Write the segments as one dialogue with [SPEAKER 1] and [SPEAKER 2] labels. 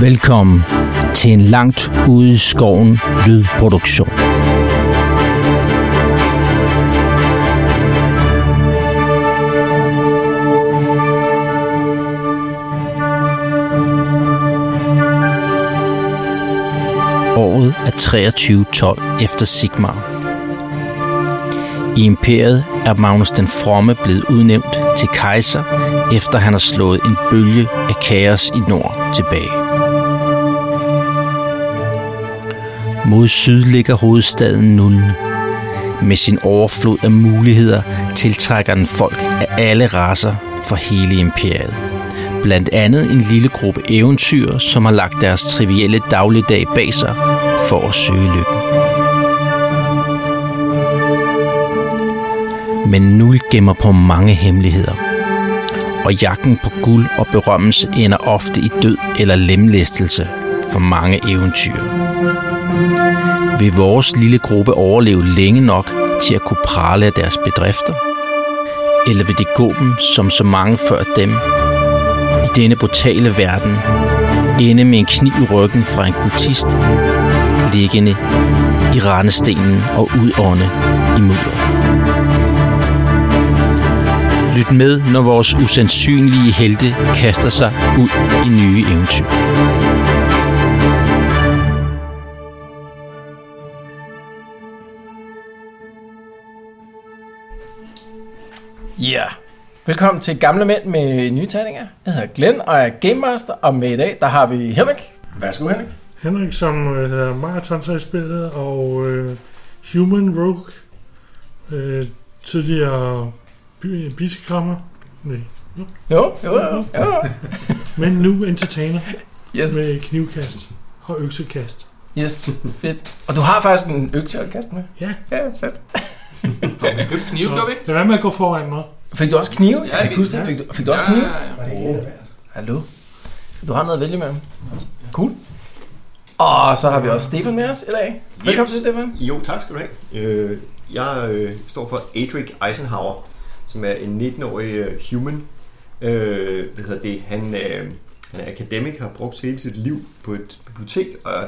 [SPEAKER 1] Velkommen til en langt ude i skoven lydproduktion. Året er 2312 efter Sigmar. I imperiet er Magnus den Fromme blevet udnævnt til kejser, efter han har slået en bølge af kaos i nord tilbage. Mod syd ligger hovedstaden Nullen. Med sin overflod af muligheder tiltrækker den folk af alle raser fra hele imperiet. Blandt andet en lille gruppe eventyr, som har lagt deres trivielle dagligdag bag sig for at søge lykken. Men Nul gemmer på mange hemmeligheder. Og jagten på guld og berømmelse ender ofte i død eller lemlæstelse for mange eventyr vil vores lille gruppe overleve længe nok til at kunne prale af deres bedrifter? Eller vil det gå dem, som så mange før dem, i denne brutale verden, ende med en kniv i ryggen fra en kultist, liggende i rendestenen og udånde i mudder? Lyt med, når vores usandsynlige helte kaster sig ud i nye eventyr.
[SPEAKER 2] Ja. Yeah. Velkommen til Gamle Mænd med nye terninger. Jeg hedder Glenn og jeg er Game Master, og med i dag, der har vi Henrik. Værsgo Henrik.
[SPEAKER 3] Henrik, som øh, hedder Marathonsøjspillet og øh, Human Rogue. Øh, tidligere by- bisekrammer. Nej.
[SPEAKER 2] Jo, jo, jo. jo.
[SPEAKER 3] Men nu entertainer
[SPEAKER 2] Yes,
[SPEAKER 3] med knivkast og øksekast.
[SPEAKER 2] yes, fedt. Og du har faktisk en økse at kaste med.
[SPEAKER 3] Ja.
[SPEAKER 2] Ja, fedt.
[SPEAKER 4] Kniv, gør vi ikke?
[SPEAKER 3] lad være med at gå foran mig.
[SPEAKER 2] Fik du også knive?
[SPEAKER 4] Ja,
[SPEAKER 2] jeg kan ikke
[SPEAKER 4] vi-
[SPEAKER 2] huske det. Fik du, fik du også
[SPEAKER 4] Ja,
[SPEAKER 2] knive?
[SPEAKER 4] ja, ja.
[SPEAKER 2] Hallo. Så du har noget at vælge mellem. Cool. Og så har vi også Stefan med os i dag. Velkommen til, Stefan.
[SPEAKER 5] Jo, tak skal du have. Øh, Jeg øh, står for Adric Eisenhower, som er en 19-årig øh, human. Øh, Hvad hedder det? Han, øh, han er akademik, har brugt hele sit liv på et bibliotek og er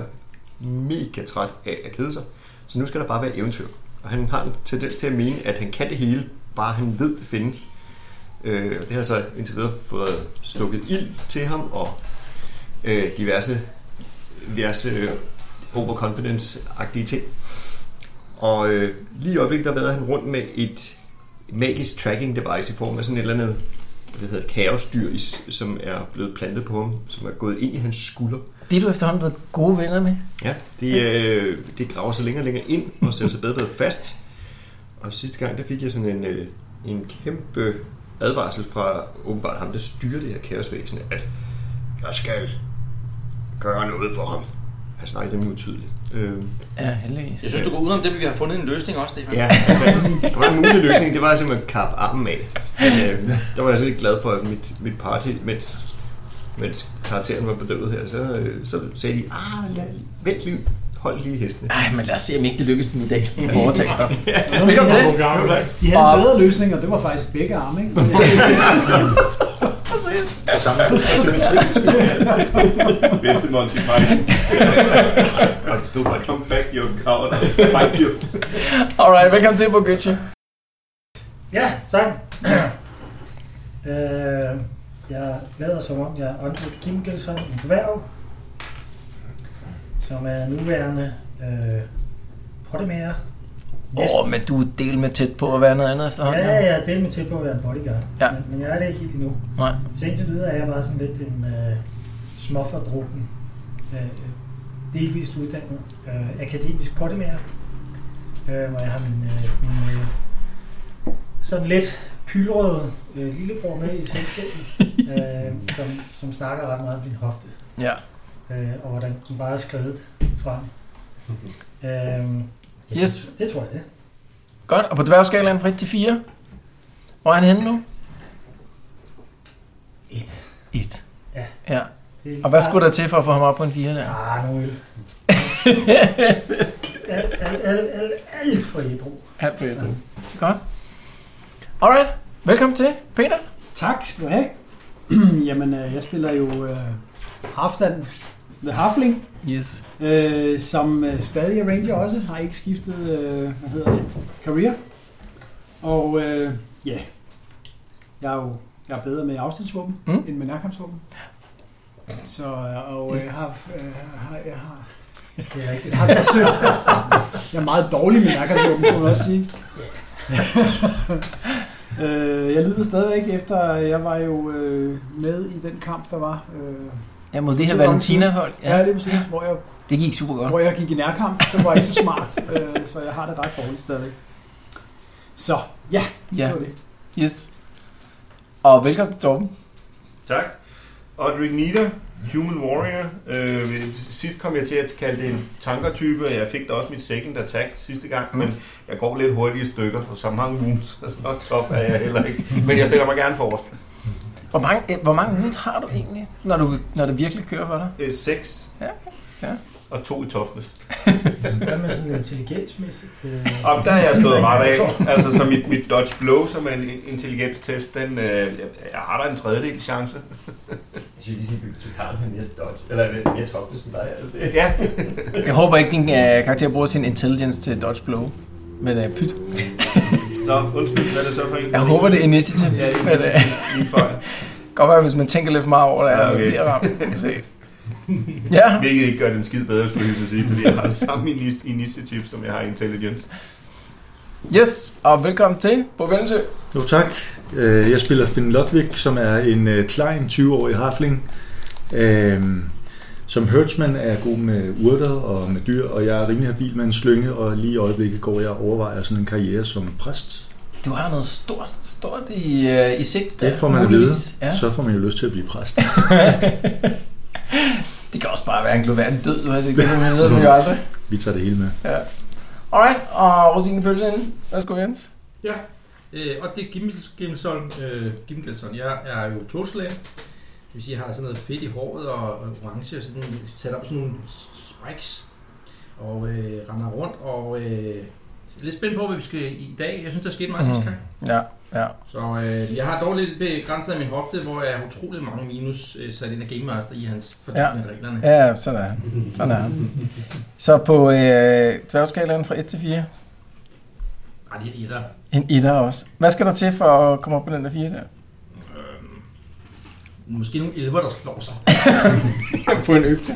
[SPEAKER 5] mega træt af at kede sig. Så nu skal der bare være eventyr. Og han har en tendens til at mene, at han kan det hele, bare han ved, det findes. Øh, Og det har så indtil videre fået stukket ild til ham og øh, diverse, diverse øh, overconfidence-agtige ting. Og øh, lige i øjeblikket, der vader han rundt med et magisk tracking device i form af sådan et eller andet, det hedder et kaosdyr, i s- som er blevet plantet på ham, som er gået ind i hans skulder.
[SPEAKER 2] Det er du efterhånden blevet gode venner med.
[SPEAKER 5] Ja, det, øh, det graver sig længere og længere ind og sætter sig bedre og bedre fast. Og sidste gang, der fik jeg sådan en, øh, en kæmpe advarsel fra åbenbart ham, der styrer det her kaosvæsen, at jeg skal gøre noget for ham. Han snakker rimelig utydeligt. Øh,
[SPEAKER 2] Ja, heldigvis.
[SPEAKER 4] Jeg synes, du går udenom det, men vi har fundet en løsning også, Stefan.
[SPEAKER 5] Ja, altså, der var en mulig løsning, det var simpelthen at kappe armen af. Men, øh, der var jeg sådan lidt glad for, at mit, mit party, mens, mens karakteren var bedøvet her, så, øh, så sagde de, ah, lad, vent lige, hold lige hestene.
[SPEAKER 2] Ej, men lad os se, om ikke det lykkes dem i dag. Vi får overtaget dig. Velkommen til.
[SPEAKER 6] De havde
[SPEAKER 2] Og-
[SPEAKER 6] en bedre løsning, og det var faktisk begge arme, ikke?
[SPEAKER 7] bedste Monty Python. og det stod bare, come back, you coward. Thank you.
[SPEAKER 2] Alright, velkommen til, Bogucci.
[SPEAKER 6] ja, tak. øh, jeg lader som om, jeg er Andre Kim Gelsson, en dværg, som er nuværende øh, pottemager.
[SPEAKER 2] Åh, oh, men du er del med tæt på at være noget andet efterhånden.
[SPEAKER 6] Ja, ja, det er mit til på at være en bodyguard,
[SPEAKER 2] Ja.
[SPEAKER 6] men, men jeg er det ikke helt endnu.
[SPEAKER 2] Nej.
[SPEAKER 6] Så indtil videre er jeg bare sådan lidt en øh, småfordrukken, øh, delvist uddannet øh, akademisk pottemager, øh, hvor jeg har min, øh, min øh, sådan lidt pylrøde øh, lillebror med i selskabet, øh, som, som snakker ret meget om din hofte,
[SPEAKER 2] Ja.
[SPEAKER 6] øh, og hvordan den bare er skrevet frem. Øh,
[SPEAKER 2] Mhm. Yes,
[SPEAKER 6] det tror jeg det.
[SPEAKER 2] godt. Og på dværgskalaen fra 1 til 4. Hvor er han henne nu?
[SPEAKER 6] Et.
[SPEAKER 2] 1.
[SPEAKER 6] Ja.
[SPEAKER 2] ja.
[SPEAKER 6] Det er
[SPEAKER 2] Og hvad skulle der til for at få ham op på en 4 der?
[SPEAKER 6] Ah, nu øl. Alt, alt, alt, alt, alt for ædru.
[SPEAKER 2] Alt på et. Godt. Alright. Velkommen til, Peter.
[SPEAKER 6] Tak skal du have. Jamen, øh, jeg spiller jo øh, Halfdan,
[SPEAKER 8] The Halfling,
[SPEAKER 2] Yes.
[SPEAKER 8] øh, som øh, stadig er ranger også, har ikke skiftet, øh, hvad hedder det, career. Og øh, ja, jeg er jo jeg er bedre med afstandsvåben
[SPEAKER 2] Mm.
[SPEAKER 8] mm. end med nærkampsvåben. Så, øh, og øh, jeg, har, øh, har, jeg, har,
[SPEAKER 6] Det er rigtigt.
[SPEAKER 8] jeg har forsøgt. Jeg er meget dårlig med nakkervåben, må man også sige. øh, jeg lider stadigvæk efter, jeg var jo øh, med i den kamp, der var. Øh,
[SPEAKER 2] Ja, mod det her
[SPEAKER 8] Så langt
[SPEAKER 2] Valentina-hold.
[SPEAKER 8] ja.
[SPEAKER 2] Ja,
[SPEAKER 8] det er præcis, hvor jeg,
[SPEAKER 2] det gik super godt.
[SPEAKER 8] hvor jeg gik i nærkamp. Det var ikke så smart, øh, så jeg har det ret dårligt stadigvæk. Så, ja,
[SPEAKER 2] Ja,
[SPEAKER 8] det var det.
[SPEAKER 2] yes. Og velkommen til Torben.
[SPEAKER 7] Tak. Audrey Nita, Human Warrior. Øh, sidst kom jeg til at kalde det en tankertype, og jeg fik da også mit second attack sidste gang,
[SPEAKER 6] Mm.
[SPEAKER 7] men jeg går lidt hurtigt i stykker, og så mange wounds, og så top er jeg heller ikke. Men jeg stiller mig gerne forrest.
[SPEAKER 2] Hvor mange, øh, hvor mange wounds har du egentlig, når, du, når det virkelig kører for dig?
[SPEAKER 7] Øh, 6
[SPEAKER 2] Ja, ja.
[SPEAKER 7] og to i toughness.
[SPEAKER 6] Hvad med sådan intelligensmæssigt? Øh,
[SPEAKER 7] Og der har jeg stået ret af. Altså, så mit, mit dodge blow, som er en intelligenstest, den, øh, jeg- jeg har da en tredjedel chance.
[SPEAKER 5] Jeg synes lige sige, at Tukaren har mere dodge, eller mere toughness end dig. er det?
[SPEAKER 7] Ja,
[SPEAKER 2] Jeg håber ikke, din øh, karakter bruger sin intelligence til dodge blow. Men øh, pyt.
[SPEAKER 7] nå, undskyld, hvad er det så for en?
[SPEAKER 2] Jeg håber, det er initiativ.
[SPEAKER 7] Ja, det
[SPEAKER 2] men, øh,
[SPEAKER 7] er lige før.
[SPEAKER 2] godt være, hvis man tænker lidt for meget over det, at
[SPEAKER 7] Ja,
[SPEAKER 2] man
[SPEAKER 7] okay.
[SPEAKER 2] bliver ramt. Vi kan se. Ja,
[SPEAKER 7] Hvilket ikke gør den skid bedre, skulle jeg lige så sige, fordi jeg har det samme ini- initiativ, som jeg har i intelligence.
[SPEAKER 2] yes. Og velkommen til Bo Vellensø.
[SPEAKER 9] Jo tak. Øh, Jeg spiller Finn Lodvig, som er en øh, klein 20-årig harfling. Øhm, Som herdsman er jeg god med urter og med dyr, og jeg er rimelig habil med en slynge, og lige i øjeblikket går jeg og overvejer sådan en karriere som præst.
[SPEAKER 2] Du har noget stort, stort i, øh, i sigt.
[SPEAKER 9] Det
[SPEAKER 2] der,
[SPEAKER 9] får man at vide,
[SPEAKER 2] muligvis. Ja.
[SPEAKER 9] så får man jo lyst til at blive præst.
[SPEAKER 2] Det kan også bare være en gloværdig død, du har set. Det ved man jo aldrig.
[SPEAKER 9] Vi tager det hele med.
[SPEAKER 2] Alright, og rosinen i pølsen. Værsgo, Jens.
[SPEAKER 4] Ja, øh, og det er Gimmel- Gimmelsson. Øh, Gimmelsson. Jeg er jo torslager. Det vil sige, jeg har sådan noget fedt i håret og og orange, og sådan, sat op sådan nogle spikes, og øh, render rundt, og øh, lidt spændt på, hvad vi skal i dag. Jeg synes, der skete meget sidste gang.
[SPEAKER 2] Mm. Ja, ja.
[SPEAKER 4] Så øh, jeg har dog lidt begrænset af min hofte, hvor jeg har utrolig mange minus øh, sat ind af Game Master i hans fordeling af reglerne.
[SPEAKER 2] Ja, sådan er han. Sådan er han. Så på øh, dværgskalaen fra 1 til 4,
[SPEAKER 4] Ej, det er etter.
[SPEAKER 2] en etter også. Hvad skal der til for at komme op på den der 4 der?
[SPEAKER 4] Øhm, måske nogle elver, der slår sig.
[SPEAKER 2] på en økse.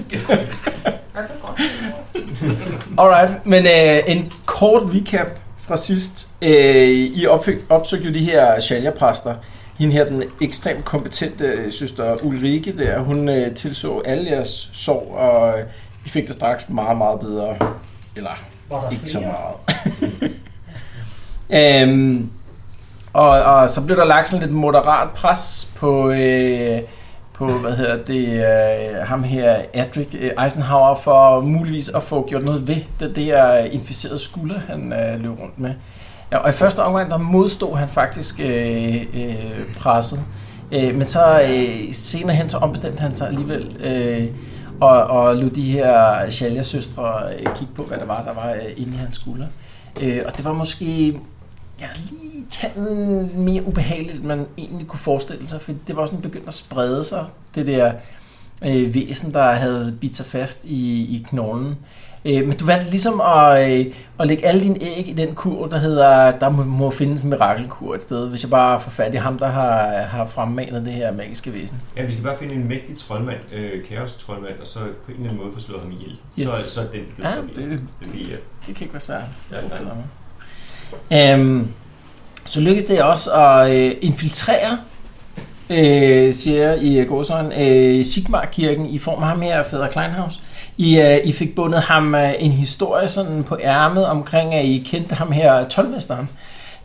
[SPEAKER 2] Alright, men øh, en kort recap fra sidst. Øh, I opføg, opsøgte jo de her shalja-præster. Hende her, den ekstremt kompetente øh, søster Ulrike der, hun øh, tilså alle jeres sorg, og øh, I fik det straks meget, meget bedre. Eller
[SPEAKER 6] var der
[SPEAKER 2] ikke så
[SPEAKER 6] flere?
[SPEAKER 2] meget. øhm, og, og så blev der lagt sådan lidt moderat pres på, øh, på hvad hedder det, øh, ham her, Adric øh, Eisenhower, for muligvis at få gjort noget ved det der inficerede skulder, han øh, løb rundt med. Ja, og i første omgang, der modstod han faktisk øh, øh, presset. Øh, men så øh, senere hen, så ombestemte han sig alligevel. Øh, og, og lod de her Shalja-søstre øh, kigge på, hvad der var, der var øh, inde i hans skulder. Øh, og det var måske ja, lige tanden mere ubehageligt, end man egentlig kunne forestille sig, for det var sådan begyndt at sprede sig, det der øh, væsen, der havde bidt sig fast i, i knoglen. Øh, men du valgte ligesom at, øh, at lægge alle dine æg i den kur, der hedder, der må, må findes en mirakelkur et sted, hvis jeg bare får fat i ham, der har, har fremmanet det her magiske væsen.
[SPEAKER 5] Ja, vi skal bare finde en mægtig troldmand, øh, kaos troldmand, og så på en eller anden måde få slået ham ihjel.
[SPEAKER 2] Yes.
[SPEAKER 5] Så, så er den død,
[SPEAKER 2] Ja,
[SPEAKER 5] der bliver-
[SPEAKER 2] det-
[SPEAKER 5] der bliver.
[SPEAKER 2] Det kan ikke være svært.
[SPEAKER 5] Ja, nej.
[SPEAKER 2] Ja, øhm, så lykkedes det også at øh, infiltrere, øh, siger jeg i gåsøjne, øh, Sigmar-kirken i form af ham her, Fader Kleinhaus. I, øh, I fik bundet ham øh, en historie sådan på ærmet omkring, at I kendte ham her, tolvmesteren.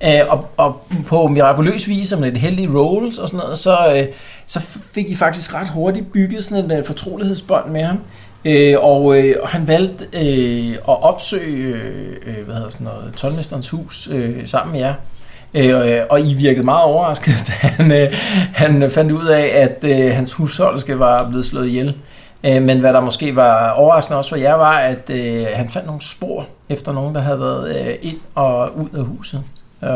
[SPEAKER 2] Øh, og, og på mirakuløs vis, som lidt heldige rolls og sådan noget, så, øh, så fik I faktisk ret hurtigt bygget sådan en øh, fortrolighedsbånd med ham. Øh, og, øh, og han valgte øh, at opsøge øh, øh, hvad hedder sådan noget, tolvmesterens hus øh, sammen med jer. Øh, og I virkede meget overrasket, da han, øh, han fandt ud af, at øh, hans husholderske var blevet slået ihjel. Øh, men hvad der måske var overraskende også for jer, var, at øh, han fandt nogle spor efter nogen, der havde været øh, ind og ud af huset. Øh,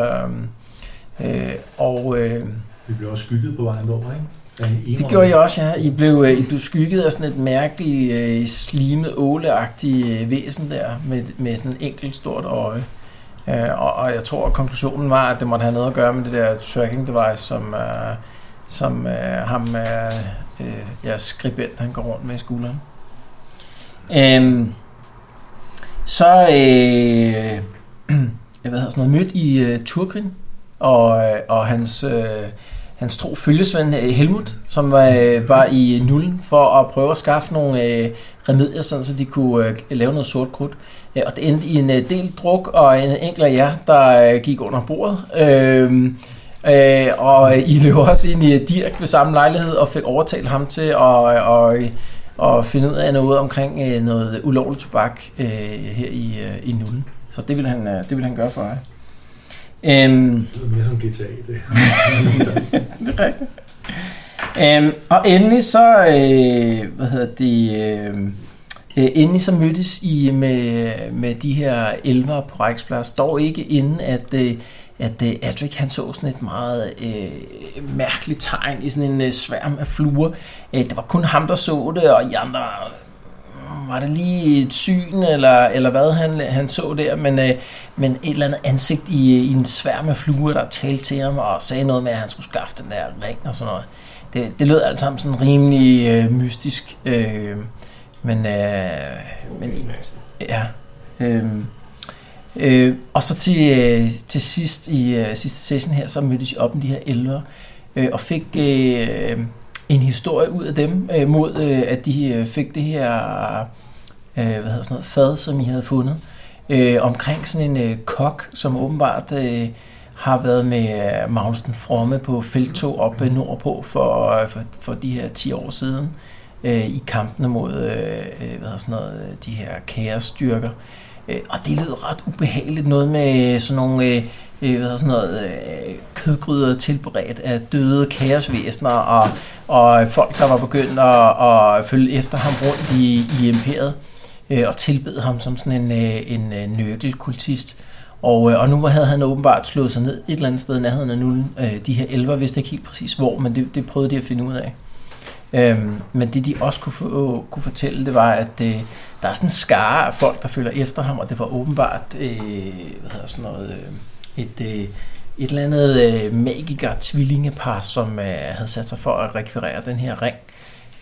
[SPEAKER 2] øh, og øh,
[SPEAKER 9] Vi bliver også skygget på vejen over, ikke?
[SPEAKER 2] Det gjorde jeg også, ja. I blev, øh, I blev skygget af sådan et mærkeligt øh, slimet, åleagtigt øh, væsen der, med, med sådan et enkelt stort øje. Øh, og, og jeg tror, at konklusionen var, at det måtte have noget at gøre med det der tracking device, som, øh, som øh, ham, øh, øh, ja, skribent, han går rundt med i skulderen. Øhm, så, øh, jeg ved, sådan noget, mødt i øh, Turgrin og, øh, og hans... Øh, hans tro følgesvend øh, Helmut, som var, øh, var i nullen for at prøve at skaffe nogle øh, remedier, sådan, så de kunne øh, lave noget sort krudt. Ja, og det endte i en øh, del druk og en enkelt af jer, der øh, gik under bordet. Øh, øh, og I løb også ind i øh, Dirk ved samme lejlighed og fik overtalt ham til at øh, og, og finde ud af noget omkring øh, noget ulovlig tobak øh, her i, øh, i nullen. Så det vil han, øh, det vil han gøre for jer. Øhm,
[SPEAKER 9] Det lyder mere som GTA, det.
[SPEAKER 2] det er rigtigt. Øhm, og endelig så, øh, hvad hedder det, øh, øh, endelig så mødtes I med, med de her elver på Rijksplads. Dog ikke inden, at, øh, at øh, Adric han så sådan et meget øh, mærkeligt tegn i sådan en øh, sværm af fluer. Øh, det var kun ham, der så det, og I andre mm, var det lige et syn, eller, eller hvad han, han så der, men øh, men et eller andet ansigt i, øh, i en sværm af fluer, der talte til ham og sagde noget med, at han skulle skaffe den der ring og sådan noget. Det, det lød alt sammen sådan rimelig øh, mystisk. Øh, men, øh, men ja. Øh, øh, og så til, øh, til sidst i øh, sidste session her, så mødtes I op med de her elver øh, og fik øh, en historie ud af dem øh, mod, øh, at de øh, fik det her øh, hvad hedder sådan noget, fad, som I havde fundet øh, omkring sådan en øh, kok, som åbenbart øh, har været med øh, Magnus den Fromme på feltog op øh, nordpå for, øh, for, for de her 10 år siden øh, i kampene mod øh, øh, hvad hedder sådan noget, øh, de her kærestyrker. Øh, og det lød ret ubehageligt, noget med sådan nogle øh, øh, hvad hedder sådan noget, øh, kødgryder tilberedt af døde kaosvæsener og, og folk, der var begyndt at, at følge efter ham rundt i, i imperiet øh, og tilbed ham som sådan en, øh, en øh, nøkkelkultist. Og, øh, og nu havde han åbenbart slået sig ned et eller andet sted i nærheden af nullen. Øh, de her elver vidste ikke helt præcis hvor, men det, det prøvede de at finde ud af. Øhm, men det de også kunne, få, kunne fortælle, det var, at øh, der er sådan en skare af folk, der følger efter ham, og det var åbenbart øh, hvad hedder sådan noget, øh, et, øh, et eller andet øh, magiker-tvillingepar, som øh, havde sat sig for at rekvirere den her ring,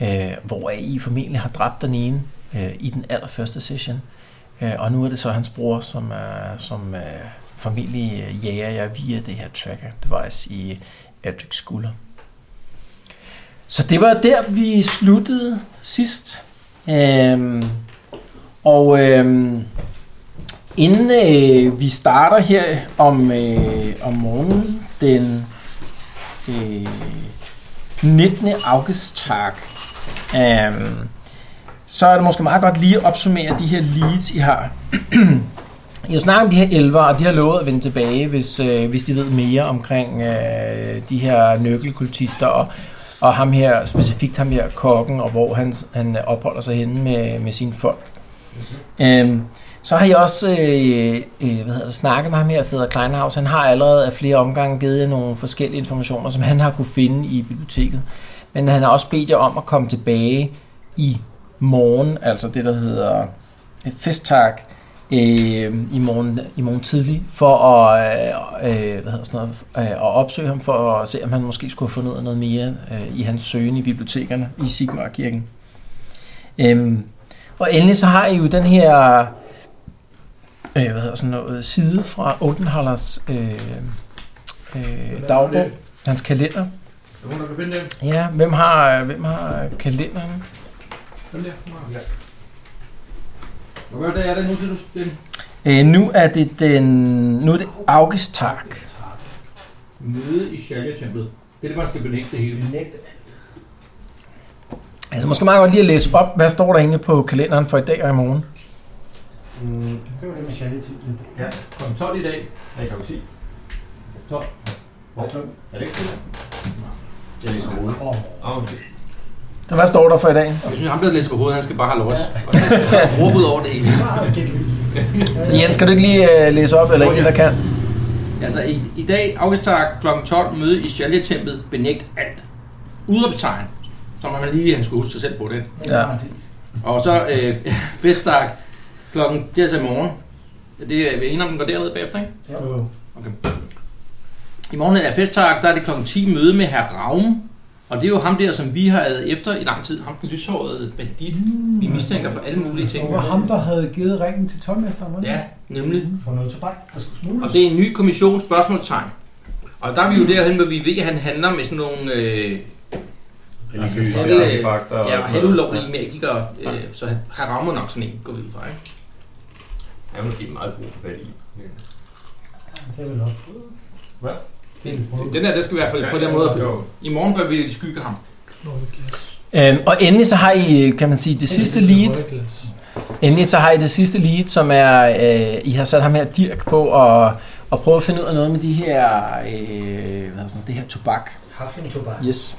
[SPEAKER 2] øh, hvor I formentlig har dræbt den ene øh, i den allerførste session. Øh, og nu er det så hans bror, som, øh, som øh, formentlig øh, jager jeg via det her tracker device i Adric's skulder. Så det var der, vi sluttede sidst. Øhm, og øhm, inden øh, vi starter her om, øh, om morgenen, den øh, 19. august tak, øhm, så er det måske meget godt lige at opsummere de her leads, I har. I har snakket om de her elver, og de har lovet at vende tilbage, hvis, øh, hvis de ved mere omkring øh, de her nøkkelkultister og, og ham her, specifikt ham her kokken, og hvor han, han opholder sig henne med, med sine folk. Øhm, så har jeg også øh, øh, hvad hedder det, snakket med ham her, Feder Kleinhaus. Han har allerede af flere omgange givet jer nogle forskellige informationer, som han har kunne finde i biblioteket. Men han har også bedt jer om at komme tilbage i morgen, altså det, der hedder øh, festtag, øh, i, morgen, i morgen tidlig, for at, øh, øh, hvad hedder sådan noget, øh, at opsøge ham, for at se, om han måske skulle have fundet ud af noget mere øh, i hans søgen i bibliotekerne i Sigmar-kirken. Øhm, og endelig så har I jo den her øh, hvad hedder sådan noget, side fra Oldenhallers øh, øh, dagbog, hans kalender.
[SPEAKER 4] Der er nogen, der kan finde det.
[SPEAKER 2] Ja, hvem har, øh, hvem har kalenderen?
[SPEAKER 4] Dem der. Ja. Hvor godt er det nu, siger du? Den
[SPEAKER 2] Øh, nu er det den... Nu er det August Tark.
[SPEAKER 4] nede i Shalia-templet. Det er det, man skal benægte det hele. Benægte.
[SPEAKER 2] Altså måske meget godt lige at læse op, hvad står der egentlig på kalenderen for i dag og i morgen.
[SPEAKER 6] Mm, Det var det med charity.
[SPEAKER 4] Kom 12 i dag.
[SPEAKER 5] Nej, klokken 10.
[SPEAKER 4] 12.
[SPEAKER 5] Hvor er klokken? Er det ikke det? Jeg læser hovedet. Åh, okay.
[SPEAKER 2] Så hvad står der for i dag?
[SPEAKER 4] Jeg synes, ham der læser på hovedet, han skal bare have lov at råbe ud over det hele.
[SPEAKER 2] Jens, skal du ikke lige øh, læse op, eller
[SPEAKER 4] Jo,
[SPEAKER 2] en,
[SPEAKER 4] ja.
[SPEAKER 2] der kan?
[SPEAKER 4] Altså, i, i dag, august kl. 12, møde i Shalia-templet. Benægt alt. udoptegn, som man lige han skulle huske sig selv på det.
[SPEAKER 2] Ja.
[SPEAKER 4] Og så øh, festdag klokken, det er altså i morgen. Det er vi er enige om, den går dernede bagefter, ikke?
[SPEAKER 6] Jo.
[SPEAKER 4] Okay. I morgen er festtag, der er det klokken 10 møde med herr Raum. Og det er jo ham der, som vi har været efter i lang tid. Ham den lyshårede bandit. Vi mistænker for alle mulige ting.
[SPEAKER 8] Det var ham, der havde givet ringen til tolvmesteren, var det?
[SPEAKER 4] Ja, nemlig.
[SPEAKER 6] For noget tobak, der skulle
[SPEAKER 4] Og
[SPEAKER 6] smugles.
[SPEAKER 4] det er en ny kommission, spørgsmålstegn. Og der er vi jo derhen, hvor vi ved, at han handler med sådan nogle... Øh,
[SPEAKER 7] Religiøse
[SPEAKER 4] Ja, det-
[SPEAKER 7] artefakter og
[SPEAKER 4] ja,
[SPEAKER 7] sådan noget.
[SPEAKER 4] halvulovlige magikere. Øh, så han, han rammer nok sådan en, går vi ud fra, ikke?
[SPEAKER 5] Der er måske meget brug for fat i.
[SPEAKER 6] Det er vel nok.
[SPEAKER 5] Hvad?
[SPEAKER 6] Det er en prøve.
[SPEAKER 4] Den her, det skal i hvert fald på den måde. I morgen bør vi skygge ham.
[SPEAKER 2] Øhm, og endelig så har I, øh, kan man sige, det sidste lead. Endelig så har I det sidste lead, som er, øh, I har sat ham her Dirk på at, at prøve at finde ud af noget med de her, øh, hvad er sådan, det her tobak.
[SPEAKER 6] Haflingtobak.
[SPEAKER 2] Yes.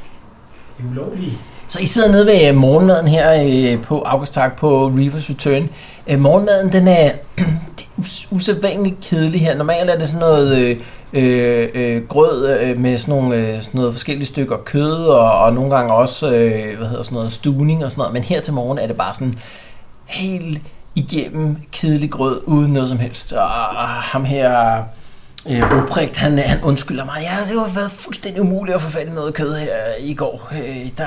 [SPEAKER 6] Det er ulovligt.
[SPEAKER 2] Så I sidder nede ved øh, morgenmaden her øh, på Augustak på Reavers Return. Øh, Morgenmaden, den er det er us- usædvanligt kedelig her. Normalt er det sådan noget øh, øh, øh, grød øh, med sådan nogle øh, sådan noget forskellige stykker kød, og, og nogle gange også øh, hvad hedder sådan noget, stuning og sådan noget. Men her til morgen er det bare sådan helt igennem kedelig grød, uden noget som helst. Og, og ham her, Øh, Ruprecht, han, han undskylder mig. Ja, det har været fuldstændig umuligt at få fat i noget kød her i går. Øh, der,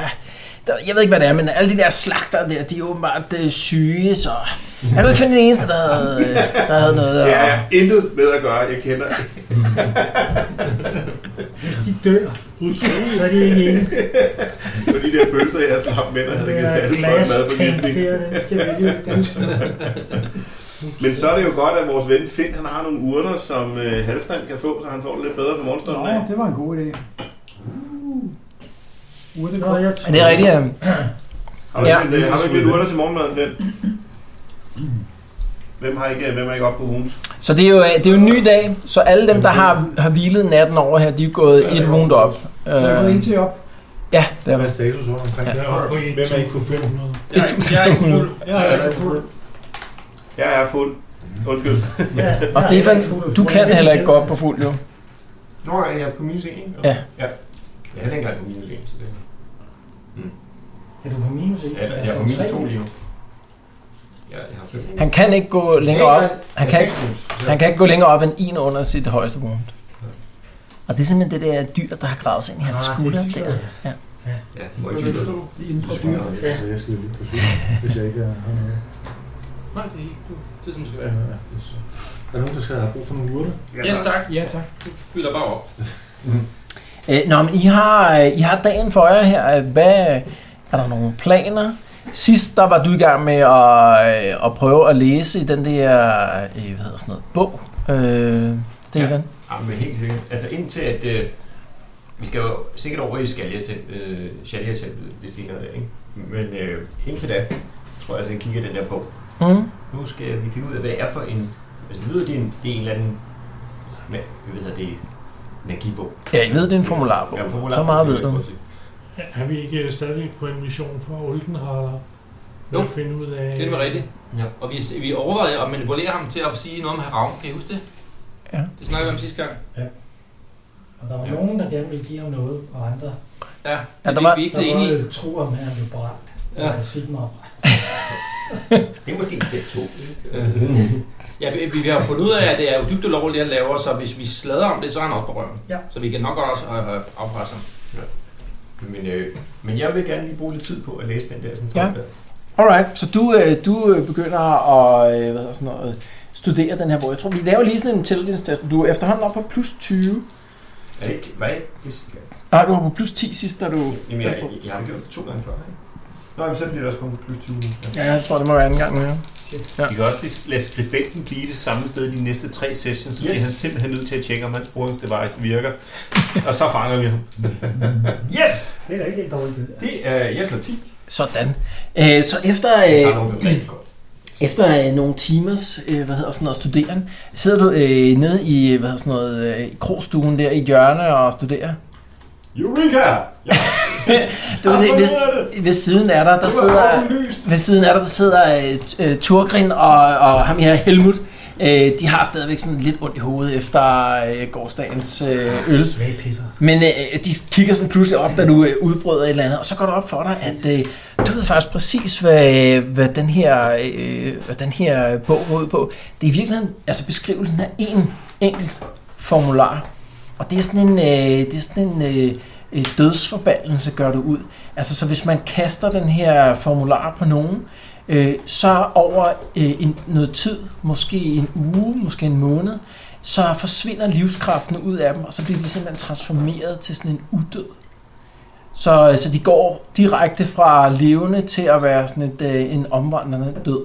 [SPEAKER 2] der, jeg ved ikke, hvad det er, men alle de der slagter der, de er åbenbart øh, syge, så... Jeg kunne ikke finde den eneste, der havde, øh, der havde noget at...
[SPEAKER 7] Det er intet med at gøre, jeg kender.
[SPEAKER 6] Hvis de dør, så er det ikke en.
[SPEAKER 7] For de der pølser, jeg har slap med, og havde
[SPEAKER 6] Det
[SPEAKER 7] givet
[SPEAKER 6] er
[SPEAKER 7] alle folk mad på
[SPEAKER 6] glastænk,
[SPEAKER 7] hjælpning.
[SPEAKER 6] det er den, skal vælge.
[SPEAKER 7] Men så er det jo godt, at vores ven Finn, han har nogle urter, som øh, Halfdan kan få, så han får det lidt bedre for morgenstunden af.
[SPEAKER 8] Nå, det var en god idé. Uh, urte
[SPEAKER 6] Nå, jeg
[SPEAKER 2] Er det er rigtigt, øh,
[SPEAKER 7] Har du,
[SPEAKER 2] Ja.
[SPEAKER 7] ja. ikke, lidt, øh, har du ikke lidt urter til morgenmaden, Finn? Hvem har ikke, øh, hvem er ikke oppe på Homes?
[SPEAKER 2] Så det er, jo, det er jo en ny dag, så alle dem, der har, har hvilet natten over her, de er gået et wound op. Øh,
[SPEAKER 8] Så jeg gået ind til op.
[SPEAKER 2] ja, det er
[SPEAKER 9] Hvad
[SPEAKER 2] det.
[SPEAKER 9] er status rundt omkring?
[SPEAKER 3] Jeg er oppe på
[SPEAKER 9] Hvem er ikke kunne finde?
[SPEAKER 3] 1200.
[SPEAKER 4] Jeg er, ikke- jeg er ikke fuld.
[SPEAKER 8] Jeg er fuld.
[SPEAKER 7] Jeg er fuld. Undskyld.
[SPEAKER 2] Og Stefan, du kan heller ikke gå op på fuld, jo.
[SPEAKER 5] Nå, jeg er på minus 1.
[SPEAKER 2] Ja.
[SPEAKER 5] ja. Jeg er heller ikke engang på minus 1, så det
[SPEAKER 6] Er du på minus ikke?
[SPEAKER 5] Ja, jeg er på minus 2 lige nu. Jeg, jeg har 5.
[SPEAKER 2] Han kan ikke gå længere op. Han kan, ikke- han kan ikke gå længere op end en under sit højeste wound. Og det er simpelthen det der dyr, der har gravet sig ind i hans
[SPEAKER 5] Ah,
[SPEAKER 2] skulder
[SPEAKER 5] det
[SPEAKER 2] der. Ja.
[SPEAKER 5] Ja, det må ikke dybe.
[SPEAKER 8] Det er inden for dyr.
[SPEAKER 9] Ja. Så jeg skal lige på syg, hvis jeg ikke er har noget.
[SPEAKER 4] Nej, det er ikke fuld. Det er som det skal
[SPEAKER 9] Ja,
[SPEAKER 4] være.
[SPEAKER 9] ja. Er der nogen, der skal have brug for nogle urter?
[SPEAKER 4] Yes, tak.
[SPEAKER 8] Ja, tak.
[SPEAKER 4] Du fylder bare op.
[SPEAKER 2] Øh, nå, men I har, øh, I har dagen for jer her. Øh, Hvad, er der nogle planer? Sidst, der var du i gang med at, øh, at prøve at læse i den der, øh, hvad hedder sådan noget, bog, øh, Stefan.
[SPEAKER 5] Ja, men helt sikkert. Altså indtil at... Øh, vi skal jo sikkert over i Skalja-templet øh, Shalya-templet lidt senere der, ikke? Men øh, indtil da, tror jeg, altså, jeg kigger i den der bog.
[SPEAKER 2] Mm?
[SPEAKER 5] Nu skal vi finde ud af, hvad det er for en... Altså, lyder det en, det er en eller anden... Hvad, hvad hedder det? Magibog.
[SPEAKER 2] Ja, I ved, det er en formularbog.
[SPEAKER 5] Ja,
[SPEAKER 2] Så meget ved du.
[SPEAKER 3] Ja, er vi ikke øh, stadig på en mission for Oldenhaler?
[SPEAKER 4] Jo.
[SPEAKER 3] at finde ud af...
[SPEAKER 4] Den var rigtig.
[SPEAKER 5] Ja.
[SPEAKER 4] Og vi, vi overvejede at manipulere ham til at sige noget om herr Ravn. Kan I huske det?
[SPEAKER 2] Ja.
[SPEAKER 4] Det snakkede vi om sidste gang.
[SPEAKER 6] Og der var nogen, der gerne ville give ham noget, og andre,
[SPEAKER 4] Ja,
[SPEAKER 2] Ja,
[SPEAKER 4] det
[SPEAKER 2] der
[SPEAKER 4] er
[SPEAKER 2] var-
[SPEAKER 4] vi ikke
[SPEAKER 6] der
[SPEAKER 4] blev enige i.
[SPEAKER 6] var øh, tro om, at han blev brændt.
[SPEAKER 4] Ja.
[SPEAKER 6] Ja. Sigmar
[SPEAKER 5] Det er måske step 2.
[SPEAKER 4] Ja, vi, vi, vi har fundet ud af, at det er jo dybt ulovligt, det han laver, så hvis vi slader om det, så er han også på røven.
[SPEAKER 6] Ja.
[SPEAKER 4] Så vi kan nok godt også øh, øh, afpresse ham.
[SPEAKER 5] men, øh, men jeg vil gerne lige bruge lidt tid på at læse den der sådan
[SPEAKER 2] Ja.
[SPEAKER 5] bog der.
[SPEAKER 2] Alright, så du, øh, du øh, begynder at øh, hvad hedder sådan noget, studere den her bog. Jeg tror, vi laver lige sådan en intelligence-test, og du er efterhånden oppe på plus 20.
[SPEAKER 5] Er det ikke? Var jeg ikke? det sidste gang?
[SPEAKER 2] Nej, du var på plus 10 sidst, da du...
[SPEAKER 5] Jamen, jeg, jeg, jeg har gjort det to gange før, ikke? Nå, men så bliver det også kun plus 20 nu. Ja.
[SPEAKER 2] Ja, jeg tror, det må være anden gang mere.
[SPEAKER 7] Vi kan også lige lade skribenten blive det samme sted de næste tre sessions, så
[SPEAKER 5] Yes.
[SPEAKER 7] yes. han simpelthen nødt til at tjekke, om hans sporingsdevice virker. og så fanger vi ham.
[SPEAKER 5] Yes!
[SPEAKER 6] Det er da ikke helt dårligt. det der.
[SPEAKER 5] Det er, jeg slår 10.
[SPEAKER 2] Sådan. Øh, så efter,
[SPEAKER 5] Der
[SPEAKER 2] øh,
[SPEAKER 5] er nogen, der er rigtig godt.
[SPEAKER 2] efter øh, nogle timers øh, hvad hedder sådan noget, studeren, sidder du øh, nede i øh, hvad hedder sådan noget, øh, krogstuen der i hjørne og studerer.
[SPEAKER 5] Eureka! Jeg
[SPEAKER 2] Du kan se,
[SPEAKER 5] har
[SPEAKER 2] ved,
[SPEAKER 5] fundet ud af det!
[SPEAKER 2] ved siden af dig, der
[SPEAKER 5] Det var
[SPEAKER 2] sidder...
[SPEAKER 5] åbenlyst!
[SPEAKER 2] Ved siden af dig, der sidder øh, t- øh, Turgrin og, og ham her Helmut, Øh, de har stadigvæk sådan lidt ondt i hovedet efter øh, gårdsdagens øh, øl.
[SPEAKER 6] Svage pisser.
[SPEAKER 2] Men øh, de kigger sådan pludselig op, da du øh, udbrøder et eller andet, og så går det op for dig, at øh, du ved faktisk præcis, hvad, hvad, den her, øh, hvad den her bog går ud på. Det er i virkeligheden, altså beskrivelsen af en enkelt formular, og det er sådan en, øh, det er sådan en øh, øh, dødsforbandelse, gør det ud. Altså, så hvis man kaster den her formular på nogen, øh, så over øh, en, noget tid, måske en uge, måske en måned, så forsvinder livskraften ud af dem, og så bliver de simpelthen transformeret til sådan en udød. Så, så de går direkte fra levende til at være sådan et, øh, en omvandrende død.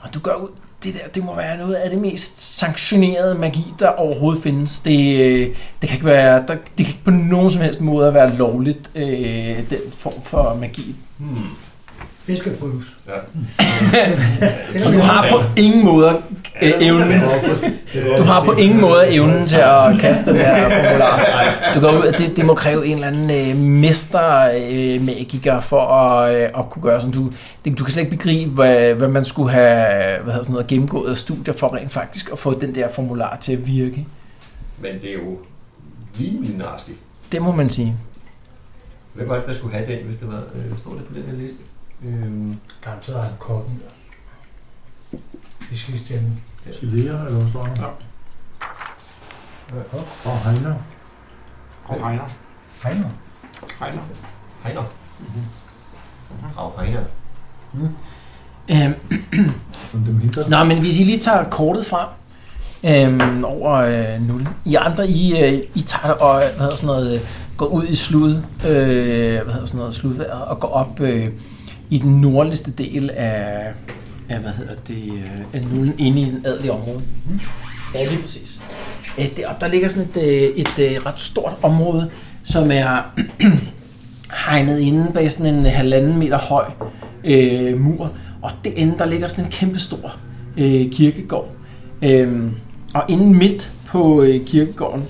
[SPEAKER 2] Og du gør ud, det der, det må være noget af det mest sanktionerede magi, der overhovedet findes. Det, øh, det kan ikke være, der, det kan ikke på nogen som helst måde at være lovligt, øh, den form for magi.
[SPEAKER 6] Det skal prøves.
[SPEAKER 7] Ja.
[SPEAKER 2] Og du har på ingen måde øh, evnen Du har på ingen måde evnen til at kaste den her formular. Du går ud, at det, det må kræve en eller anden øh, mester øh, magiker for at, øh, at kunne gøre sådan. Du, det, du kan slet ikke begribe, hvad, hvad man skulle have hvad hedder sådan noget, gennemgået af studier for rent faktisk at få den der formular til at virke.
[SPEAKER 5] Men det er jo rimelig nasty.
[SPEAKER 2] Det må man sige.
[SPEAKER 5] Hvem var det, der skulle have den, hvis det var, øh, står det på den her liste? Øhm,
[SPEAKER 6] Garanteret har han kokken. Vi skal stemme.
[SPEAKER 9] Chilea, eller hvad står der? Ja. Og Heiner.
[SPEAKER 3] Og regner.
[SPEAKER 6] Hej nu.
[SPEAKER 3] Regner.
[SPEAKER 5] Heiner.
[SPEAKER 4] Mhm.
[SPEAKER 5] Frau Heiner.
[SPEAKER 2] Øhm,
[SPEAKER 9] Som dem hitter.
[SPEAKER 2] Nå, men hvis I lige tager kortet frem øhm, over øh, 0. I andre, I, øh, I tager det og hvad hedder sådan noget, øh, går ud i slud, øh, hvad hedder sådan noget, sludværet, og går op øh, i den nordligste del af, af hvad hedder det, øh, af nullen inde i den adelige område.
[SPEAKER 9] Mm-hmm.
[SPEAKER 2] Ja, lige præcis. Øh, deroppe, der ligger sådan et, øh, et øh, ret stort område, som er hegnet inde bag sådan en halvanden meter høj øh, mur. Og derinde, der ligger sådan en kæmpe stor øh, kirkegård. Øhm, og inde midt på øh, kirkegården,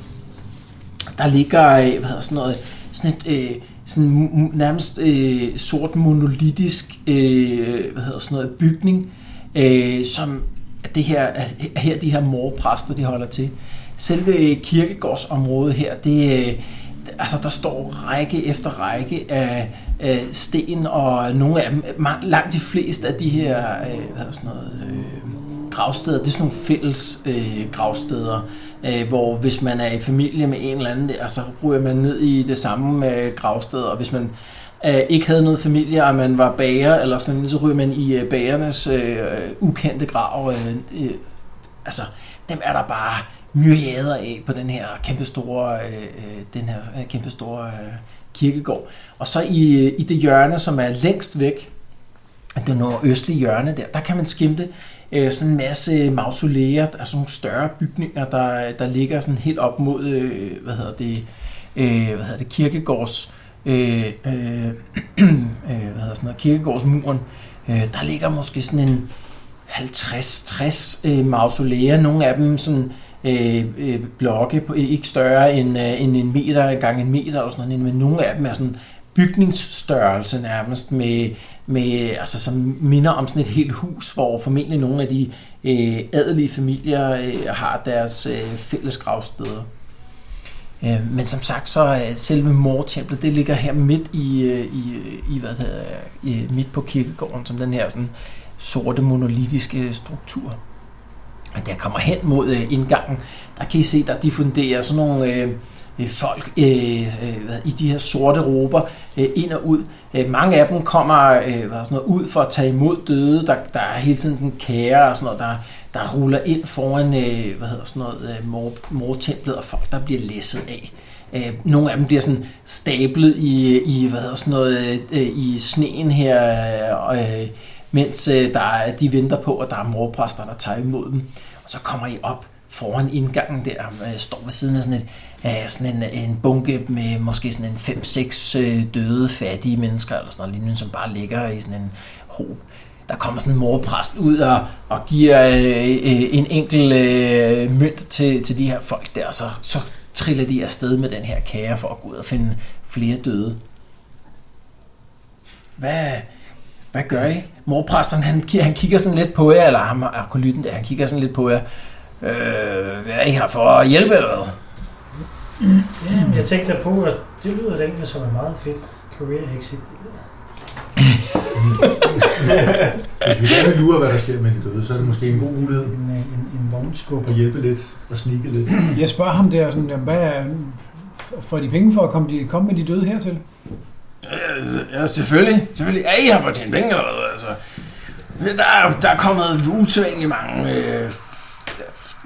[SPEAKER 2] der ligger øh, hvad hedder sådan noget, sådan et øh, sådan mu- mu- nærmest øh, sort monolitisk øh, hvad hedder sådan noget, bygning, øh, som er det her, er her de her morpræster de holder til. Selve kirkegårdsområdet her, det, øh, altså der står række efter række af, af sten, og nogle af dem, ma- langt de fleste af de her øh, hvad er sådan noget, øh, gravsteder, det er sådan nogle fælles øh, gravsteder, øh, hvor hvis man er i familie med en eller anden, der, så ryger man ned i det samme øh, gravsted, og hvis man øh, ikke havde noget familie, og man var bager, eller sådan noget, så ryger man i øh, bagernes øh, ukendte grav. Øh, øh, altså, dem er der bare myriader af på den her kæmpe store, øh, øh, den her øh, kæmpe store øh, kirkegård. Og så i, øh, i det hjørne, som er længst væk, det nordøstlige hjørne der, der kan man skimte øh, sådan en masse mausoleer, altså nogle større bygninger, der, der ligger sådan helt op mod, øh, hvad hedder det, øh, hvad hedder det, kirkegårds, øh, øh, øh, hvad hedder sådan noget, kirkegårdsmuren. Øh, der ligger måske sådan en 50-60 øh, mausoleer, nogle af dem sådan øh, øh, blokke, på, ikke større end, øh, end en meter gange en meter, eller sådan noget, men nogle af dem er sådan bygningsstørrelse nærmest, med, med, altså, som minder om sådan et helt hus, hvor formentlig nogle af de øh, adelige familier øh, har deres øh, fælles gravsteder. Øh, men som sagt, så er selve mortemplet, det ligger her midt i, øh, i, i hvad det hedder, i, midt på kirkegården, som den her sådan sorte monolitiske struktur. Og der kommer hen mod øh, indgangen, der kan I se, der diffunderer sådan nogle øh, øh, folk øh, øh, hvad, i de her sorte råber øh, ind og ud. Øh, mange af dem kommer øh, hvad, sådan noget, ud for at tage imod døde. Der, der er hele tiden sådan kære og sådan noget, der, der ruller ind foran øh, hvad hedder sådan noget, øh, mor, mortemplet, og folk, der bliver læsset af. Øh, Nogle af dem bliver sådan stablet i, i hvad hedder sådan noget, øh, i sneen her, øh, og, øh, mens øh, der er, de venter på, at der er morpræster, der tager imod dem. Og så kommer I op foran indgangen der, øh, står ved siden af sådan, et, øh, sådan en, en bunke med måske sådan en 5-6 øh, døde, fattige mennesker, eller sådan noget lignende, som bare ligger i sådan en hob. Der kommer sådan en morpræst ud og, og giver øh, øh, en enkel øh, mønt til, til de her folk der, og så, så triller de afsted med den her kære for at gå ud og finde flere døde. Hvad, hvad hvad gør I? Morpræsten, han, ki- han kigger sådan lidt på jer, eller ham, akolyten der, han kigger sådan lidt på jer. Øh, hvad er I her for at hjælpe eller hvad?
[SPEAKER 6] Jamen, jeg tænkte da på, at det lyder da egentlig som en meget fedt career exit.
[SPEAKER 9] Hvis vi gerne vil lure, hvad der sker med de døde, så er det måske en god mulighed
[SPEAKER 6] En, øh, en, en vognskub.
[SPEAKER 9] at hjælpe lidt og snike lidt.
[SPEAKER 8] Jeg spørger ham der, sådan, jamen, hvad er, får de penge for at komme, de, komme med de døde hertil?
[SPEAKER 2] Øh, Ja, selvfølgelig. Selvfølgelig. Er I her for at tjene penge eller hvad? Altså, der, er, der er kommet usædvanligt mange øh,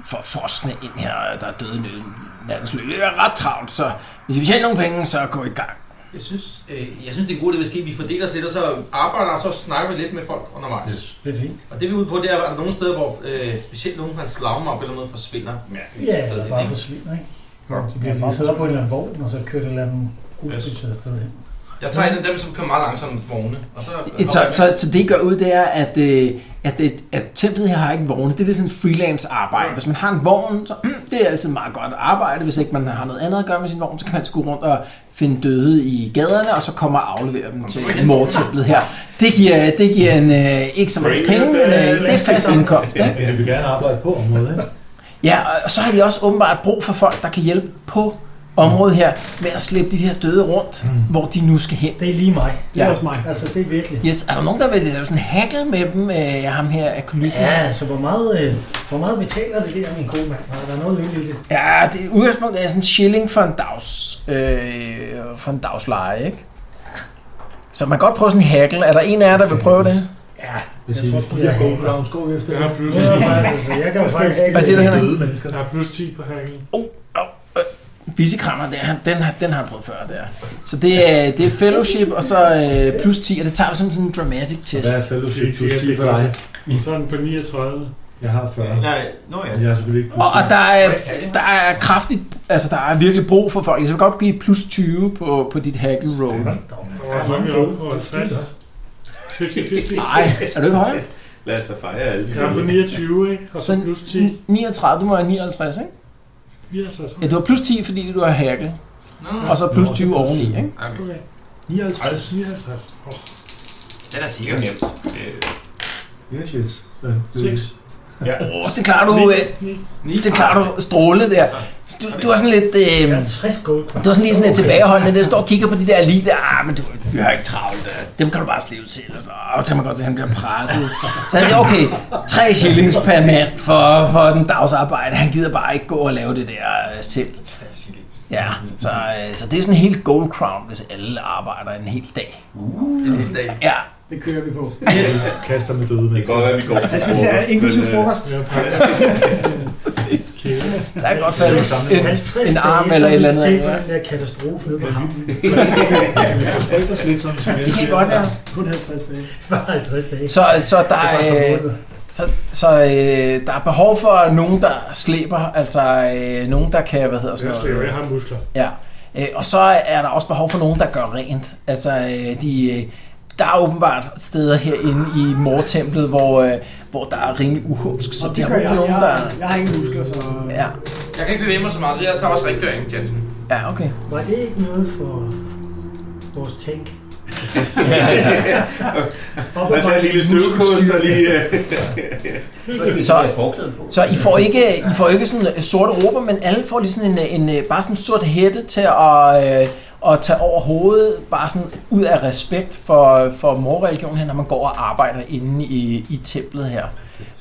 [SPEAKER 2] for forsne ind her, der er døde i nøden. Nattens løb. Det er ret travlt, så hvis I vil tjene nogle penge, så gå i gang.
[SPEAKER 4] Jeg synes, øh, jeg synes det er en god idé, hvis ikke vi fordeler os lidt, og så arbejder og så snakker vi lidt med folk undervejs. Yes.
[SPEAKER 6] Det er fint.
[SPEAKER 4] Og det vi er ude på, det er, at der er nogle steder, hvor øh, specielt nogen fra en slagmap eller noget forsvinder. mærkeligt.
[SPEAKER 6] Ja, eller
[SPEAKER 4] Ved
[SPEAKER 6] bare
[SPEAKER 4] ikke.
[SPEAKER 6] forsvinder, ikke?
[SPEAKER 4] Nå,
[SPEAKER 6] De bliver bare sidder på en eller anden vogn, og så kører det et eller andet uspidset afsted hen.
[SPEAKER 4] Jeg tager en af dem, som kører meget langsomt vogne. Og så,
[SPEAKER 2] Så, så, så det I gør ud, det er, at, øh, at, at, at templet her har ikke vogne. Det er lidt sådan freelance arbejde. Hvis man har en vogn, så mm, det er altid meget godt arbejde. Hvis ikke man har noget andet at gøre med sin vogn, så kan man sgu rundt og finde døde i gaderne, og så komme og aflevere dem til mortemplet her. Det giver, det giver en, øh, ikke så mange penge, men øh, det er fast indkomst. Ikke?
[SPEAKER 9] Men vi vil gerne arbejde på området, ikke?
[SPEAKER 2] Ja, og- og så har de også åbenbart brug for folk, der kan hjælpe på området her med at slæbe de her døde rundt,
[SPEAKER 9] Mm.
[SPEAKER 2] hvor de nu skal hen.
[SPEAKER 6] Det er lige mig.
[SPEAKER 8] Det er også mig.
[SPEAKER 6] Altså, det er virkelig.
[SPEAKER 2] Yes, er der nogen, der vil lave sådan en hackle med dem, øh, ham her akolyten?
[SPEAKER 6] Ja, altså, hvor meget, øh, hvor meget betaler det der, min gode mand? Er der noget øl i det?
[SPEAKER 2] Ja, det udgangspunktet er sådan en shilling for en dags, øh, for en dagsleje, ikke? Så man kan godt prøve sådan en hackle. Er der en af jer, der vil prøve det?
[SPEAKER 9] Hvis
[SPEAKER 6] Jeg
[SPEAKER 9] I
[SPEAKER 6] tror,
[SPEAKER 9] vil
[SPEAKER 6] det
[SPEAKER 9] fire
[SPEAKER 6] er-
[SPEAKER 9] gold rounds, går vi efter
[SPEAKER 3] Jeg
[SPEAKER 9] det.
[SPEAKER 3] har plus,
[SPEAKER 6] Ja, altså, jeg kan jo faktisk ikke...
[SPEAKER 2] Hvad siger du, Henrik?
[SPEAKER 9] Døde mennesker.
[SPEAKER 3] jeg har plus 10 på hacking.
[SPEAKER 2] Visekrammer, der, han- den, har- den har jeg prøvet før, der. Så det er, det er fellowship, og så øh, plus 10, og det tager vi som sådan en dramatic test.
[SPEAKER 9] Hvad er fellowship
[SPEAKER 3] Det er
[SPEAKER 9] plus
[SPEAKER 3] sikkert,
[SPEAKER 9] 10 for
[SPEAKER 3] det er
[SPEAKER 9] dig?
[SPEAKER 3] Så er den på 39.
[SPEAKER 9] Jeg har 40.
[SPEAKER 5] Nej, nå ja.
[SPEAKER 9] Men jeg har selvfølgelig ikke
[SPEAKER 2] Og,
[SPEAKER 9] plus
[SPEAKER 2] og der, er, der er kraftigt, altså der er virkelig brug for folk. Jeg vil godt give plus 20 på, på dit hackle roll.
[SPEAKER 3] Og så er vi oppe på 50. 50-50.
[SPEAKER 2] Nej, er du ikke højere?
[SPEAKER 5] Lad os da fejre alle de
[SPEAKER 3] Jeg er på 29, ikke? Og så plus 10.
[SPEAKER 2] 39, du må have 59, ikke?
[SPEAKER 3] 59.
[SPEAKER 2] Ja, du har plus 10, fordi du har hackle.
[SPEAKER 4] Nå,
[SPEAKER 2] Og så plus 20 oveni, ikke?
[SPEAKER 4] Ej, okay.
[SPEAKER 3] Okay.
[SPEAKER 9] 59.
[SPEAKER 3] 59. Åh,
[SPEAKER 4] Den er sikker.
[SPEAKER 5] sikkert nemt. Øh,
[SPEAKER 9] Yes, yes. Ja, det er
[SPEAKER 3] 6.
[SPEAKER 2] Åh, det klarer du, øh,
[SPEAKER 4] Ni.
[SPEAKER 2] det klarer du strålende der. Du, du er sådan lidt, øh,
[SPEAKER 6] Jeg har 60 gold.
[SPEAKER 2] du er sådan lige sådan lidt tilbageholdende, der står og kigger på de der lige der, ah, men du, vi har ikke travlt, øh, dem kan du bare slive til, og, sådan, "Åh, så kan man godt se, at han bliver presset. Så han siger, okay, tre shillings per mand for, for den dagsarbejde, han gider bare ikke gå og lave det der øh, selv. Ja, så, øh, så det er sådan en helt gold crown, hvis alle arbejder en hel dag.
[SPEAKER 4] En dag.
[SPEAKER 2] Ja,
[SPEAKER 8] Det kører vi på.
[SPEAKER 9] døde. Kaster med døde
[SPEAKER 5] Det kan
[SPEAKER 9] mennesker.
[SPEAKER 5] godt være, vi går på
[SPEAKER 8] Jeg synes, jeg er inklusiv frokost.
[SPEAKER 3] Jeg er på
[SPEAKER 2] der er godt falde en,
[SPEAKER 6] 50
[SPEAKER 2] en arm
[SPEAKER 6] dage,
[SPEAKER 2] eller et
[SPEAKER 6] så er
[SPEAKER 2] eller andet.
[SPEAKER 6] det Til for
[SPEAKER 2] Ja.
[SPEAKER 6] den der katastrofe nede på havnen.
[SPEAKER 9] Vi får spredt os lidt sådan, som jeg
[SPEAKER 2] Det kan godt være.
[SPEAKER 8] Kun 50 dage.
[SPEAKER 6] Bare 50 dage.
[SPEAKER 2] Så, så der
[SPEAKER 6] Det er bare
[SPEAKER 2] er... Øh,
[SPEAKER 6] for måned.
[SPEAKER 2] Så, så øh, der er behov for nogen, der slæber, altså øh, nogen, der kan, hvad hedder sådan noget.
[SPEAKER 3] Jeg har muskler.
[SPEAKER 2] Ja. Øh, og så er der også behov for nogen, der gør rent. Altså, øh, de, øh, der er åbenbart steder herinde i mortemplet, hvor, øh, hvor der er rimelig uhumsk, så de har
[SPEAKER 8] gør
[SPEAKER 2] brug for nogen, der...
[SPEAKER 8] jeg, jeg har ingen muskler, så...
[SPEAKER 2] Ja,
[SPEAKER 4] Jeg kan ikke bevæge mig så meget, så jeg tager også rengøring, Jensen.
[SPEAKER 2] ja okay.
[SPEAKER 6] Var det ikke noget for vores tank? Op
[SPEAKER 7] Lad os have en lille støvkost og lige... øh,
[SPEAKER 2] Så,
[SPEAKER 5] forklæden på.
[SPEAKER 2] Så I får ikke, I får ikke sådan øh, sorte råber, men alle får lige sådan en, øh, en øh, bare sådan en sort hætte til at, øh, at tage over hovedet, bare sådan ud af respekt for, for morreligionen her, når man går og arbejder inde i, i templet her.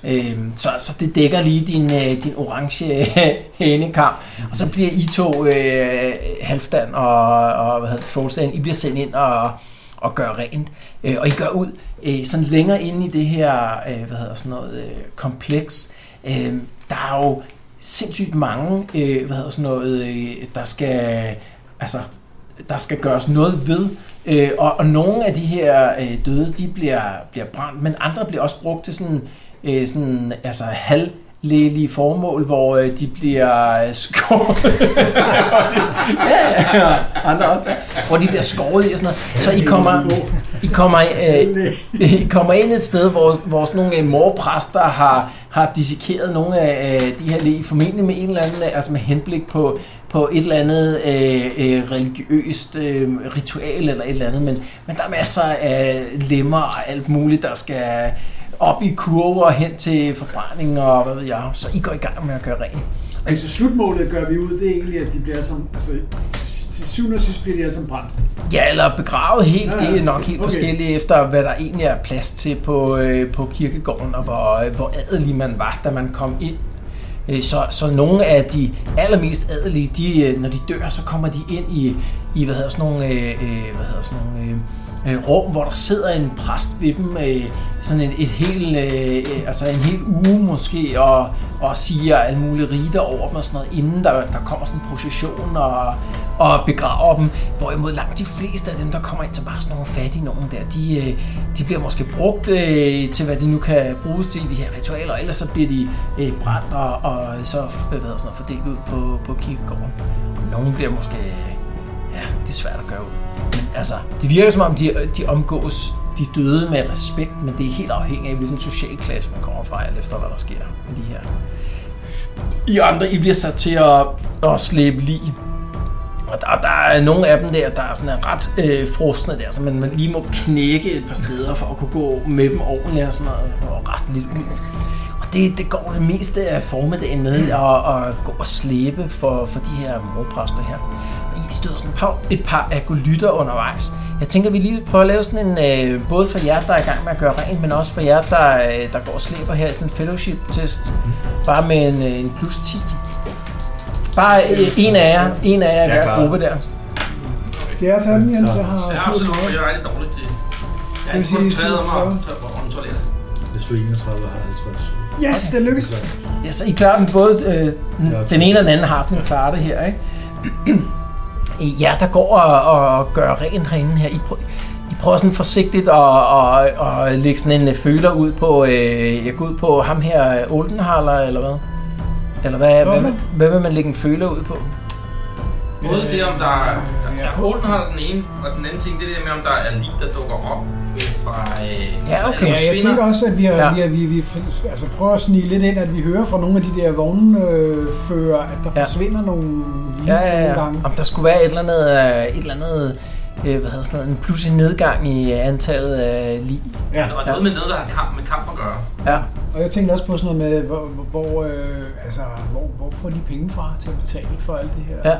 [SPEAKER 2] Øhm, så, så det dækker lige din, øh, din orange hænekam. Og så bliver I to, øh, Halfdan og, og hvad hedder det, Trollstand, I bliver sendt ind og, og gør rent. Øh, og I gør ud øh, sådan længere inde i det her, øh, hvad hedder sådan noget, øh, kompleks. Øh, der er jo sindssygt mange, øh, hvad hedder sådan noget, øh, der skal, altså, der skal gøres noget ved. Øh, og, og nogle af de her øh, døde, de bliver, bliver brændt, men andre bliver også brugt til sådan, øh, sådan altså halvlægelige formål, hvor øh, de bliver øh, skåret. ja, ja, andre også. der. Hvor de bliver skåret i og sådan noget. Så I kommer, I kommer, øh, I kommer ind et sted, hvor, hvor sådan nogle øh, morpræster har, har dissekeret nogle af øh, de her lig, formentlig med en eller anden, øh, altså med henblik på, på et eller andet øh, øh, religiøst øh, ritual eller et eller andet, men, men der er masser af lemmer og alt muligt, der skal op i kurver hen til forbrænding og hvad ved jeg. Så I går i gang med at gøre rent.
[SPEAKER 8] Altså slutmålet gør vi ud, det er egentlig, at de bliver som... Altså, til- til syvende og sidst bliver de alle som brændt.
[SPEAKER 2] Ja, eller begravet helt.
[SPEAKER 8] Ja, ja.
[SPEAKER 2] Det er nok helt
[SPEAKER 8] Okay.
[SPEAKER 2] forskelligt efter, hvad der egentlig er plads til på, øh, på kirkegården, og hvor, øh, hvor adelig man var, da man kom ind. Øh, Så, så nogle af de allermest adelige, de, øh, når de dør, så kommer de ind i, i hvad hedder sådan nogle, øh, øh, hvad hedder sådan nogle øh, øh, rum, hvor der sidder en præst ved dem, øh, sådan en, et hel, øh, øh, altså en hel uge måske, og, og siger alle mulige riter over dem og sådan noget, inden der, der kommer sådan en procession og, og begraver dem. Hvorimod langt de fleste af dem, der kommer ind til bare sådan nogle fattige nogen der, de, øh, de bliver måske brugt øh, til, hvad de nu kan bruges til i de her ritualer, og ellers så bliver de øh, brændt og, og så øh, hvad hedder sådan noget, fordelt ud på, på kirkegården. Og nogen bliver måske... øh, Ja, det er svært at gøre ud. Men altså, det virker som om, de, de omgås de døde med respekt, men det er helt afhængigt af, hvilken social klasse man kommer fra, alt efter hvad der sker med de her. I andre, I bliver sat til at, at slæbe lige og der, der er nogle af dem der, der er sådan er ret øh, frosne der, så man, man lige må knække et par steder for at kunne gå med dem ordentligt og sådan noget, og ret lidt ud. Og det, det går det meste af formiddagen med at, at gå og slæbe for, for de her morpræster her. Og I støder sådan et par, et par agolytter undervejs. Jeg tænker, vi lige prøver at lave sådan en, øh, både for jer, der er i gang med at gøre rent, men også for jer, der, øh, der går og slæber her, sådan en fellowship-test. Bare med en, øh, en plus 10. Bare øh, en af jer, en af jer i
[SPEAKER 5] Jeg er
[SPEAKER 2] hver
[SPEAKER 5] klar.
[SPEAKER 2] gruppe der.
[SPEAKER 6] Skal jeg tage den, Jens? Jeg har
[SPEAKER 4] Ja,
[SPEAKER 6] syv
[SPEAKER 4] absolut,
[SPEAKER 6] tilbage.
[SPEAKER 4] jeg er lidt dårlig til... Jeg
[SPEAKER 6] Det
[SPEAKER 4] er
[SPEAKER 6] vil
[SPEAKER 4] kun
[SPEAKER 6] sige
[SPEAKER 4] træet om
[SPEAKER 6] 47.
[SPEAKER 4] at- at- at kontrollere det.
[SPEAKER 9] Hvis du er 31 og har 50.
[SPEAKER 6] Yes, det lykkes.
[SPEAKER 2] Ja, så I klarer den både øh, den, den ene og den anden haften klarer det her, ikke? Øh, Ja, der går og, og gør rent herinde her. I, prø- I prøver sådan forsigtigt at og, og lægge sådan en øh, føler ud på, øh, jeg går ud på ham her, øh, Oldenhaler, eller hvad? Eller hvad, hvad, hvad, hvad vil man lægge en føler ud på?
[SPEAKER 4] Både
[SPEAKER 2] Øh,
[SPEAKER 4] det, om der er... Der, der, Holden har den ene, og den anden ting, det er det med, om der er lig, der dukker op øh, fra... Øh,
[SPEAKER 2] Ja, okay.
[SPEAKER 4] eller
[SPEAKER 6] Ja, jeg
[SPEAKER 4] forsvinder.
[SPEAKER 6] tænker også, at vi, har,
[SPEAKER 2] Ja.
[SPEAKER 6] ja. vi, har, vi, vi altså, prøver at snige lidt ind, at vi hører fra nogle af de der vognfører, at der
[SPEAKER 2] Ja.
[SPEAKER 6] ja. forsvinder nogle
[SPEAKER 2] Ja, ja, ja.
[SPEAKER 6] gange.
[SPEAKER 2] Om der skulle være et eller andet, øh, et eller andet øh, hvad hedder sådan noget, en pludselig nedgang i øh, antallet af lig.
[SPEAKER 6] Ja.
[SPEAKER 4] Og noget med noget, der har kamp med kamp at gøre.
[SPEAKER 2] Ja.
[SPEAKER 6] Og jeg tænkte også på sådan noget med, hvor, hvor- hvor, øh, altså, hvor, hvor får de penge fra til at betale for alt det her?
[SPEAKER 2] Ja.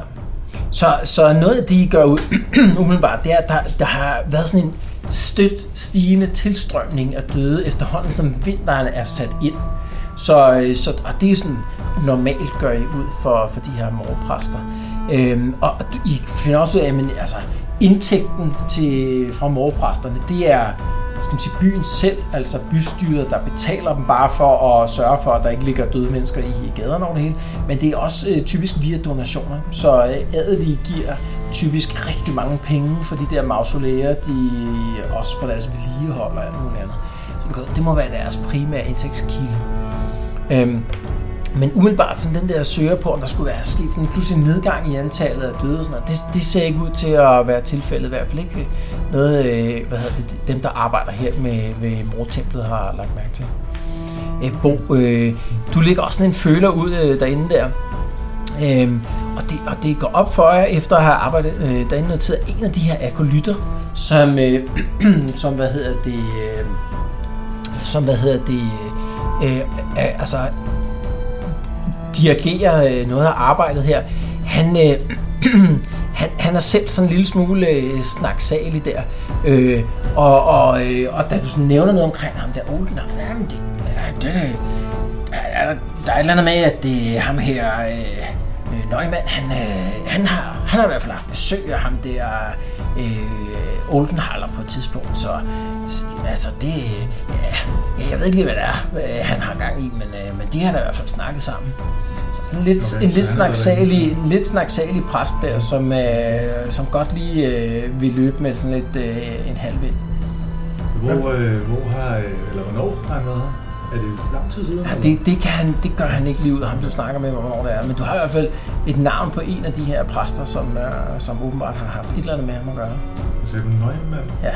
[SPEAKER 2] Så, så noget af det, I gør ud umiddelbart, det er, at der, der har været sådan en støt stigende tilstrømning af døde efterhånden, som vinteren er sat ind. Så, øh, så og det er sådan, normalt gør I ud for, for de her morpræster. Øhm, og du- I finder også ud af, at men, altså, indtægten til, fra morpræsterne, det er skal man sige, byen selv, altså bystyret, der betaler dem bare for at sørge for, at der ikke ligger døde mennesker i, i gaderne over det hele. Men det er også øh, typisk via donationer, så øh, adelige giver typisk rigtig mange penge for de der mausolæer, de også for deres vedligehold og alt muligt andet. Så det, kan- det må være deres primære indtægtskilde. Øhm, men umiddelbart sådan den der søger på, om der skulle være sket sådan pludselig en nedgang i antallet af døde og sådan noget, det, det ser ikke ud til at være tilfældet, i hvert fald ikke noget, øh, hvad hedder det, dem der arbejder her med, med mortemplet har lagt mærke til. Øh, Bo, øh, du lægger også sådan en føler ud øh, derinde der, Øhm, og, det, og det går op for jer, efter at have arbejdet øh, derinde noget tid, at en af de her akolytter, som, øh, som hvad hedder det, øh, som hvad hedder det, øh, øh, altså dirigerer øh, noget af arbejdet her, han, øh, han, han er selv sådan en lille smule øh, snaksalig der. Øh, og, og, øh, og da du sådan nævner noget omkring ham der, Olden, så er det, ja, det, det er, er der, der er et eller andet med, at det er ham her, øh, øh, Nøgman, han, øh, han, har, han har i hvert fald haft besøg af ham der, øh, Oldenhaller på et tidspunkt, så så, altså det, ja, ja, jeg ved ikke lige, hvad det er, øh, han har gang i, men, øh, men de har da i hvert fald snakket sammen. Så sådan lidt, okay, en lidt snaksalig, en lidt snaksalig præst der, som, øh, som godt lige øh, vil løbe med sådan lidt øh, en halv vind.
[SPEAKER 9] Hvor, øh, hvor har, øh, eller hvornår har han været her? Er det lang tid siden?
[SPEAKER 2] Ja,
[SPEAKER 9] eller?
[SPEAKER 2] det, det, kan han, det gør han ikke lige ud af ham, du snakker med, hvornår det er. Men du har i hvert fald et navn på en af de her præster, som, øh, som åbenbart har haft et eller andet med ham at gøre.
[SPEAKER 9] Så Altså, er det nøje mand.
[SPEAKER 2] Ja.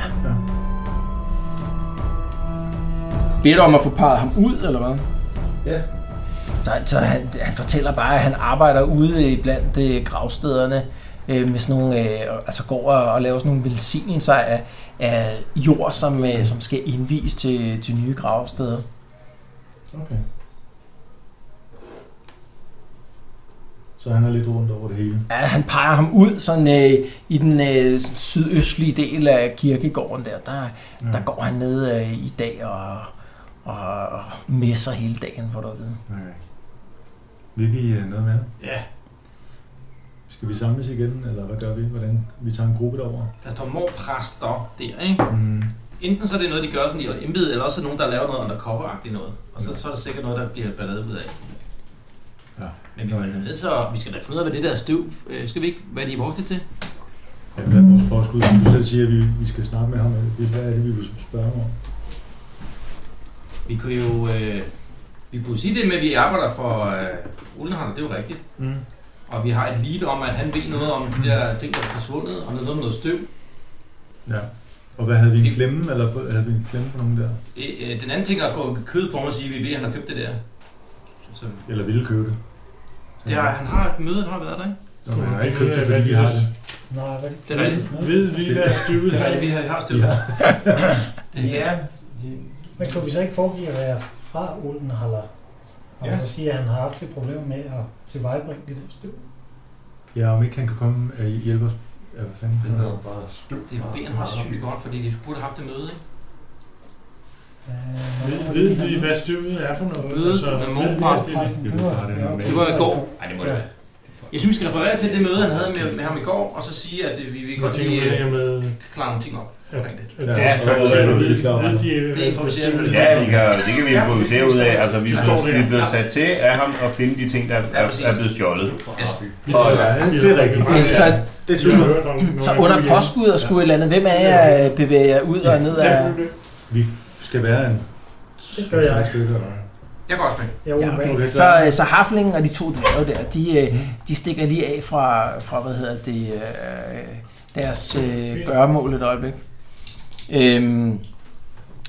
[SPEAKER 2] Beder du om at få peget ham ud, eller hvad?
[SPEAKER 9] Ja.
[SPEAKER 2] Så, så han, han fortæller bare, at han arbejder ude blandt øh, gravstederne øh, med sådan nogle, øh, altså går og, og laver sådan nogle velsignelser af, af jord, som, øh, som skal indvies til, til nye gravsteder.
[SPEAKER 9] Okay. Så han er lidt rundt over det hele.
[SPEAKER 2] Ja, han peger ham ud sådan, øh, i den øh, sådan sydøstlige del af kirkegården der. Der, ja.
[SPEAKER 9] Mm.
[SPEAKER 2] der går han ned øh, i dag og, og, og messer hele dagen, for du at vide.
[SPEAKER 9] Okay. Vil vi øh, noget mere?
[SPEAKER 4] Ja,
[SPEAKER 9] Skal vi samles igen, eller hvad gør vi? Hvordan vi tager en gruppe derover?
[SPEAKER 4] der står morpræster der, ikke?
[SPEAKER 9] Mm.
[SPEAKER 4] Enten så er det noget, de gør sådan i embedet, eller også er nogen, der laver noget undercover-agtigt noget. Og så, så er der sikkert noget, der bliver ballade ud af.
[SPEAKER 9] Ja.
[SPEAKER 4] Men vi er da nødt til at, vi skal da finde ud af, hvad det der støv, øh, skal vi ikke, hvad de brugte det til?
[SPEAKER 9] Ja, hvad er vores påskud? Som du selv siger, vi, vi skal snakke med ham. Hvad er det, vi vil spørge ham om?
[SPEAKER 4] Vi kunne jo, øh, vi kunne sige det med, at vi arbejder for øh, Ullenhavn, det er jo rigtigt.
[SPEAKER 9] Mm.
[SPEAKER 4] Og vi har et lead om, at han ved noget om de der ting, der er forsvundet, og noget om noget støv.
[SPEAKER 9] Ja. Og hvad havde vi en klemme, eller på- havde vi en klemme på nogen der?
[SPEAKER 4] Øh, øh, Den anden ting er at gå kød på mig og sige, at vi ved, at han har købt det der. Så, så
[SPEAKER 9] Eller ville købe det?
[SPEAKER 4] det har, han har et møde, han har været der, ikke?
[SPEAKER 9] Nå, men han har ikke købt det, fordi vi har det.
[SPEAKER 6] Nej, hvad
[SPEAKER 4] Det er rigtigt.
[SPEAKER 3] Ved vi, hvad støvet
[SPEAKER 4] Det er
[SPEAKER 3] er?
[SPEAKER 4] rigtigt, vi har, vi har støv.
[SPEAKER 9] Ja.
[SPEAKER 4] Det er ja.
[SPEAKER 6] Men kunne vi så ikke foregive at være fra Oldenhaller? Og
[SPEAKER 5] Ja.
[SPEAKER 6] ja. så sige, at han har haft lidt problemer med at tilvejebringe det der støv. Øh,
[SPEAKER 9] Ja, om ikke han kan komme og hjælpe os. Ja, hvad fanden?
[SPEAKER 5] Det hedder bare støv.
[SPEAKER 4] Det er ben har sygt godt, fordi de burde have haft det møde, ikke?
[SPEAKER 3] Ved, ved vi, hvad støvet er for noget? Altså,
[SPEAKER 4] Møde med
[SPEAKER 3] ved vi,
[SPEAKER 4] morgenpræsten.
[SPEAKER 3] at det-
[SPEAKER 9] Jeg ved bare, det er normalt.
[SPEAKER 4] Det var i går. Nej, det må det
[SPEAKER 6] Ja.
[SPEAKER 4] være. Jeg synes, vi skal referere til det møde, han havde med, med ham i går, og så sige, at øh, vi, vi
[SPEAKER 3] Jeg
[SPEAKER 4] godt
[SPEAKER 3] tænker
[SPEAKER 4] lige
[SPEAKER 3] med det
[SPEAKER 4] øh,
[SPEAKER 3] her med...
[SPEAKER 4] klare nogle ting op omkring det.
[SPEAKER 3] at
[SPEAKER 9] Ja,
[SPEAKER 3] folk
[SPEAKER 9] så er det
[SPEAKER 3] ved-
[SPEAKER 9] noget, de er klar over.
[SPEAKER 3] ved de, hvad
[SPEAKER 4] Det er
[SPEAKER 3] støvet
[SPEAKER 4] improviseret.
[SPEAKER 7] Ja, vi kan, det kan vi improvisere ud af. Altså, vi
[SPEAKER 3] Ja.
[SPEAKER 7] er blevet, vi er blevet sat til af ham at finde de ting, der
[SPEAKER 4] Ja,
[SPEAKER 7] er,
[SPEAKER 4] præcis.
[SPEAKER 7] er blevet stjålet.
[SPEAKER 4] Yes.
[SPEAKER 9] Og ja, det er rigtigt.
[SPEAKER 2] Okay, så,
[SPEAKER 9] Det er
[SPEAKER 3] Jeg
[SPEAKER 9] super.
[SPEAKER 3] har hørt om det,
[SPEAKER 2] så
[SPEAKER 3] når jeg
[SPEAKER 2] under
[SPEAKER 3] kom hjem.
[SPEAKER 2] påskud og skulle et eller andet, hvem af jer øh, bevæger jer ud og ned af...
[SPEAKER 9] Vi skal være en...
[SPEAKER 6] Det gør jeg.
[SPEAKER 9] tre stykker, eller?
[SPEAKER 4] Jeg går også med.
[SPEAKER 6] Jeg ja, okay.
[SPEAKER 9] Okay,
[SPEAKER 2] Så, øh, så Haflingen og de to dværge der, de, øh, de stikker lige af fra, fra hvad hedder det, øh, deres øh, gørmål et øjeblik. Øhm,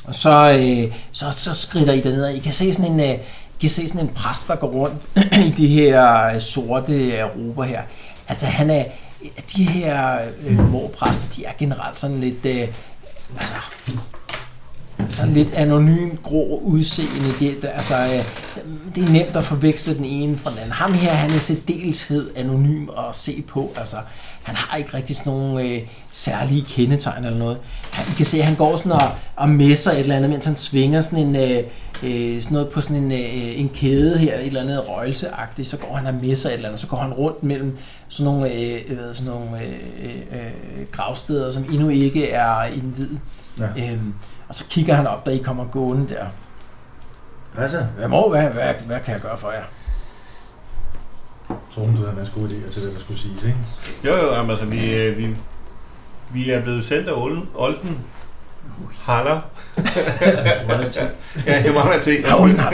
[SPEAKER 2] og så, øh, så, så skrider I derned, og I kan se sådan en, øh, I kan se sådan en præst, der går rundt i de her øh, sorte Europa her. Altså han er, de her øh, morpræster, de er generelt sådan lidt, øh, altså, sådan lidt anonym, grå udseende. Det, det- altså, øh, det er nemt at forveksle den ene fra den anden. Ham her, han er særdeleshed anonym at se på. Altså, han har ikke rigtig sådan nogle øh, særlige kendetegn eller noget. Han, I kan se, at han går sådan og, og messer et eller andet, mens han svinger sådan en... Øh, øh, sådan noget på sådan en, øh, en kæde her, et eller andet røgelseagtigt, så går han og messer et eller andet, så går han rundt mellem sådan nogle, øh, jeg ved, sådan nogle øh, øh, øh, gravsteder, som endnu ikke er indvidet.
[SPEAKER 9] Ja.
[SPEAKER 2] Øhm, og så kigger han op, da I kommer gående der.
[SPEAKER 9] Hvad så?
[SPEAKER 2] Hvad, må, hvad, hvad, hvad kan jeg gøre for jer?
[SPEAKER 9] Torben, du havde en masse gode idéer til det, der skulle siges, ikke?
[SPEAKER 7] Jo, jo, jamen, altså, vi, øh, vi, vi er blevet sendt af Olden. Olden. Haller. ja, jeg mangler ting.
[SPEAKER 2] Ja, Olden har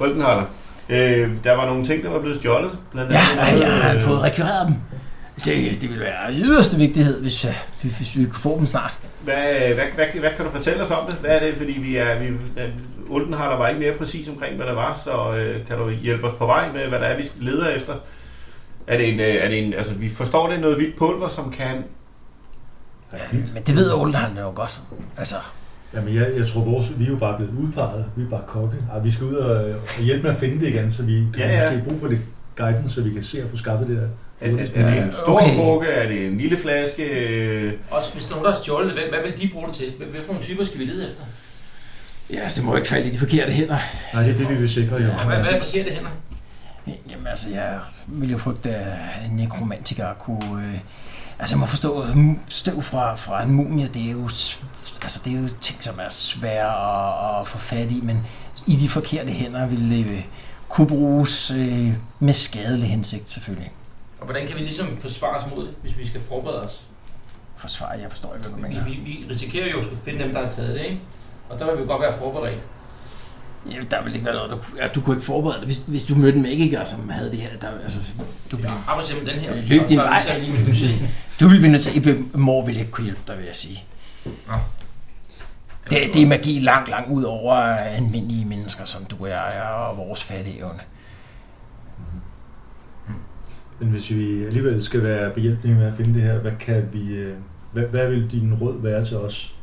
[SPEAKER 7] Olden Haller. Øh, der var nogle ting, der var blevet stjålet. Blandt
[SPEAKER 2] Ja,
[SPEAKER 7] andet
[SPEAKER 2] nej,
[SPEAKER 7] noget,
[SPEAKER 2] jeg har
[SPEAKER 7] øh,
[SPEAKER 2] fået rekvireret dem. Det, det ville være af yderste vigtighed, hvis, øh, hvis, hvis vi kunne få dem snart.
[SPEAKER 7] Hvad, hvad, hvad, hvad kan du fortælle os om det? Hvad er det? Fordi vi er, vi, Oldenhaler var ikke mere præcis omkring, hvad der var, så øh, kan du hjælpe os på vej med, hvad der er, vi leder efter? Er det en, øh, er det en, altså, vi forstår, det er noget hvidt pulver, som kan...
[SPEAKER 2] Men det ved Olden han jo godt. Altså,
[SPEAKER 9] Jamen, jeg, jeg tror, vores, vi er jo bare blevet udpeget. Vi er bare kokke. Ej, vi skal ud og, og hjælpe med at finde det igen, så vi du
[SPEAKER 7] Ja,
[SPEAKER 9] har
[SPEAKER 7] ja.
[SPEAKER 9] måske brug for lidt guidance, så vi kan se at få skaffet det der.
[SPEAKER 7] Er, er, er det en stor
[SPEAKER 2] Okay.
[SPEAKER 7] okay. krukke? Er det en lille flaske? Øh,
[SPEAKER 4] Også hvis der er nogen, der har stjålet det, hvad, hvad vil de bruge det til? Hvad, hvad for nogle typer skal vi lede efter?
[SPEAKER 2] ja, altså, det må ikke falde i de forkerte hænder.
[SPEAKER 9] Nej, det er det, vi vil sikre, jo.
[SPEAKER 4] Ja, hvad, hvad er
[SPEAKER 2] altså,
[SPEAKER 4] forkerte hænder?
[SPEAKER 2] Jamen altså, jeg ville jo frygte, at en nekromantiker kunne... Øh, altså, jeg må forstå, at mu- støv fra, fra en mumie, det er jo, s- altså, det er jo ting, som er svære at, at få fat i, men i de forkerte hænder ville det øh, kunne bruges øh, med skadelig hensigt, selvfølgelig.
[SPEAKER 4] Og hvordan kan vi ligesom forsvare os mod det, hvis vi skal forberede os?
[SPEAKER 2] Forsvar, jeg forstår ikke, hvad du
[SPEAKER 4] Vi,
[SPEAKER 2] mener.
[SPEAKER 4] vi, vi risikerer jo at skulle finde dem, der har taget det, ikke? Og der vil vi godt være forberedt.
[SPEAKER 2] Jamen, der ville ikke være noget, du, kunne- altså, du kunne ikke forberede dig, hvis, hvis du mødte en magiker, som havde det her. Der, altså,
[SPEAKER 4] Ja.
[SPEAKER 2] du, ville,
[SPEAKER 4] Har for eksempel den her.
[SPEAKER 2] Løb
[SPEAKER 4] så-
[SPEAKER 2] din
[SPEAKER 4] så er vi
[SPEAKER 2] vej.
[SPEAKER 4] sat lige med huset.
[SPEAKER 2] du ville blive nødt til... Mor ville ikke kunne hjælpe dig, vil jeg sige. Det, det er magi langt, langt ud over almindelige mennesker, som du er, og vores fatteevne.
[SPEAKER 9] Men hvis vi alligevel skal være behjælpelige med at finde det her, hvad kan vi... øh, Hvad, hvad vil din råd være til os?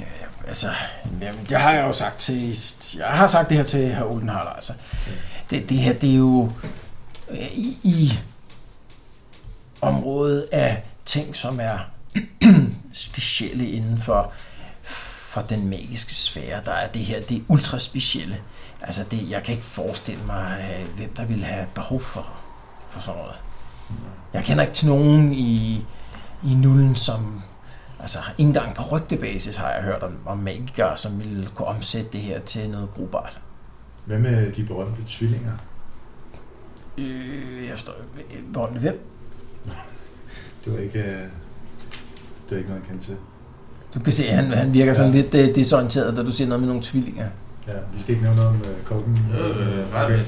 [SPEAKER 2] Ja, ja, altså, jamen, det har jeg jo sagt til... Jeg har sagt det her til herr Oldenhaler, altså. Det, det her, det er jo... øh, I, i området af ting, som er specielle inden for, for den magiske sfære, der er det her, det er ultra specielle. Altså, det, jeg kan ikke forestille mig, øh, hvem der ville have behov for, for sådan noget. Jeg kender ikke til nogen i, i nullen, som Altså, ikke engang på rygtebasis har jeg hørt om, om magikere, som ville kunne omsætte det her til noget brugbart.
[SPEAKER 9] Hvad med de berømte tvillinger?
[SPEAKER 2] Øh, jeg forstår ikke. Øh, Hvor er det hvem?
[SPEAKER 9] Det var ikke, øh, det var ikke noget, jeg kendte til.
[SPEAKER 2] Du kan se, at han, han virker sådan
[SPEAKER 9] Ja.
[SPEAKER 2] lidt øh, desorienteret, da du siger noget med nogle tvillinger.
[SPEAKER 9] Ja, vi skal ikke nævne noget om øh, kokken.
[SPEAKER 4] Øh, ret
[SPEAKER 9] okay.
[SPEAKER 4] vildt.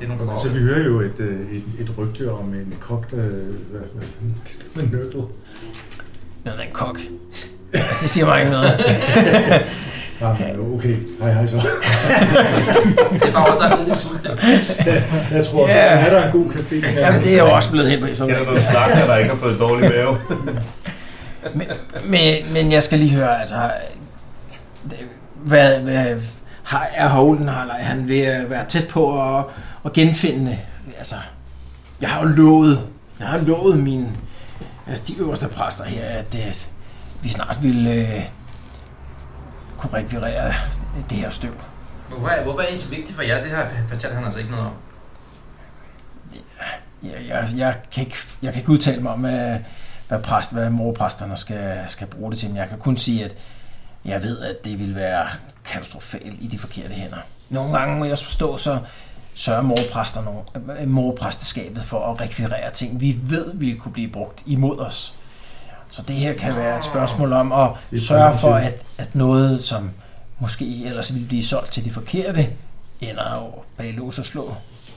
[SPEAKER 4] Det er nogle
[SPEAKER 9] Så vi hører jo et, øh, et, et rygte om en kok, der... øh, Hvad, hvad fanden er det med nørkel?
[SPEAKER 2] Noget med en kok. Altså, det siger mig ikke noget.
[SPEAKER 9] Ah, men okay. Hej, hej så.
[SPEAKER 4] Det er bare også, der er lidt sulten.
[SPEAKER 9] Jeg tror,
[SPEAKER 2] Ja.
[SPEAKER 9] yeah. er der en god café? her?
[SPEAKER 2] Jamen, det er jo også blevet helt på sådan
[SPEAKER 7] Kender du en slagter, der ikke har fået dårlig mave?
[SPEAKER 2] men, men, men jeg skal lige høre, altså... det- Hvad, hvad har, er Holden, eller er han ved at være tæt på at, at genfinde? Altså, jeg har jo lovet, jeg har lovet mine, altså de øverste præster her, at, at vi snart ville øh, kunne rekvirere det her støv.
[SPEAKER 4] Hvorfor, er- hvorfor er det så vigtigt for jer? Det har fortalt han altså ikke noget om.
[SPEAKER 2] Jeg, jeg, jeg, kan ikke, jeg kan ikke udtale mig om, hvad, hvad, præst, hvad morpræsterne skal, skal bruge det til, men jeg kan kun sige, at jeg ved, at det vil være katastrofalt i de forkerte hænder. Nogle gange må jeg også forstå, så sørger morpræsterne, øh, morpræsteskabet for at rekvirere ting, vi ved ville kunne blive brugt imod os. Så det her kan være et spørgsmål om at
[SPEAKER 9] Det er
[SPEAKER 2] sørge for,
[SPEAKER 9] præventivt.
[SPEAKER 2] at, at noget, som måske ellers ville blive solgt til de forkerte, ender jo bag lås og slå.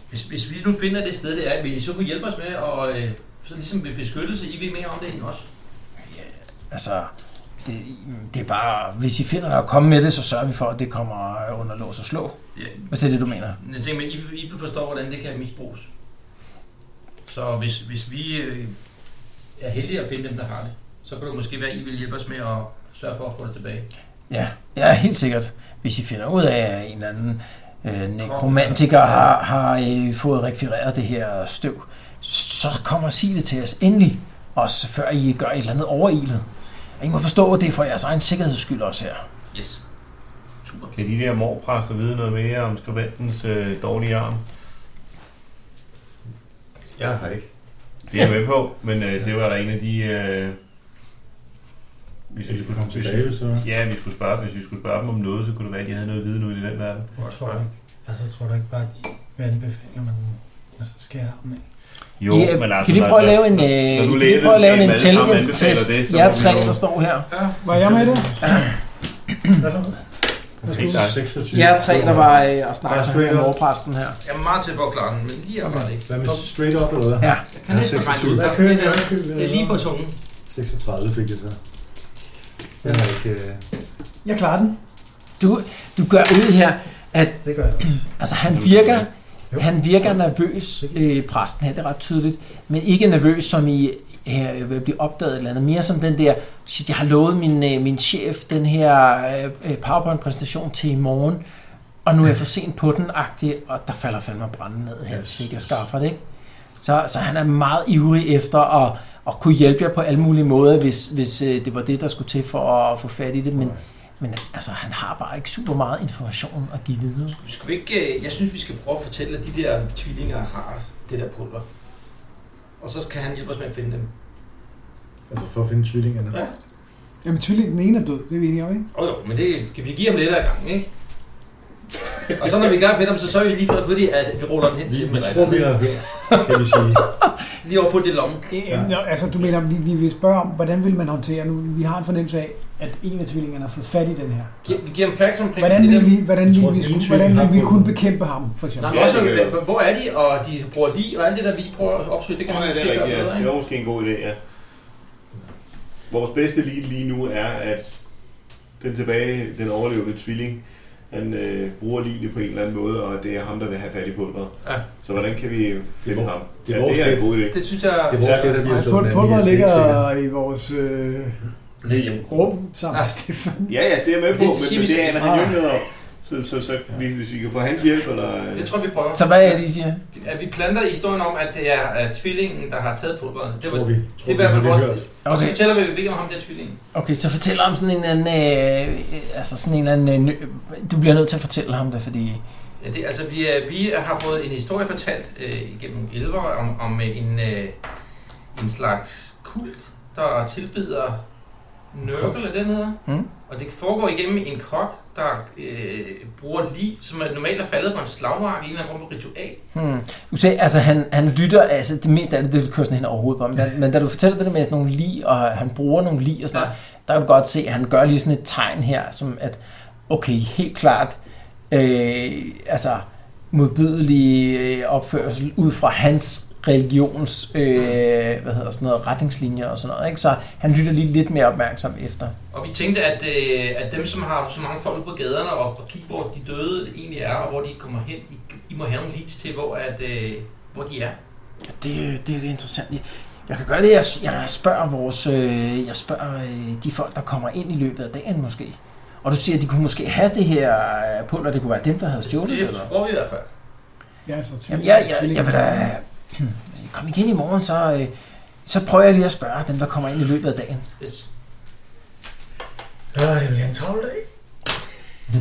[SPEAKER 4] Hvis, hvis vi nu finder det sted, det er, vil I så kunne hjælpe os med, og øh, så ligesom ved beskyttelse, I ved mere om det end os.
[SPEAKER 2] Altså, det, det er bare, hvis I finder at komme med det, så sørger vi for, at det kommer under lås og slå.
[SPEAKER 4] Ja.
[SPEAKER 2] Hvis det er det, du mener.
[SPEAKER 4] Men Jeg tænker, men I, I forstår, hvordan det kan misbruges. Så hvis, hvis vi øh, er heldige at finde dem, der har det, så kan det måske være, at I vil hjælpe os med at sørge for at få det tilbage.
[SPEAKER 2] Ja, ja helt sikkert. Hvis I finder ud af, at en eller anden øh, nekromantiker har, har øh, fået rekvireret det her støv, så kom og sig det til os endelig. Også før I gør et eller andet overilet. Og I må forstå, at det er for jeres egen sikkerheds skyld også her.
[SPEAKER 4] Yes. Super.
[SPEAKER 7] Kan de der morpræster vide noget mere om skribentens øh, dårlige arm?
[SPEAKER 5] Jeg har ikke.
[SPEAKER 7] Det er jeg med på, men øh, det var der en af de... Øh, hvis
[SPEAKER 9] Hvis
[SPEAKER 7] vi
[SPEAKER 9] vi
[SPEAKER 7] skulle
[SPEAKER 9] kommer
[SPEAKER 7] hvis vi-
[SPEAKER 9] tilbage, så...
[SPEAKER 7] Ja, vi skulle spørge, hvis vi skulle spørge dem om noget, så kunne det være, at de havde noget viden ude i den verden.
[SPEAKER 6] Tror du ikke? Altså, tror du ikke bare, at I vil anbefale, at man altså, skærer armen af?
[SPEAKER 7] Jo,
[SPEAKER 2] I, øh,
[SPEAKER 7] men altså...
[SPEAKER 2] kan lige
[SPEAKER 7] når-
[SPEAKER 2] prøve at lave en,
[SPEAKER 7] når
[SPEAKER 2] øh,
[SPEAKER 7] du
[SPEAKER 2] kan
[SPEAKER 7] læser
[SPEAKER 2] lige prøve at lave en
[SPEAKER 7] videnskaben, alle sammen
[SPEAKER 2] intelligence test? Jeg er
[SPEAKER 7] anbefaler det, så må vi
[SPEAKER 2] tre,
[SPEAKER 7] jo-
[SPEAKER 2] der står her.
[SPEAKER 8] Var jeg med det?
[SPEAKER 4] Hmm.
[SPEAKER 6] Hvad for noget?
[SPEAKER 7] Helt dig.
[SPEAKER 9] 26.
[SPEAKER 2] Jeg er tre, der var øh, og
[SPEAKER 9] Bare
[SPEAKER 2] snakkede med
[SPEAKER 9] straight
[SPEAKER 2] ham,
[SPEAKER 9] up.
[SPEAKER 2] overpræsten her.
[SPEAKER 4] Jeg er meget tæt på at klare den, men lige er bare det ikke.
[SPEAKER 9] Hvad med straight up, eller hvad?
[SPEAKER 2] Ja.
[SPEAKER 4] Jeg kan
[SPEAKER 9] Jeg er
[SPEAKER 4] næsten regne ud.
[SPEAKER 9] 26.
[SPEAKER 4] Der
[SPEAKER 6] Hvad
[SPEAKER 4] er
[SPEAKER 6] kører
[SPEAKER 4] sådan lidt,
[SPEAKER 6] det? Undskyld.
[SPEAKER 4] øh, Det er lige på tungen.
[SPEAKER 9] 36 fik jeg så. Jeg har ikke... øh,
[SPEAKER 6] Jeg klarer den.
[SPEAKER 2] Du, du gør ud her,
[SPEAKER 6] Det gør jeg også.
[SPEAKER 2] altså han virker, han virker nervøs, øh, præsten her, det er ret tydeligt, men ikke nervøs som i øh, vil blive opdaget et eller andet, mere som den der, shit, jeg har lovet min, øh, min chef den her øh, øh, PowerPoint-præsentation til i morgen, og nu er jeg for sent på den, agtig, og der falder fandme branden ned her, hvis ikke jeg skaffer det, ikke? Så, så han er meget ivrig efter at, at kunne hjælpe jer på alle mulige måder, hvis, hvis øh, det var det, der skulle til for at få fat i det, men, men altså, han har bare ikke super meget information at give videre.
[SPEAKER 4] Skal vi ikke, øh, jeg synes, vi skal prøve at fortælle, at de der tvillinger har det der pulver. Og så kan han hjælpe os med at finde dem.
[SPEAKER 9] Altså for at finde tvillingerne.
[SPEAKER 4] Ja.
[SPEAKER 8] Jamen, tvilling, den ene er død. Det er vi enige om, ikke?
[SPEAKER 4] Åh oh, jo, men det kan vi give ham lidt af gangen, ikke? og så når vi er i gang med dem, så sørger vi lige for, fordi at vi ruller den hen
[SPEAKER 9] Vi,
[SPEAKER 4] til dem.
[SPEAKER 9] vi
[SPEAKER 4] eller et
[SPEAKER 9] tror, vi
[SPEAKER 4] eller
[SPEAKER 9] har hørt, kan vi sige.
[SPEAKER 4] andet. Lige over på det lomme.
[SPEAKER 8] Ja. Nå, altså, du mener, vi, vi vil spørge om, hvordan vil man håndtere nu? Vi har en fornemmelse af, at en af tvillingerne har fået fat i den her.
[SPEAKER 4] Gi- Vi giver dem facts omkring
[SPEAKER 8] Hvordan
[SPEAKER 4] det
[SPEAKER 8] vil
[SPEAKER 4] der.
[SPEAKER 8] vi, hvordan
[SPEAKER 9] Jeg tror,
[SPEAKER 8] vil vi,
[SPEAKER 9] den
[SPEAKER 8] skulle,
[SPEAKER 9] ene
[SPEAKER 8] hvordan
[SPEAKER 9] tvilling
[SPEAKER 8] vil vi
[SPEAKER 9] har
[SPEAKER 8] kunne
[SPEAKER 9] fået-
[SPEAKER 8] bekæmpe ham, for eksempel?
[SPEAKER 4] Nej, men
[SPEAKER 7] Ja,
[SPEAKER 4] også,
[SPEAKER 7] det kan
[SPEAKER 4] hvor er de, og de bruger lige, og alt det der, vi prøver at opsøge, det kan man
[SPEAKER 7] Ja,
[SPEAKER 4] måske
[SPEAKER 7] det er
[SPEAKER 4] gøre
[SPEAKER 7] rigtigt.
[SPEAKER 4] bedre,
[SPEAKER 7] Ja. Det
[SPEAKER 4] ikke?
[SPEAKER 7] var måske en god idé, ja. Vores bedste lead lige nu er, at den tilbage, den overlevende tvilling, han øh, bruger lignende på en eller anden måde, og det er ham, der vil have fat i pulveret.
[SPEAKER 4] Ja.
[SPEAKER 7] Så hvordan kan vi finde
[SPEAKER 9] Det er
[SPEAKER 7] ham?
[SPEAKER 9] det
[SPEAKER 7] Det
[SPEAKER 9] er
[SPEAKER 7] er, ja,
[SPEAKER 9] vores
[SPEAKER 7] det er en
[SPEAKER 9] gæt.
[SPEAKER 7] god idé.
[SPEAKER 4] Det synes jeg...
[SPEAKER 9] Det er vores
[SPEAKER 7] Ja.
[SPEAKER 9] gæt, at vi har
[SPEAKER 8] Ej,
[SPEAKER 9] slået den
[SPEAKER 8] pul-
[SPEAKER 9] anden i.
[SPEAKER 8] pulver
[SPEAKER 9] Det er ikke
[SPEAKER 8] ligger
[SPEAKER 9] sikkert.
[SPEAKER 8] i vores øh,
[SPEAKER 7] Det er hjemme.
[SPEAKER 8] rum sammen med Stefan.
[SPEAKER 7] Ja, ja, det er med
[SPEAKER 4] Det
[SPEAKER 7] på, men,
[SPEAKER 4] siger
[SPEAKER 7] men
[SPEAKER 4] vi så-
[SPEAKER 7] det
[SPEAKER 4] Ah.
[SPEAKER 7] aner han jo ikke noget om. Så, så, så, så hvis vi kan få hans hjælp, eller... øh,
[SPEAKER 4] Det tror jeg, vi prøver.
[SPEAKER 2] Så hvad er det, I siger?
[SPEAKER 4] At vi planter i historien om, at det er uh, tvillingen, der har taget pulveret. Det, var,
[SPEAKER 9] Tror
[SPEAKER 4] det
[SPEAKER 9] vi.
[SPEAKER 4] er i hvert fald vores... Og så
[SPEAKER 2] Okay,
[SPEAKER 4] fortæller vi, at vi ved om ham der tvillingen.
[SPEAKER 2] okay så fortæl om sådan en anden... Øh, øh, altså sådan en anden... Øh, ny- du bliver nødt til at fortælle ham det, fordi...
[SPEAKER 4] Ja, det, altså, vi, er, vi har fået en historie fortalt øh, igennem elver om, om øh, en, øh, en slags kult, der tilbyder nørkel, er den hedder.
[SPEAKER 2] Mm.
[SPEAKER 4] Og det foregår igennem en kok, der øh, bruger lig, som er normalt er faldet på en slagmark i en eller anden form for ritual.
[SPEAKER 2] Hmm. Du sagde, altså han, han lytter, altså det meste af det, det kører sådan hen over hovedet på ham, men, men da du fortæller det der med sådan nogle lig, og han bruger nogle lig og sådan
[SPEAKER 4] Ja.
[SPEAKER 2] ja. noget, der kan du godt se, at han gør lige sådan et tegn her, som at, okay, helt klart, øh, altså modbydelig øh, opførsel ud fra hans religions, øh, hvad hedder sådan noget, retningslinjer og sådan noget, ikke? så han lytter lige lidt mere opmærksom efter.
[SPEAKER 4] Og vi tænkte, at, øh, at dem, som har så mange folk ude på gaderne, og, og kigge, hvor de døde egentlig er, og hvor de kommer hen, I, I må have nogle leads til, hvor, at, øh, hvor de er.
[SPEAKER 2] Det, det, det er interessant. Jeg- Jeg kan gøre det, jeg, jeg spørger, vores, øh, jeg spørger øh, de folk, der kommer ind i løbet af dagen måske. Og du siger, at de kunne måske have det her øh, pulver, det kunne være dem, der havde stjålet det.
[SPEAKER 4] Det
[SPEAKER 2] Eller?
[SPEAKER 4] tror vi i hvert fald.
[SPEAKER 8] Ja, så
[SPEAKER 2] Jamen, jeg, jeg, jeg vil da... øh, Kom igen i morgen, så, øh, så prøver jeg lige at spørge dem, der kommer ind i løbet af dagen.
[SPEAKER 4] Yes.
[SPEAKER 8] Ja, det bliver en travl dag.
[SPEAKER 5] Der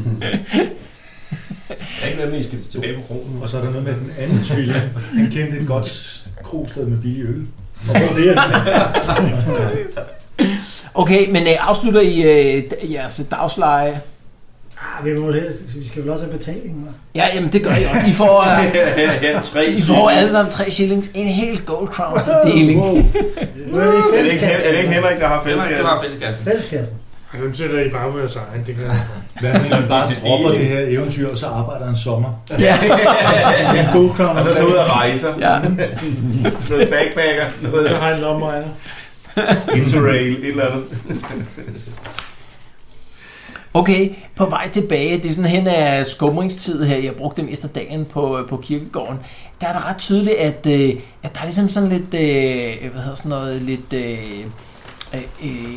[SPEAKER 5] er ikke noget, vi skal tilbage på kronen.
[SPEAKER 9] Og så er der noget med den anden tvilling. Han kendte et godt krosted med billig øl. Og hvor det er den?
[SPEAKER 2] Okay, men øh, afslutter I øh, d- jeres dagsleje?
[SPEAKER 6] Ah, vi, må jo helst, vi skal vel også have betaling, hva'?
[SPEAKER 2] Ja, jamen det gør I også. I får, øh,
[SPEAKER 5] Ja, ja, ja, tre.
[SPEAKER 2] I får alle sammen tre shillings. En hel gold crown til deling.
[SPEAKER 6] Nu er det i
[SPEAKER 7] Er det ikke, er det
[SPEAKER 6] fællesskassen.
[SPEAKER 7] ikke Henrik, der har
[SPEAKER 4] Henrik,
[SPEAKER 7] fællesskab?
[SPEAKER 4] det var fællesskassen.
[SPEAKER 6] Fællesskassen.
[SPEAKER 3] Altså, dem sætter I bare ved os egen, det kan jeg
[SPEAKER 9] Hvad med, man bare dropper det her eventyr, og så arbejder en sommer?
[SPEAKER 2] Ja.
[SPEAKER 9] En god kram.
[SPEAKER 4] Altså,
[SPEAKER 7] Og så tager ud og rejser.
[SPEAKER 2] ja.
[SPEAKER 7] Noget backpacker, noget
[SPEAKER 3] Jeg har en lommeejer.
[SPEAKER 7] interrail, et eller andet.
[SPEAKER 2] Okay, på vej tilbage, det er sådan hen af skumringstid her, jeg brugte det meste af dagen på, på kirkegården, der er det ret tydeligt, at, øh, at der er ligesom sådan lidt, øh, hvad hedder sådan noget, lidt, øh, øh, øh,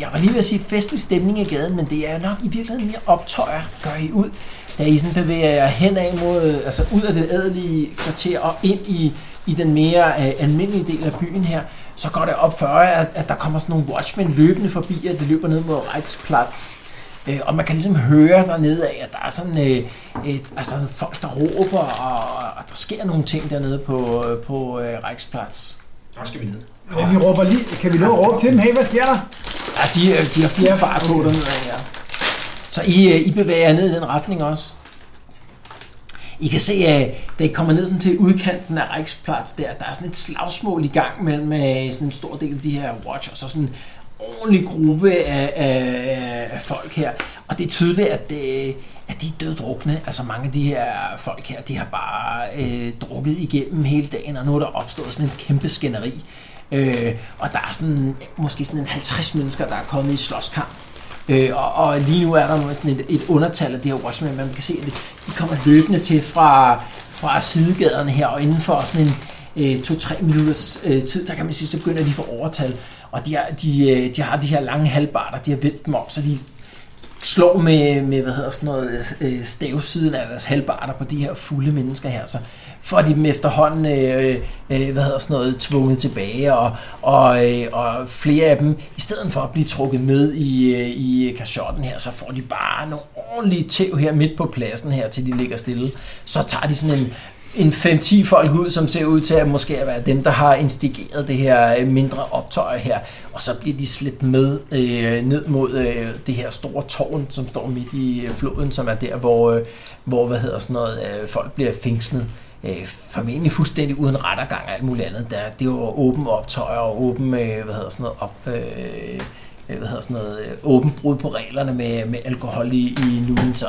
[SPEAKER 2] jeg var lige ved at sige festlig stemning i gaden, men det er nok i virkeligheden mere optøjer, gør I ud, da I sådan bevæger jer henad mod, altså ud af det adelige kvarter og ind i, i den mere øh, almindelige del af byen her, så går det op for jer, at, at der kommer sådan nogle watchmen løbende forbi, at det løber ned mod Reichsplatz. Øh, og man kan ligesom høre dernede af, at der er sådan øh, et, altså folk, der råber, og, og der sker nogle ting dernede på, øh, på øh, Reichsplatz.
[SPEAKER 4] Der skal vi ned.
[SPEAKER 6] øh,
[SPEAKER 8] Men vi råber lige, kan vi nå at råbe til dem? Hey, hvad sker der?
[SPEAKER 2] Ja, de, øh, de har
[SPEAKER 8] Ja,
[SPEAKER 2] fire fart på
[SPEAKER 8] okay.
[SPEAKER 2] dernede af, ja. Så I, øh, I bevæger jer ned i den retning også. I kan se, at da I kommer ned sådan til udkanten af Reichsplatz der, der er sådan et slagsmål i gang mellem øh, sådan en stor del af de her watchers og sådan en ordentlig gruppe af, af, af folk her. Og det er tydeligt, at, øh, at de er døddrukne. Altså mange af de her folk her, de har bare øh, drukket igennem hele dagen, og nu er der opstået sådan en kæmpe skænderi. Øh, og der er sådan måske sådan en 50 mennesker, der er kommet i slåskamp. Øh, og, og lige nu er der sådan et, et undertal af det her Watchmen, men man kan se, at de kommer løbende til fra, fra sidegaderne her, og inden for sådan en øh, to-tre minutters øh, tid, der kan man sige, så begynder de at få overtal, og de, er, de, øh, de har de her lange halvbarter, de har vendt dem om, så de slår med, med hvad hedder sådan noget, øh, stavsiden af deres halbarter på de her fulde mennesker her, så får de dem efterhånden, øh, øh, hvad hedder sådan noget, tvunget tilbage, og, og, øh, og flere af dem, i stedet for at blive trukket med i, øh, i kashotten her, så får de bare nogle ordentlige tæv her midt på pladsen her, til de ligger stille. Så tager de sådan en en 5-10 folk ud, som ser ud til at måske at være dem, der har instigeret det her øh, mindre optøj her. Og så bliver de slæbt med øh, ned mod øh, det her store tårn, som står midt i øh, floden, som er der, hvor, øh, hvor hvad hedder sådan noget, øh, folk bliver fængslet. Øh, formentlig fuldstændig uden rettergang og alt muligt andet. Der, det var åben optøj og åben, øh, hvad hedder sådan noget, op, øh, øh, hvad hedder sådan noget, øh, åben brud på reglerne med, med alkohol i, i nuen, så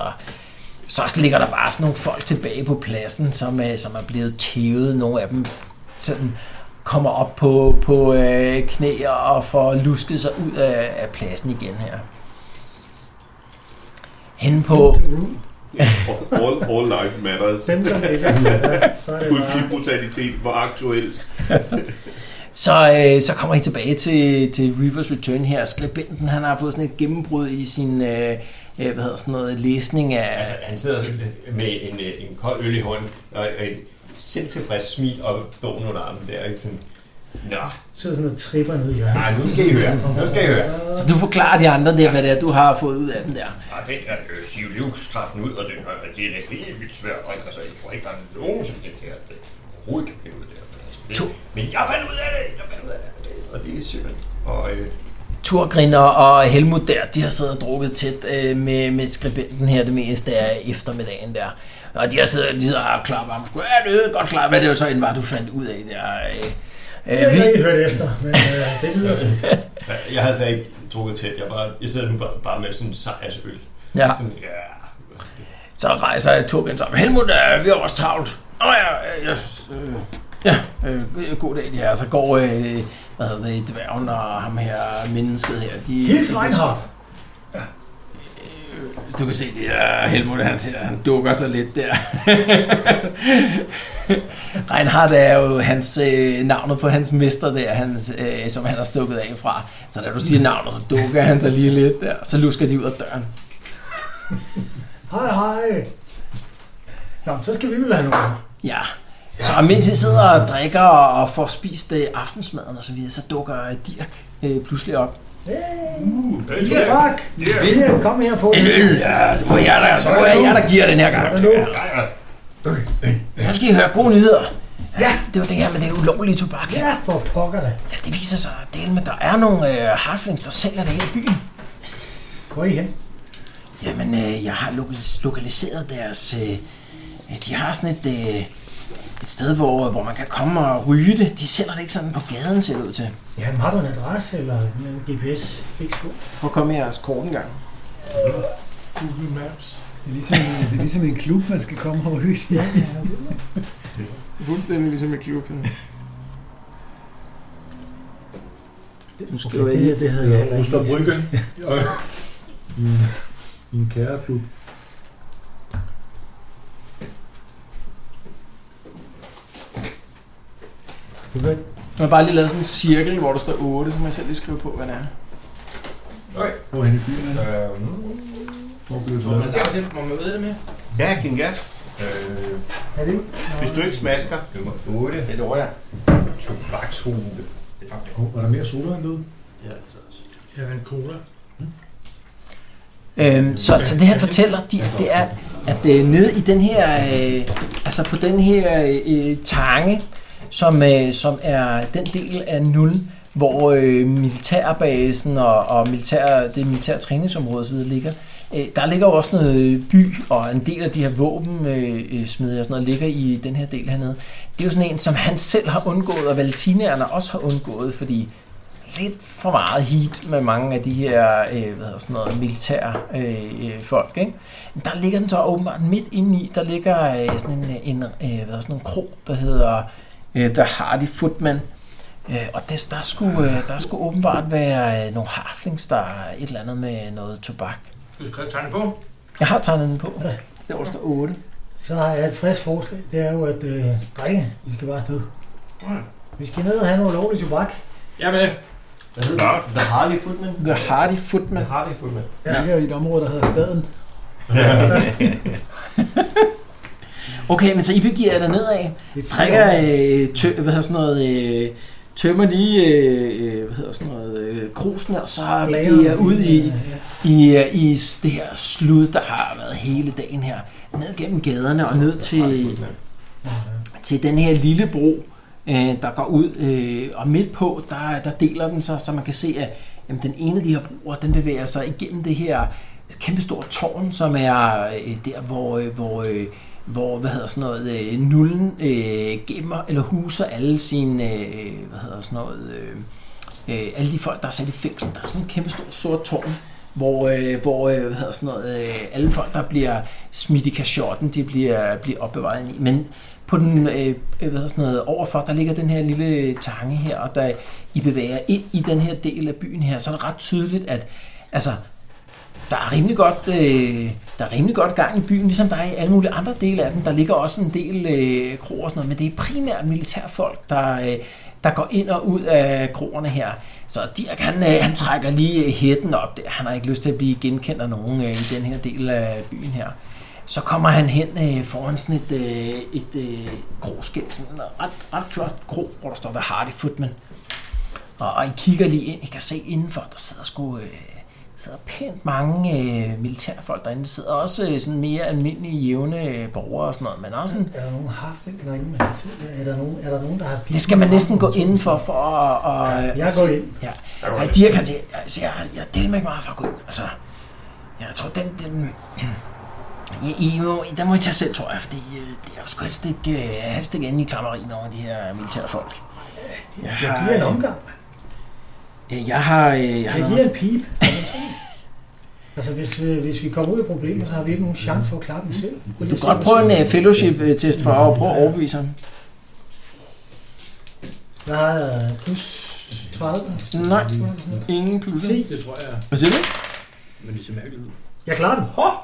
[SPEAKER 2] så ligger der bare sådan nogle folk tilbage på pladsen, som, øh, som er blevet tævet. Nogle af dem sådan kommer op på, på øh, knæ og får lusket sig ud af, af pladsen igen her. hen på...
[SPEAKER 7] All, all life matters.
[SPEAKER 6] Dem, der ligger, så er det bare...
[SPEAKER 7] Politibrutalitet var aktuelt.
[SPEAKER 2] Så, øh, så kommer I tilbage til, til Reapers Return her. Skribenten, han har fået sådan et gennembrud i sin... Øh, øh, hvad hedder sådan noget, læsning af...
[SPEAKER 5] Altså, han sidder med en, øh, en kold øl i hånden, og og et sindstilfreds smil og bogen under armen der, ikke sådan... Nå,
[SPEAKER 6] Så er sådan noget tripper ned i hjørnet.
[SPEAKER 5] nej, nu skal I høre, nu skal I høre.
[SPEAKER 2] Så du forklarer de andre der, hvad det er, du har fået ud af den der.
[SPEAKER 5] Og den er øh, siver livskraften ud, og den er, det er helt vildt svært at drikke. Altså, jeg tror ikke, der er nogen som helst her, der overhovedet kan finde ud af det. Altså,
[SPEAKER 2] To.
[SPEAKER 5] det men jeg fandt ud af det, jeg fandt ud af det. Og det er simpelthen... Og øh,
[SPEAKER 2] Turgrin og- og Helmut der, de har siddet og drukket tæt øh, med, med skribenten her det meste af eftermiddagen der. Og de har siddet og de sidder og klappet ham. Sgu, Ja, det er godt klart, hvad det var så end var, du fandt ud af der. Øh,
[SPEAKER 6] Jeg
[SPEAKER 2] øh, vi,
[SPEAKER 6] har ikke hørt efter, men øh, det lyder fedt.
[SPEAKER 5] jeg har altså ikke drukket tæt, jeg, bare, jeg sidder nu bare, bare med sådan en sejrsøl.
[SPEAKER 2] ja,
[SPEAKER 5] Sådan, ja,
[SPEAKER 2] så rejser Turgrin sig op. Helmut, øh, vi har også travlt. Åh ja, øh, ja, øh, ja øh, god dag det her. Så går øh, hvad hedder det, dværgen og ham her, mennesket her. De,
[SPEAKER 6] Helt Reinhardt.
[SPEAKER 2] Du kan se, det er Helmut, han, siger, han dukker sig lidt der. Reinhardt er jo hans, øh, navnet på hans mester der, hans, øh, som han har stukket af fra. Så da du siger navnet, så dukker han sig lige lidt der. Så lusker de ud af døren.
[SPEAKER 6] Hej, hej. Nå, men så skal vi vel have noget.
[SPEAKER 2] Ja. Så mens I sidder og drikker og får spist øh, aftensmaden og så videre, så dukker Dirk øh, pludselig op.
[SPEAKER 7] Uh, det
[SPEAKER 6] Ja, Mark. Ja, kom her på.
[SPEAKER 2] En øl, ja, det må jeg, der, det må jeg, jeg der giver den her gang.
[SPEAKER 6] Hvad nu?
[SPEAKER 2] Nu skal I høre gode nyheder. Ja, det var det her med det ulovlige tobak.
[SPEAKER 6] Ja, for pokker da.
[SPEAKER 2] Ja, det viser sig, at delen med, der er nogle øh, harflings, der sælger det her i byen.
[SPEAKER 6] Hvor er I hen?
[SPEAKER 2] Jamen, øh, jeg har lokalis- lokaliseret deres... Øh, øh, de har sådan et, øh, et sted, hvor, hvor man kan komme og ryge det. De sælger det ikke sådan på gaden, ser det ud til.
[SPEAKER 6] Ja, har du en adresse eller en GPS? Fix på.
[SPEAKER 2] Prøv at komme med jeres kort engang.
[SPEAKER 3] Google Maps.
[SPEAKER 10] Det er, ligesom, det er ligesom en klub, man skal komme og ryge. Ja, ja.
[SPEAKER 11] Fuldstændig ligesom i klubben.
[SPEAKER 2] Nu skal
[SPEAKER 6] Okay, det her, det havde jeg heller ikke.
[SPEAKER 9] Gustav Øh, Brygge. Og- Min, min kære klub.
[SPEAKER 6] Det var
[SPEAKER 11] Man har bare lige lavet sådan en cirkel, hvor der står 8, så må jeg selv lige skrive på, hvad det er.
[SPEAKER 9] Hvor er han i byen? er
[SPEAKER 5] Øh,
[SPEAKER 9] det? Hvor blev det
[SPEAKER 4] Må man
[SPEAKER 9] lavet?
[SPEAKER 4] lave det? Må man vide det med?
[SPEAKER 7] Ja, giv den gas.
[SPEAKER 5] øh,
[SPEAKER 6] Er det?
[SPEAKER 7] Hvis du ikke smasker.
[SPEAKER 5] nummer 8.
[SPEAKER 4] Det lover jeg.
[SPEAKER 5] Tobakshule.
[SPEAKER 9] Hov, Var der mere soda end ud?
[SPEAKER 4] Ja, altså også.
[SPEAKER 3] Ja, en cola.
[SPEAKER 2] Øhm, så, så det han fortæller, de, det er, at øh, nede i den her, øh, altså på den her øh, tange, som, øh, som er den del af Nul, hvor øh, militærbasen og, og militær, det militære træningsområde osv. ligger, øh, der ligger jo også noget by, og en del af de her våben, øh, øh, smider og sådan noget, ligger i den her del hernede. Det er jo sådan en, som han selv har undgået, og valentinaerne også har undgået, fordi lidt for meget heat med mange af de her øh, hvad hedder sådan noget, militære øh, øh, folk. Ikke? Men Der ligger den så åbenbart midt inde i, der ligger øh, sådan en, øh, en, øh, hvad hedder sådan en krog, der hedder øh, The Hardy Footman. Øh, og det, der, skulle, øh, der skulle åbenbart være øh, nogle harflings, der er et eller andet med noget tobak.
[SPEAKER 4] Du skal have tegnet på.
[SPEAKER 2] Jeg har tegnet den på.
[SPEAKER 6] Ja.
[SPEAKER 2] Det er står 8.
[SPEAKER 6] Så har jeg et frisk forslag. Det er jo, at øh, drenge, vi skal bare afsted.
[SPEAKER 4] Ja.
[SPEAKER 6] Vi skal ned og have noget lovligt tobak.
[SPEAKER 4] Jeg er med.
[SPEAKER 5] Hvad hedder det? The Harley Footman?
[SPEAKER 2] The Hardy
[SPEAKER 5] The
[SPEAKER 2] Footman.
[SPEAKER 5] Harley Footman.
[SPEAKER 10] Det ligger i et område, der hedder Staden.
[SPEAKER 2] Okay, men så I begiver jer dernedad. Drikker, øh, tø, hvad hedder sådan noget, øh, tømmer lige, øh, øh, hvad hedder sådan noget, øh, krusen, og så begiver jeg ud i, i, øh, i det her slud, der har været hele dagen her. Ned gennem gaderne og ned til, til den her lille bro, øh, der går ud. Øh, og midt på, der, der deler den sig, så man kan se, at jamen, den ene af de her broer, den bevæger sig igennem det her kæmpestore tårn, som er øh, der, hvor, øh, hvor, øh, hvor hvad hedder sådan noget, øh, nullen øh, gemmer eller huser alle sine, øh, hvad hedder sådan noget, øh, øh, alle de folk, der er sat i fængsel. Der er sådan en kæmpestor sort tårn, hvor, øh, hvor øh, hvad hedder sådan noget, øh, alle folk, der bliver smidt i kashotten, de bliver, bliver opbevaret ind i. Men på den, øh, øh, hvad hedder sådan noget, overfor, der ligger den her lille tange her, og der I bevæger ind i den her del af byen her, så er det ret tydeligt, at altså, Der er rimelig godt, øh, der er rimelig godt gang i byen, ligesom der er i alle mulige andre dele af den. Der ligger også en del øh, kroer og sådan noget, men det er primært militærfolk, der, øh, der går ind og ud af kroerne her. Så Dirk, han, øh, han trækker lige øh, hætten op der. Han har ikke lyst til at blive genkendt af nogen øh, i den her del af byen her. Så kommer han hen øh, foran sådan et, øh, et øh, kroskilt, sådan en ret, ret flot kro, hvor der står The Hardy Footman. Og, og I kigger lige ind, I kan se indenfor, der sidder sgu... Øh, sidder pænt mange øh, militærfolk derinde. Der sidder også øh, sådan mere almindelige, jævne øh, borgere og sådan noget. Men også sådan,
[SPEAKER 6] Er der nogen harfling derinde, man kan se? Er der nogen, er der, nogen der har pipen?
[SPEAKER 2] det skal man næsten gå indenfor for at... Og,
[SPEAKER 6] Ja, jeg
[SPEAKER 2] at
[SPEAKER 6] går
[SPEAKER 2] se-
[SPEAKER 6] ind.
[SPEAKER 2] Ja.
[SPEAKER 6] Jeg går
[SPEAKER 2] Ej,
[SPEAKER 6] ind.
[SPEAKER 2] Dirk kan sige, jeg, siger, jeg deler mig ikke meget for at gå ind. Altså, jeg tror, den... den I, I må, den må I tage selv, tror jeg, fordi øh, det er sgu helst ikke, øh, helst ikke inde i klammerien over de her militærfolk. Jeg
[SPEAKER 6] Jeg
[SPEAKER 2] har-
[SPEAKER 6] giver en omgang.
[SPEAKER 2] Øh, Jeg har... øh, Jeg
[SPEAKER 6] Jeg,
[SPEAKER 2] har
[SPEAKER 6] jeg
[SPEAKER 2] noget-
[SPEAKER 6] giver en pip. altså, hvis, øh, hvis vi kommer ud af problemer, så har vi ikke nogen chance for at klare dem selv. Prøv lige
[SPEAKER 2] Du
[SPEAKER 6] at
[SPEAKER 2] kan
[SPEAKER 6] se,
[SPEAKER 2] godt
[SPEAKER 6] hvad
[SPEAKER 2] prøve en
[SPEAKER 6] siger.
[SPEAKER 2] øh, fellowship-test for at prøve at overbevise ham.
[SPEAKER 6] Der er plus 30.
[SPEAKER 11] Nej, ingen plusser.
[SPEAKER 4] Det tror jeg.
[SPEAKER 11] Hvad siger du?
[SPEAKER 4] Men det ser mærkeligt ud.
[SPEAKER 6] Jeg klarer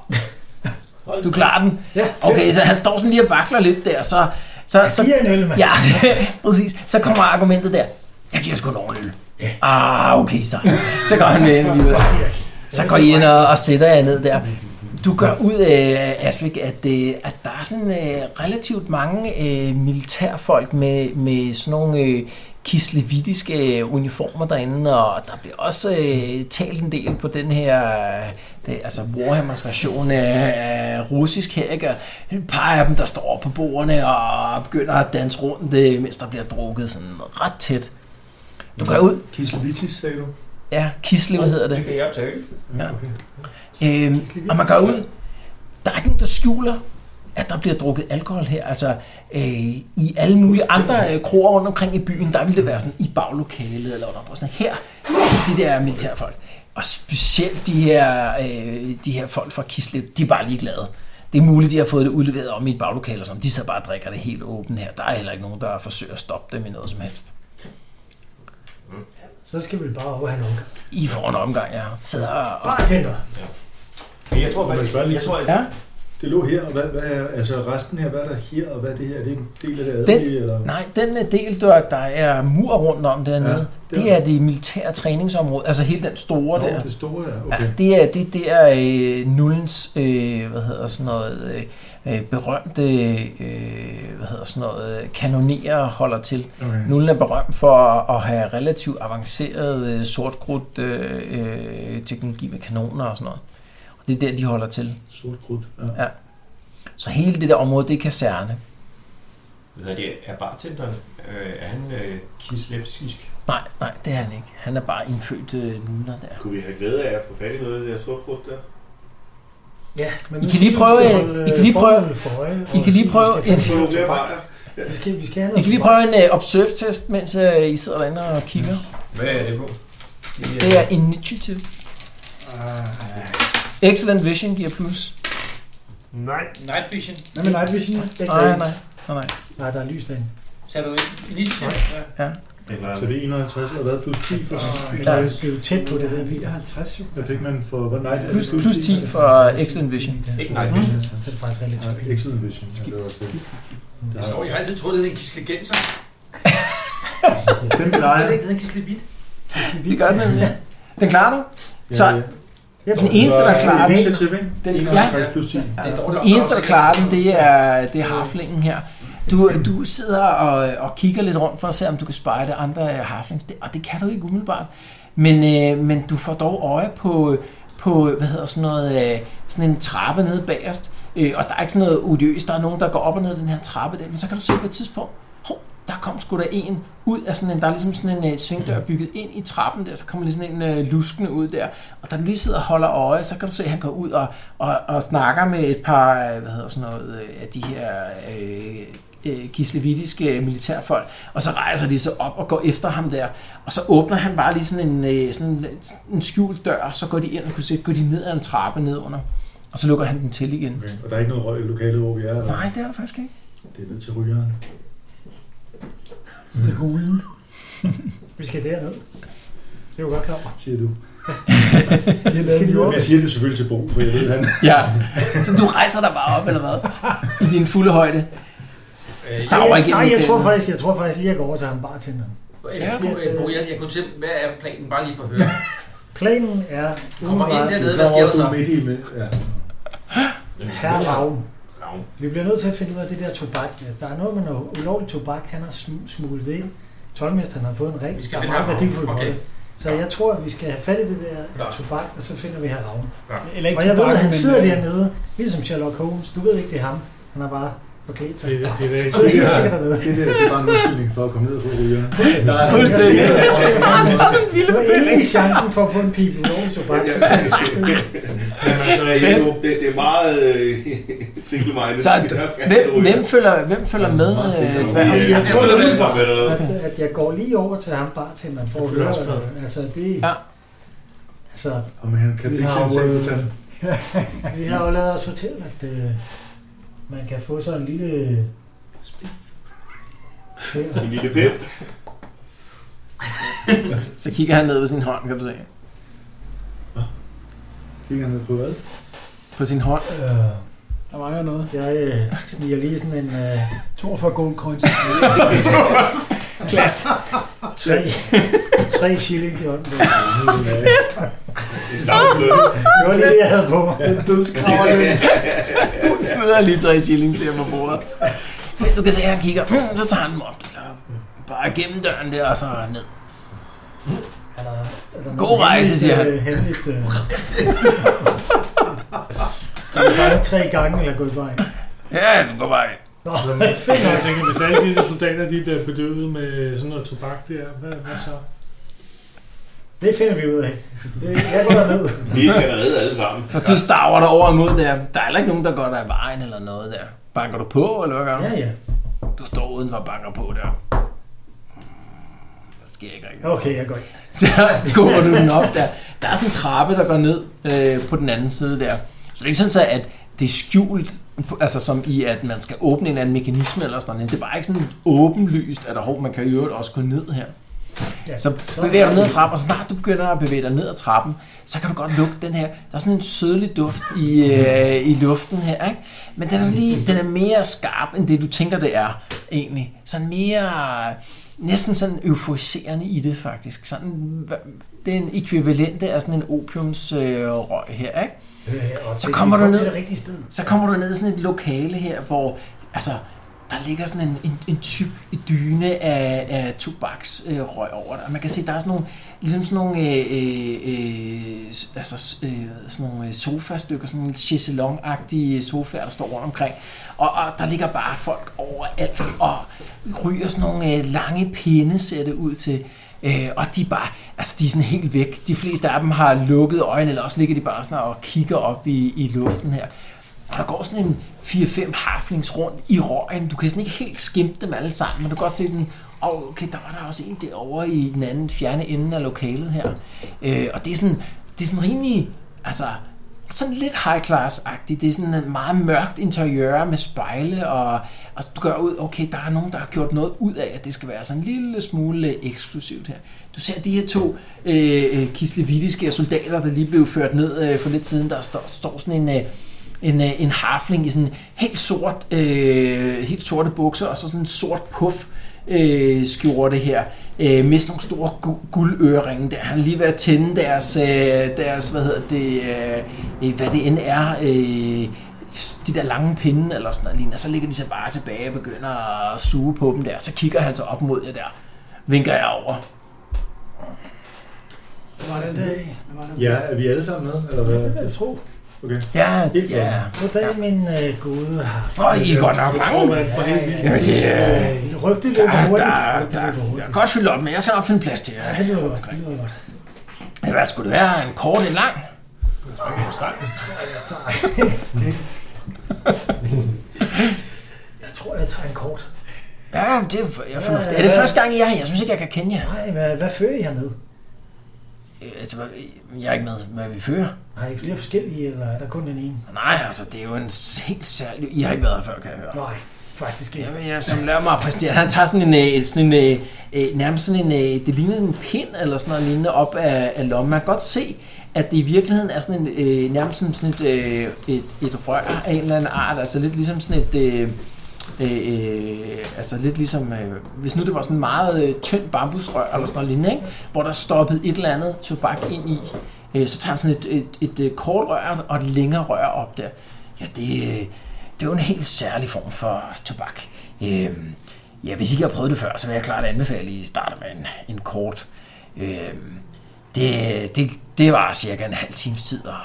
[SPEAKER 6] den.
[SPEAKER 2] Du klarer den?
[SPEAKER 6] Ja.
[SPEAKER 2] Okay, så han står sådan lige og vakler lidt der, så... så, så
[SPEAKER 6] giver en øl, mand.
[SPEAKER 2] Ja, præcis. Så kommer argumentet der. Jeg giver sgu nogen øl. Ah, okay så. Så går han med ind alligevel. Så går I ind og, og sætter jer ned der. Du gør ud af, Astrid, at, øh, at der er sådan øh, relativt mange øh, militærfolk med, med sådan nogle øh, kislevitiske øh, uniformer derinde, og der bliver også øh, talt en del på den her, øh, det, altså Warhammers version af, af russisk her, ikke? Og Et par af dem, der står på bordene og begynder at danse rundt, øh, mens der bliver drukket sådan ret tæt. Du går ud.
[SPEAKER 9] Kislevitis, sagde du?
[SPEAKER 2] Ja, Kislev hedder det.
[SPEAKER 7] Det kan jeg tage.
[SPEAKER 2] Ja. Øhm, og man går ud. Der er ikke nogen, der skjuler, at der bliver drukket alkohol her. Altså, øh, i alle mulige andre øh, kroer rundt omkring i byen, der ville det være sådan i baglokalet eller under sådan her. De der militærfolk. Og specielt de her, øh, de her folk fra Kislev, de er bare ligeglade. Det er muligt, de har fået det udleveret om i et baglokale og sådan. De sidder bare og drikker det helt åbent her. Der er heller ikke nogen, der forsøger at stoppe dem i noget som helst.
[SPEAKER 6] Så skal vi bare over og have en omgang.
[SPEAKER 2] I får en omgang, jeg sidder og...
[SPEAKER 6] Bartender.
[SPEAKER 5] Men jeg tror faktisk,
[SPEAKER 9] Må jeg spørge
[SPEAKER 5] jeg tror, at
[SPEAKER 2] Ja?
[SPEAKER 9] Det lå her, og hvad, hvad er, altså resten her, hvad er der her, og hvad er det her? Er det en del af det
[SPEAKER 2] Den-
[SPEAKER 9] adelige, eller?
[SPEAKER 2] Nej, den øh, del, der, der er mur rundt om dernede, ja,
[SPEAKER 9] det
[SPEAKER 2] det
[SPEAKER 9] er-
[SPEAKER 2] er det militære træningsområde. Altså hele den store
[SPEAKER 9] Nå,
[SPEAKER 2] der.
[SPEAKER 9] det store her,
[SPEAKER 2] Ja,
[SPEAKER 9] okay.
[SPEAKER 2] det er det der øh, Nullens, øh, hvad hedder sådan noget, øh, øh, berømte, øh, hvad hedder sådan noget, øh, kanonerer holder til.
[SPEAKER 9] okay.
[SPEAKER 2] Nullen er berømt for at, at have relativt avanceret øh, sortkrudt øh, øh, teknologi med kanoner og sådan noget. Og det er der, de holder til.
[SPEAKER 9] Sort krudt. Ja.
[SPEAKER 2] Så hele det der område, det er kaserne.
[SPEAKER 5] Hvad hedder det? Er bartenderen, øh, er han øh, kislevskisk?
[SPEAKER 2] Nej, nej, det er han ikke. Han er bare indfødt øh, nuller der.
[SPEAKER 7] Kunne vi have glæde af at få fat i noget af det der sortkrudt der?
[SPEAKER 6] Ja, men
[SPEAKER 2] I
[SPEAKER 6] nu
[SPEAKER 2] kan lige
[SPEAKER 6] skal
[SPEAKER 2] prøve
[SPEAKER 6] vi
[SPEAKER 2] en-
[SPEAKER 6] holde,
[SPEAKER 2] I kan lige
[SPEAKER 6] øh,
[SPEAKER 2] prøve-
[SPEAKER 6] forholdene for øje,
[SPEAKER 2] I
[SPEAKER 6] og
[SPEAKER 2] kan lige
[SPEAKER 6] sige,
[SPEAKER 2] prøve
[SPEAKER 6] vi skal
[SPEAKER 2] en-
[SPEAKER 6] have
[SPEAKER 7] Få
[SPEAKER 6] noget
[SPEAKER 7] flere
[SPEAKER 6] tobak.
[SPEAKER 7] bajer.
[SPEAKER 6] Vi skal, vi skal have
[SPEAKER 2] I
[SPEAKER 6] noget
[SPEAKER 2] kan lige
[SPEAKER 6] tobak.
[SPEAKER 2] prøve en uh, observe-test, mens uh, I sidder derinde og kigger.
[SPEAKER 5] Hvad er det på?
[SPEAKER 2] Det er initiative. Excellent vision giver plus.
[SPEAKER 7] Nej.
[SPEAKER 4] Night vision.
[SPEAKER 8] Hvad med night vision?
[SPEAKER 2] Nej, nej, nej, nej.
[SPEAKER 6] Nej, der er lys derinde.
[SPEAKER 4] Sagde du ikke? Initiativ? Ja.
[SPEAKER 7] Eller
[SPEAKER 9] Så det er 51, og hvad plus 10 for
[SPEAKER 6] Men
[SPEAKER 9] sådan
[SPEAKER 6] det
[SPEAKER 2] Ja.
[SPEAKER 6] er jo- det er jo tæt på det der bil.
[SPEAKER 11] 50 jo.
[SPEAKER 9] Hvad fik man for, hvor nej, det er
[SPEAKER 2] Plus,
[SPEAKER 9] det
[SPEAKER 2] plus 10 for øh, excellent vision.
[SPEAKER 5] Ikke nej, vision.
[SPEAKER 6] Så er det faktisk
[SPEAKER 9] Ja,
[SPEAKER 6] relativt.
[SPEAKER 9] Excellent vision, ja, det var også det. Mm. Det
[SPEAKER 4] Jeg
[SPEAKER 9] har-
[SPEAKER 4] står, jeg har altid troet, det hed en kislegenser.
[SPEAKER 9] Den
[SPEAKER 4] Jeg
[SPEAKER 9] plejer.
[SPEAKER 4] har ikke hedder en kislevit.
[SPEAKER 2] Det gør den, ja. Den klarer du. Så
[SPEAKER 9] Ja, ja.
[SPEAKER 6] Jeg
[SPEAKER 2] den eneste, der klarer den,
[SPEAKER 9] Initiativ, ikke?
[SPEAKER 2] den, ja,
[SPEAKER 9] 51 plus 10.
[SPEAKER 4] Det er dårligt.
[SPEAKER 2] den eneste, der klarer den, det er, det er harflingen her. Du, du sidder og, og kigger lidt rundt for at se, om du kan spejde andre øh, harflings, Det- og det kan du ikke umiddelbart. Men, øh, men du får dog øje på, på hvad hedder sådan noget, øh, sådan en trappe nede bagerst, øh, og der er ikke sådan noget odiøst, der er nogen, der går op og ned ad den her trappe der, men så kan du se på et tidspunkt, hov, der kom sgu da en ud af sådan en, der er ligesom sådan en øh, svingdør bygget ind i trappen der, så kommer lige sådan en øh, luskende ud der, og da du lige sidder og holder øje, så kan du se, at han går ud og, og, og snakker med et par, øh, hvad hedder sådan noget, øh, af de her øh, øh, kislevitiske militærfolk, og så rejser de sig op og går efter ham der, og så åbner han bare lige sådan en, øh, sådan en- en skjult dør, og så går de ind og kunne se, går de ned ad en trappe ned under, og så lukker han den til igen.
[SPEAKER 9] Okay. Og der er ikke noget røg i lokalet, hvor vi er. Eller?
[SPEAKER 2] Nej, det er der faktisk ikke.
[SPEAKER 9] Det er ned til rygeren.
[SPEAKER 6] Vi skal derned. Det er jo godt klar over.
[SPEAKER 9] siger du.
[SPEAKER 6] Jeg lavet en
[SPEAKER 9] Jeg siger det selvfølgelig til Bo, for jeg ved, han...
[SPEAKER 2] Ja. Så du rejser dig bare op, eller hvad? I din fulde højde. Stavrer igennem
[SPEAKER 6] Øh, Nej, jeg tror
[SPEAKER 2] lokalet.
[SPEAKER 6] faktisk, jeg tror faktisk lige, jeg går over til ham bartenderen.
[SPEAKER 12] Ja, Bo, øh, Bo, jeg, jeg kunne til, hvad er planen? Bare lige for at høre.
[SPEAKER 6] Planen er...
[SPEAKER 12] Kommer ind dernede, hvad
[SPEAKER 9] Du
[SPEAKER 12] sker der
[SPEAKER 9] kommer
[SPEAKER 12] så?
[SPEAKER 9] ud midt i med. Ja.
[SPEAKER 6] Herre Ravn. Vi bliver nødt til at finde ud af det der tobak. Der er noget med noget ulovligt tobak, han har sm- smuglet det ind. Tolvmesteren har fået en ring,
[SPEAKER 12] Vi skal
[SPEAKER 6] der er
[SPEAKER 12] finde
[SPEAKER 6] meget
[SPEAKER 12] Herre Ravn.
[SPEAKER 6] værdifuld for
[SPEAKER 12] Okay.
[SPEAKER 6] det. Så jeg tror, at vi skal have fat i det der
[SPEAKER 12] Ja.
[SPEAKER 6] tobak, og så finder vi her Ravn.
[SPEAKER 8] Eller
[SPEAKER 6] Og jeg ved, at han
[SPEAKER 8] men,
[SPEAKER 6] sidder
[SPEAKER 8] øh,
[SPEAKER 6] dernede, ligesom Sherlock Holmes. Du ved ikke, det er ham. Han har bare forklædt sig.
[SPEAKER 3] Det, det, det,
[SPEAKER 6] Så det er helt sikkert dernede.
[SPEAKER 9] Det der, det er bare en undskyldning for at komme ned og få rygeren. Der er
[SPEAKER 6] Fuldstændig.
[SPEAKER 9] sådan
[SPEAKER 6] Du har ikke chancen for at få en pibe ulovligt tobak.
[SPEAKER 7] Men altså, jeg, det, det er meget øh, single-minded.
[SPEAKER 2] Så hvem, hvem, følger, hvem følger med? Øh, dværgen?
[SPEAKER 6] Altså, jeg
[SPEAKER 7] Jeg
[SPEAKER 6] tror,
[SPEAKER 7] tror,
[SPEAKER 6] det
[SPEAKER 7] det er
[SPEAKER 6] er
[SPEAKER 7] udenfor, ved du hvad?
[SPEAKER 6] at, at jeg går lige over til ham bartenderen for at
[SPEAKER 3] føler
[SPEAKER 6] høre.
[SPEAKER 3] også med.
[SPEAKER 6] øh, Altså, det...
[SPEAKER 2] Ja.
[SPEAKER 6] Altså,
[SPEAKER 9] Og man kan
[SPEAKER 6] Vi
[SPEAKER 9] fikse
[SPEAKER 6] har
[SPEAKER 9] en
[SPEAKER 6] jo,
[SPEAKER 9] selv
[SPEAKER 6] øh,
[SPEAKER 9] til ham.
[SPEAKER 6] vi har jo lavet os fortælle, at øh, man kan få sådan en lille... Spliff.
[SPEAKER 7] En lille pip.
[SPEAKER 2] Så kigger han ned på sin hånd, kan du se.
[SPEAKER 9] Kigger ned på hvad?
[SPEAKER 2] På sin hånd.
[SPEAKER 6] Øh,
[SPEAKER 8] Der mangler noget.
[SPEAKER 6] jeg øh, sniger lige sådan en øh,
[SPEAKER 13] 42 gold coins.
[SPEAKER 2] Klask.
[SPEAKER 6] tre, tre shillings i hånden.
[SPEAKER 7] En lavfløde.
[SPEAKER 6] Det var lige det, jeg havde på mig.
[SPEAKER 8] Den dødskraver lidt.
[SPEAKER 2] Du smider lige tre shillings der på bordet. Men du kan se, at han kigger. Mm, så tager han dem op. Eller Bare gennem døren der, og så ned.
[SPEAKER 6] Er der, er der
[SPEAKER 2] God
[SPEAKER 6] noget
[SPEAKER 2] rejse, siger han.
[SPEAKER 6] øh, Hemmeligt, øh, er det bare tre gange, eller gå i vejen?
[SPEAKER 2] Ja, du går bare ind.
[SPEAKER 6] Nå,
[SPEAKER 3] Så Altså, jeg tænker, hvis alle disse soldater de bliver bedøvet med sådan noget tobak der, hvad, hvad så?
[SPEAKER 6] det finder vi ud af. Det, jeg går derned.
[SPEAKER 7] Vi skal da redde alle sammen.
[SPEAKER 2] Så du staver dig over imod der. Der er heller ikke nogen, der går dig i vejen eller noget der. Banker du på, eller hvad gør du?
[SPEAKER 6] Ja, ja.
[SPEAKER 2] Du står udenfor og banker på der. Der sker ikke rigtigt.
[SPEAKER 6] Okay, jeg går ind.
[SPEAKER 2] Så skubber du den op der. Der er sådan en trappe, der går ned øh, på den anden side der. Så det er ikke sådan, så, at det er skjult, altså som i, at man skal åbne en eller anden mekanisme eller sådan noget. Det er bare ikke sådan åbenlyst, at hov, man kan i øvrigt også gå ned her.
[SPEAKER 6] Ja,
[SPEAKER 2] Så bevæger du ned ad trappen, og så snart du begynder at bevæge dig ned ad trappen, så kan du godt lugte den her. Der er sådan en sødlig duft i, øh, i luften her, ikke? Men den er, sådan lige, den er mere skarp, end det du tænker, det er egentlig. Sådan mere, næsten sådan euforiserende i det faktisk. Sådan, hva- det er en ekvivalente af sådan en opiumsrøg øh, røg her, ikke?
[SPEAKER 6] Øh, og
[SPEAKER 2] Så
[SPEAKER 6] det-
[SPEAKER 2] kommer
[SPEAKER 6] vi
[SPEAKER 2] du
[SPEAKER 6] kom
[SPEAKER 2] ned.
[SPEAKER 6] til det rigtige sted.
[SPEAKER 2] Så kommer du ned i sådan et lokale her, hvor altså, der ligger sådan en, en, en tyk dyne af, af tobaksrøg øh, røg over dig. Og man kan se, der er sådan nogle, ligesom sådan nogle, øh, øh, øh, s- altså, s- øh, sådan nogle øh, sofastykker, sådan nogle chaiselong-agtige sofaer, der står rundt omkring. Og, og der ligger bare folk overalt og ryger sådan nogle øh, lange pinde, ser det ud til. Øh, og de er bare, altså de er sådan helt væk. De fleste af dem har lukket øjnene, eller også ligger de bare sådan og kigger op i, i luften her. Og der går sådan en 4-5 harflings rundt i røgen. Du kan sådan ikke helt skimte dem alle sammen, men du kan godt se den. Og okay, der var der også en derovre i den anden fjerne ende af lokalet her. Øh, og det er sådan, det er sådan rimelig, altså sådan lidt high class-agtigt. Det er sådan et meget mørkt interiør med spejle, og, og du gør ud, okay, der er nogen, der har gjort noget ud af, at det skal være sådan en lille smule eksklusivt her. Du ser de her to øh, øh, kislevitiske soldater, der lige blev ført ned øh, for lidt siden, der står, står sådan en... Øh, en, øh, en harfling i sådan helt sort, øh, helt sorte bukser, og så sådan en sort puff øh, skjorte her, øh, med sådan nogle store gu- guldøreringe der. Han er lige ved at tænde deres, øh, deres hvad hedder det, øh, øh, hvad det end er, øh, de der lange pinde eller sådan noget lignende, og så ligger de så bare tilbage og begynder at suge på dem der, så kigger han så op mod jer der, vinker jeg over.
[SPEAKER 8] Hvad var den? Hvad var den?
[SPEAKER 9] Ja, er vi alle sammen med? Eller
[SPEAKER 6] Det
[SPEAKER 9] hvad?
[SPEAKER 6] vil jeg tro.
[SPEAKER 9] Okay.
[SPEAKER 2] Ja,
[SPEAKER 9] Helt
[SPEAKER 2] ja.
[SPEAKER 6] Goddag, min øh, gode.
[SPEAKER 2] Åh, I er godt nok
[SPEAKER 3] Jeg tror,
[SPEAKER 2] mange.
[SPEAKER 3] man får helt vildt.
[SPEAKER 2] Jamen, det er-
[SPEAKER 6] Rygtet
[SPEAKER 2] Der,
[SPEAKER 6] løber
[SPEAKER 2] der, der,
[SPEAKER 6] hurtigt. Rygtet løber
[SPEAKER 2] der, jeg
[SPEAKER 6] hurtigt.
[SPEAKER 2] er godt fyldt op, men jeg skal nok finde plads til jer.
[SPEAKER 6] Ja, det lyder godt. Det lyder godt.
[SPEAKER 2] Ja, Hvad skulle det være? En kort, en lang?
[SPEAKER 6] Jeg tror, jeg tager en kort.
[SPEAKER 2] Ja, det er, f- jeg er fornuftig.
[SPEAKER 6] Ja,
[SPEAKER 2] Er det
[SPEAKER 6] ja.
[SPEAKER 2] første gang, I er her? Jeg synes ikke, jeg kan kende jer.
[SPEAKER 6] Nej, hvad, hvad fører I hernede?
[SPEAKER 2] Øh, Altså, hvad- jeg er ikke med, hvad vi fører.
[SPEAKER 6] Har I flere forskellige, eller er der kun den ene?
[SPEAKER 2] Nej, altså, det er jo en s- helt særlig... I har ikke været her før, kan jeg høre.
[SPEAKER 6] Nej. Faktisk
[SPEAKER 2] ikke. Jamen, jeg, som lærer mig at præstere. Han tager sådan en, øh, sådan en øh, øh, nærmest sådan en, øh, det ligner sådan en pind eller sådan noget lignende op af, af lommen. Man kan godt se, at det i virkeligheden er sådan en, øh, nærmest sådan, sådan et, øh, et, et rør af en eller anden art. Altså lidt ligesom sådan et... Øh, Øh, øh, altså lidt ligesom, øh, hvis nu det var sådan meget øh, tyndt bambusrør eller sådan noget lignende, ikke? hvor der stoppede et eller andet tobak ind i, øh, så tager han sådan et, et, et, et kort rør og et længere rør op der. Ja, det, øh, det er jo en helt særlig form for tobak. Øh, ja, hvis ikke I har prøvet det før, så vil jeg klart anbefale, at I starter med en, en kort. Øh, det, det, det var cirka en halv times tid, og,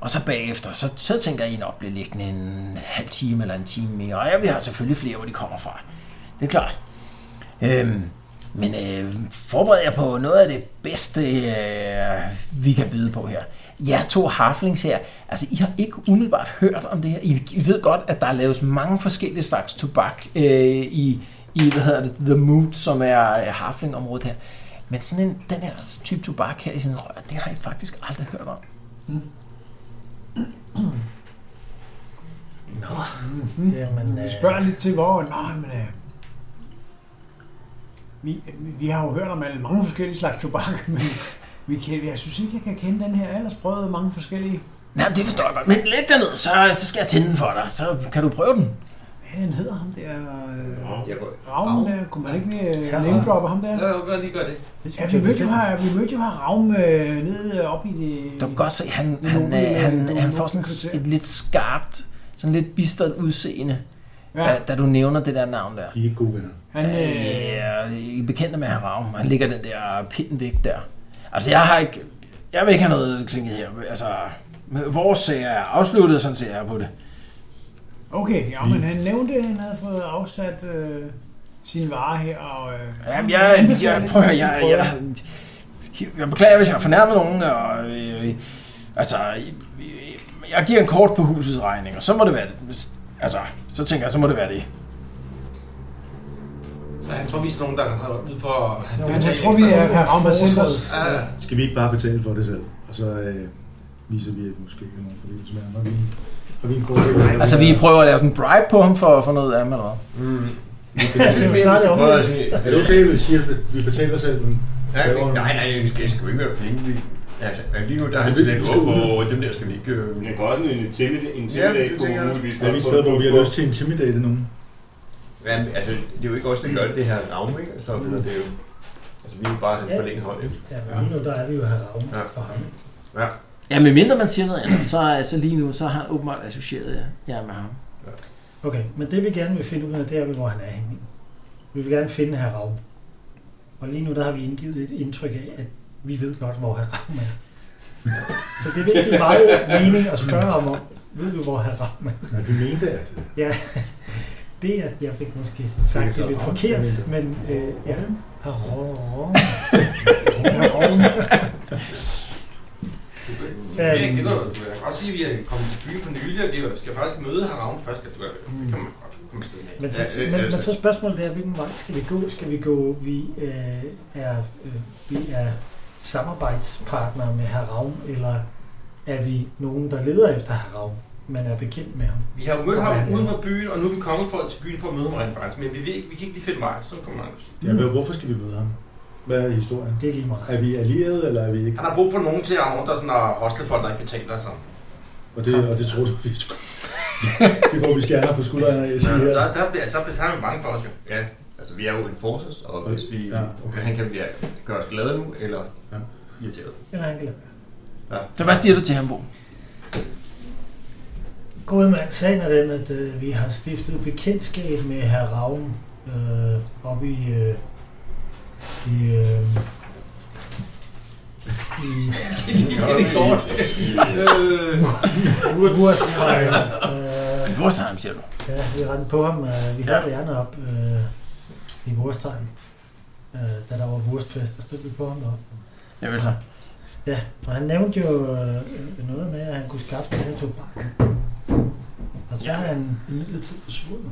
[SPEAKER 2] og så bagefter, så, så tænker I nok blive liggende en halv time eller en time mere. Og ja, vi har selvfølgelig flere, hvor de kommer fra. Det er klart. Øh, men øh, forbered jer på noget af det bedste, øh, vi kan byde på her. Jeg to harflings her, altså I har ikke umiddelbart hørt om det her. I, I ved godt, at der laves mange forskellige slags tobak øh, i, i, hvad hedder det, The Mood, som er øh, harflingområdet her. Men sådan en, den her type tobak her i sin rør, det har I faktisk aldrig hørt om.
[SPEAKER 6] Nå. Mm-hmm. Jamen,
[SPEAKER 8] Vi
[SPEAKER 6] øh,
[SPEAKER 8] spørger lidt til, hvor... Nå, men... Øh, vi, vi har jo hørt om alle mange forskellige slags tobak, men vi kan, jeg synes ikke, jeg kan kende den her. Jeg har ellers prøvet mange forskellige.
[SPEAKER 2] Nej, men det forstår jeg godt. Men lidt derned, så, så skal jeg tænde den for dig. Så kan du prøve den.
[SPEAKER 8] Hvad han hedder ham der? Øh,
[SPEAKER 5] Jeg går
[SPEAKER 8] Ravn der? Kunne man ikke øh,
[SPEAKER 2] Ja.
[SPEAKER 8] name droppe ham der?
[SPEAKER 14] Ja, jeg vil godt lige gøre det.
[SPEAKER 8] Ja, vi mødte jo her, vi mødte jo her Ravn øh, nede øh, oppe i det...
[SPEAKER 2] Du kan godt se, han,
[SPEAKER 8] Nogle,
[SPEAKER 2] han,
[SPEAKER 8] øh,
[SPEAKER 2] øh, han,
[SPEAKER 8] nogle
[SPEAKER 2] han får sådan
[SPEAKER 8] kriterier.
[SPEAKER 2] et lidt skarpt, sådan lidt bistert udseende, ja.
[SPEAKER 8] Ja.
[SPEAKER 2] da, da du nævner det der navn der.
[SPEAKER 9] De er ikke gode venner.
[SPEAKER 8] Han, øh,
[SPEAKER 2] Ja, I er bekendte med Haram. Han ligger den der pinden væk der. Altså, jeg har ikke... Jeg vil ikke have noget klinget her. Altså, vores sager er afsluttet, sådan ser jeg på det.
[SPEAKER 8] okay, ja, men han nævnte, at han havde fået afsat øh, sin vare her, og... Øh,
[SPEAKER 2] Jamen, jeg,
[SPEAKER 8] anbefaler,
[SPEAKER 2] jeg, prøv at høre,
[SPEAKER 8] at
[SPEAKER 2] jeg,
[SPEAKER 8] vi
[SPEAKER 2] jeg, jeg, jeg beklager, hvis jeg har fornærmet nogen, og øh, altså, øh, jeg giver en kort på husets regning, og så må det være det. Hvis- Altså, så tænker jeg, så må det være det.
[SPEAKER 14] Så han tror, vi er sådan nogen, der har været ude for...
[SPEAKER 8] prøver. Men jeg tror, vi er her Ravn har sendt os.
[SPEAKER 14] Ja, ja.
[SPEAKER 9] Skal vi ikke bare betale for det selv? Og så øh, viser vi, at måske ikke nogen fordeles med ham. Har vi, har vi en fordel? af, at
[SPEAKER 2] Altså,
[SPEAKER 9] er-
[SPEAKER 2] vi prøver at lave sådan en bribe på ham for at få noget af ham, eller hvad?
[SPEAKER 5] Mm.
[SPEAKER 6] det er jo snart det
[SPEAKER 9] Prøv
[SPEAKER 6] omvendt.
[SPEAKER 9] at sige, Er det okay, hvis vi siger, at vi betaler selv? Men
[SPEAKER 5] Ja, men- nej, nej, vi skal, jeg skal jo ikke være flinke. Vi, altså, lige nu der er han
[SPEAKER 9] vi-
[SPEAKER 5] sådan
[SPEAKER 9] vi
[SPEAKER 5] lidt,
[SPEAKER 9] skal ud.
[SPEAKER 5] åh, åh, dem der skal vi ikke... Øh,
[SPEAKER 7] Men jeg kan også en intimidate,
[SPEAKER 5] Ja,
[SPEAKER 7] intimidate
[SPEAKER 5] det
[SPEAKER 7] på
[SPEAKER 5] tænker jeg.
[SPEAKER 7] muligvis.
[SPEAKER 9] er vi et sted, hvor vi har lyst til at intimidate nogen?
[SPEAKER 5] Ja, men, altså, det er jo ikke også, der gør det, det her ravn, ikke? Så mm. det er jo... Altså, vi er jo bare han
[SPEAKER 6] Ja.
[SPEAKER 5] forlænget hold, ikke?
[SPEAKER 6] Ja, men lige nu der er vi jo her ravne
[SPEAKER 5] Ja.
[SPEAKER 6] for ham.
[SPEAKER 2] Ja, med mindre man siger noget andet, så altså lige nu, så har han åbenbart associeret jer med ham.
[SPEAKER 6] Okay, men det vi gerne vil finde ud af, det er, hvor han er henne. Vi vil gerne finde her ravne. Og lige nu der har vi indgivet et indtryk af, at vi ved godt, hvor her ravne er. Så det vil ikke meget mening at spørge ham om. Ved du, hvor her ravne er?
[SPEAKER 9] Nej, vi mente, at
[SPEAKER 6] Det, at jeg fik måske sagt det lidt forkert, men øh, ja. Her ravne. Her ravne.
[SPEAKER 14] Ja, det kan du, du kan godt sige, at vi er kommet til byen for nylig, og vi skal faktisk møde her Ravn først. Kan du, kan man godt komme afsted med.
[SPEAKER 6] Men,
[SPEAKER 14] Ja,
[SPEAKER 6] så,
[SPEAKER 14] øh,
[SPEAKER 6] men,
[SPEAKER 14] altså,
[SPEAKER 6] men så spørgsmålet er, hvilken vej skal vi gå? Skal vi gå, vi øh, er, øh, vi er samarbejdspartnere med herr Ravn, eller er vi nogen, der leder efter herr Ravn, men er bekendt med ham?
[SPEAKER 14] Vi har jo mødt ham uden for byen, og nu er vi kommet for, til byen for at møde ham rent faktisk, men vi, ved, ikke- vi kan ikke lige finde vej, så kommer han.
[SPEAKER 9] jeg ved, hvorfor skal vi møde ham? Hvad er historien?
[SPEAKER 6] Det er lige meget.
[SPEAKER 9] Er vi allieret, eller er vi ikke?
[SPEAKER 14] Han har brug for nogen til at der sådan at hostle folk, der ikke betaler sig.
[SPEAKER 9] Og det, og det tror du, vi skulle. det får vi stjerner på skuldrene af, jeg siger
[SPEAKER 14] Ja,
[SPEAKER 9] her.
[SPEAKER 14] der, der bliver, så bliver han jo bange for os jo.
[SPEAKER 5] Ja, altså, vi er jo enforcers, og
[SPEAKER 9] Okay.
[SPEAKER 5] hvis vi...
[SPEAKER 9] Ja,
[SPEAKER 5] Ja,
[SPEAKER 9] okay.
[SPEAKER 5] okay. Han kan ja, gøre os glade nu, eller ja.
[SPEAKER 9] Ja.
[SPEAKER 5] irriteret.
[SPEAKER 6] Eller han kan lade være.
[SPEAKER 2] Så hvad siger du til ham, Bo?
[SPEAKER 6] Gode mand, sagen er den, at øh, vi har stiftet bekendtskab med herr Ravn øh, oppe i, øh, i, øh, i
[SPEAKER 14] Lige finde et kort. Øh,
[SPEAKER 6] Wurstrein. Øh,
[SPEAKER 2] I vores ham, siger du.
[SPEAKER 6] Ja, vi rendte på ham. Øh, vi
[SPEAKER 2] Ja.
[SPEAKER 6] holdt hjernen op øh, i Vurstegn. Øh, da der var Wurstfest, der stod vi på ham op.
[SPEAKER 2] Jeg vil så.
[SPEAKER 6] Ja, og han nævnte jo øh, noget med, at han kunne skaffe den her tobak. Og så
[SPEAKER 2] Ja.
[SPEAKER 6] er han imidlertid forsvundet.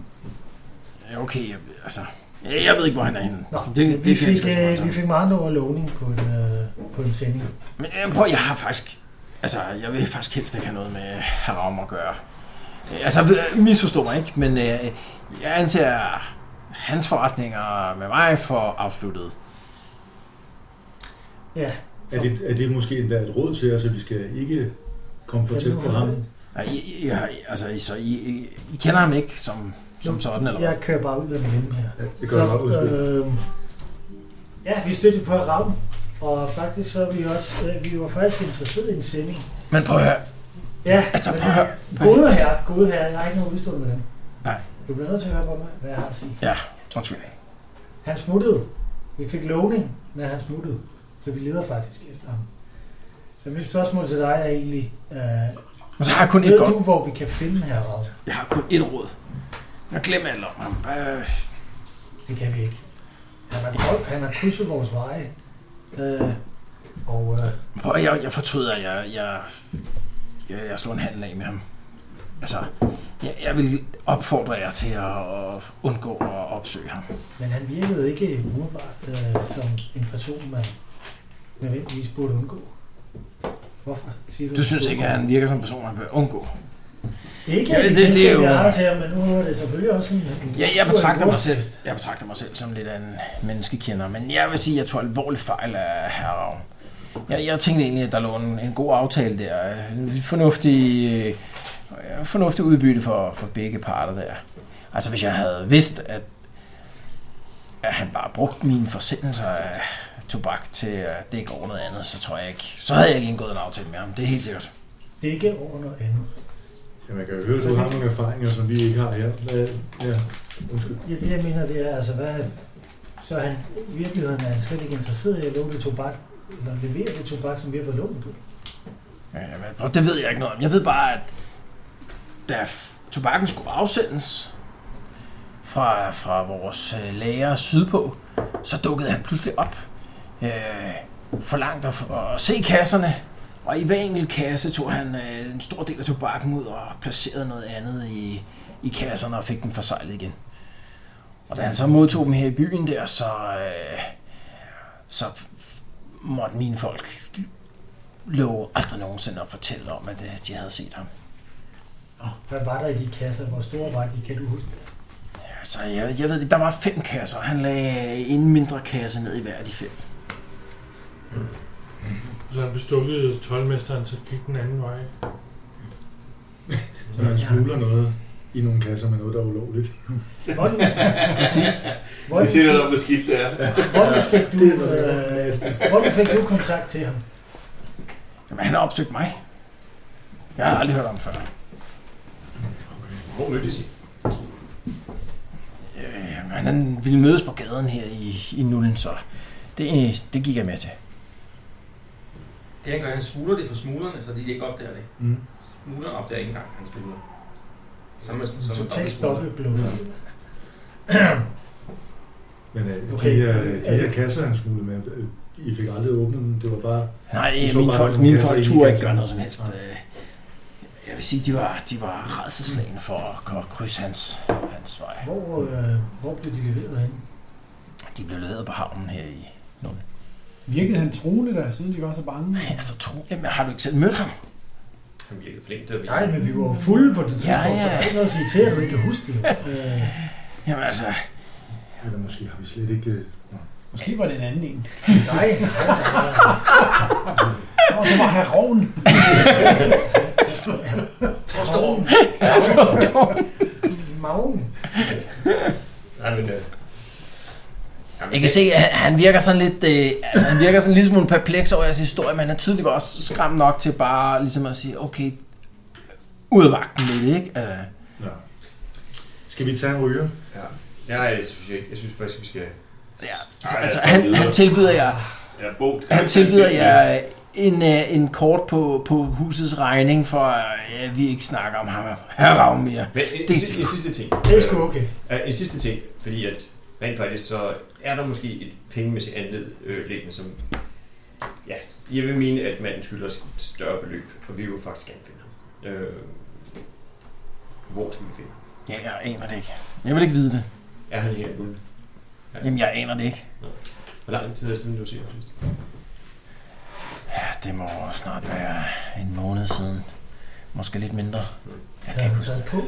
[SPEAKER 2] Ja, Okay, jeg, altså, ja, jeg ved ikke, hvor han er henne.
[SPEAKER 6] Nå,
[SPEAKER 2] det,
[SPEAKER 6] det, vi,
[SPEAKER 2] kan jeg
[SPEAKER 6] fik,
[SPEAKER 2] sgu ikke svare
[SPEAKER 6] øh,
[SPEAKER 2] på.
[SPEAKER 6] vi fik meget over lovning på en, øh, på en sending.
[SPEAKER 2] Men øh, prøv, jeg har faktisk... Altså, jeg vil faktisk helst ikke have noget med haram at gøre. Altså, ved- misforstå mig ikke, men øh, jeg anser hans forretninger med mig for afsluttet.
[SPEAKER 6] Ja.
[SPEAKER 9] Er det, er det måske endda et råd til os, at vi skal ikke komme for
[SPEAKER 6] Jamen,
[SPEAKER 9] tæt
[SPEAKER 6] nu
[SPEAKER 9] på
[SPEAKER 6] har
[SPEAKER 9] ham?
[SPEAKER 6] vi-
[SPEAKER 2] Nej, I, I, har- I, altså, I, så I, I, I kender ham ikke som, som sådan, eller hvad?
[SPEAKER 6] Jeg kører bare ud af min lemme her.
[SPEAKER 9] Ja, det gør jeg godt, undskyld.
[SPEAKER 6] øh, Ja, vi støtter på et ravn. Og faktisk så er vi også, øh, vi var faktisk interesseret i en sending.
[SPEAKER 2] Men prøv at høre.
[SPEAKER 6] Ja,
[SPEAKER 2] Altså,
[SPEAKER 6] men-
[SPEAKER 2] prøv at høre.
[SPEAKER 6] Gode herre, gode herre, jeg har ikke noget udstående med dem.
[SPEAKER 2] Nej.
[SPEAKER 6] Du bliver nødt til at høre på mig, hvad jeg har at sige.
[SPEAKER 2] Ja, undskyld.
[SPEAKER 6] Han smuttede. Vi fik lovning, men han smuttede. Så vi leder faktisk efter ham. Så mit spørgsmål til dig er egentlig, øh,
[SPEAKER 2] Men så har jeg kun et
[SPEAKER 6] ved
[SPEAKER 2] godt.
[SPEAKER 6] du, hvor vi kan finde her ravn?
[SPEAKER 2] Jeg har kun et råd. Jeg glemmer alt om ham. Øh,
[SPEAKER 6] Det kan vi ikke. Han har, folk, han har krydset vores veje. Øh, og øh,
[SPEAKER 2] prøv at jeg, jeg fortryder, jeg, jeg, jeg, jeg slog en handel af med ham. Altså, jeg, jeg vil opfordre jer til at at undgå at opsøge ham.
[SPEAKER 6] Men han virkede ikke umiddelbart øh, som en person, man nødvendigvis burde undgå. Hvorfor? Siger
[SPEAKER 2] Du synes ikke, at han virker som en person, man bør undgå?
[SPEAKER 6] Ikke,
[SPEAKER 2] Ja,
[SPEAKER 6] ja,
[SPEAKER 2] det-
[SPEAKER 6] det,
[SPEAKER 2] det er
[SPEAKER 6] det, er
[SPEAKER 2] jo-
[SPEAKER 6] jo... Jeg har til ham, men nu er det selvfølgelig også en... en
[SPEAKER 2] Jeg, jeg,
[SPEAKER 6] en
[SPEAKER 2] betragter mig selv,
[SPEAKER 6] bordfest.
[SPEAKER 2] jeg betragter mig selv som lidt af en menneskekender, men jeg vil sige, at jeg tog alvorlig fejl af herre Ravn. Jeg, jeg tænkte egentlig, at der lå en, en god aftale der. En fornuftig, øh, fornuftig udbytte for, for begge parter der. Altså hvis jeg havde vidst, at, at han bare brugte mine forsendelser af tobak til at dække over noget andet, så tror jeg ikke, så havde jeg ikke indgået en aftale med ham. Det er helt sikkert.
[SPEAKER 6] Det er ikke over noget andet.
[SPEAKER 9] Jamen, jeg kan jo høre, at du har nogle erfaringer, som vi ikke har her. Hvad, ja, undskyld.
[SPEAKER 6] Ja, det jeg mener, det er altså, hvad... Så er han i virkeligheden er han slet ikke interesseret i at låne det tobak, eller levere det tobak, som vi har fået lånt på.
[SPEAKER 2] Ja, men prøv, det ved jeg ikke noget om. Jeg ved bare, at da f- tobakken skulle afsendes fra, fra vores øh, lager sydpå, så dukkede han pludselig op. Øh, forlangt at, f- at se kasserne, og i hver enkelt kasse tog han øh, en stor del af tobakken ud og placerede noget andet i, i kasserne og fik dem forsejlet igen. Og da han så modtog dem her i byen der, så, øh, så f- måtte mine folk lå aldrig nogensinde at fortælle om, at øh, de havde set ham.
[SPEAKER 6] Hvad var der i de kasser? Hvor store var de? Kan du huske det?
[SPEAKER 2] Altså, jeg, jeg ved det, der var fem kasser, og han lagde øh, en mindre kasse ned i hver af de fem.
[SPEAKER 3] Så han bestukkede tolvmesteren, så gik den anden vej.
[SPEAKER 9] Så man smugler noget i nogle kasser med noget, der er ulovligt.
[SPEAKER 6] Hvordan,
[SPEAKER 2] Præcis.
[SPEAKER 7] Det
[SPEAKER 6] hvordan,
[SPEAKER 7] siger noget om, hvor skidt det er.
[SPEAKER 6] hvordan, fik, du,
[SPEAKER 9] Det er noget, der er
[SPEAKER 6] øh, hvordan fik du kontakt til ham?
[SPEAKER 2] Jamen, han har opsøgt mig. Jeg har aldrig hørt om ham før.
[SPEAKER 15] Hvor mødtes I?
[SPEAKER 2] Øh, men han ville mødes på gaden her i, i Nullen, så det, det gik jeg med til.
[SPEAKER 15] Det han gør, han smuler det for smuglerne, så de ikke opdager det.
[SPEAKER 9] Mm.
[SPEAKER 15] Smuglerne opdager ikke engang, at han smuler. Som er, som er dobbeltsmugler.
[SPEAKER 6] Totalt dobbeltblod.
[SPEAKER 9] Men øh,
[SPEAKER 6] Okay.
[SPEAKER 9] de, her, de her kasser, han smuglede med, øh, I fik aldrig åbnet dem. Det var bare...
[SPEAKER 2] Nej,
[SPEAKER 9] I så
[SPEAKER 2] mine
[SPEAKER 9] bare
[SPEAKER 2] folk,
[SPEAKER 9] nogle
[SPEAKER 2] mine
[SPEAKER 9] kasser i
[SPEAKER 2] folk
[SPEAKER 9] en
[SPEAKER 2] turde ikke
[SPEAKER 9] kasse.
[SPEAKER 2] gøre noget som helst.
[SPEAKER 9] Nej.
[SPEAKER 2] Øh, Jeg vil sige, de var, de var redselslagende for at- at krydse hans, hans vej.
[SPEAKER 6] Hvor, øh, hvor blev de leveret hen?
[SPEAKER 2] De blev lavet på havnen her i Nullen.
[SPEAKER 8] Virkede han troende der, siden de var så bange?
[SPEAKER 2] Altså, tro, jamen, har du ikke selv mødt ham?
[SPEAKER 5] Han virkede flink til at
[SPEAKER 6] Nej, men vi var jo fulde på det tidspunkt.
[SPEAKER 2] Ja,
[SPEAKER 6] Ja,
[SPEAKER 2] ja.
[SPEAKER 6] ja. Der er ikke noget at sige til, at du ikke kan huske det. jo. Øh,
[SPEAKER 2] Jamen altså,
[SPEAKER 9] Eller måske har vi slet ikke... øh, Nå.
[SPEAKER 8] Måske var det en anden en.
[SPEAKER 6] nej, nej, nej.
[SPEAKER 8] Nå, det var herr Ravn.
[SPEAKER 6] Torskoven. Magen.
[SPEAKER 5] Nej, men... Øh, jamen,
[SPEAKER 2] Jeg kan se, at han- han virker sådan lidt, øh, altså han virker sådan en lille smule perpleks over jeres historie, men han er tydeligvis også skræmt nok til bare ligesom at sige, okay, ud af vagten lidt, ikke? Øh,
[SPEAKER 9] Ja. Skal vi tage en ryger?
[SPEAKER 5] Ja. Nej, jeg synes, jeg, jeg synes faktisk, vi skal...
[SPEAKER 2] ja, så, altså han, han tilbyder jer,
[SPEAKER 7] Ja, Bo,
[SPEAKER 2] han tilbyder jer en, øh, en kort på, på husets regning, for øh, at vi ikke snakker om ham her Ravn mere.
[SPEAKER 5] Men en,
[SPEAKER 2] Det-
[SPEAKER 5] en, sidste, en sidste ting.
[SPEAKER 6] Det er sgu okay.
[SPEAKER 5] Øh, en sidste ting, fordi at rent faktisk så er der måske et pengemæssigt anled øh, liggende, som... Ja, jeg vil mene, at manden skylder os et større beløb, og vi vil faktisk gerne finde ham. Øh, hvor skal vi finde ham?
[SPEAKER 2] Ja, jeg aner det ikke. Jeg vil ikke vide det.
[SPEAKER 5] Er han her nu?
[SPEAKER 2] Jamen, jeg aner det ikke.
[SPEAKER 5] Hvor lang tid er det siden, du ser ham sidst?
[SPEAKER 2] Ja, det må snart være en måned siden.
[SPEAKER 11] Måske lidt mindre. Jeg
[SPEAKER 6] kan ikke huske det. på.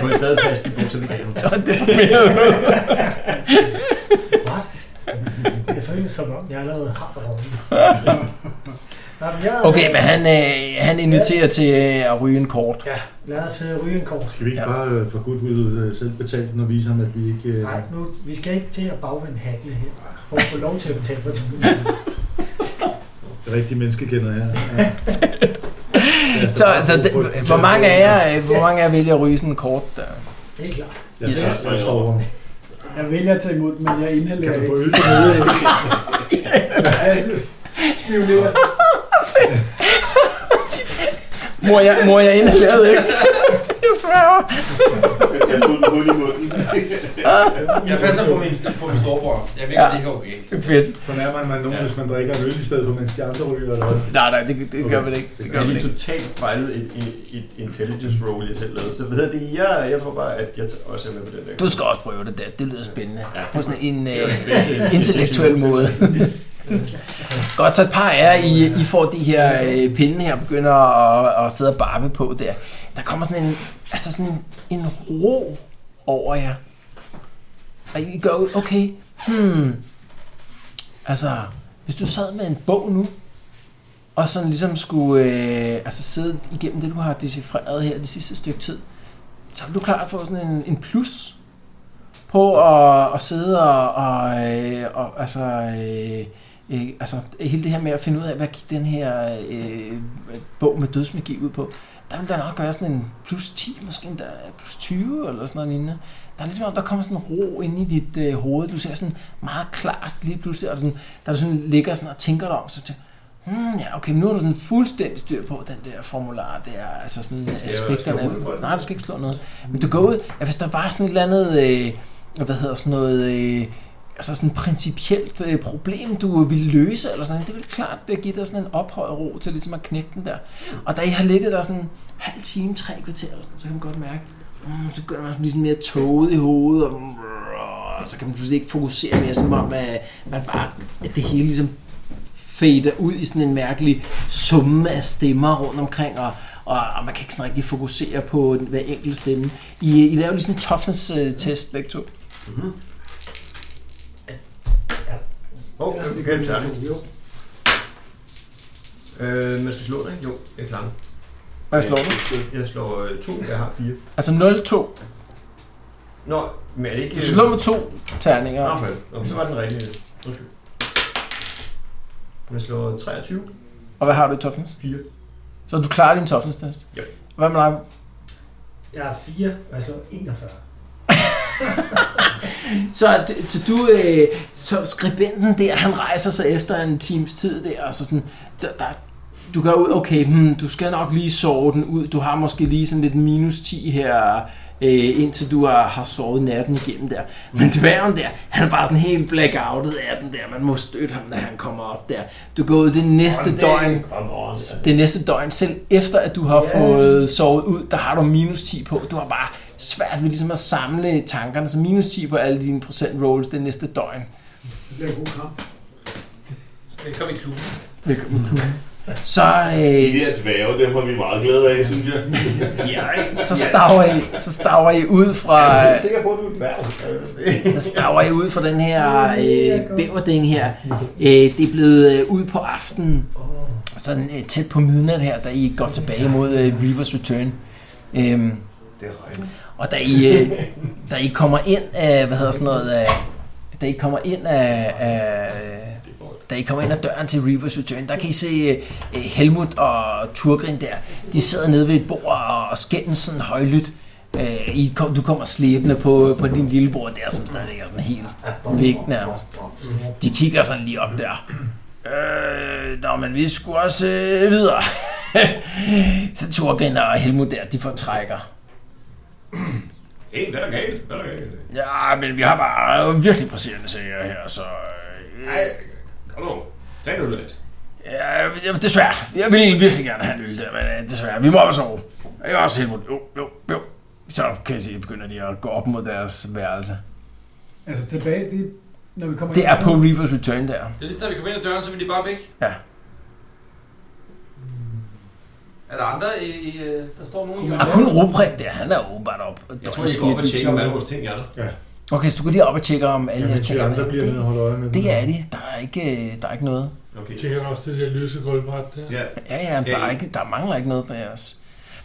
[SPEAKER 5] Du har stadig passe de bukser, vi kan.
[SPEAKER 6] Så det er mere Det føles som om, jeg allerede har det ordentligt.
[SPEAKER 2] Okay, men han, øh, han inviterer til øh, at ryge en kort.
[SPEAKER 6] Ja, lad os øh, ryge en kors.
[SPEAKER 9] Skal vi ikke bare øh, for godt ud øh, selv betale den og vise ham, at vi ikke... Øh,
[SPEAKER 6] Nej, nu, vi skal ikke til at bagvende hakle her, for at få lov til at betale for det.
[SPEAKER 9] rigtig menneskekender her. Ja. Altså,
[SPEAKER 2] Så, så det, hvor mange af jer, øh, hvor mange af jer vælger at ryge sådan en kort øh? der?
[SPEAKER 6] Det er klart.
[SPEAKER 2] Yes.
[SPEAKER 9] Jeg står over.
[SPEAKER 8] Jeg vælger at tage imod den, men jeg inhalerer
[SPEAKER 9] Kan
[SPEAKER 8] ikke.
[SPEAKER 9] du få øl på noget?
[SPEAKER 8] Altså, spionerer.
[SPEAKER 2] Mor, jeg, mor, jeg inhalerede ikke. Jeg sværger.
[SPEAKER 7] Jeg tog den hul i munden.
[SPEAKER 4] Jeg passer på min, på min storebror. Jeg ved ikke,
[SPEAKER 2] Ja.
[SPEAKER 4] ja. det her er okay.
[SPEAKER 2] Fedt.
[SPEAKER 9] Fornærmer man nogen,
[SPEAKER 4] Ja.
[SPEAKER 9] hvis man drikker en øl i stedet for, mens de andre ryger? Eller? hvad?
[SPEAKER 2] Nej, nej, det, det gør man ikke. Det gør man
[SPEAKER 5] Jeg har lige
[SPEAKER 2] ikke.
[SPEAKER 5] totalt fejlet et, et, et intelligence roll, jeg selv lavede. Så ved jeg det, jeg, jeg tror bare, at jeg t- også er med på den der.
[SPEAKER 2] Du skal også prøve det der. Det lyder spændende.
[SPEAKER 5] Ja.
[SPEAKER 2] På sådan en
[SPEAKER 5] Det er
[SPEAKER 2] øh,
[SPEAKER 5] den bedste
[SPEAKER 2] intellektuel måde. Godt, så et par af jer, I, I får de her øh, pinde her, begynder at, at sidde og barbe på der. Der kommer sådan en, altså sådan en ro over jer. Og I går ud, okay, hmm. Altså, hvis du sad med en bog nu, og sådan ligesom skulle øh, altså sidde igennem det, du har decifreret her det sidste stykke tid, så vil du klart få sådan en, en plus på at, at sidde og, og, øh, og altså, øh, øh, altså hele det her med at finde ud af, hvad gik den her øh, bog med dødsmagi ud på, der vil der nok gøre sådan en plus 10, måske endda plus 20 eller sådan noget lignende. Der er ligesom om, der kommer sådan en ro ind i dit øh, hoved. Du ser sådan meget klart lige pludselig, og sådan, der du sådan ligger sådan og tænker dig om, så tænker, hmm, ja, okay, nu har du sådan fuldstændig styr på den der formular der, altså sådan aspekterne. af den. Nej, du skal ikke slå noget. Men du går ud, at hvis der var sådan et eller andet, øh, hvad hedder sådan noget, øh, altså sådan principielt øh, problem, du ville løse, eller sådan noget, det ville klart øh, give dig sådan en ophøjet ro til ligesom at knække den der. Og da I har ligget der sådan en halv time, tre kvarter, eller sådan, så kan man godt mærke, mm, så begynder man sådan ligesom mere tåget i hovedet, og, mm, og så kan man pludselig ikke fokusere mere, som om at man bare, at det hele ligesom fader ud i sådan en mærkelig summe af stemmer rundt omkring, og, og, og man kan ikke sådan rigtig fokusere på den- hver enkelt stemme. I, I laver lige sådan en toughness-test, begge to.
[SPEAKER 5] Mhm. Hov, oh, vi kan ikke klare det. Øh, man skal slå den, ikke? Jo, jeg klarer den.
[SPEAKER 2] Hvad slår du?
[SPEAKER 5] Jeg slår øh, to, jeg har fire.
[SPEAKER 2] Altså 0-2.
[SPEAKER 5] Nå, men er det ikke...
[SPEAKER 2] Du slår med to terninger.
[SPEAKER 5] Nå, okay. Nå, men så var den rigtige. Undskyld. Man slår 23,
[SPEAKER 2] Og hvad har du i toughness?
[SPEAKER 5] 4.
[SPEAKER 2] Så du klarer din toughness-test?
[SPEAKER 5] Ja.
[SPEAKER 2] Hvad med dig?
[SPEAKER 6] Jeg er 4, og jeg slår 41.
[SPEAKER 2] Så, d- så du, øh, så skribenten der, han rejser sig efter en times tid der, og så sådan, der, der, du går ud, okay, hmm, du skal nok lige sove den ud, du har måske lige sådan lidt minus 10 her, øh, indtil du har, har sovet natten igennem der. Men dværgen der, han er bare sådan helt blackoutet af den der, man må støtte ham, når han kommer op der. Du går ud det næste døgn,
[SPEAKER 5] Kom on.
[SPEAKER 2] det næste døgn, selv efter at du har yeah. fået sovet ud, der har du minus 10 på. Du har bare svært ved ligesom at samle tankerne, så minus 10 på alle dine procent rolls det næste døgn.
[SPEAKER 8] Det bliver en god kamp.
[SPEAKER 4] Velkommen i klubben.
[SPEAKER 2] Velkommen mm. Så, øh,
[SPEAKER 7] De der dværge, dem har vi meget glæde af, synes jeg.
[SPEAKER 2] så, staver I, så staver I ud fra,
[SPEAKER 5] Jeg er sikker på, at du er et værv.
[SPEAKER 2] der staver I ud fra den her øh, bæverding her. Øh, det er blevet øh, ud på aftenen, sådan øh, tæt på midnat her, da I går tilbage mod øh, Reavers Return. Øhm,
[SPEAKER 5] Det er regnet.
[SPEAKER 2] Og da I, øh, da I kommer ind af, hvad hedder sådan noget, af, da I kommer ind af, af da I kommer ind ad døren til Reapers Return, der kan I se øh, Helmut og Turgrin der. De sidder nede ved et bord og, og skændes sådan højlydt. Øh, I kom, du kommer slæbende på, på din lillebror der, som stadig er sådan helt væk nærmest. De kigger sådan lige op der. Øh, nå, men vi skulle også øh, videre. så Turgrin og Helmut der, de fortrækker.
[SPEAKER 5] Hey, hvad er der galt? Hvad er der galt?
[SPEAKER 2] Ja, men vi har bare virkelig presserende sager her, så... øh,
[SPEAKER 5] Nej, kom nu. Tag nu lidt.
[SPEAKER 2] Ja, ja, desværre. Jeg vil virkelig gerne have en øl der, men øh, desværre. Vi må op og sove. Jeg er også helt Jo, jo, jo. Så kan jeg se, at begynder de at gå op mod deres værelse.
[SPEAKER 10] Altså tilbage, det,
[SPEAKER 6] Når vi kommer
[SPEAKER 2] Det
[SPEAKER 6] ind
[SPEAKER 2] er
[SPEAKER 6] ad
[SPEAKER 2] på
[SPEAKER 6] døren.
[SPEAKER 2] Reapers Return der.
[SPEAKER 4] Det er ligesom, da vi kom ind ad døren, så ville de bare væk.
[SPEAKER 2] Ja.
[SPEAKER 4] Er der andre, i, i, øh, der står nogen i
[SPEAKER 2] Og kun Ruprecht der, han er åbenbart op.
[SPEAKER 5] Jeg tror, jeg skal op og tjekke, om alle vores ting er der.
[SPEAKER 9] Ja.
[SPEAKER 2] Okay, så du går lige op og tjekker, om alle
[SPEAKER 9] Ja,
[SPEAKER 2] jeres
[SPEAKER 9] men
[SPEAKER 2] ting
[SPEAKER 9] de
[SPEAKER 2] er
[SPEAKER 9] andre
[SPEAKER 2] der.
[SPEAKER 9] bliver nede og holder øje med
[SPEAKER 2] Det, det
[SPEAKER 9] dem.
[SPEAKER 2] er det. Der er ikke, øh, der er ikke noget.
[SPEAKER 5] Okay.
[SPEAKER 3] Jeg tænker også det der løse gulvbræt der.
[SPEAKER 5] Ja.
[SPEAKER 2] Ja, ja, men der, er ikke, der mangler ikke noget på jeres.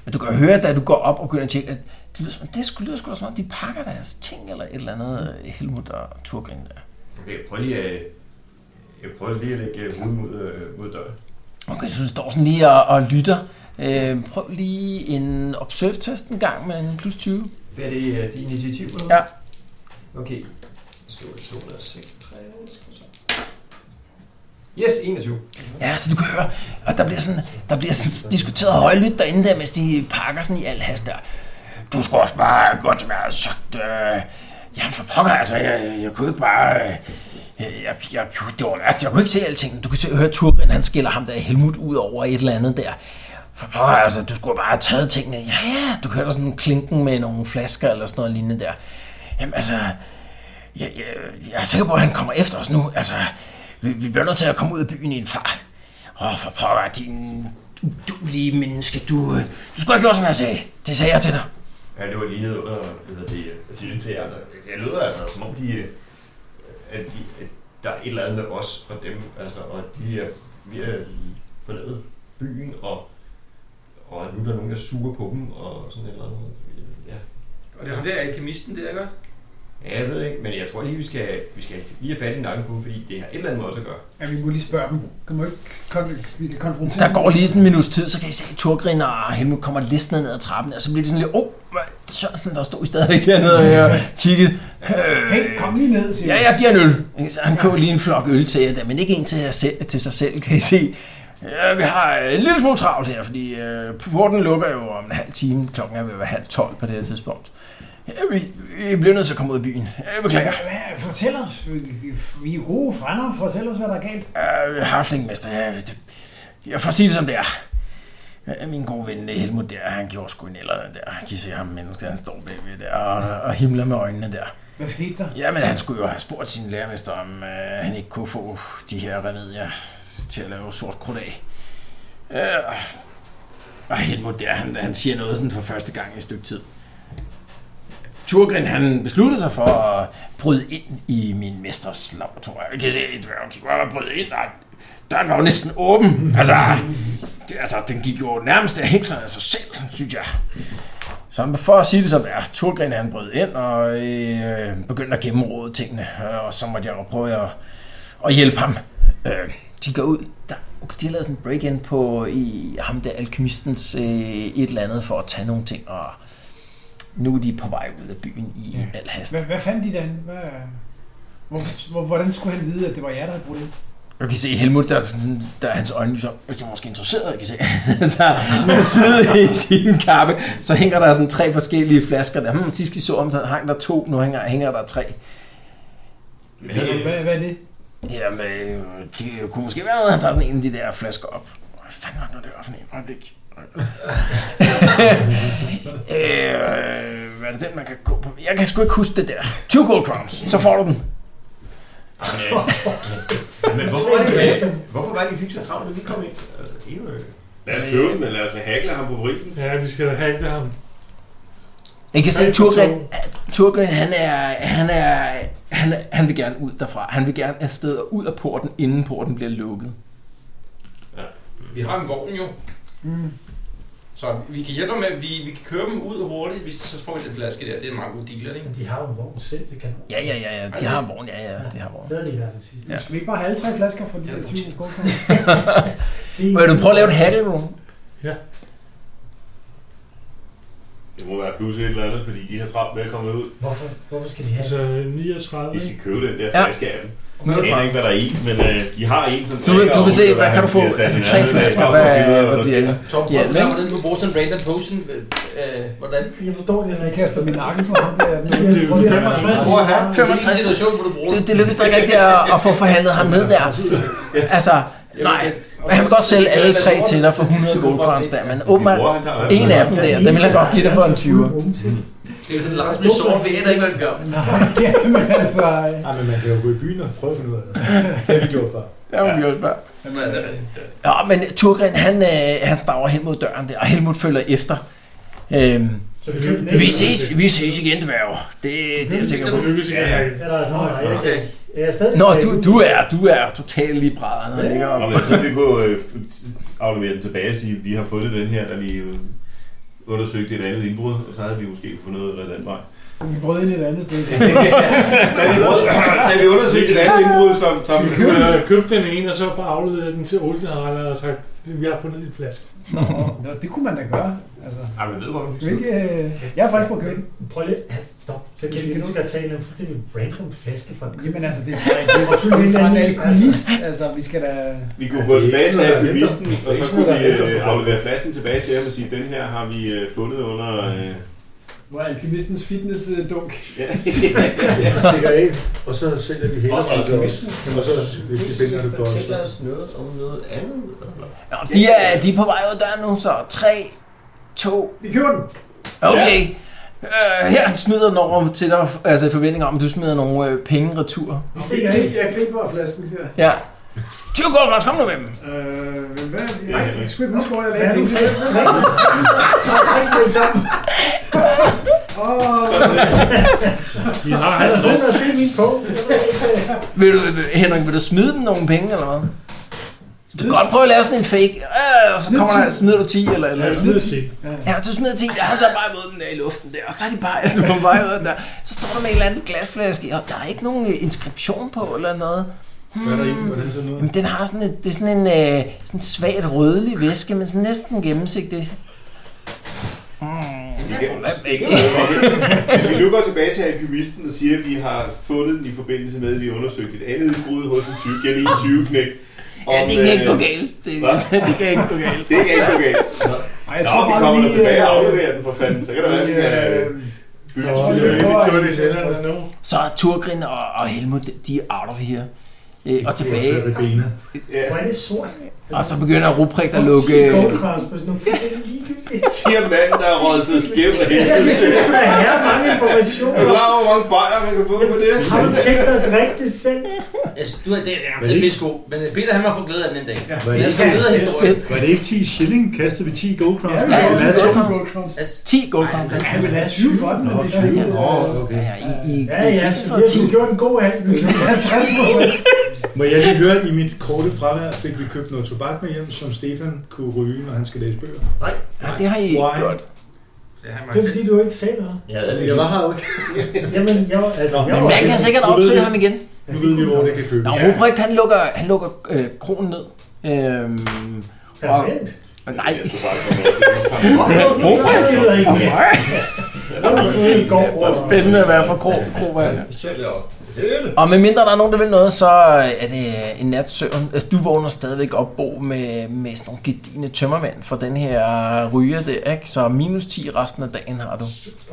[SPEAKER 2] Men du kan høre, da du går op og begynder at tjekke, at det lyder, som, det skulle lyder sgu da som om, de pakker deres ting eller et eller andet, øh, Helmut og Turgrin der.
[SPEAKER 5] Okay, prøv lige, øh, jeg prøver lige at lægge øh, hovedet mod, øh, mod døren.
[SPEAKER 2] Okay, så du står sådan lige og, og lytter. Øh, prøv lige en observe-test en gang med en plus 20.
[SPEAKER 5] Hvad er det, øh, de initiativer?
[SPEAKER 2] Ja.
[SPEAKER 5] Okay. Skal vi slå noget Yes, 21.
[SPEAKER 2] Ja, så du kan høre, og der bliver sådan, der bliver sådan diskuteret højlydt derinde der, mens de pakker sådan i al hast der. Du skulle også bare godt som jeg havde sagt, øh, jamen for pokker, altså, jeg, jeg, jeg kunne ikke bare, øh, jeg, jeg, jeg, det var mærkeligt, jeg kunne ikke se alting. Du kan se, høre Turgren, han skiller ham der Helmut ud over et eller andet der. For pokker, altså, du skulle bare have taget tingene. Ja, ja, du kan høre der sådan klinken med nogle flasker eller sådan noget lignende der. Jamen altså, jeg, jeg, jeg er sikker på, at han kommer efter os nu. Altså, vi, vi bliver nødt til at komme ud af byen i en fart. Åh, oh, for pokker, din udulige menneske. Du, øh, du skulle have gjort, som jeg sagde. Det sagde jeg til dig.
[SPEAKER 5] Ja, det var lige nede under, hvad hedder det, øh, jeg siger det til jer. der- Det lyder altså, som om de, øh, at, de, at der er et eller andet med os og dem, altså, og de er, vi er forladet byen, og, og nu er der nogen, der suger på dem, og sådan et eller andet. Ja.
[SPEAKER 4] Og det er ham der alkemisten, det er ikke også?
[SPEAKER 5] Ja, jeg ved ikke, men jeg tror lige, vi skal, vi skal lige have fat i nakken på, dem, fordi det har et eller andet med os at gøre.
[SPEAKER 8] Ja, vi må lige spørge dem. Kan man ikke kon- vi kan konfrontere
[SPEAKER 2] Der
[SPEAKER 8] dem?
[SPEAKER 2] går lige sådan en minuts tid, så kan I se, at Torgrin og Helmut kommer listende ned ad trappen, og så bliver de sådan lidt, åh, oh, Sørensen, der stod I stadigvæk hernede og jeg kiggede. Øh,
[SPEAKER 8] Hey, kom lige ned, siger
[SPEAKER 2] ja, jeg giver en øl. Ikke? Så han køber lige en flok øl til jer, der, men ikke en til, jer selv, til sig selv, kan I se. Ja, vi har øh, en lille smule travlt her, fordi øh, porten lukker jo om en halv time. Klokken er ved at være halv tolv på det her tidspunkt. Ja, vi, vi bliver nødt til at komme ud af byen. Ja, Jeg beklager.
[SPEAKER 8] Ja, Fortæl os. Vi- Vi er gode frænder. Fortæl os, hvad der er galt.
[SPEAKER 2] Øh, Harflingmester, jeg, jeg får sige det som det er. Øh, Min gode ven øh, Helmut der, han gjorde sgu en eller der. Kan I se ham mennesket, han står bagved der og, og himler med øjnene der.
[SPEAKER 8] Hvad skete der?
[SPEAKER 2] Jamen, han skulle jo have spurgt sin lærermester, om øh, han ikke kunne få de her remedier til at lave sort krudt af. Øh, og Helmut der, han, han siger noget sådan for første gang i et stykke tid. Turgrin, han besluttede sig for at bryde ind i min mesters laboratorium. Jeg kan se, at dværgen gik bare og bryde ind, og døren var jo næsten åben. Altså, det, altså den gik jo nærmest af hængslerne af sig selv, synes jeg. Så for at sige det som det er, Turgren han brød ind og øh, begyndte at gennemråde tingene, øh, og så måtte jeg jo prøve at, at hjælpe ham. Øh, de går ud, der, okay, de har lavet sådan en break-in på i ham der alkemistens øh, et eller andet for at tage nogle ting, og nu er de på vej ud af byen i ja. al hast.
[SPEAKER 8] Hvad, hvad fandt de derinde? Hvad, hvor, hvor, hvordan skulle han vide, at det var jer, der havde brugt det?
[SPEAKER 2] Du kan se Helmut, der, er sådan- der er hans øjne lyser op. Hvis du er måske interesseret, jeg kan se. Han tager til side i sin kappe. Så hænger der sådan tre forskellige flasker der. Hmm, sidst I så om, der hang der to, nu hænger, hænger der tre.
[SPEAKER 8] Hvad, hvad, hvad er det?
[SPEAKER 2] Jamen, øh, det kunne måske være noget, han tager sådan en af de der flasker op. Hvad fanden var det nu, det var for en øjeblik? øh, hvad er det den, man kan gå på? Jeg kan sgu ikke huske det der. 20 gold crowns, så får du den.
[SPEAKER 5] Men hvorfor var det, hvorfor var det, I fik så travlt, da vi kom ind? Altså, det er jo...
[SPEAKER 7] Lad os købe den, men lad os hakle ham på prisen.
[SPEAKER 3] Ja, vi skal da have det ham.
[SPEAKER 2] Jeg kan se,
[SPEAKER 3] Tre
[SPEAKER 2] at
[SPEAKER 3] på
[SPEAKER 2] Turgren,
[SPEAKER 3] to.
[SPEAKER 2] Turgren han, er, han, er, han, er, han vil gerne ud derfra. Han vil gerne afsted og ud af porten, inden porten bliver lukket.
[SPEAKER 4] Vi har en vogn jo.
[SPEAKER 8] Mm.
[SPEAKER 4] Så vi kan hjælpe dem med, vi, vi kan køre dem ud hurtigt, hvis så får vi den flaske der. Det er en meget god dealer, ikke?
[SPEAKER 10] Men de har jo en vogn selv, det kan man.
[SPEAKER 2] Ja, ja, ja, ja. De har vogn, ja, ja, de har vogn.
[SPEAKER 10] Hvad er det i hvert fald sidst?
[SPEAKER 2] Ja.
[SPEAKER 8] Skal vi ikke bare have alle tre flasker for de
[SPEAKER 4] Ja,
[SPEAKER 8] der
[SPEAKER 4] det er
[SPEAKER 8] 20
[SPEAKER 4] godt.
[SPEAKER 8] skulder?
[SPEAKER 2] Vil du prøve at lave et hackle roll?
[SPEAKER 7] Det må være plus et eller andet, fordi de har travlt med at komme ud.
[SPEAKER 10] Hvorfor, hvorfor skal de have
[SPEAKER 3] Altså
[SPEAKER 10] det?
[SPEAKER 3] 39.
[SPEAKER 7] Vi skal købe den der
[SPEAKER 2] Ja.
[SPEAKER 7] flaske af dem. Jeg aner ikke, hvad der er i, men øh, de har en,
[SPEAKER 2] Du,
[SPEAKER 7] som
[SPEAKER 2] du vil se, hvad kan du få? Altså
[SPEAKER 5] øh,
[SPEAKER 2] tre flasker, hvad, hvad bliver det?
[SPEAKER 4] Tom,
[SPEAKER 2] Ja,
[SPEAKER 4] ja,
[SPEAKER 2] men-
[SPEAKER 4] hvordan du bruger sådan en random potion, øh, øh, hvordan?
[SPEAKER 10] Jeg forstår det, når jeg kaster min nakke på ham der. Men
[SPEAKER 3] Det er
[SPEAKER 10] jeg
[SPEAKER 3] jo
[SPEAKER 10] tror, det er
[SPEAKER 4] Det er en
[SPEAKER 10] 65.
[SPEAKER 3] fandme-
[SPEAKER 2] 65.
[SPEAKER 4] situation, hvor du bruger
[SPEAKER 2] Det, det lykkedes dig ikke rigtigt at, at få forhandlet ham ned der. Altså, Nej, men han vil godt sælge alle tre til dig for 100 goldcrowns der, men åbenbart en af dem der, den vil han godt give dig for en 20'er.
[SPEAKER 4] Det er jo sådan, Lars, vi sover, vi aner ikke, hvad vi gør.
[SPEAKER 8] Jamen altså... Nej, men man kan jo gå i byen og prøve at finde ud af det. Det har vi gjort før.
[SPEAKER 2] Det har vi gjort før.
[SPEAKER 4] Jamen, øh,
[SPEAKER 2] Ja, men Turgren, han, øh, han stager hen mod døren der, og Helmut følger efter. Øhm, vi ses, vi ses igen, dværg. Det, det er jeg sikker på.
[SPEAKER 3] Ja, ja.
[SPEAKER 6] Eller, nej, jeg,
[SPEAKER 4] Okay.
[SPEAKER 6] jeg er stadig...
[SPEAKER 2] Nå, du, du er, du er totalt i brædderne. og ligger
[SPEAKER 7] Og
[SPEAKER 2] op.
[SPEAKER 7] men så vil vi gå øh, aflevere den tilbage og sige, at vi har fundet den her, da vi øh, undersøgte et andet indbrud, og så havde vi måske fundet noget af den vej.
[SPEAKER 10] Vi brød ind et andet sted.
[SPEAKER 7] Da vi, da vi undersøgte et andet indbrud, som... som
[SPEAKER 3] Øh, købte den ene, og så bare afleverede den til oldenhaller og sagt, vi har fundet dit flaske.
[SPEAKER 10] Nå, nå, det kunne man da gøre. Altså,
[SPEAKER 7] Ej, men ved hvor
[SPEAKER 10] skal vi ikke... Øh... Jeg har faktisk prøvet at købe den.
[SPEAKER 6] Prøv lige... Altså, Stop. Så kan vi ikke tage en fuldstændig random flaske fra
[SPEAKER 10] Jamen altså, det er det er jo en eller anden alkoholist. Altså, vi skal da...
[SPEAKER 7] Vi kunne gå tilbage til alkymisten, og så kunne vi øh, aflevere flasken tilbage til ham og sige, den her har vi øh, fundet under... Øh,
[SPEAKER 10] Altså, Hvor er alkymistens fitness-dunk?
[SPEAKER 7] ja.
[SPEAKER 9] Jeg stikker af, og så sælger vi hele
[SPEAKER 7] Og- og-
[SPEAKER 9] det til os. Og så, hvis de finder det på os.
[SPEAKER 5] Fortæller
[SPEAKER 9] så-
[SPEAKER 5] os noget om noget andet. eller?
[SPEAKER 2] Nå, de, er, de er på vej ud af døren nu, så 3, 2,
[SPEAKER 10] Vi køber den!
[SPEAKER 2] Okay. Øh, her han smider den over til dig, altså i forventning om, at du smider nogle øh, penge retur.
[SPEAKER 10] Det er ikke, jeg kan ikke, hvor flasken siger.
[SPEAKER 2] Ja. 20 kroner, kom nu med dem.
[SPEAKER 10] Øh, men hvad er det? Jeg kan sgu ikke huske, hvor jeg
[SPEAKER 6] Hvad er
[SPEAKER 10] lagde
[SPEAKER 6] det,
[SPEAKER 10] den.
[SPEAKER 6] du flaske?
[SPEAKER 10] Åh,
[SPEAKER 3] Vi har
[SPEAKER 6] Altså, nogen
[SPEAKER 3] 50.
[SPEAKER 6] har set min på.
[SPEAKER 2] Vil du, øh, Henrik, vil du smide dem nogle penge, eller hvad? Du kan godt prøve at lave sådan en fake. Øh, og så kommer der, smider du 10 eller eller
[SPEAKER 3] Ja,
[SPEAKER 2] andet.
[SPEAKER 3] det til.
[SPEAKER 2] Ja, du smider 10, og han tager bare imod den der i luften der, og så er de bare altså, på vej ud af den der. Så står der med en eller anden glasflaske, og der er ikke nogen øh, inskription på eller noget. Hmm,
[SPEAKER 9] Hvad er der i? den? Hvordan ser den ud?
[SPEAKER 2] Jamen, den har sådan, et, det er sådan en øh, sådan svagt rødlig væske, men sådan næsten gennemsigtig.
[SPEAKER 9] Hmm.
[SPEAKER 7] Hvis vi nu går tilbage til alkymisten og siger, at vi har fundet den i forbindelse med, at vi undersøgte et andet indbrud hos en 20, gennem en 20 knæk.
[SPEAKER 2] Ja, det kan ikke gå galt. Det,
[SPEAKER 7] Hvad?
[SPEAKER 2] det kan ikke gå galt.
[SPEAKER 7] Det kan ikke gå galt.
[SPEAKER 10] Ej,
[SPEAKER 7] Nå, vi kommer
[SPEAKER 10] vi,
[SPEAKER 7] der tilbage og
[SPEAKER 10] øh,
[SPEAKER 7] afleverer den for fanden, så kan der være, at vi kan øh,
[SPEAKER 10] øh,
[SPEAKER 7] bygge
[SPEAKER 3] Ja,
[SPEAKER 7] en
[SPEAKER 3] vi
[SPEAKER 7] lille øl.
[SPEAKER 3] gjorde det senere eller nu.
[SPEAKER 2] Så er Turgrin og, og Helmut, de er out of here. Øh, og
[SPEAKER 9] Det er
[SPEAKER 2] tilbage.
[SPEAKER 9] det benet.
[SPEAKER 7] Ja.
[SPEAKER 6] Hvor er det sort?
[SPEAKER 2] Og så begynder Ruprecht at
[SPEAKER 6] Lukke...
[SPEAKER 2] lukke...
[SPEAKER 6] Gold crowns på sådan nogle fuldstændig ligegyldige.
[SPEAKER 7] Siger manden, der har røget sig skævt af hele tiden.
[SPEAKER 6] Der er her mange
[SPEAKER 7] Er du
[SPEAKER 6] informationer.
[SPEAKER 7] klar over, hvor mange bajer man kan få på det?
[SPEAKER 6] Har du tænkt dig at drikke det selv?
[SPEAKER 4] Altså, du er det, jeg er til pisse god. Men øh, Peter, han var fået glæde af den en dag. Ja, jeg skal
[SPEAKER 10] ja,
[SPEAKER 4] videre
[SPEAKER 10] det er
[SPEAKER 4] historien.
[SPEAKER 9] Var det ikke 10 shilling? Kastede vi 10 gold crowns?
[SPEAKER 10] Ja, vi
[SPEAKER 2] Ja,
[SPEAKER 10] har
[SPEAKER 2] det er
[SPEAKER 10] taget
[SPEAKER 2] godt.
[SPEAKER 10] to gold crowns.
[SPEAKER 4] Altså,
[SPEAKER 2] 10 goldkroner.
[SPEAKER 4] Ej,
[SPEAKER 10] Han vil have 20 for den, men det er 20.
[SPEAKER 9] Åh, okay.
[SPEAKER 2] Ja, I, I, I
[SPEAKER 6] Ja, ja,
[SPEAKER 2] fik
[SPEAKER 6] så
[SPEAKER 2] for
[SPEAKER 6] vi har
[SPEAKER 2] 10.
[SPEAKER 6] sgu gjort en god handel.
[SPEAKER 10] Ja, 60 procent.
[SPEAKER 9] Må jeg lige høre, i mit korte fravær fik vi købt noget tobak med hjem, som Stefan kunne ryge, når han skal læse bøger.
[SPEAKER 2] Ja, det har I ikke
[SPEAKER 9] Why?
[SPEAKER 2] gjort.
[SPEAKER 4] det har
[SPEAKER 6] Det
[SPEAKER 4] man
[SPEAKER 6] er
[SPEAKER 4] selv.
[SPEAKER 6] fordi, du ikke sagde noget.
[SPEAKER 5] Ja, det
[SPEAKER 9] Jeg var her jo ikke.
[SPEAKER 6] Jamen, jeg var... Altså, jeg
[SPEAKER 2] Men
[SPEAKER 6] var...
[SPEAKER 2] man kan sikkert
[SPEAKER 9] Nu ved
[SPEAKER 2] opsøge
[SPEAKER 9] vi-
[SPEAKER 2] ham igen.
[SPEAKER 9] Nu ved vi, hvor det kan
[SPEAKER 2] Nå,
[SPEAKER 9] købes.
[SPEAKER 2] Ruprecht, han lukker, han lukker øh, kronen ned. Øhm,
[SPEAKER 6] Permanent.
[SPEAKER 2] og nej.
[SPEAKER 7] Jeg tror bare, at man må-
[SPEAKER 6] Jeg gider ikke mere. Jeg har fået i går.
[SPEAKER 2] Spændende at være på kro, kro
[SPEAKER 5] Vi sælger hele.
[SPEAKER 2] Og medmindre der er nogen, der vil noget, så øh, er det en nat søvn. Altså, Du vågner stadigvæk op, Bo, med, med sådan nogle gedine tømmermænd for den her ryger der, ikke? Så minus 10 resten af dagen har du.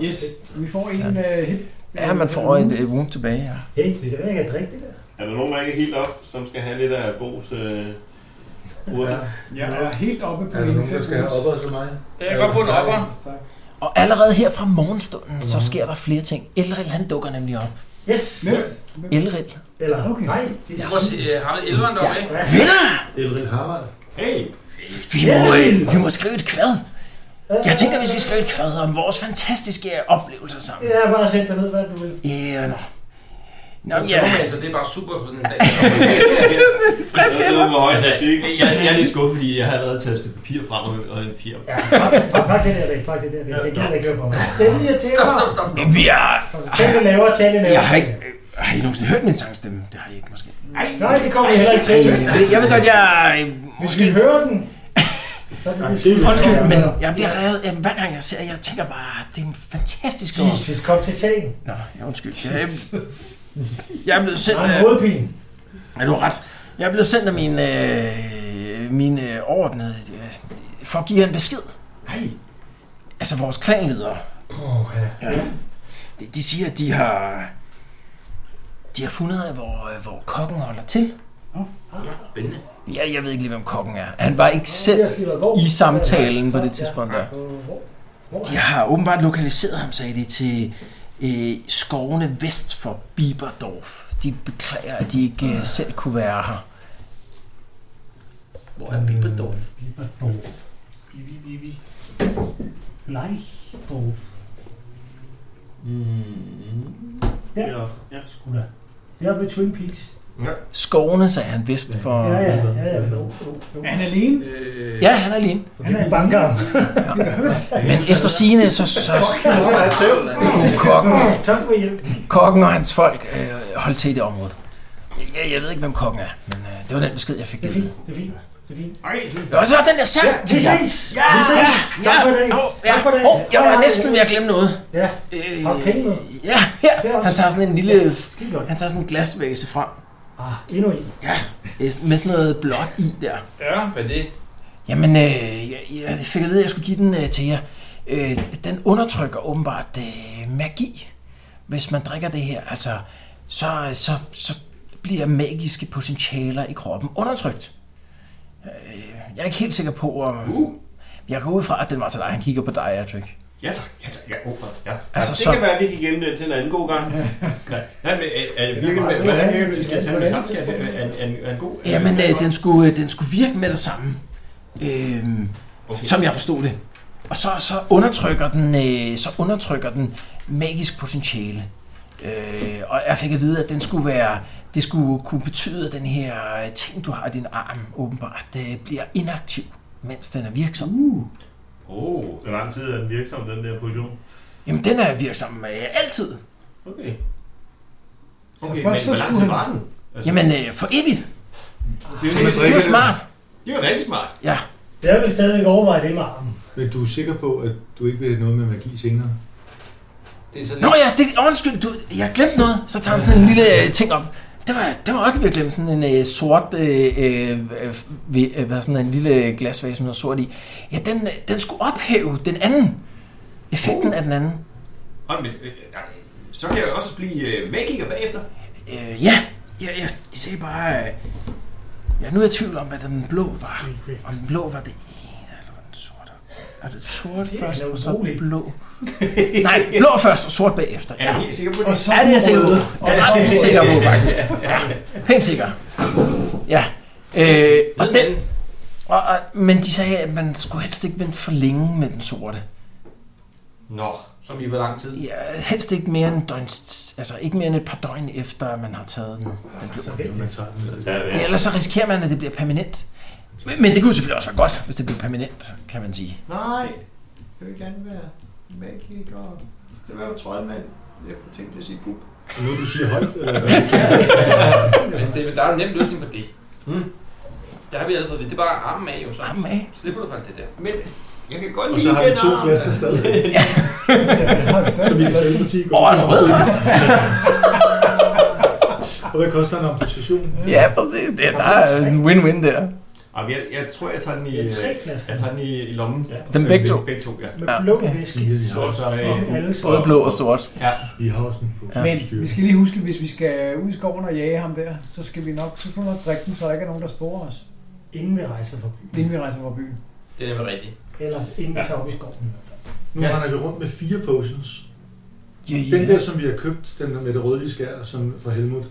[SPEAKER 10] Yes, vi får en øh, hit.
[SPEAKER 2] Ja, man får et, et wound tilbage, ja.
[SPEAKER 6] Hey, det er der, jeg kan drikke det der.
[SPEAKER 7] Er der nogen, der ikke er helt op, som skal have lidt af Bo's øh, urter?
[SPEAKER 10] Jeg er helt oppe på
[SPEAKER 9] Er der
[SPEAKER 10] en
[SPEAKER 9] nogen, der skal have
[SPEAKER 10] 500.
[SPEAKER 9] opper til mig?
[SPEAKER 4] Jeg kan godt på en opper.
[SPEAKER 10] Tak.
[SPEAKER 2] Og allerede her fra morgenstunden, så sker der flere ting. Elril, han dukker nemlig op.
[SPEAKER 6] Yes!
[SPEAKER 10] Men-
[SPEAKER 2] Elril.
[SPEAKER 6] Eller,
[SPEAKER 10] Okay.
[SPEAKER 6] nej, det er
[SPEAKER 4] Prøv at se, øh, har det 11'eren deroppe, ikke?
[SPEAKER 6] Ja.
[SPEAKER 2] Venner!
[SPEAKER 9] Elrik Harvard.
[SPEAKER 5] Hey,
[SPEAKER 2] Vi må, øh, vi må skrive et kvad. Jeg tænker, vi skal skrive et kvad om vores fantastiske oplevelser sammen.
[SPEAKER 6] Ja, bare sæt dig ned, hvad du vil.
[SPEAKER 2] Ja, nå. Nå,
[SPEAKER 4] Ja.
[SPEAKER 2] ja.
[SPEAKER 4] Altså, det er bare super på sådan en dag.
[SPEAKER 2] Frisk,
[SPEAKER 7] Det er noget med høj
[SPEAKER 5] altså,
[SPEAKER 7] musik.
[SPEAKER 5] jeg, jeg er lidt skuffet, fordi jeg har allerede taget et stykke papir frem og, og en fjer.
[SPEAKER 6] Ja, pak- pak- pak det der væk, pak det der væk. Jeg gider ikke høre på mig. Stemme irriterer
[SPEAKER 4] Stop,
[SPEAKER 6] mig.
[SPEAKER 4] stop, stop.
[SPEAKER 2] Vi er
[SPEAKER 6] Tale lavere, tale lavere.
[SPEAKER 2] Jeg har ikke... øh, Har I nogensinde hørt min sangstemme? Det har I ikke, måske.
[SPEAKER 6] Nej, det kommer jeg heller ikke til.
[SPEAKER 2] Ej, jeg, ved, jeg ved godt, jeg... øh,
[SPEAKER 6] Hvis
[SPEAKER 2] Måske...
[SPEAKER 6] vi hører den, så er
[SPEAKER 9] Jamen,
[SPEAKER 6] det
[SPEAKER 9] det er-
[SPEAKER 2] Undskyld, men jeg bliver revet... Jeg, hver gang jeg ser jer, jeg tænker bare, det er en fantastisk år.
[SPEAKER 6] Jesus, kom til sagen.
[SPEAKER 2] Nå, ja, undskyld. Jeg, jeg er blevet sendt...
[SPEAKER 6] Nej, en
[SPEAKER 2] Øh,
[SPEAKER 6] hovedpine.
[SPEAKER 2] ja, du har ret. Jeg er blevet sendt af min... Øh, min øh, overordnede... Øh, for at give jer en besked.
[SPEAKER 5] Hej.
[SPEAKER 2] Altså, vores klanledere.
[SPEAKER 6] Åh, ja.
[SPEAKER 2] De, de siger, at de har... De har fundet ud af, hvor, øh, hvor kokken holder til.
[SPEAKER 16] Spændende.
[SPEAKER 17] Ja, jeg ved ikke lige, hvem kokken er. Han var ikke selv i samtalen på det tidspunkt der.
[SPEAKER 2] De har åbenbart lokaliseret ham, sagde de, til øh, skovene vest for Biberdorf. De beklager, at de ikke øh, selv kunne være her.
[SPEAKER 16] Hvor er Biberdorf?
[SPEAKER 6] Biberdorf.
[SPEAKER 16] Bibi, bibi.
[SPEAKER 6] Bleichdorf.
[SPEAKER 16] Mm.
[SPEAKER 6] Der.
[SPEAKER 18] Ja.
[SPEAKER 6] Sgu da. Deroppe ved Twin Peaks.
[SPEAKER 2] Skovene, sagde han vest for...
[SPEAKER 6] Ja, ja, ja. ja. Jo, jo, jo.
[SPEAKER 19] Er han alene?
[SPEAKER 16] Øh,
[SPEAKER 2] Ja, han er alene.
[SPEAKER 6] Han er en banker.
[SPEAKER 2] Men efter sigende, så, så skulle kokken,
[SPEAKER 6] Tak for hjælp.
[SPEAKER 2] kokken og hans folk øh, holde til i det område. Jeg, jeg ved ikke, hvem kokken er, men øh, det var den besked, jeg fik.
[SPEAKER 6] Det er fint. Det er fint. Det er fint.
[SPEAKER 2] Og så den der sang!
[SPEAKER 6] Ja, vi ses.
[SPEAKER 2] Ja,
[SPEAKER 6] Vi ses.
[SPEAKER 2] ja,
[SPEAKER 6] Tak for det.
[SPEAKER 2] ja,
[SPEAKER 6] Tak for det.
[SPEAKER 2] Åh, jeg var næsten ved at glemme noget.
[SPEAKER 6] Ja,
[SPEAKER 2] Øh,
[SPEAKER 6] Og penge.
[SPEAKER 2] Ja, her. Han tager sådan en lille...
[SPEAKER 6] skide godt.
[SPEAKER 2] Han tager sådan en glasvase frem.
[SPEAKER 6] Ah, endnu en.
[SPEAKER 2] Med sådan noget blåt i der.
[SPEAKER 16] Ja, hvad er det?
[SPEAKER 2] Jamen, øh, jeg, jeg fik at vide, at jeg skulle give den øh, til jer. Øh, den undertrykker åbenbart øh, magi. Hvis man drikker det her, altså, så, så, så bliver magiske potentialer i kroppen undertrykt. Øh, jeg er ikke helt sikker på, om...
[SPEAKER 16] Uh.
[SPEAKER 2] Jeg går ud fra, at den var til dig. Han kigger på dig, Patrick.
[SPEAKER 5] Ja tak, ja tak, ja, oh, ja.
[SPEAKER 2] Altså,
[SPEAKER 7] det
[SPEAKER 2] så,
[SPEAKER 7] kan være, at vi kan gemme det til en anden god gang.
[SPEAKER 5] Nej, men er, er det virkelig, med, hvordan virker det, vi skal tage med sammen? Skal jeg tage, er, er, er, er en god?
[SPEAKER 2] jamen, øh, den, skulle, øh, den skulle virke med det samme. Øh,
[SPEAKER 5] Okay.
[SPEAKER 2] Som jeg forstod det. Og så, så, undertrykker, den, øh, så undertrykker den magisk potentiale. Øh, og jeg fik at vide, at den skulle være, det skulle kunne betyde, at den her øh, ting, du har i din arm, åbenbart, øh, bliver inaktiv, mens den er virksom. Uh.
[SPEAKER 5] Åh,
[SPEAKER 7] Hvor lang tid er den virksom, den der position?
[SPEAKER 2] Jamen, den er virksom øh, altid.
[SPEAKER 7] Okay.
[SPEAKER 5] okay,
[SPEAKER 8] Så
[SPEAKER 5] men
[SPEAKER 8] først så
[SPEAKER 5] hvor lang
[SPEAKER 8] skulle
[SPEAKER 5] tid
[SPEAKER 8] han-
[SPEAKER 5] var den? Altså,
[SPEAKER 2] Jamen, øh, for evigt.
[SPEAKER 5] det er jo
[SPEAKER 2] Det er jo
[SPEAKER 5] det,
[SPEAKER 2] smart.
[SPEAKER 5] det er jo rigtig smart.
[SPEAKER 6] Jeg vil stadigvæk overveje det med armen.
[SPEAKER 9] Men du er sikker på, at du ikke vil have noget med magi senere?
[SPEAKER 16] Det er sådan
[SPEAKER 2] Nå ja, det, undskyld, du, jeg glemte noget. Så tager han sådan en lille øh, ting op. Det var, det var også lige ved at glemme sådan en øh, sort, øh, øh, øh, ved- øh, hvad sådan en lille glasvase med noget sort i. Ja, den, øh, den skulle ophæve den anden. Effekten af den anden.
[SPEAKER 5] Nå, men, øh, nej, så kan jeg jo også blive øh, magiker bagefter.
[SPEAKER 2] Øh, ja, ja, ja, de sagde bare... Øh, ja, nu er jeg i tvivl om, hvad den blå var. Om den blå var det ene, eller var den sorte. Er det sort
[SPEAKER 6] Det er
[SPEAKER 2] først, og så
[SPEAKER 6] utroligt.
[SPEAKER 2] blå? Nej, blå først og sort bagefter.
[SPEAKER 5] Er
[SPEAKER 2] Ja,
[SPEAKER 5] du helt sikker på det?
[SPEAKER 2] Ja, det er jeg sikker på. Jeg er ret sikker på, faktisk. Ja, pænt sikker. Ja. Øh, og
[SPEAKER 16] Ved
[SPEAKER 2] den, og, og, men de sagde, at man skulle helst ikke vente for længe med den sorte.
[SPEAKER 5] Nå,
[SPEAKER 16] som i hvor lang tid?
[SPEAKER 2] Ja, helst ikke mere end, døgn, altså ikke mere end et par døgn efter, at man har taget den. den blå.
[SPEAKER 9] Man tager den, hvis det
[SPEAKER 7] Ja, ja.
[SPEAKER 2] Ellers så risikerer man, at det bliver permanent. Men, men det kunne selvfølgelig også være godt, hvis det blev permanent, kan man sige.
[SPEAKER 5] nej. Jeg vil gerne være magiker. Det var jo troldmand. Jeg kunne tænke til at sige pup.
[SPEAKER 9] Nu du siger højt, eller
[SPEAKER 16] Men Steffen, der er jo en nem løsning på det. Hmm. Der har vi allerede fået ved. Det er bare armen af jo så.
[SPEAKER 2] Armen af.
[SPEAKER 16] Slipper du faktisk det der?
[SPEAKER 5] Men jeg kan godt
[SPEAKER 9] Og så
[SPEAKER 5] lide
[SPEAKER 9] har vi
[SPEAKER 5] den
[SPEAKER 9] to
[SPEAKER 5] arm.
[SPEAKER 9] flasker stadig, som vi kan sælge for 10 kroner.
[SPEAKER 2] Åh, en rød altså. også.
[SPEAKER 9] Og hvad koster en amputation?
[SPEAKER 2] Ja, præcis. Det, der er en win-win der.
[SPEAKER 5] Jamen, jeg, jeg tror, jeg tager den i,
[SPEAKER 6] Det er tre
[SPEAKER 5] øh,
[SPEAKER 6] flasker.
[SPEAKER 5] jeg tager den i, i lommen. Ja.
[SPEAKER 2] Dem begge to.
[SPEAKER 5] Begge to, ja.
[SPEAKER 6] Med
[SPEAKER 2] Ja.
[SPEAKER 6] blå væske.
[SPEAKER 9] Ja,
[SPEAKER 5] Og så, øh,
[SPEAKER 6] Alle
[SPEAKER 2] Både blå og sort.
[SPEAKER 9] vi har også en på.
[SPEAKER 2] Ja.
[SPEAKER 8] Men vi skal lige huske, hvis vi skal ud i skoven og jage ham der, så skal vi nok, så skal vi nok drikke den, så der ikke er nogen, der sporer os,
[SPEAKER 6] Inden vi rejser forbi.
[SPEAKER 8] inden vi rejser fra byen.
[SPEAKER 16] Det er nemlig rigtigt.
[SPEAKER 6] Eller inden vi tager op i skoven.
[SPEAKER 9] Nu render vi rundt med fire potions.
[SPEAKER 2] Ja,
[SPEAKER 9] Den
[SPEAKER 2] ja.
[SPEAKER 9] der, som vi har købt, den med det rødlige skær som fra Helmut.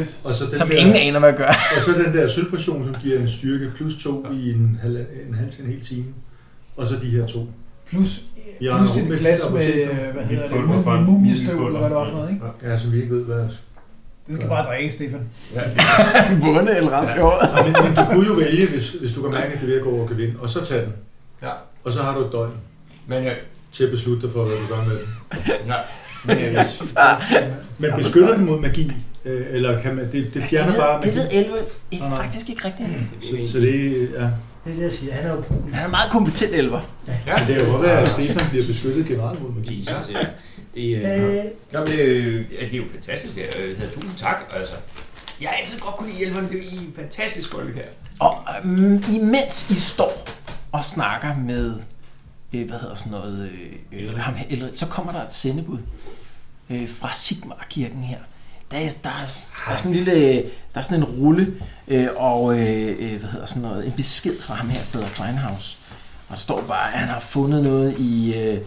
[SPEAKER 8] Yes.
[SPEAKER 9] Og så den,
[SPEAKER 2] Som
[SPEAKER 9] der,
[SPEAKER 2] ingen aner, hvad gør.
[SPEAKER 9] og så den der sølvportion, som giver en styrke plus to i en halv, en halv til en hel time. Og så de her to.
[SPEAKER 8] Plus,
[SPEAKER 9] Ja,
[SPEAKER 8] plus
[SPEAKER 9] og
[SPEAKER 8] et glas med,
[SPEAKER 9] apoteker.
[SPEAKER 8] øh, hvad hedder det,
[SPEAKER 7] Pulver for en
[SPEAKER 8] mu- mumiestøv,
[SPEAKER 7] pulver.
[SPEAKER 8] eller hvad det var for noget, ikke?
[SPEAKER 9] Ja, som vi ikke ved, hvad...
[SPEAKER 8] Det skal bare drikkes, Stefan.
[SPEAKER 2] Vundet eller resten af året.
[SPEAKER 9] Ja, men, men, du kunne jo vælge, hvis, hvis du kan mærke, at det er ved at gå over gevind, og så tage den.
[SPEAKER 5] Ja.
[SPEAKER 9] Og så har du et døgn
[SPEAKER 5] Men øh,
[SPEAKER 9] til at beslutte dig for, hvad du gør med den.
[SPEAKER 16] Nej.
[SPEAKER 5] men, øh, hvis,
[SPEAKER 9] Men beskytter den mod magi? Øh, Eller kan man, det, det fjerner bare
[SPEAKER 2] Det
[SPEAKER 9] magi?
[SPEAKER 2] ved Elvin ikke,
[SPEAKER 9] Nå, nej.
[SPEAKER 2] faktisk ikke rigtigt.
[SPEAKER 9] Så, så det, ja.
[SPEAKER 6] Det er det, jeg siger. Han er jo
[SPEAKER 2] Mm. Han er en meget kompetent elver.
[SPEAKER 9] Men det er jo godt være, at Stefan bliver beskyttet generelt mod magi.
[SPEAKER 5] Jesus, ja. Det, øh,
[SPEAKER 6] Øh,
[SPEAKER 5] Nå, men, øh, ja, det er jo fantastisk. Jeg øh, havde tusind tak, altså. Jeg har altid godt kunne lide hjælperne. Det er I er fantastisk folk her.
[SPEAKER 2] Og øhm, imens I står og snakker med, øh, hvad hedder sådan noget, øh, øh, ham, her, eller, så kommer der et sendebud øh, fra Sigmar-kirken her. Der er, der, er, der er sådan en lille, der er sådan en rulle, øh, og øh, øh, hvad hedder sådan noget, en besked fra ham her, Fædre Kleinhaus. Og der står bare, at han har fundet noget i, øh,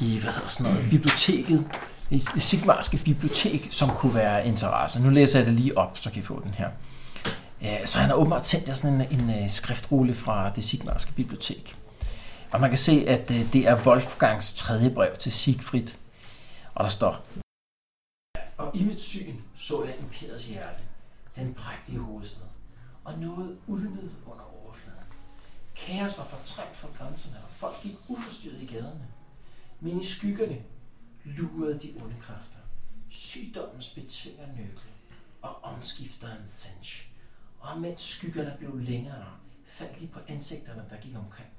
[SPEAKER 2] i hvad hedder sådan noget, biblioteket, i det Sigmarske bibliotek, som kunne være af interesse. Nu læser jeg det lige op, så kan I få den her. Øh, Så han har åbenbart sendt jer sådan en, en øh, skriftrulle fra det Sigmarske bibliotek. Og man kan se, at øh, det er Wolfgangs tredje brev til Siegfried. Og der står, og i mit syn så jeg imperiets hjerte, den prægtige hovedstad, og noget ulmet under overfladen. Kaos var fortrængt fra grænserne, og folk gik uforstyrret i gaderne. Men i skyggerne lurede de onde kræfter. Sygdommens betvinger nøgle og omskifter en cinch. Og mens skyggerne blev længere, faldt de på ansigterne, der gik omkring.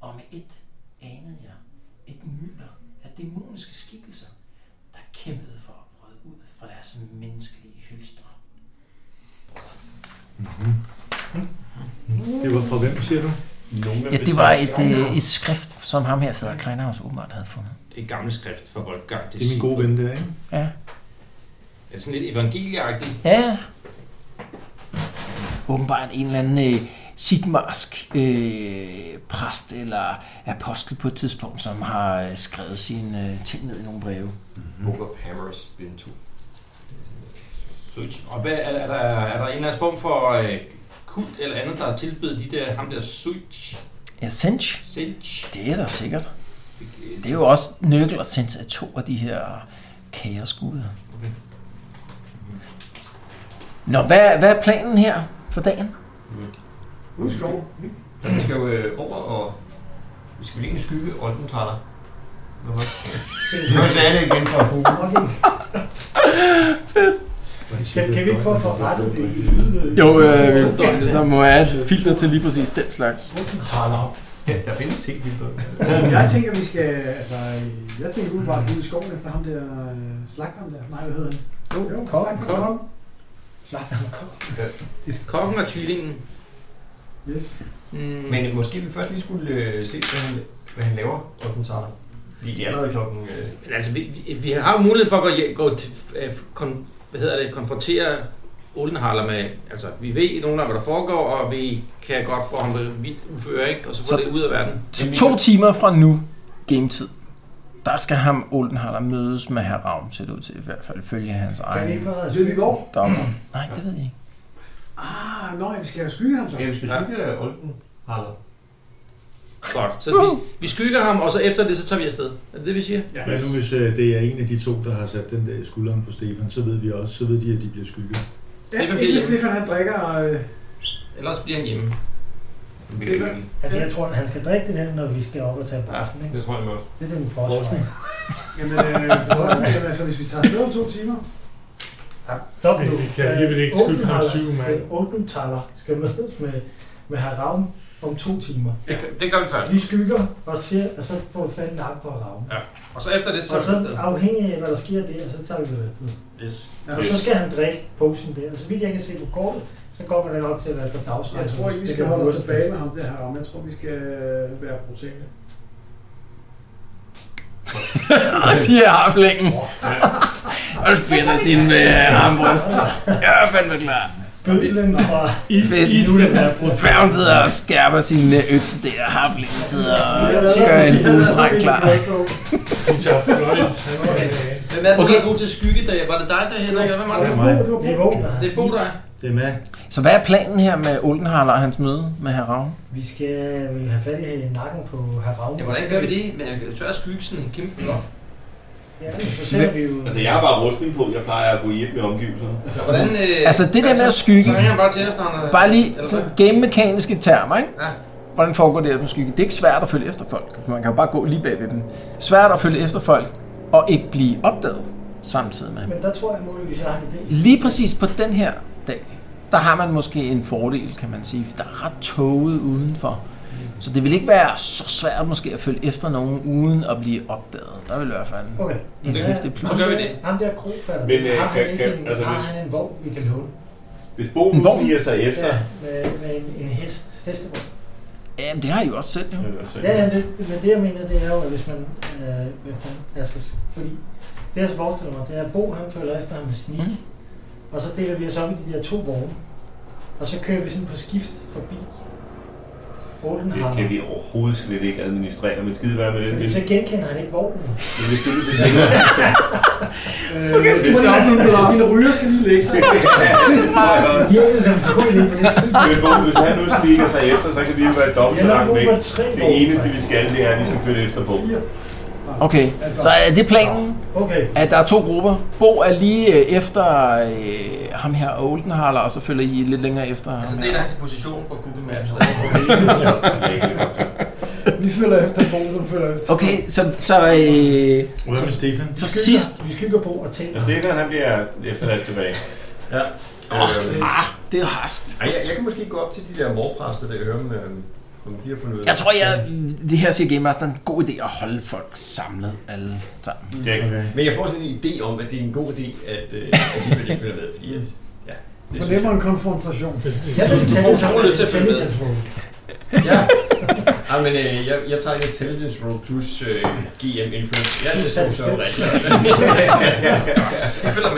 [SPEAKER 2] Og med et anede jeg et mylder af dæmoniske skikkelser, der kæmpede for at bryde ud fra deres menneskelige hylstre.
[SPEAKER 9] Det var fra hvem, siger du?
[SPEAKER 2] Ja, det var et, øh, et skrift, som ham her, Fædre Kleinhaus, åbenbart havde fundet.
[SPEAKER 20] Et gammelt skrift fra Wolfgang.
[SPEAKER 9] Det er min gode ven, det er, ikke?
[SPEAKER 2] Ja.
[SPEAKER 20] Er det sådan lidt evangelieagtigt?
[SPEAKER 2] Ja. Åbenbart en eller anden øh, sigmarsk øh, præst eller apostel på et tidspunkt, som har øh, skrevet sine øh, ting ned i nogle breve.
[SPEAKER 5] Book of Hammers, bind 2.
[SPEAKER 20] Suits. Og hvad, er, er, der, er der en eller anden form for øh, kult eller andet, der tilbyder de der, ham der Suits?
[SPEAKER 2] Ja, Sinch.
[SPEAKER 20] Sinch.
[SPEAKER 2] Det er der sikkert. Det er jo også Nøkkel og Sinch er to af de her kaosguder. Nå, hvad, hvad er planen her for dagen?
[SPEAKER 5] Husk skoven. Ja, vi skal jo øh, over og... Vi skal vel ikke skygge Oldenthaler. Først er det igen for hovedet.
[SPEAKER 6] Kan, kan vi ikke få forrettet det i lyden?
[SPEAKER 2] Jo, øh, der må være et filter til lige præcis den slags.
[SPEAKER 5] Ja, der findes ting vildt.
[SPEAKER 8] Jeg tænker, vi skal... Altså, jeg tænker udenbart ud i skoven efter ham der... øh, Slagteren der. Nej, hvad hedder han? Jo, jo
[SPEAKER 6] Kok.
[SPEAKER 8] slagteren,
[SPEAKER 20] Kok.
[SPEAKER 8] Kok. Slagteren kok.
[SPEAKER 20] Kokken og tvillingen.
[SPEAKER 8] Yes.
[SPEAKER 20] Mm.
[SPEAKER 5] Men øh, måske vi først lige skulle øh, se, hvad han, hvad han laver, Oldenthaler. Fordi det er allerede klokken... Øh,
[SPEAKER 20] Men altså, vi, vi, vi har jo mulighed for at gå, hjem- gå til, øh, kon, hvad hedder det, konfrontere Oldenhaler med, altså, vi ved nogenlunde, hvad der foregår, og vi kan godt få ham øh, vildt ufører, ikke? Og så få
[SPEAKER 2] Så-
[SPEAKER 20] det ud af verden.
[SPEAKER 2] Så to timer fra nu, gametid, der skal ham Oldenhaler mødes med herr Ravn, ser det ud til, i hvert fald følge hans
[SPEAKER 6] Kan vi ikke
[SPEAKER 2] egen
[SPEAKER 6] bare
[SPEAKER 8] Ved vi hvor?
[SPEAKER 2] dommer. Nej, det ved jeg ikke.
[SPEAKER 8] Ah, nej, vi skal jo skygge ham så.
[SPEAKER 5] ja, vi skal øh, skygge Oldenthaler.
[SPEAKER 20] Godt. Så vi, vi skygger ham, og så efter det, så tager vi afsted. Er det det, vi siger?
[SPEAKER 8] Ja.
[SPEAKER 9] Hvad nu, hvis øh, det er en af de to, der har sat den der i skulderen på Stefan, så ved vi også, så ved de, at de bliver skygget.
[SPEAKER 20] Stefan
[SPEAKER 8] Ja,
[SPEAKER 20] bliver
[SPEAKER 8] ikke
[SPEAKER 20] hjemme.
[SPEAKER 8] Stefan, han drikker... Øh,
[SPEAKER 20] Ellers bliver han hjemme.
[SPEAKER 6] Altså, jeg tror, han skal drikke det her, når vi skal op og tage barsel, ikke?
[SPEAKER 5] Det tror jeg også.
[SPEAKER 6] Det er det, min påstår.
[SPEAKER 8] jamen, øh, Rossen, jamen, altså, hvis vi tager afsted om to timer...
[SPEAKER 6] Stop nu.
[SPEAKER 3] Vi kan alligevel ikke skylde på en syv mand.
[SPEAKER 6] Åbentaler skal mødes med, med herr Ravn om to timer.
[SPEAKER 20] Det, gør- det gør vi først.
[SPEAKER 6] Vi skygger og ser, og så får vi fanden hak på Ravn.
[SPEAKER 20] Og så efter det, så...
[SPEAKER 6] Og så afhængig af, hvad der sker der, så tager vi det afsted.
[SPEAKER 20] Yes.
[SPEAKER 6] Og så skal han drikke posen der. Og så vidt jeg kan se på kortet, så kommer det nok til at være på dagsrejse.
[SPEAKER 8] Jeg tror ikke, vi
[SPEAKER 6] Det
[SPEAKER 8] skal
[SPEAKER 6] kan
[SPEAKER 8] holde os
[SPEAKER 6] hurtigt
[SPEAKER 8] tilbage med ham der her om. Jeg tror, vi skal øh, være brutale.
[SPEAKER 2] Og siger harflængen. Og spiller sin øh, armbryst. Jeg er fandme klar.
[SPEAKER 6] Bødlen fra...
[SPEAKER 3] I, I skal have brugt.
[SPEAKER 2] Dværgen sidder og skærper sin øh, økse der. Harflængen sidder og
[SPEAKER 6] Ja,
[SPEAKER 2] gør en
[SPEAKER 6] ja,
[SPEAKER 2] buestrang klar.
[SPEAKER 3] Vi tager fløjt. tag mig af.
[SPEAKER 20] Hvem er det,
[SPEAKER 2] Okay.
[SPEAKER 20] okay. god til skygge, der? Var det dig, der Henrik? eller Hvem var det?
[SPEAKER 9] Det er mig.
[SPEAKER 6] Det er vågen,
[SPEAKER 20] Det er Bo, der er.
[SPEAKER 9] Det er mig.
[SPEAKER 2] Så hvad er planen her med Oldenhaler og hans møde med herr Ravn?
[SPEAKER 6] Vi skal vel have fat i nakken på herr Ravn.
[SPEAKER 20] Ja, hvordan gør vi det? Men jeg kan tør skygge sådan en kæmpe blok.
[SPEAKER 6] Ja, så ser vi jo...
[SPEAKER 7] Altså, jeg har bare rustning på. Jeg plejer at gå hjem med omgivelserne.
[SPEAKER 20] Hvordan... Øh,
[SPEAKER 2] Altså det der med at skygge,
[SPEAKER 20] Så ringer han bare til os, når han er-
[SPEAKER 2] bare lige
[SPEAKER 20] eller
[SPEAKER 2] så
[SPEAKER 20] hvad?
[SPEAKER 2] gemmekaniske termer, ikke?
[SPEAKER 20] Ja.
[SPEAKER 2] Hvordan foregår det her med skygge? Det er ikke svært at følge efter folk. Man kan jo bare gå lige bag ved dem. Svært at følge efter folk og ikke blive opdaget samtidig med.
[SPEAKER 6] Men der tror jeg muligvis, jeg har en idé.
[SPEAKER 2] Lige præcis på den her dag, der har man måske en fordel, kan man sige. for Der er ret tåget udenfor.
[SPEAKER 21] Mm.
[SPEAKER 2] Så det vil ikke være så svært måske at følge efter nogen uden at blive opdaget. Der vil i hvert fald
[SPEAKER 6] Okay.
[SPEAKER 2] en hæftig plus.
[SPEAKER 20] Så gør vi det.
[SPEAKER 6] Ham der krofatter,
[SPEAKER 7] Men, øh,
[SPEAKER 6] har, han
[SPEAKER 7] kan-
[SPEAKER 6] ikke
[SPEAKER 7] kan-
[SPEAKER 6] en,
[SPEAKER 7] altså,
[SPEAKER 6] har
[SPEAKER 7] hvis-
[SPEAKER 6] han en vogn, vi kan låne?
[SPEAKER 7] Hvis Bo nu
[SPEAKER 2] En vogn?
[SPEAKER 7] sniger sig efter...
[SPEAKER 6] Ja, med, med en, en hest, hestevogn.
[SPEAKER 2] Jamen, det har I jo også selv, jo.
[SPEAKER 7] øh, så-
[SPEAKER 6] Ja, ja, det, men det jeg mener, det er jo, at hvis man, øh, hvis man altså, fordi det jeg så forestiller mig, det er, at Bo han følger efter ham med sneak,
[SPEAKER 2] Mm.
[SPEAKER 6] mm. Og så deler vi os op i de der to vogne. Og så kører vi sådan på skift forbi
[SPEAKER 7] Det
[SPEAKER 6] Oldenhammer.
[SPEAKER 7] kan vi overhovedet slet ikke administrere, men skide være med det.
[SPEAKER 6] Fordi
[SPEAKER 7] det.
[SPEAKER 6] så genkender han ikke vognen.
[SPEAKER 7] Men hvis du hvis du-
[SPEAKER 6] Okay, så må det være nogle blå.
[SPEAKER 7] Dine ryger skal lige lægge sig. Ja, det tror jeg godt.
[SPEAKER 6] Det virkede som en god idé på det
[SPEAKER 7] Men Bo, hvis han nu sniger sig efter, så kan vi jo være dobbelt så
[SPEAKER 6] Jeg har
[SPEAKER 7] langt
[SPEAKER 6] brug
[SPEAKER 7] væk.
[SPEAKER 6] for tre år,
[SPEAKER 7] Det eneste, vi skal, det er ligesom følge efter Bo.
[SPEAKER 8] Altså.
[SPEAKER 2] Okay, så er det planen,
[SPEAKER 6] okay.
[SPEAKER 2] at der er to grupper. Bo er lige øh, efter øh, ham her Oldenhaler, og så følger I lidt længere efter ham
[SPEAKER 21] Altså,
[SPEAKER 2] her.
[SPEAKER 21] det er hans position på Google Maps.
[SPEAKER 8] Vi følger efter Bo, som følger efter.
[SPEAKER 2] Okay, så, så, øh,
[SPEAKER 7] med
[SPEAKER 2] så,
[SPEAKER 7] Stefan?
[SPEAKER 2] så sidst...
[SPEAKER 6] Vi skygger på og tænker.
[SPEAKER 7] Hvis det ikke er, han bliver efterladt tilbage.
[SPEAKER 5] Ja.
[SPEAKER 2] Ah, det er harskt.
[SPEAKER 5] Ej, jeg, jeg kan måske gå op til de der morpræster, der hører, om, øhm, om de har fundet ud af
[SPEAKER 2] Jeg tror, jeg, det her siger Game Master er en god idé at holde folk samlet alle sammen.
[SPEAKER 5] Jack. Men jeg får sådan en idé om, at det er en god idé, at, øh, at de vil ikke følge med, fordi at, ja,
[SPEAKER 8] For det var en konfrontation.
[SPEAKER 5] Jeg vil tage det som en intelligence
[SPEAKER 8] roll.
[SPEAKER 5] Ja. Ej, men øh, jeg, jeg tager en intelligence roll plus øh, GM influence. Jeg er lidt så så rigtigt.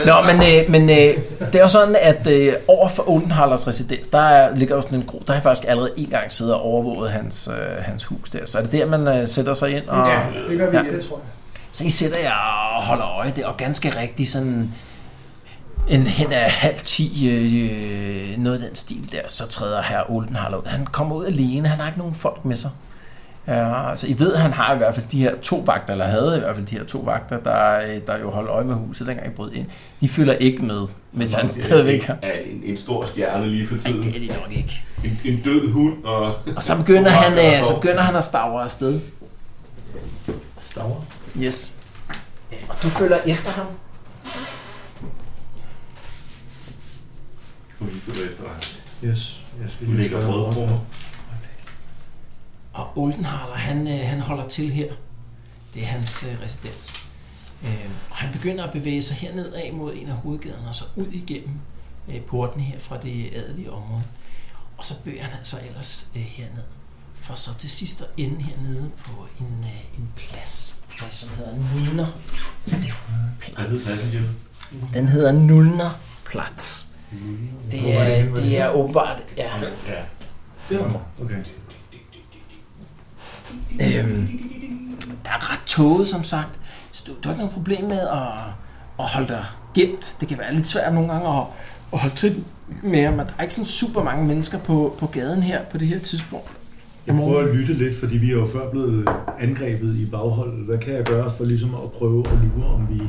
[SPEAKER 2] Nå, men, øh, men øh, det er jo sådan, at øh, over for Oldenhalers residens, der er, ligger jo sådan en gro. Der har jeg faktisk allerede en gang siddet og overvåget hans, øh, hans hus der. Så er det der, man øh, sætter sig ind? Og,
[SPEAKER 8] Ja, det gør vi, det tror jeg.
[SPEAKER 2] Så I sætter jer og holder øje der, og ganske rigtigt sådan en hen af halv ti, øh, noget af den stil der, så træder herr Oldenhaler ud. Han kommer ud alene, han har ikke nogen folk med sig. Ja, altså I ved, han har i hvert fald de her to vagter, eller havde i hvert fald de her to vagter, der, øh, der jo holdt øje med huset, dengang I brød ind. De følger ikke med, hvis han stadigvæk har.
[SPEAKER 7] Er øh, en, en stor stjerne lige for tiden. Ej, det
[SPEAKER 2] er det nok ikke.
[SPEAKER 7] En, en død hund og...
[SPEAKER 2] Og så begynder, han, øh, så begynder han at stavre afsted.
[SPEAKER 7] Stavre?
[SPEAKER 2] Yes. Og du følger efter ham.
[SPEAKER 7] Nu lige følge efter ham.
[SPEAKER 22] Yes, jeg skal
[SPEAKER 7] Du
[SPEAKER 22] lige
[SPEAKER 7] lægger
[SPEAKER 22] spørge
[SPEAKER 7] brød på mig.
[SPEAKER 2] Og Oldenhaler, han, øh, han holder til her. Det er hans øh, residens. Øh, og han begynder at bevæge sig herned af mod en af hovedgaderne, og så ud igennem øh, porten her fra det adelige område. Og så bøger han altså ellers øh, herned. For så til sidst at ende hernede på en, øh, en plads, øh, som hedder Nulner.
[SPEAKER 7] Hvad hedder pladsen, Jim?
[SPEAKER 2] Den hedder Nulner Platz. Det Mm-hmm. er, det er åbenbart, ja.
[SPEAKER 7] Ja.
[SPEAKER 9] Okay.
[SPEAKER 2] Øhm, der er ret tåget, som sagt. Så du, du har ikke noget problem med at, at holde dig gemt. Det kan være lidt svært nogle gange at, at holde trit med, men der er ikke sådan super mange mennesker på, på gaden her på det her tidspunkt.
[SPEAKER 9] Jeg prøver at lytte lidt, fordi vi er jo før blevet angrebet i baghold. Hvad kan jeg gøre for ligesom at prøve at lure, om, vi,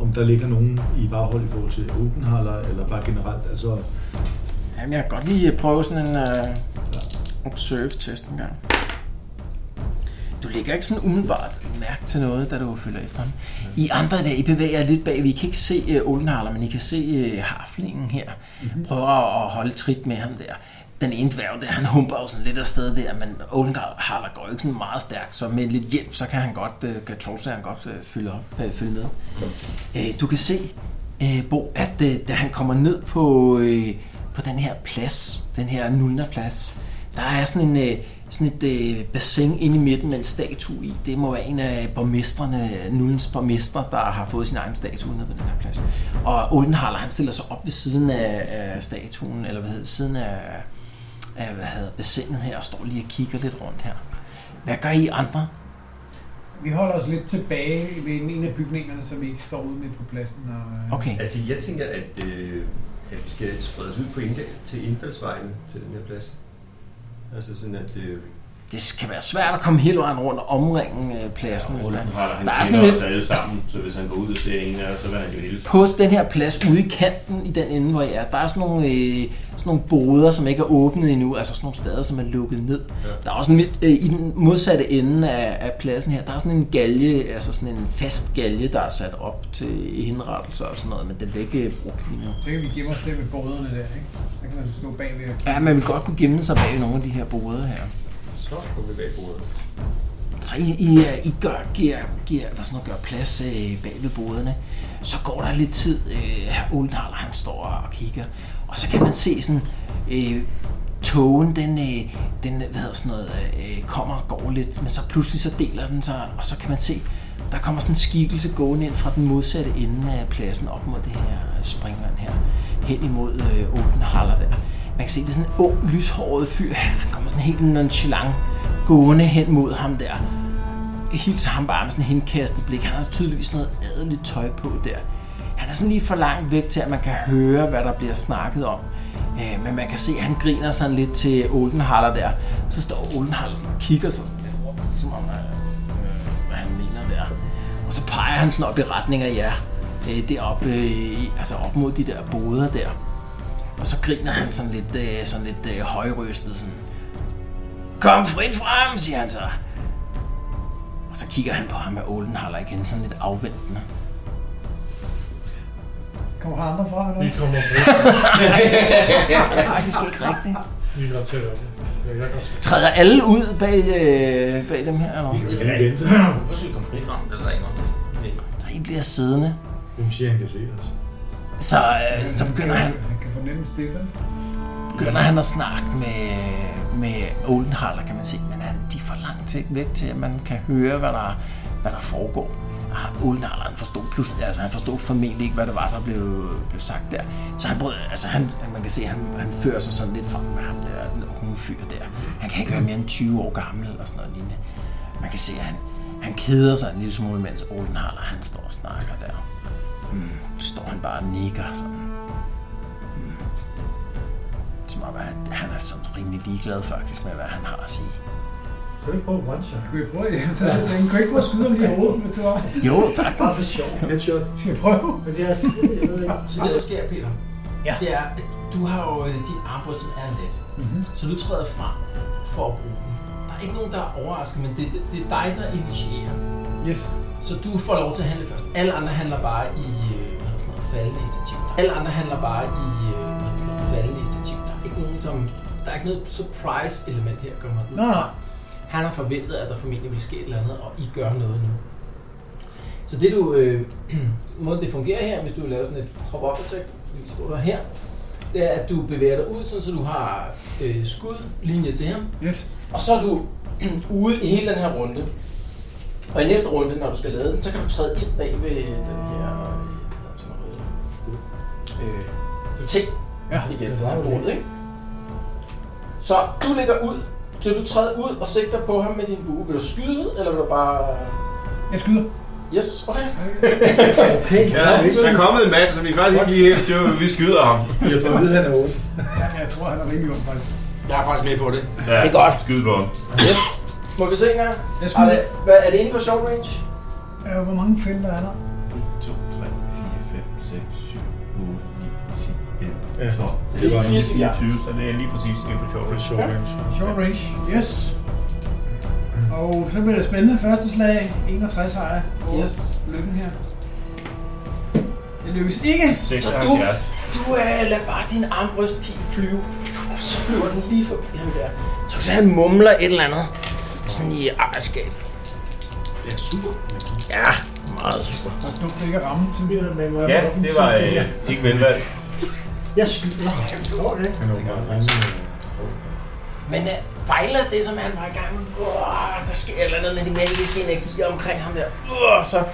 [SPEAKER 9] om der ligger nogen i baghold i forhold til Openhaller, eller bare generelt? Altså,
[SPEAKER 2] Jamen, jeg kan godt lige prøve sådan en øh, observe-test en gang. Du lægger ikke sådan umiddelbart mærke til noget, da du følger efter ham. I andre der, I bevæger jer lidt bag. Vi kan ikke se øh, Oldenhaler, men I kan se øh, harflingen her.
[SPEAKER 23] Mhm.
[SPEAKER 2] Prøver at holde trit med ham der. Den ene dværg der, han humper jo sådan lidt afsted der, men Oldenhaler går jo ikke sådan meget stærkt, så med lidt hjælp, så kan han godt, øh, kan Torse, han godt øh, følge, op, øh, følge med. Øh, du kan se, øh, Bo, at øh, da han kommer ned på, øh, på den her plads, den her Nulna-plads, der er sådan, en, øh, sådan et øh, bassin inde i midten med en statue i. Det må være en af borgmesterne, Nullens borgmester, der har fået sin egen statue nede på den her plads. Og Oldenhaler, han stiller sig op ved siden af, af statuen, eller hvad hedder det, siden af, af hvad hedder, bassinet her, og står lige og kigger lidt rundt her. Hvad gør I andre?
[SPEAKER 8] Vi holder os lidt tilbage ved en af bygningerne, så vi ikke står ude midt på pladsen. Og, øh,
[SPEAKER 5] Altså, jeg tænker, at, øh, at vi skal spredes ud på indgang til indfaldsvejen til den her plads. Altså sådan, at... Øh,
[SPEAKER 2] Det kan være svært at komme hele vejen rundt og omringe øh, pladsen. hvis der,
[SPEAKER 7] Oldenhaler, han
[SPEAKER 2] der er sådan lidt,
[SPEAKER 7] alle sammen, så hvis han går ud og ser en af os, så vil han jo hilse.
[SPEAKER 2] på den her plads ude i kanten, i den ende, hvor jeg er, der er sådan nogle, øh, sådan nogle boder, som ikke er åbnet endnu, altså sådan nogle steder, som er lukket ned. Ja. Der er også en, midt, øh, i den modsatte ende af, af pladsen her, der er sådan en galge, altså sådan en fast galge, der er sat op til henrettelser og sådan noget, men den bliver ikke øh, brugt lige nu.
[SPEAKER 8] Så kan vi gemme os der ved båderne der, ikke? Der kan man stå bagved. og-
[SPEAKER 2] Ja, man vil godt kunne gemme sig bag nogle af de her boder her.
[SPEAKER 5] så går vi bag bordet.
[SPEAKER 2] Så I, I, øh, I gør, giver, giver, hvad sådan noget, gør plads øh, bag ved boderne. Så går der lidt tid, øh, her Oldenhaler han står og kigger, og så kan man se sådan, øh, togen den, øh, den hvad hedder sådan noget, øh, kommer og går lidt, men så pludselig så deler den sig, og så kan man se, der kommer sådan en skikkelse gående ind fra den modsatte ende af pladsen op mod det her springvand her.
[SPEAKER 24] hen imod øh, Oldenhaller der. Man kan se, det er sådan en ung, lyshåret fyr. Han kommer sådan helt nonchalant gående hen mod ham der. Hilser ham bare med sådan en henkastet blik. Han har tydeligvis noget adeligt tøj på der. Han er sådan lige for langt væk til, at man kan høre, hvad der bliver snakket om. Øh, men man kan se, at han griner sådan lidt til Oldenhaller der. Så står Oldenhaller sådan og kigger sig sådan derovre, som om øh, hvad han mener der. Og så peger han sådan op i retning af jer. Øh, deroppe, øh, i- altså op mod de der boder der. Og så griner han sådan lidt, øh, sådan lidt øh, højrøstet. Sådan. Kom frit frem, siger han så. Og så kigger han på ham med Oldenhaller igen, sådan lidt afventende.
[SPEAKER 8] Kommer der andre fra? Eller?
[SPEAKER 3] Vi kommer fra.
[SPEAKER 24] Det er faktisk ikke rigtigt.
[SPEAKER 3] Vi går til dig. Jeg kan godt se.
[SPEAKER 24] Træder alle ud bag, øh, bag dem her, eller hvad?
[SPEAKER 25] skal lige vente. Hvorfor skal vi komme fri frem? Det er der ikke noget.
[SPEAKER 24] Så I bliver siddende.
[SPEAKER 9] Hvem siger, han kan se os?
[SPEAKER 24] Så, øh, så begynder han,
[SPEAKER 8] Han kan fornemme Stefan.
[SPEAKER 24] begynder han at snakke med, med Oldenhaller, kan man sige. Men han, de er for langt til, væk til, at man kan høre, hvad der, hvad der foregår. Ah, Oldenhaller, han forstod pludselig, altså han forstod formentlig ikke, hvad det var, der blev, blev sagt der. Så han, brød, altså han, man kan se, han, han fører sig sådan lidt frem med ham der, den unge fyr der. Han kan ikke være mere end 20 år gammel og sådan noget lignende. Man kan se, at han, han keder sig en lille smule, mens Oldenhaller, han står og snakker der. Mm, står han bare og nikker sådan. Mm. Som om, at han er sådan rimelig ligeglad faktisk med, hvad han har at sige.
[SPEAKER 8] Kan du ikke prøve one shot? Kan vi prøve? Ja, så jeg tænkte, kan du ikke prøve at skyde ham lige i hovedet, hvis du var?
[SPEAKER 24] Jo, tak.
[SPEAKER 8] Bare for sjov.
[SPEAKER 9] Headshot.
[SPEAKER 8] Skal vi prøve? Men det er også, jeg ved ikke.
[SPEAKER 2] Så det, der sker, Peter, ja. det er, at du har jo, øh, din armbryst er let.
[SPEAKER 8] Mhm.
[SPEAKER 2] Mm-hmm. Så du træder frem for at bruge den. Der er ikke nogen, der er overrasket, men det, det, det er dig, der initierer.
[SPEAKER 8] Yes.
[SPEAKER 2] Så du får lov til at handle først. Alle andre handler bare i øh, hvad hedder sådan noget, faldende initiativ. Alle andre handler bare i øh, hvad hedder sådan noget, faldende initiativ. Der er ikke nogen, som... Der er ikke noget surprise-element her, gør man ud.
[SPEAKER 8] Nå, nej.
[SPEAKER 2] Han har forventet, at der formentlig vil ske et eller andet, og I gør noget nu. Så det du, øh, måden det fungerer her, hvis du vil lave sådan et pop-up attack, viser du dig her, det er, at du bevæger dig ud, sådan, så du har øh, skudlinje til ham.
[SPEAKER 8] Yes.
[SPEAKER 2] Og så er du ude i hele den her runde. Og i næste runde, når du skal lade den, så kan du træde ind bag ved den her øh, sådan noget, øh, ting. Ja. Igen, den her bord, ikke? Så du ligger ud, så du træder ud og sigter på ham med din bue. Vil du skyde, eller vil du bare... øh,
[SPEAKER 8] Jeg skyder.
[SPEAKER 2] Yes, okay.
[SPEAKER 9] Okay,
[SPEAKER 7] Ja, der er kommet en mand, som vi faktisk ikke lige helt styr på, vi skyder ham.
[SPEAKER 9] Jeg får at vide, han er ond.
[SPEAKER 8] Ja, jeg tror, han er rimelig ung, faktisk.
[SPEAKER 25] Jeg er faktisk med på det.
[SPEAKER 7] Ja,
[SPEAKER 2] Det er godt.
[SPEAKER 7] Skyd på ham.
[SPEAKER 2] Yes. Må vi se engang?
[SPEAKER 8] Jeg
[SPEAKER 2] Er
[SPEAKER 8] skyder.
[SPEAKER 2] det, hvad, er det inde på short range?
[SPEAKER 8] Øh, hvor mange fælder er der?
[SPEAKER 7] 1, 2, 3, 4, 5, 6, 7, 8, 9, 10, 11, 12.
[SPEAKER 2] Så det er 24 yards.
[SPEAKER 7] 24, så det er lige præcis inden for short range.
[SPEAKER 9] Short range.
[SPEAKER 8] Short range. Yes. Og så bliver det spændende. Første slag. 61 har jeg. Over
[SPEAKER 2] Yes.
[SPEAKER 8] Lykken her. Det lykkes ikke.
[SPEAKER 7] 76.
[SPEAKER 2] Du øh, lader bare din armbrystpil flyve. Så flyver den lige forbi ham der. Så kan han mumler et eller andet. Sådan i ejerskab.
[SPEAKER 7] Det er super.
[SPEAKER 2] Ja, meget super.
[SPEAKER 8] Det er dumt, det ikke at ramme. Sådan bliver det med, hvor jeg
[SPEAKER 7] Ja,
[SPEAKER 8] er offensiv,
[SPEAKER 7] det var
[SPEAKER 8] det her.
[SPEAKER 7] øh, ikke velvalgt.
[SPEAKER 8] Jeg skyder. Jeg forstår det.
[SPEAKER 9] Han er jo meget drenge.
[SPEAKER 2] Men øh, fejler det, som han var i gang med. Uah, der sker et eller andet med de magiske energier omkring ham der. Uah, så,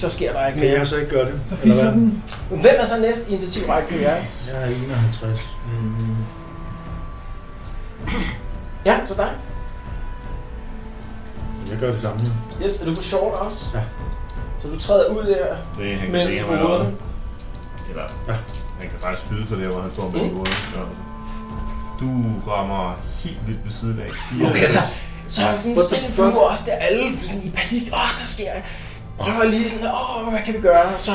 [SPEAKER 2] så sker der ikke
[SPEAKER 9] Kan
[SPEAKER 2] mere.
[SPEAKER 9] jeg så ikke gøre det?
[SPEAKER 8] Så
[SPEAKER 9] Eller
[SPEAKER 8] fisser
[SPEAKER 9] hvad?
[SPEAKER 8] den.
[SPEAKER 2] Hvem er så næst i initiativrække på jeres?
[SPEAKER 9] Jeg er 51. Mm.
[SPEAKER 2] Ja, så dig.
[SPEAKER 9] Jeg gør det samme.
[SPEAKER 2] Yes, er du på short også?
[SPEAKER 9] Ja.
[SPEAKER 2] Så du træder ud der
[SPEAKER 7] Det er, han kan se
[SPEAKER 2] med
[SPEAKER 7] ham allerede.
[SPEAKER 2] boderne.
[SPEAKER 7] Eller,
[SPEAKER 9] Ja.
[SPEAKER 7] han kan bare skyde for det, hvor han står med
[SPEAKER 2] Mm.
[SPEAKER 7] mm. Du rammer helt vildt ved siden af.
[SPEAKER 2] Okay, så, så er den
[SPEAKER 9] What the
[SPEAKER 2] stille
[SPEAKER 9] fuck?
[SPEAKER 2] flyver også der, alle sådan i panik. Åh, der sker Prøver lige sådan, åh, hvad kan vi gøre? Så,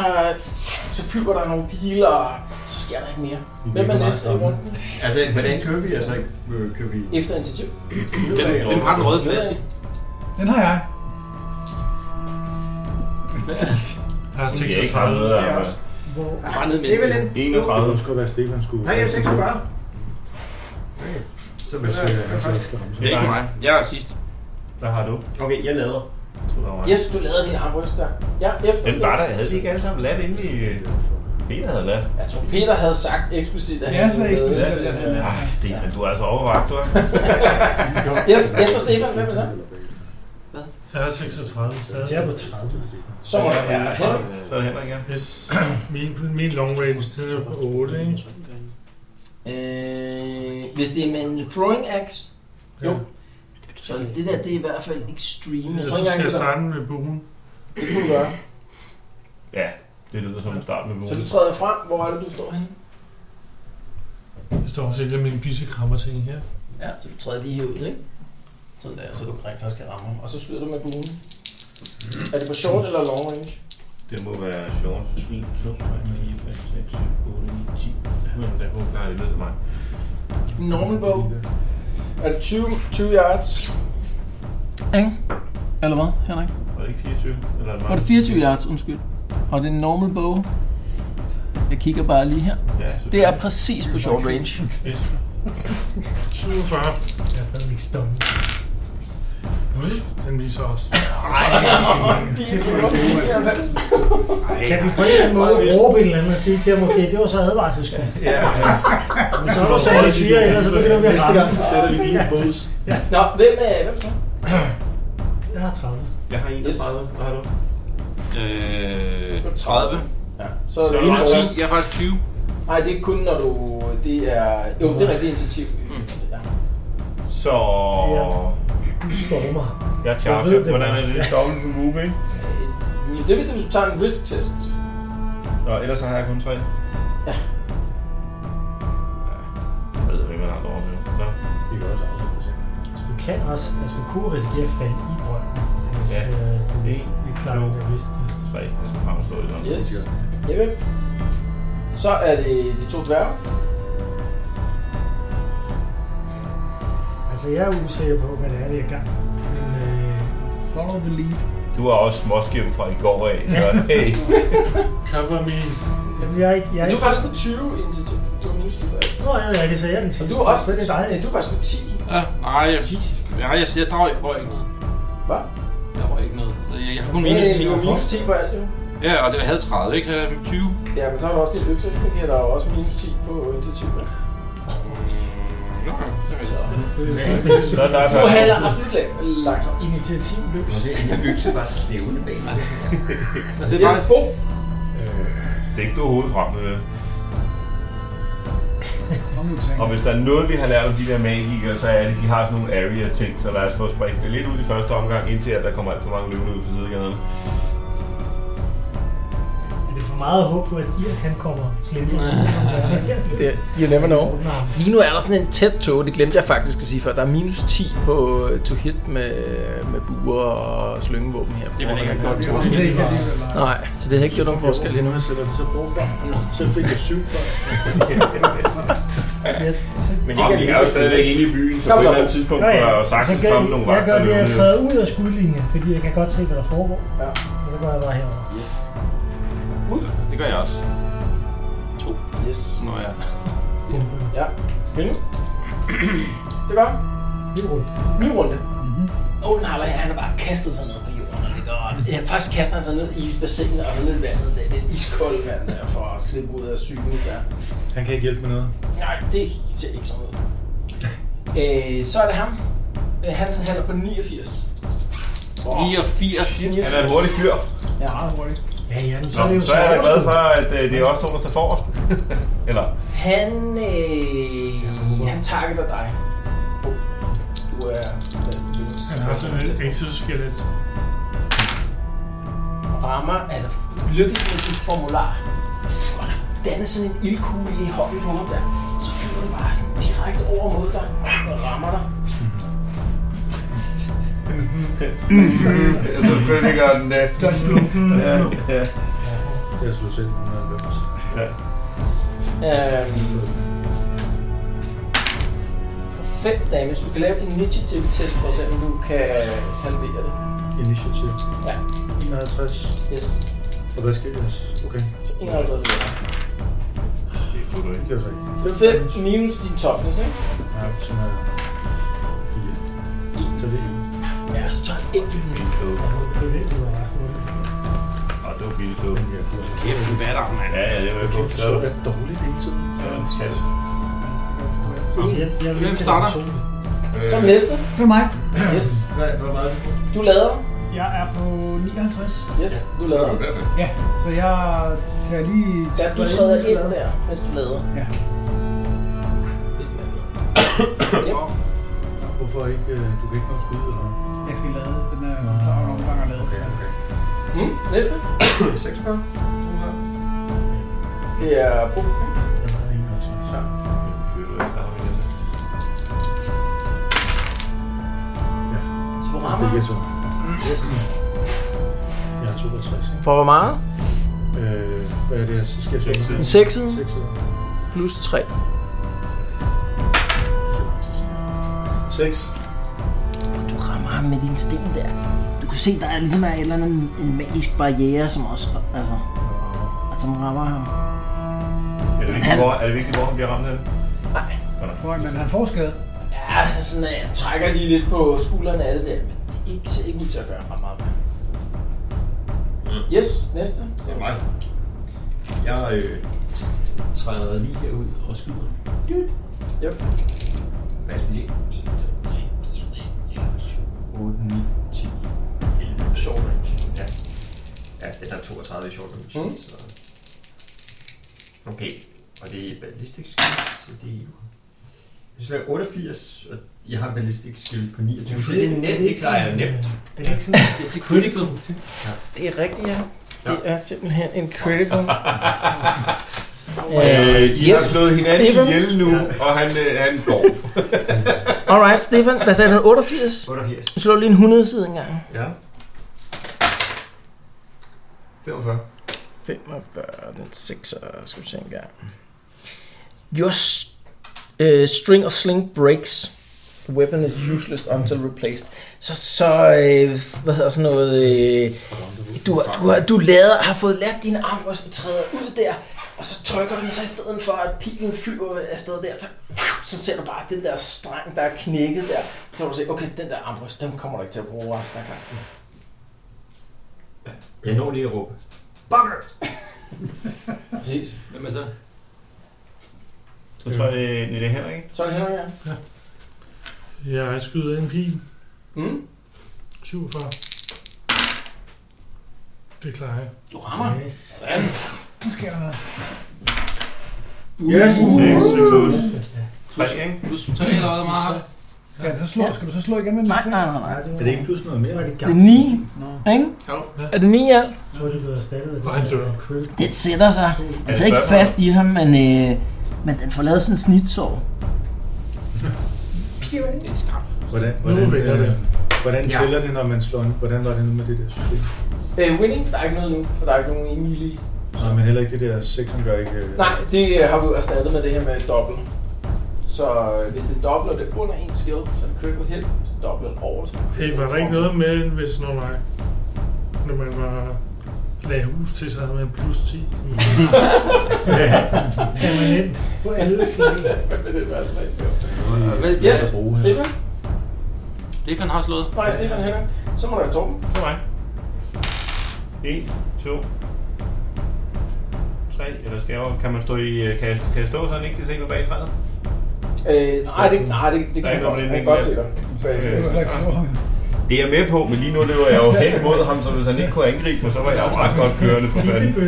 [SPEAKER 2] så flyver der nogle pile, og så sker der ikke mere. Hvem er
[SPEAKER 9] meget
[SPEAKER 2] næste i
[SPEAKER 9] sammen.
[SPEAKER 2] runden?
[SPEAKER 5] Altså, hvordan kører vi? Altså, ikke? Øh, kører vi?
[SPEAKER 2] Efter initiativ.
[SPEAKER 25] Hvem, hvem har den røde flaske?
[SPEAKER 8] Den har jeg.
[SPEAKER 3] Jeg har
[SPEAKER 7] Jeg ikke har
[SPEAKER 3] 36.
[SPEAKER 7] noget af
[SPEAKER 25] Bare ned med
[SPEAKER 5] Det er vel en...
[SPEAKER 7] 31.
[SPEAKER 9] Det skulle være Stefan skulle.
[SPEAKER 5] Nej, jeg er 46. Så
[SPEAKER 9] Hvis
[SPEAKER 5] hvad
[SPEAKER 9] øh,
[SPEAKER 5] er
[SPEAKER 9] han
[SPEAKER 5] det
[SPEAKER 9] så ikke
[SPEAKER 5] først?
[SPEAKER 9] skal ramme
[SPEAKER 25] Det er ikke mig. Jeg er sidst.
[SPEAKER 7] Hvad har du?
[SPEAKER 5] Okay, jeg lader.
[SPEAKER 7] Jeg tror, der var en.
[SPEAKER 2] Yes, du lavede din armbryst der. Ja, efter
[SPEAKER 7] Den var der. Jeg havde de ikke alle sammen ladt inde i... øh, Peter havde ladt.
[SPEAKER 2] Jeg tror, Peter havde sagt eksplicit, at
[SPEAKER 8] Ja, så
[SPEAKER 2] skulle lave-
[SPEAKER 8] eksplicit, at han-
[SPEAKER 7] Ej, Stefan, du er altså overvagt, du er.
[SPEAKER 2] Yes, efter Stefan, hvem er så?
[SPEAKER 3] Jeg har 36. stadig.
[SPEAKER 26] Jeg er på 30.
[SPEAKER 2] Så må det være Henrik.
[SPEAKER 7] Så er det Henrik, ja.
[SPEAKER 3] Yes. Min, min long range, den er på 8, ikke?
[SPEAKER 2] Øh, hvis det er med en throwing axe, jo. Så det der, det er i hvert fald extreme.
[SPEAKER 3] Jeg
[SPEAKER 2] tror
[SPEAKER 3] synes,
[SPEAKER 2] ikke engang,
[SPEAKER 3] jeg
[SPEAKER 2] det var-
[SPEAKER 3] starter med buen.
[SPEAKER 2] Det kunne du gøre.
[SPEAKER 7] Ja, det lyder som en start med
[SPEAKER 2] Så
[SPEAKER 7] vågen.
[SPEAKER 2] du træder frem. Hvor er det, du står henne?
[SPEAKER 3] Jeg står og sælger mine pissekrammer ting her.
[SPEAKER 2] Ja, så du træder lige herud, ikke? Sådan der, så du rent faktisk kan ramme ham. Og så skyder du med buen. Er det på short eller long range?
[SPEAKER 7] Det må være shorts. 1, 2, 3, 4, 5, 6, 8, 9, 10. Men der kunne klare det lød mig.
[SPEAKER 2] Normal bow. Er det 20, 20 yards?
[SPEAKER 11] Ikke? Eller hvad, Henrik?
[SPEAKER 7] Var det ikke 24? Eller er det
[SPEAKER 11] Var det 24 yards, undskyld? Og det er en normal bow. Jeg kigger bare lige her. det er præcis på short range.
[SPEAKER 3] 47. Jeg er stadigvæk stummet. Den viser også.
[SPEAKER 6] Kan vi på en eller anden måde råbe et eller andet og sige til ham, okay, det var så advarselskud. Ja. Men så er du sådan, at siger, ellers så begynder vi at ramme.
[SPEAKER 7] bås.
[SPEAKER 2] Ja. Nå, hvem, er, hvem så?
[SPEAKER 6] Jeg har 30.
[SPEAKER 7] Jeg har 31. Hvad har du?
[SPEAKER 27] Øh, 30.
[SPEAKER 2] Ja. Så er det
[SPEAKER 27] minus
[SPEAKER 2] minus
[SPEAKER 27] 10. Jeg er faktisk 20.
[SPEAKER 2] Nej, det er kun når du... Det er... Jo, det er rigtig initiativ. Mm. Ja.
[SPEAKER 7] Så...
[SPEAKER 6] Du stormer.
[SPEAKER 7] Jeg
[SPEAKER 6] Jeg ved
[SPEAKER 7] charger.
[SPEAKER 6] det,
[SPEAKER 7] Hvordan er
[SPEAKER 6] mand.
[SPEAKER 7] det? Det er dobbelt på move, ikke?
[SPEAKER 2] Men Det er vist, hvis du tager en risk-test.
[SPEAKER 7] Nå, ellers så har jeg kun tre. Ja. Jeg ved ikke, hvad der er dårligt. Nå. Vi kan også afsætte det senere.
[SPEAKER 6] Du kan også, altså du kunne risikere at falde i brønden, hvis
[SPEAKER 7] Ja.
[SPEAKER 6] øh, du
[SPEAKER 7] En,
[SPEAKER 6] ikke klarer det vist.
[SPEAKER 7] Tre. Jeg skal frem og stå i det.
[SPEAKER 2] Yes. Jeppe. Så er det de to dværge.
[SPEAKER 6] Altså jeg er usikker på, hvad det er, vi er i gang med. Men, øh, follow the lead.
[SPEAKER 7] Du er også småskæv fra i går af, så hey.
[SPEAKER 3] Cover me.
[SPEAKER 6] Jamen, jeg er ikke, jeg
[SPEAKER 2] Men du
[SPEAKER 6] er
[SPEAKER 2] er
[SPEAKER 6] ikke...
[SPEAKER 2] faktisk på 20 initiativ. Du er minus 10.
[SPEAKER 6] Nå, jeg er det, så jeg er den
[SPEAKER 2] Og
[SPEAKER 6] sidste.
[SPEAKER 2] du er også på,
[SPEAKER 6] det er
[SPEAKER 2] nej,
[SPEAKER 6] dig.
[SPEAKER 2] du er faktisk på 10.
[SPEAKER 27] Ja, nej, jeg, nej, jeg, jeg drager jeg røg ikke noget.
[SPEAKER 2] Hvad?
[SPEAKER 27] Jeg røg ikke noget. Så Jeg, jeg har kun
[SPEAKER 2] Det Øh, er
[SPEAKER 27] minus 10.
[SPEAKER 2] jo minus 10 på alt, jo.
[SPEAKER 27] Ja, og det havde 30, ikke? Så jeg er 20.
[SPEAKER 2] Ja, men så er der også dit lykke, ikke? Fordi der er jo også minus 10 på initiativ. ikke?
[SPEAKER 27] Nå, det er
[SPEAKER 7] Så er der
[SPEAKER 2] Du handler absolut lavt. Lagt op.
[SPEAKER 6] Initiativ løs.
[SPEAKER 5] Prøv at se, at den økse var slævende bag mig.
[SPEAKER 27] det er bare...
[SPEAKER 2] Yes, Bo.
[SPEAKER 7] Stik du hovedet frem med det. Og hvis der er noget, vi har lært om de der magikere, så er det, at de har sådan nogle area-ting, så lad os få spredt det lidt ud i første omgang, indtil at der kommer alt for mange løvende ud på sidegaderne.
[SPEAKER 6] Er det for meget at håbe på, at Dirk han kommer slemmende?
[SPEAKER 2] Det, you never know. Lige nu er der sådan en tæt tog, det glemte jeg faktisk at sige før. Der er minus 10 på øh, to hit med, med buer og slyngevåben her.
[SPEAKER 27] Det var ikke godt, tror jeg.
[SPEAKER 2] Nej, så det har ikke gjort nogen forskel endnu.
[SPEAKER 8] sætter den så forfra. Så fik jeg syv for.
[SPEAKER 7] Men og vi er jo stadigvæk inde i byen, så
[SPEAKER 2] Kom
[SPEAKER 7] på et
[SPEAKER 2] så.
[SPEAKER 7] eller andet tidspunkt kunne der jo
[SPEAKER 6] så
[SPEAKER 7] sagtens
[SPEAKER 6] gør,
[SPEAKER 7] komme nogle
[SPEAKER 6] jeg, jeg
[SPEAKER 7] vagter
[SPEAKER 6] gør det, at jeg
[SPEAKER 7] løbende.
[SPEAKER 6] træder ud af skudlinjen, fordi jeg kan godt se, hvad der foregår.
[SPEAKER 2] Ja.
[SPEAKER 6] Og så går jeg bare herover.
[SPEAKER 2] Yes.
[SPEAKER 27] Uh. Det gør jeg også. To.
[SPEAKER 2] Yes.
[SPEAKER 27] Nå ja.
[SPEAKER 2] Ja. Finde. Det gør han.
[SPEAKER 6] Det er rundt.
[SPEAKER 2] Ny runde. Mm-hmm.
[SPEAKER 11] Åh, nej, han har bare kastet sig ned på jorden. Ikke? Og, øh, ja, faktisk kaster han sig ned i bassinet og så ned i vandet.
[SPEAKER 2] Det er det iskolde vand der for at slippe ud af sygen der.
[SPEAKER 9] Han kan ikke hjælpe med noget.
[SPEAKER 2] Nej, det ser ikke sådan ud. Øh, så er det ham. Øh, Han, han er på 89.
[SPEAKER 27] 89.
[SPEAKER 7] Han er en hurtig fyr.
[SPEAKER 2] Ja, meget hurtigt.
[SPEAKER 6] Ja, ja, men så
[SPEAKER 7] Nå,
[SPEAKER 6] er det jo
[SPEAKER 7] så er jeg da glad
[SPEAKER 6] for.
[SPEAKER 7] for, at øh, det er os to, der står forrest. Eller,
[SPEAKER 2] Han, øh, han targeter dig. Du er...
[SPEAKER 3] Han har sådan et exoskelet.
[SPEAKER 2] rammer, eller lykkes med sin formular, og der danner sådan en ildkugle i hånden på ham der, så flyver den bare sådan direkte over mod dig og rammer dig.
[SPEAKER 7] selvfølgelig Altså, gør den det. Ja, ja.
[SPEAKER 9] Det er slut selv.
[SPEAKER 7] Ja.
[SPEAKER 2] Øhm, for 5 damage. Du kan lave en initiative test for at se, om du kan halvere det.
[SPEAKER 9] Initiativ.
[SPEAKER 2] Ja.
[SPEAKER 9] 51.
[SPEAKER 2] Yes.
[SPEAKER 9] Og hvad skal jeg? Okay.
[SPEAKER 2] Så 51 meter.
[SPEAKER 7] Det kunne du ikke.
[SPEAKER 9] Det er så ikke.
[SPEAKER 2] 5 minus din toughness, ikke?
[SPEAKER 9] Ja, som er 4. Så det er
[SPEAKER 2] Ja, så tager han enkelt
[SPEAKER 7] Det er min klog. Og det var billigt klog.
[SPEAKER 27] Kæft, du er der, mand.
[SPEAKER 7] Ja, ja, det var jo godt.
[SPEAKER 9] Så er det dårligt hele tiden.
[SPEAKER 7] Ja, det skal det.
[SPEAKER 27] Hvem starter?
[SPEAKER 7] Øh,
[SPEAKER 2] Så er det næste.
[SPEAKER 10] Så er det mig.
[SPEAKER 2] Yes.
[SPEAKER 5] Hvad, hvad var det?
[SPEAKER 2] Du lader.
[SPEAKER 8] Jeg er på 59.
[SPEAKER 2] Yes, du lader.
[SPEAKER 8] Ja, så jeg kan lige...
[SPEAKER 2] Ja, du træder ind der, mens du lader.
[SPEAKER 8] Ja.
[SPEAKER 9] Hvorfor ikke? øh, Du kan ikke nå at skyde, eller hvad?
[SPEAKER 8] Jeg skal lade den her kommentar, nogle gange har lavet. Okay, okay.
[SPEAKER 28] Mm, næste.
[SPEAKER 5] 46.
[SPEAKER 28] Det er Bo.
[SPEAKER 2] Så hvor
[SPEAKER 9] Det
[SPEAKER 2] rammer
[SPEAKER 9] er så.
[SPEAKER 2] Yes.
[SPEAKER 9] Jeg har 62. ikke?
[SPEAKER 2] For hvor meget?
[SPEAKER 9] Øh, hvad er det, jeg så skal jeg finde?
[SPEAKER 2] En sekset. Plus 3.
[SPEAKER 9] 6.
[SPEAKER 2] Du rammer ham med din sten der. Du kan se, der er ligesom er en eller anden en magisk barriere, som også altså, altså, som rammer ham.
[SPEAKER 7] Er det vigtigt, hvor, er det vigtigt, hvor han bliver ramt af det?
[SPEAKER 2] Nej.
[SPEAKER 8] Foran, men han får skade.
[SPEAKER 2] Ja, sådan, at jeg trækker lige lidt på skuldrene af det der, men det er ikke, ser ikke ud til at gøre ret meget.
[SPEAKER 28] Yes, næste.
[SPEAKER 5] Det er mig. Jeg øh, træder lige herud og skyder. Dude.
[SPEAKER 28] Yep.
[SPEAKER 5] Lad os lige se. 1, 2, 3, 4, 5, 6, 7, 8, 9, 10, 11. Short range. Ja. Ja, det er 32 i short range. Mm. Så. Okay. Og det er ballistic skill, så det er jo... Det skal være 88, og jeg har ballistic skill på 29. Så det er nemt, det klarer jeg nemt.
[SPEAKER 2] Det er ikke sådan, det er critical.
[SPEAKER 5] Ja.
[SPEAKER 2] Det er rigtigt, ja. Det er simpelthen en critical.
[SPEAKER 7] Øh, I har slået hinanden
[SPEAKER 2] Stefan.
[SPEAKER 7] ihjel nu, og han, øh, han går.
[SPEAKER 2] Alright, Stefan. Hvad sagde du? 88?
[SPEAKER 5] 88.
[SPEAKER 2] Du slår lige en 100 side engang.
[SPEAKER 5] Ja. 45.
[SPEAKER 2] 45, den 6, skal vi se en gang. Your uh, string or sling breaks. The weapon is useless until replaced. Så, så øh, hvad hedder sådan noget... Øh, du, har- du, har, du lader, har fået lært dine arm, og så træder ud der, og så trykker den så i stedet for, at pilen flyver afsted der, så, så ser du bare den der streng, der er knækket der. Så må du se, okay, den der armbrøst, den kommer du ikke til at bruge resten af kampen.
[SPEAKER 5] Jeg når lige at råbe. Bukker!
[SPEAKER 28] Præcis.
[SPEAKER 1] Hvem er så?
[SPEAKER 7] Så tror jeg, det, det er Henrik. ikke?
[SPEAKER 28] Så er det Henrik, ja.
[SPEAKER 3] Jeg skyder en pil.
[SPEAKER 28] Mm.
[SPEAKER 3] 47. Det klarer jeg.
[SPEAKER 28] Du rammer. Sådan.
[SPEAKER 8] Nu skal jeg...
[SPEAKER 7] Yes. 6, 6 plus 3, ikke?
[SPEAKER 1] Plus 3 eller hvad meget? hardt.
[SPEAKER 8] Skal, du så slå, skal du så slå igen med den? Nej, nej, nej.
[SPEAKER 6] Nej, det var,
[SPEAKER 9] Er det ikke plus noget mere?
[SPEAKER 6] det
[SPEAKER 2] Det er 9, ikke?
[SPEAKER 1] Jo.
[SPEAKER 2] Er det 9 i alt?
[SPEAKER 6] Jeg tror, det øh, blev erstattet af
[SPEAKER 3] Og han dør.
[SPEAKER 6] der critical.
[SPEAKER 2] Den sætter sig. Altså ikke fast i ham, men, øh, men den får lavet sådan en snitsår.
[SPEAKER 1] Det er skræmt.
[SPEAKER 9] Hvordan, hvordan,
[SPEAKER 3] fik jeg det.
[SPEAKER 9] øh, hvordan tæller det, når man slår en? Hvordan var det nu med det der system?
[SPEAKER 28] Øh, winning, der er ikke noget nu, for der er ikke nogen i melee.
[SPEAKER 9] Nej, men heller ikke det der 6, han gør ikke... øh,
[SPEAKER 28] Nej, det øh, har vi jo erstattet med det her med dobbelt. Så øh, hvis det dobbler det er under en skill, så er det critical hit. Hvis det dobbler det over, så er det
[SPEAKER 3] Hey, var der ikke noget med, hvis når nej, når man var lagde hus til, så havde man plus 10.
[SPEAKER 6] Permanent på alle sider.
[SPEAKER 28] Hvad vil det være slag?
[SPEAKER 1] Hvad-
[SPEAKER 28] Yes, Stefan.
[SPEAKER 1] Stefan har slået.
[SPEAKER 28] Nej, Stefan Henrik. Så må du have Torben.
[SPEAKER 7] Det er mig. 1, 2, 3, eller skal jeg over? Kan man stå i, øh, kan jeg, kan jeg stå, så han ikke kan se mig bag træet?
[SPEAKER 28] Øh, nej, det, nej, det, det
[SPEAKER 7] Der
[SPEAKER 28] kan
[SPEAKER 7] er
[SPEAKER 28] jeg
[SPEAKER 7] ikke
[SPEAKER 28] godt.
[SPEAKER 7] noget
[SPEAKER 28] Jeg
[SPEAKER 7] med
[SPEAKER 28] kan
[SPEAKER 7] den
[SPEAKER 28] godt se
[SPEAKER 7] der.
[SPEAKER 28] dig. Bag
[SPEAKER 7] Øh,
[SPEAKER 28] Stefan.
[SPEAKER 7] Det er jeg med på, men lige nu løber jeg jo hen mod ham, så hvis han ikke kunne angribe mig, så var jeg jo ret godt kørende for fanden. Ja.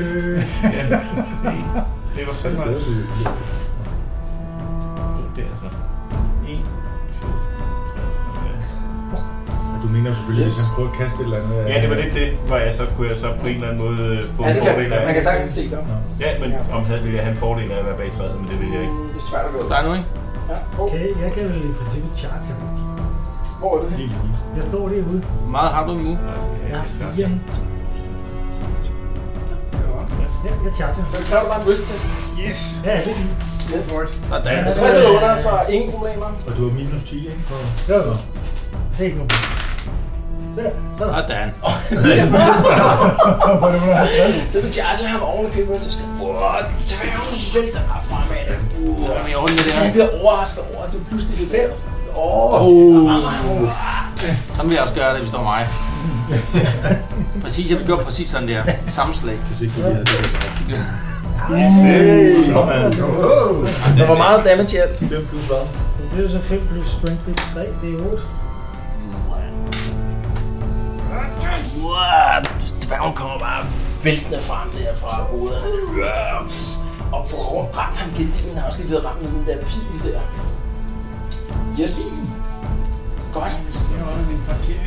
[SPEAKER 7] Det var
[SPEAKER 9] Så er
[SPEAKER 7] fandme
[SPEAKER 9] det bedre,
[SPEAKER 7] meget.
[SPEAKER 9] det-
[SPEAKER 7] Det er så. 1, 2,
[SPEAKER 9] Du mener selvfølgelig,
[SPEAKER 28] Yes.
[SPEAKER 9] at han prøver at kaste et eller andet... øh,
[SPEAKER 7] 3. Ja, det var lidt det, hvor jeg så kunne jeg så på en eller anden måde øh, få
[SPEAKER 28] Ja, det
[SPEAKER 7] en
[SPEAKER 28] kan
[SPEAKER 7] fordel
[SPEAKER 28] man. Man kan
[SPEAKER 7] af.
[SPEAKER 28] sagtens se dig.
[SPEAKER 7] Ja, men om havde ville jeg have en fordel af at være bag træet, men det ville jeg ikke.
[SPEAKER 28] Det er svært at gå.
[SPEAKER 1] Der er nu, ikke?
[SPEAKER 28] Ja, oh,
[SPEAKER 6] Kan, jeg kan vel i princippet charge ham.
[SPEAKER 28] hvor er du hen?
[SPEAKER 7] Lige
[SPEAKER 6] Jeg står derude.
[SPEAKER 1] Hvor Meget har du nu.
[SPEAKER 6] Jeg
[SPEAKER 7] Ja,
[SPEAKER 6] har fire hen. Ja, jeg charger ham.
[SPEAKER 28] Så kræver du bare en wrist test.
[SPEAKER 7] Yes!
[SPEAKER 6] Ja, det er fint.
[SPEAKER 28] Yes.
[SPEAKER 1] Sådan.
[SPEAKER 6] Ja.
[SPEAKER 28] 60 eller under, så ingen problemer.
[SPEAKER 9] Og du har minus 10, ikke? For...
[SPEAKER 6] Det er godt. Det er ikke nogen. Så der. Så der.
[SPEAKER 1] Sådan.
[SPEAKER 6] Hvor er det, hvor er det?
[SPEAKER 28] Så du charger ham oven i købet, så skal du dræve vælter bare fremad.
[SPEAKER 1] Hvor er vi ordentligt med det
[SPEAKER 28] Så
[SPEAKER 1] her?
[SPEAKER 28] han bliver overrasket over, at du pludselig bliver fem. Åh,
[SPEAKER 1] Sådan vil jeg også gøre det, hvis det var mig. Præcis, jeg vil gøre præcis sådan der. Samme slag.
[SPEAKER 9] Hvis ikke du lige havde det.
[SPEAKER 7] Sådan.
[SPEAKER 28] så hvor meget damage hjælp?
[SPEAKER 6] Det er jo så 5 plus strength, det er 3, det er 8.
[SPEAKER 2] Uah, Dværgen kommer bare væltende frem der fra boderne. Uah, Og får overbragt ham gardinen, har også lige blevet ramt med den der pil der. Yes. Godt.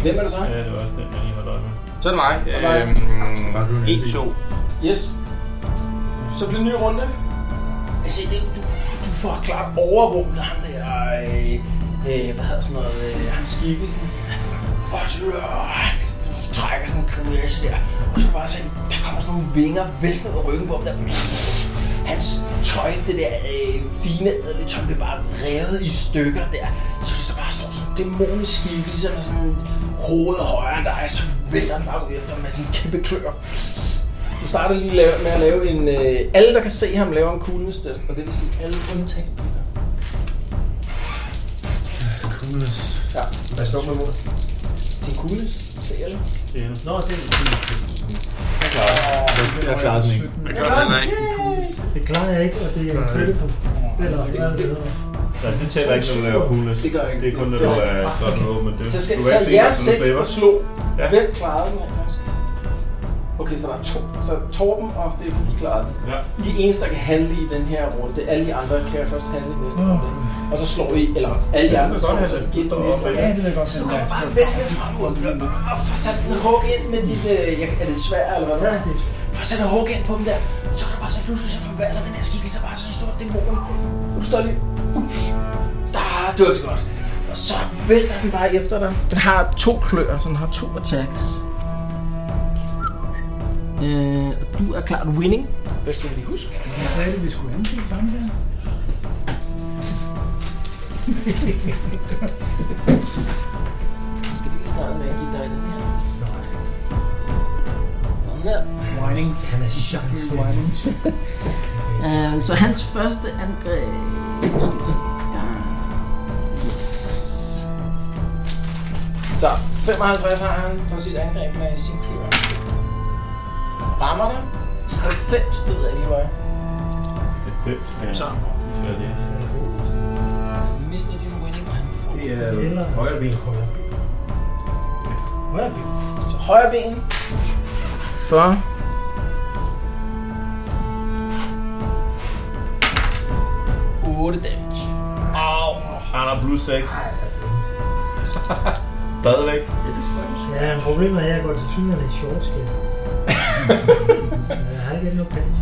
[SPEAKER 2] Hvem er det så?
[SPEAKER 7] Ja, det var også den, jeg lige holdt øje med.
[SPEAKER 29] Så er det mig.
[SPEAKER 2] Så er det
[SPEAKER 29] Øhm, 1, 2.
[SPEAKER 2] Yes. Så bliver det en ny runde. Altså, det, du, du får klart overrumlet ham der, øh, øh, hvad hedder sådan noget, øh, ham skikkelsen. Og så øh, du trækker sådan en grimasse der, og så bare sådan, der kommer sådan nogle vinger væltende ud af ryggen på ham der. Hans tøj, det der øh, fine ædle tøj, blev bare revet i stykker der. Så hvis der bare står sådan en dæmonisk skikkelse med sådan hovedet højere end dig, så vælter han bare ud efter ham med sin kæmpe klør. Du starter lige lave, med at lave en... Øh, alle, der kan se ham, laver en coolness-test, og det vil sige alle undtagen. Coolness. Ja. Hvad slår man mod? Din coolness? Se alle. Nå, det er en coolness-test. Jeg klarer
[SPEAKER 9] Jeg- jeg klarer den ikke. Jeg klarer den heller ikke.
[SPEAKER 6] Det klarer jeg ikke, og det er
[SPEAKER 7] Nej.
[SPEAKER 6] en critical. Eller
[SPEAKER 7] Det-
[SPEAKER 6] hvad det hedder.
[SPEAKER 7] Nej,
[SPEAKER 9] Altså,
[SPEAKER 7] det tæller ikke, når du laver coolness.
[SPEAKER 2] Det gør ikke.
[SPEAKER 7] Det er kun, når du
[SPEAKER 2] tæller
[SPEAKER 7] er
[SPEAKER 2] ikke.
[SPEAKER 7] sådan noget, men det-
[SPEAKER 2] Så,
[SPEAKER 7] du
[SPEAKER 2] skal,
[SPEAKER 7] kan
[SPEAKER 2] så
[SPEAKER 7] ikke se,
[SPEAKER 2] jeres
[SPEAKER 7] hvordan du
[SPEAKER 2] seks, der
[SPEAKER 7] slipper.
[SPEAKER 2] slog. Ja. Hvem klarede den rent faktisk? Okay, så der er to. Så Torben og Stefan, I klarede den. Ja. I er eneste, der kan handle i den her runde. Det er alle de andre, der kan først handle i næste
[SPEAKER 6] Nå.
[SPEAKER 2] runde. Og så slår I, eller alle
[SPEAKER 6] Ja,
[SPEAKER 2] jer, der
[SPEAKER 6] det vil
[SPEAKER 2] slår,
[SPEAKER 6] godt
[SPEAKER 2] så
[SPEAKER 6] have det.
[SPEAKER 2] igen
[SPEAKER 6] Du
[SPEAKER 2] den
[SPEAKER 6] står
[SPEAKER 2] næste
[SPEAKER 6] op med
[SPEAKER 2] runde.
[SPEAKER 6] det. Ja, det vil jeg godt
[SPEAKER 2] Så
[SPEAKER 6] have.
[SPEAKER 2] du kommer bare vælge frem mod dem, og får sat sådan en hug ind med dit, øh, jeg- er det et svær, eller hvad det er? Får sat en hug ind på dem der, så kan du bare så pludselig, så forvandler den her skikkelse bare til en stor dæmon. Du står lige, ups, der, det var ikke så godt. Og så vælter den bare efter dig. Den har to klør, så den har to attacks. Øh, og du er klart winning. Det skal vi lige huske.
[SPEAKER 30] Jeg sagde, at vi skulle angribe ham der.
[SPEAKER 2] Så skal vi lige starte med at give dig den her. Sådan der. Whining. Han er shocking whining. Øhm, så hans første angreb... Yes. Så 55 har han på sit angreb med sin klør. Rammer dig. 90, det ved jeg lige, hvor jeg
[SPEAKER 7] Fem, så. Ja, det er
[SPEAKER 2] mister din winning. og han får-
[SPEAKER 5] Det er højre ben.
[SPEAKER 2] Højre ben. Så højre ben. For... Otte damage.
[SPEAKER 7] Au, han har plus 6. Stadigvæk.
[SPEAKER 6] Ja, men problemet er, at jeg går til tynden lidt short, skat. Så jeg har ikke endnu pant.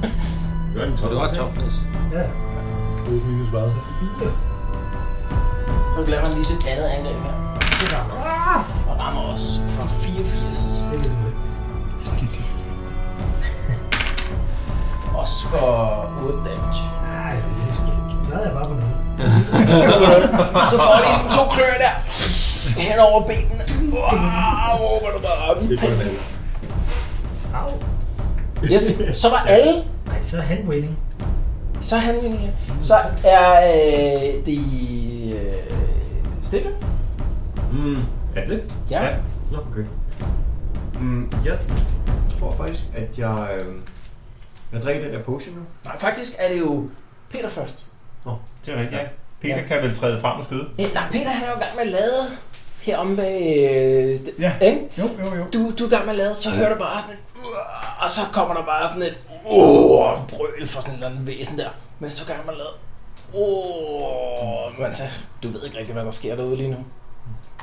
[SPEAKER 7] Gør den
[SPEAKER 29] Det er også toughness.
[SPEAKER 6] Ja.
[SPEAKER 9] 8 minus hvad?
[SPEAKER 2] Så laver han lige sit andet angreb her. Det rammer. Og rammer også. Og 84. Også for 8 damage. Nej, det er
[SPEAKER 6] Så er jeg bare på noget.
[SPEAKER 2] Du får lige sådan to klør der. Hen over benene. Wow, hvor du bare op i panden. Au. Yes, så var alle. Nej, så er han winning. Så er han winning, ja. Så er øh, det øh, Stefan.
[SPEAKER 5] Mm, er det?
[SPEAKER 2] Ja.
[SPEAKER 5] Nå, okay. Mm, jeg tror faktisk, at jeg... Øh, jeg drikker den der potion nu.
[SPEAKER 2] Nej, faktisk er det jo Peter først.
[SPEAKER 5] Nå,
[SPEAKER 7] det er rigtigt, ja. Peter kan vel træde frem og skyde.
[SPEAKER 2] Øh, nej, Peter han er jo i gang med at lade her om bag... Øh, ja, ikke? jo, jo, jo. Du, du er i gang med at lade, så hører du bare sådan... Uh, og så kommer der bare sådan et... Uh, brøl fra sådan en eller anden væsen der, mens du er i gang med at lade. Uh, men så, du ved ikke rigtig, hvad der sker derude lige nu.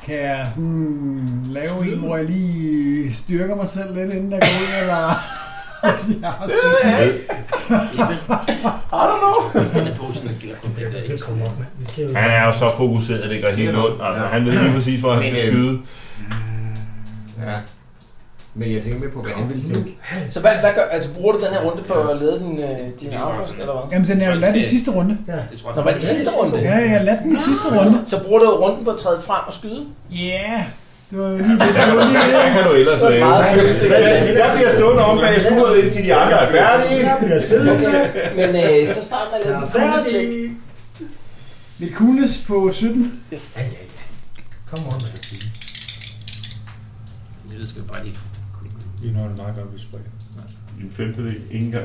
[SPEAKER 8] Kan jeg sådan lave en, hvor jeg lige styrker mig selv lidt, inden jeg går ud, eller... jeg har
[SPEAKER 29] Den er posen, der gælder kun den der. ikke?
[SPEAKER 7] Han er jo så fokuseret, at det gør helt ondt. Altså, han ved lige præcis, hvor han
[SPEAKER 5] Men,
[SPEAKER 7] skal
[SPEAKER 5] øh,
[SPEAKER 7] skyde.
[SPEAKER 5] Ja. Men jeg tænker med på, hvad han ville tænke.
[SPEAKER 2] Så hvad, hvad gør, altså bruger du den her runde på at lede din, øh, din afkost, eller hvad?
[SPEAKER 8] Jamen, den er jo ladt i sidste runde.
[SPEAKER 6] Ja.
[SPEAKER 29] tror
[SPEAKER 2] Nå, var det sidste runde?
[SPEAKER 8] Ja, jeg ladt den i sidste
[SPEAKER 27] Ah.
[SPEAKER 8] runde.
[SPEAKER 2] Så bruger du runden på at træde frem og skyde?
[SPEAKER 8] Ja, yeah. det var jo lige det. det var lige det.
[SPEAKER 7] Hvad kan du ellers
[SPEAKER 2] Det er
[SPEAKER 7] lave?
[SPEAKER 2] meget sindssygt.
[SPEAKER 7] Jeg bliver stående om bag skuret, indtil de andre er færdige.
[SPEAKER 8] Jeg bliver siddende.
[SPEAKER 2] Men øh, så starter jeg lidt coolness check.
[SPEAKER 8] Mit coolness på 17.
[SPEAKER 2] Yes.
[SPEAKER 8] Ja, ja, ja.
[SPEAKER 6] Kom on, man.
[SPEAKER 29] Det skal bare lige...
[SPEAKER 9] I når det meget godt, vi springer.
[SPEAKER 7] En femtedel, ingen gang.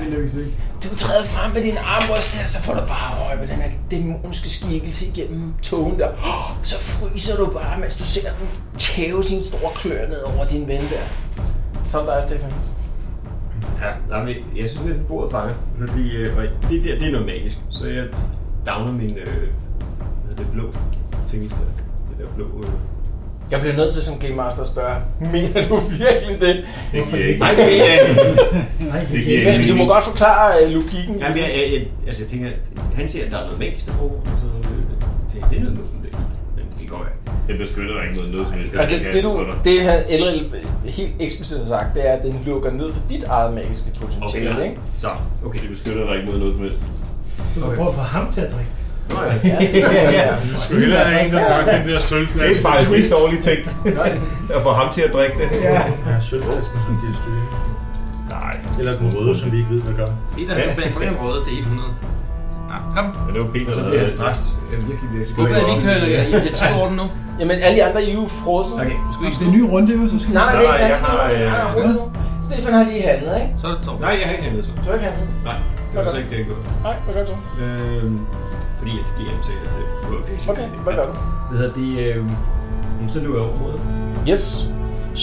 [SPEAKER 3] det lykkes ikke.
[SPEAKER 31] Du træder frem med din armbrøst der, så får du bare øje på den her dæmonske skikkelse igennem togen der. Oh, så fryser du bare, mens du ser den tæve sine store klør ned over din ven der. Sådan der er Stefan.
[SPEAKER 5] Ja, nej, men jeg synes, at bordet fanger. Fordi, øh, og det der, det er noget magisk. Så jeg downer min, øh, hvad hedder det, blå ting i stedet. Det der blå... Øh.
[SPEAKER 2] Jeg bliver nødt til som Game Master at spørge, mener du virkelig det?
[SPEAKER 5] Det giver ikke.
[SPEAKER 2] Nej, det mener jeg
[SPEAKER 5] Nej, det
[SPEAKER 2] ikke.
[SPEAKER 5] giver ikke
[SPEAKER 2] Men du må
[SPEAKER 5] mening.
[SPEAKER 2] godt forklare øh, logikken.
[SPEAKER 5] Jamen, jeg, jeg, jeg, altså, jeg tænker, han siger, at der er noget magisk, der foregår. Så øh, tænker jeg, det er noget med det. Men det går ikke.
[SPEAKER 7] Det beskytter dig ikke mod noget som helst.
[SPEAKER 2] Altså, det, det, du, det han Elril øh, helt eksplicit har sagt, det er, at den lukker ned for dit eget magiske potentiale,
[SPEAKER 7] Okay, ja.
[SPEAKER 2] ikke?
[SPEAKER 5] Så, okay.
[SPEAKER 7] Det beskytter dig ikke mod noget som helst.
[SPEAKER 6] Du kan prøve at få ham til at drikke.
[SPEAKER 2] øh,
[SPEAKER 7] Du skal hellere have en, der drak den der sølvflaske. Det er bare en twist dårlig ting. At få ham til at drikke det.
[SPEAKER 9] Ja, sølvflasken, som giver styring.
[SPEAKER 7] Nej.
[SPEAKER 9] Eller den røde, som vi ikke ved, hvad gør.
[SPEAKER 27] Peter, han bag den røde, det er 100. Nå, kom.
[SPEAKER 7] Ja, det var Peter,
[SPEAKER 5] Og så
[SPEAKER 7] der
[SPEAKER 5] bliver jeg
[SPEAKER 7] havde-
[SPEAKER 5] straks øh, virkelig, virkelig...
[SPEAKER 27] Hvorfor er de ikke øh, initiativ over den nu?
[SPEAKER 2] Jamen, alle de andre, I er jo frosset.
[SPEAKER 5] Okay,
[SPEAKER 27] nu skal vi ikke
[SPEAKER 2] det er en ny runde, jo, så skal Nej, nej, det er ikke andet. Nej, nej, rolig nu. Stefan har lige handlet, ikke?
[SPEAKER 27] Så er det
[SPEAKER 5] Nej, jeg har ikke handlet så.
[SPEAKER 2] Du har ikke handlet?
[SPEAKER 5] Nej, det var så ikke det, jeg gjorde.
[SPEAKER 2] Nej, hvad gør du?
[SPEAKER 5] Øhm, fordi at GM sagde, at det var virkelig.
[SPEAKER 2] Okay, hvad gør du?
[SPEAKER 5] Hvad hedder det? Øhm, jamen, så løber jeg over mod
[SPEAKER 2] Yes.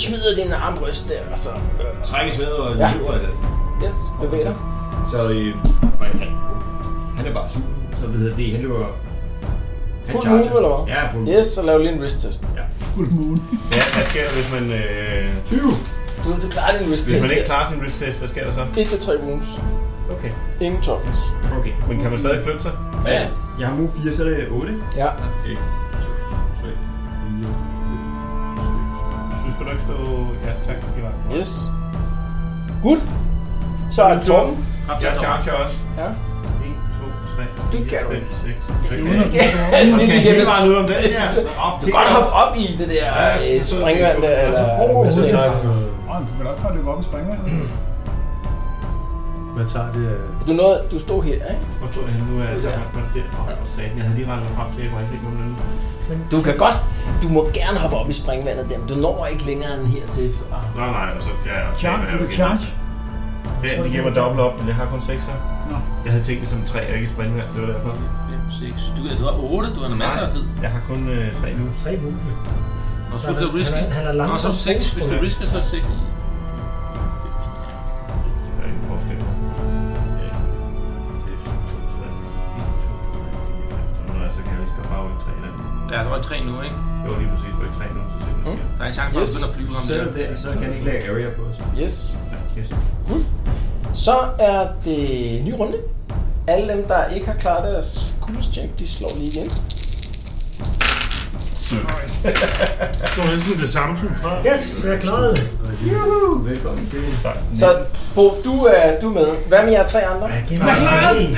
[SPEAKER 2] Smider din armbrøst der, og så... øh,
[SPEAKER 5] Trækker smed og
[SPEAKER 2] Ja.
[SPEAKER 5] ja. løber. øh,
[SPEAKER 2] Yes, bevæg dig.
[SPEAKER 5] Så øh, og han, han er bare sur. Så hvad hedder det? Han løber... han
[SPEAKER 2] Fuld
[SPEAKER 5] charger.
[SPEAKER 2] move, eller hvad?
[SPEAKER 5] Ja, fuld
[SPEAKER 2] Yes, så lav lige en wrist test.
[SPEAKER 5] Ja.
[SPEAKER 2] Fuld moon.
[SPEAKER 7] Ja, hvad sker der, hvis man... Øh,
[SPEAKER 5] 20!
[SPEAKER 2] Du, du klarer din wrist test.
[SPEAKER 7] Hvis man ikke
[SPEAKER 2] der.
[SPEAKER 7] klarer sin wrist test, hvad sker der så?
[SPEAKER 2] Et af tre wounds.
[SPEAKER 7] Okay.
[SPEAKER 2] Ingen toughness.
[SPEAKER 5] Okay.
[SPEAKER 7] Men kan man stadig flytte sig?
[SPEAKER 5] Ja, ja. Jeg har move 4, så er det 8.
[SPEAKER 2] Ja.
[SPEAKER 5] Okay. 3, 4,
[SPEAKER 7] Så skal du ikke stå... Ja, tak. Det var godt.
[SPEAKER 2] Yes. Good. Så er det Torben.
[SPEAKER 7] Jeg charger også.
[SPEAKER 2] Ja.
[SPEAKER 7] 1, 2, 3,
[SPEAKER 2] Det kan du ikke.
[SPEAKER 7] 6,
[SPEAKER 2] Ja, det er lige bare
[SPEAKER 7] om det. Ja.
[SPEAKER 2] Du kan godt hoppe op i det der øh, springvand der,
[SPEAKER 9] oh,
[SPEAKER 2] eller
[SPEAKER 3] Hvad
[SPEAKER 2] bassin.
[SPEAKER 3] tager den?
[SPEAKER 9] øh,
[SPEAKER 10] Åh, du kan da også bare løbe op og springe.
[SPEAKER 9] Hvad tager det øh, af?
[SPEAKER 2] Du, nåede, du stod her, ikke?
[SPEAKER 7] Hvor stod jeg henne nu? Er jeg
[SPEAKER 2] Stod
[SPEAKER 7] der?
[SPEAKER 2] der.
[SPEAKER 7] Åh, for satan. Jeg havde lige rettet mig frem til, at jeg var ikke lige nogen
[SPEAKER 2] Du kan godt. Du må gerne hoppe op i springvandet der, men du når ikke længere end hertil før.
[SPEAKER 7] Nej, altså, nej, og så kan jeg...
[SPEAKER 2] Charge,
[SPEAKER 7] kan
[SPEAKER 2] vil du
[SPEAKER 7] jeg-
[SPEAKER 2] charge?
[SPEAKER 7] Ja, det giver mig dobbelt op, men jeg har kun 6 her. Jeg havde tænkt det som 3, og ikke et springvand. Det var derfor.
[SPEAKER 27] 5, 6. Du, du har 8, du har masser af tid.
[SPEAKER 7] Jeg har kun 3 nu.
[SPEAKER 6] 3 nu?
[SPEAKER 27] Og så er det riske.
[SPEAKER 6] Han er- han er
[SPEAKER 27] Og så
[SPEAKER 6] langsomt
[SPEAKER 27] 6. Hvis du
[SPEAKER 6] brugspiller.
[SPEAKER 27] risker, så er det 6.
[SPEAKER 7] Der er ingen forskel. Ja. Det er 5, 2, 3. 1, 2, 3, 4, 5. Så nu er jeg så kan jeg lige skal bare rykke 3 eller
[SPEAKER 27] Ja, du har 3 nu, ikke?
[SPEAKER 7] Jo, lige præcis rykke 3 nu, så ser vi, hvad der sker.
[SPEAKER 27] Der er en chance for, at du begynder at flyve ham
[SPEAKER 5] Sætter der, så kan jeg ikke lade area på os.
[SPEAKER 2] Yes.
[SPEAKER 7] Ja, yes.
[SPEAKER 2] Cool. Så er det ny runde. Alle dem, der ikke har klaret deres coolest check, de slår lige igen.
[SPEAKER 3] Så er det sådan det samme som før.
[SPEAKER 6] Yes, jeg klarede det.
[SPEAKER 5] Juhu! Velkommen til. Tak.
[SPEAKER 2] Så Bo, du er, du er med. Hvad med jer tre andre?
[SPEAKER 6] Jeg klarede den!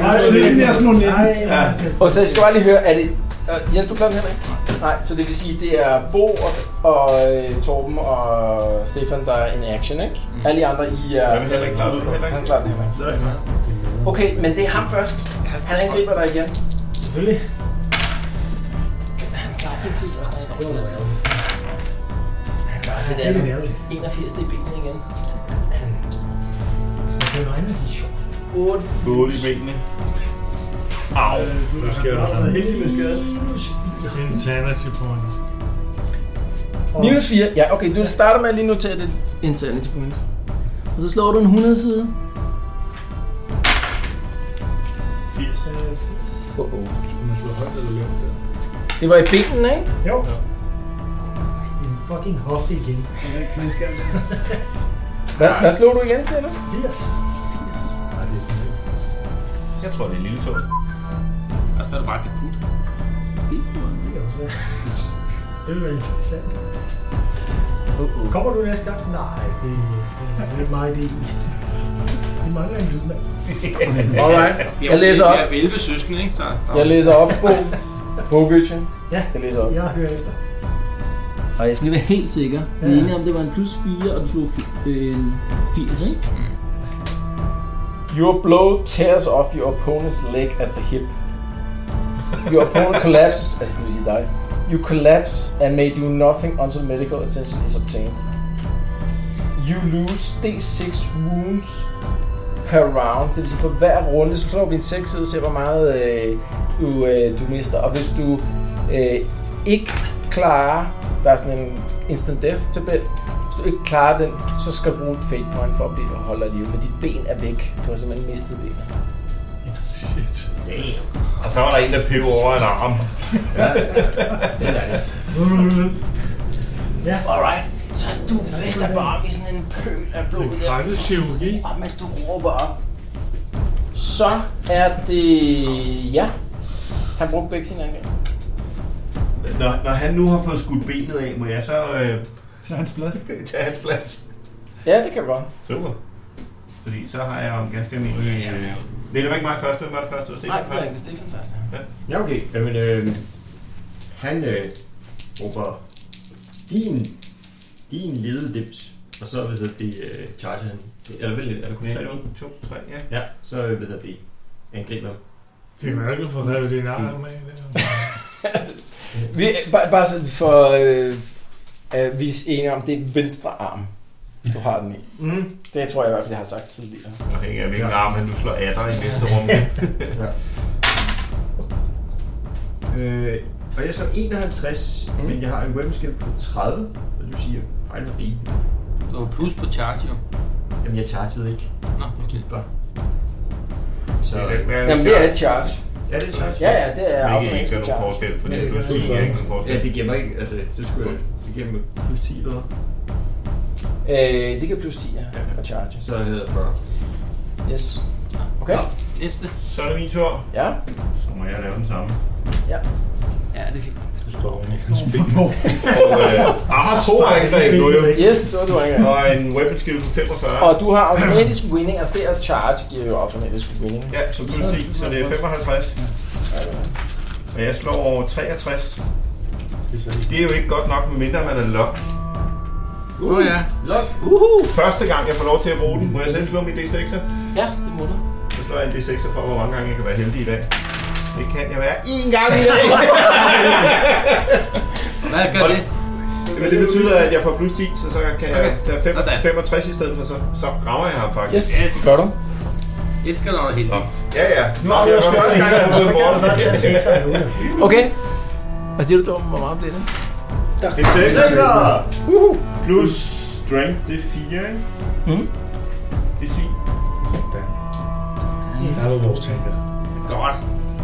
[SPEAKER 10] Nej, sytten, jeg slog nitten.
[SPEAKER 2] Ja. Og så jeg skal bare lige høre, er det... Øh, Jens, du klarer den heller ikke? Nej, så det vil sige, det er Bo og, og øh, Torben og Stefan, der er in action, ikke? Mm. Alle de andre, I er...
[SPEAKER 7] Hvad med Henrik? Klarer du den heller ikke?
[SPEAKER 2] Han klarer den heller ikke. Okay, men det er ham først. Han angriber dig igen.
[SPEAKER 6] Selvfølgelig.
[SPEAKER 2] Han klarer det til først. Han står Han klarer sig
[SPEAKER 6] Det er lidt
[SPEAKER 2] der.
[SPEAKER 6] ærgerligt.
[SPEAKER 2] 81 i benene igen.
[SPEAKER 6] Skal jeg tage noget andet? Det er sjovt.
[SPEAKER 2] 8.
[SPEAKER 7] 8 i benene. Au!
[SPEAKER 3] Nu skal jeg også
[SPEAKER 10] heldig med skade.
[SPEAKER 6] Minus
[SPEAKER 3] Insanity point.
[SPEAKER 2] Minus 4. Ja, okay, du starter med at lige notere det insanity point. Og så slår du en 100 side.
[SPEAKER 7] 80.
[SPEAKER 2] Oh, oh.
[SPEAKER 9] Man slår højt eller lavt der.
[SPEAKER 2] Det var i benene, ikke?
[SPEAKER 6] Jo. Det er en fucking hofte igen.
[SPEAKER 2] Hvad, hvad slog du igen til, eller?
[SPEAKER 6] 80.
[SPEAKER 9] Nej, det er sådan ikke.
[SPEAKER 7] Jeg tror, det er lille tog.
[SPEAKER 27] Altså, hvad er det bare kaput?
[SPEAKER 6] Det kan også være. Det ville være interessant. Kommer du næste gang? Nej, det det er ikke meget idé. Vi mangler en lydmand.
[SPEAKER 2] Alright. Jeg læser op.
[SPEAKER 27] Vi er 11 søskende, ikke? Så, der-
[SPEAKER 2] Jeg læser op på Bogøtjen.
[SPEAKER 6] Ja,
[SPEAKER 2] Jeg læser op.
[SPEAKER 6] jeg hører efter.
[SPEAKER 11] Og jeg skal lige være helt sikker. Vi
[SPEAKER 6] Ja.
[SPEAKER 11] er enige om, det var en plus 4, og du slog fi- øh, 80, ikke?
[SPEAKER 2] Your blow tears off your opponent's leg at the hip. Your opponent collapses, altså det vil sige dig. You collapse and may do nothing until medical attention is obtained. You lose D6 wounds per round. Det vil sige, for hver runde, så slår vi en 6 og ser, hvor meget øh, du, øh, du mister. Og hvis du øh, ikke klarer, der er sådan en instant death tabel, hvis du ikke klarer den, så skal du bruge et fate point for at blive holdt live. Men dit ben er væk. Du har simpelthen mistet benet.
[SPEAKER 3] Shit.
[SPEAKER 7] Og så var der en, der piv over en arm.
[SPEAKER 2] Ja,
[SPEAKER 6] Ja.
[SPEAKER 31] Alright. Så du vælter bare op i sådan en pøl af blod. Det er
[SPEAKER 3] gratis kirurgi.
[SPEAKER 31] Og mens du råber op.
[SPEAKER 2] Så er det... Ja. Han brugte begge sine angreb.
[SPEAKER 7] Når, når han nu har fået skudt benet af, må jeg så øh,
[SPEAKER 10] Tage hans plads.
[SPEAKER 7] tage hans plads?
[SPEAKER 2] Ja, det kan du godt.
[SPEAKER 7] Super. Fordi så har jeg jo en ganske almindelig... Øh, nej, det var ikke mig først. Hvem var det første? Det var
[SPEAKER 2] Nej,
[SPEAKER 7] Stefan
[SPEAKER 2] det var
[SPEAKER 7] først.
[SPEAKER 2] ikke Stefan først.
[SPEAKER 7] Ja.
[SPEAKER 5] Ja, okay. Jamen, øh, han øh, råber din, din lede dims. Og så, hvad hedder det, øh, charger han. Er der, vel, er der kun
[SPEAKER 7] Ja,
[SPEAKER 5] tre
[SPEAKER 7] jo,
[SPEAKER 5] ud?
[SPEAKER 7] to, tre,
[SPEAKER 5] ja. Ja, så, øh, hvad hedder det, angriber ham.
[SPEAKER 3] Det kan man jo ikke få revet din arm af.
[SPEAKER 2] Vi, bare, bare så for øh, at vise enige om, det er venstre arm, du har den i. Mm. Det tror jeg i hvert fald, jeg har sagt tidligere.
[SPEAKER 7] Afhængig af hvilken arm han nu slår af dig i næste rum.
[SPEAKER 5] ja. Øh, og jeg skrev 51, mm. men jeg har en weapon på 30, og det vil sige, at jeg fejler det.
[SPEAKER 27] Du har plus på charge, jo.
[SPEAKER 5] Jamen, jeg chargede ikke.
[SPEAKER 27] Nå,
[SPEAKER 5] jeg gik bare.
[SPEAKER 7] Så, det er,
[SPEAKER 2] Jamen, det er et charge.
[SPEAKER 5] Ja, det er et charge.
[SPEAKER 2] Ja, ja, det er
[SPEAKER 5] Hvilket
[SPEAKER 2] automatisk
[SPEAKER 5] ikke
[SPEAKER 2] et
[SPEAKER 5] gør nogen
[SPEAKER 2] charge.
[SPEAKER 5] forskel, fordi
[SPEAKER 2] Men
[SPEAKER 5] det
[SPEAKER 2] det
[SPEAKER 5] er
[SPEAKER 2] gør
[SPEAKER 5] plus 10,
[SPEAKER 2] sådan.
[SPEAKER 5] ikke? Nogen forskel. Ja, det giver mig ikke, altså, det skulle jeg, det giver mig plus 10 eller
[SPEAKER 2] Øh, det kan plus 10, ja, på charge.
[SPEAKER 5] Så hedder det 40.
[SPEAKER 2] Yes. Okay. Ja.
[SPEAKER 27] Næste.
[SPEAKER 7] Så er det min tur.
[SPEAKER 2] Ja.
[SPEAKER 7] Så må jeg lave den samme.
[SPEAKER 2] Ja.
[SPEAKER 27] Ja, det fik
[SPEAKER 7] Du står oven i hans ben. Og øh, jeg har to
[SPEAKER 2] Spark
[SPEAKER 7] angreb nu jo.
[SPEAKER 2] benet. Yes, det var to angreb.
[SPEAKER 7] Og en weapon skill på 45.
[SPEAKER 2] Og du har automatisk winning, altså det at charge giver jo automatisk winning.
[SPEAKER 7] Ja, så plus 10, så det er 55. Og jeg slår over 63. Det er jo ikke godt nok, medmindre man er lock.
[SPEAKER 27] Åh uh, ja.
[SPEAKER 7] Lock.
[SPEAKER 2] Uhuh.
[SPEAKER 7] Uhu. Første gang, jeg får lov til at bruge den, må jeg selv slå min D6'er?
[SPEAKER 2] Ja, det må du.
[SPEAKER 7] Så slår jeg en D6'er for, hvor mange gange jeg kan være heldig i dag. Det kan jeg være én gang i dag.
[SPEAKER 27] Hvad gør det?
[SPEAKER 7] Men det betyder, at jeg får plus 10, så, så kan jeg
[SPEAKER 27] Okay.
[SPEAKER 7] tage fem-
[SPEAKER 27] Sådan.
[SPEAKER 7] 65 i stedet for, så, så rammer jeg ham faktisk.
[SPEAKER 2] Yes, det gør du.
[SPEAKER 27] Et skal der helt.
[SPEAKER 7] Ja, ja.
[SPEAKER 2] Nå, det var sgu
[SPEAKER 7] første
[SPEAKER 2] også
[SPEAKER 7] gang, jeg har
[SPEAKER 2] en, og så
[SPEAKER 7] fået
[SPEAKER 2] kan
[SPEAKER 7] morgen.
[SPEAKER 2] du bare tage en sekser nu. Okay. Hvad siger du, du hvor meget bliver det? Der.
[SPEAKER 7] En sekser!
[SPEAKER 2] Uhu.
[SPEAKER 7] Plus strength, det er 4, ikke?
[SPEAKER 2] Uhuh. Mm.
[SPEAKER 7] Det er 10.
[SPEAKER 9] Der var vores tænker.
[SPEAKER 27] Godt.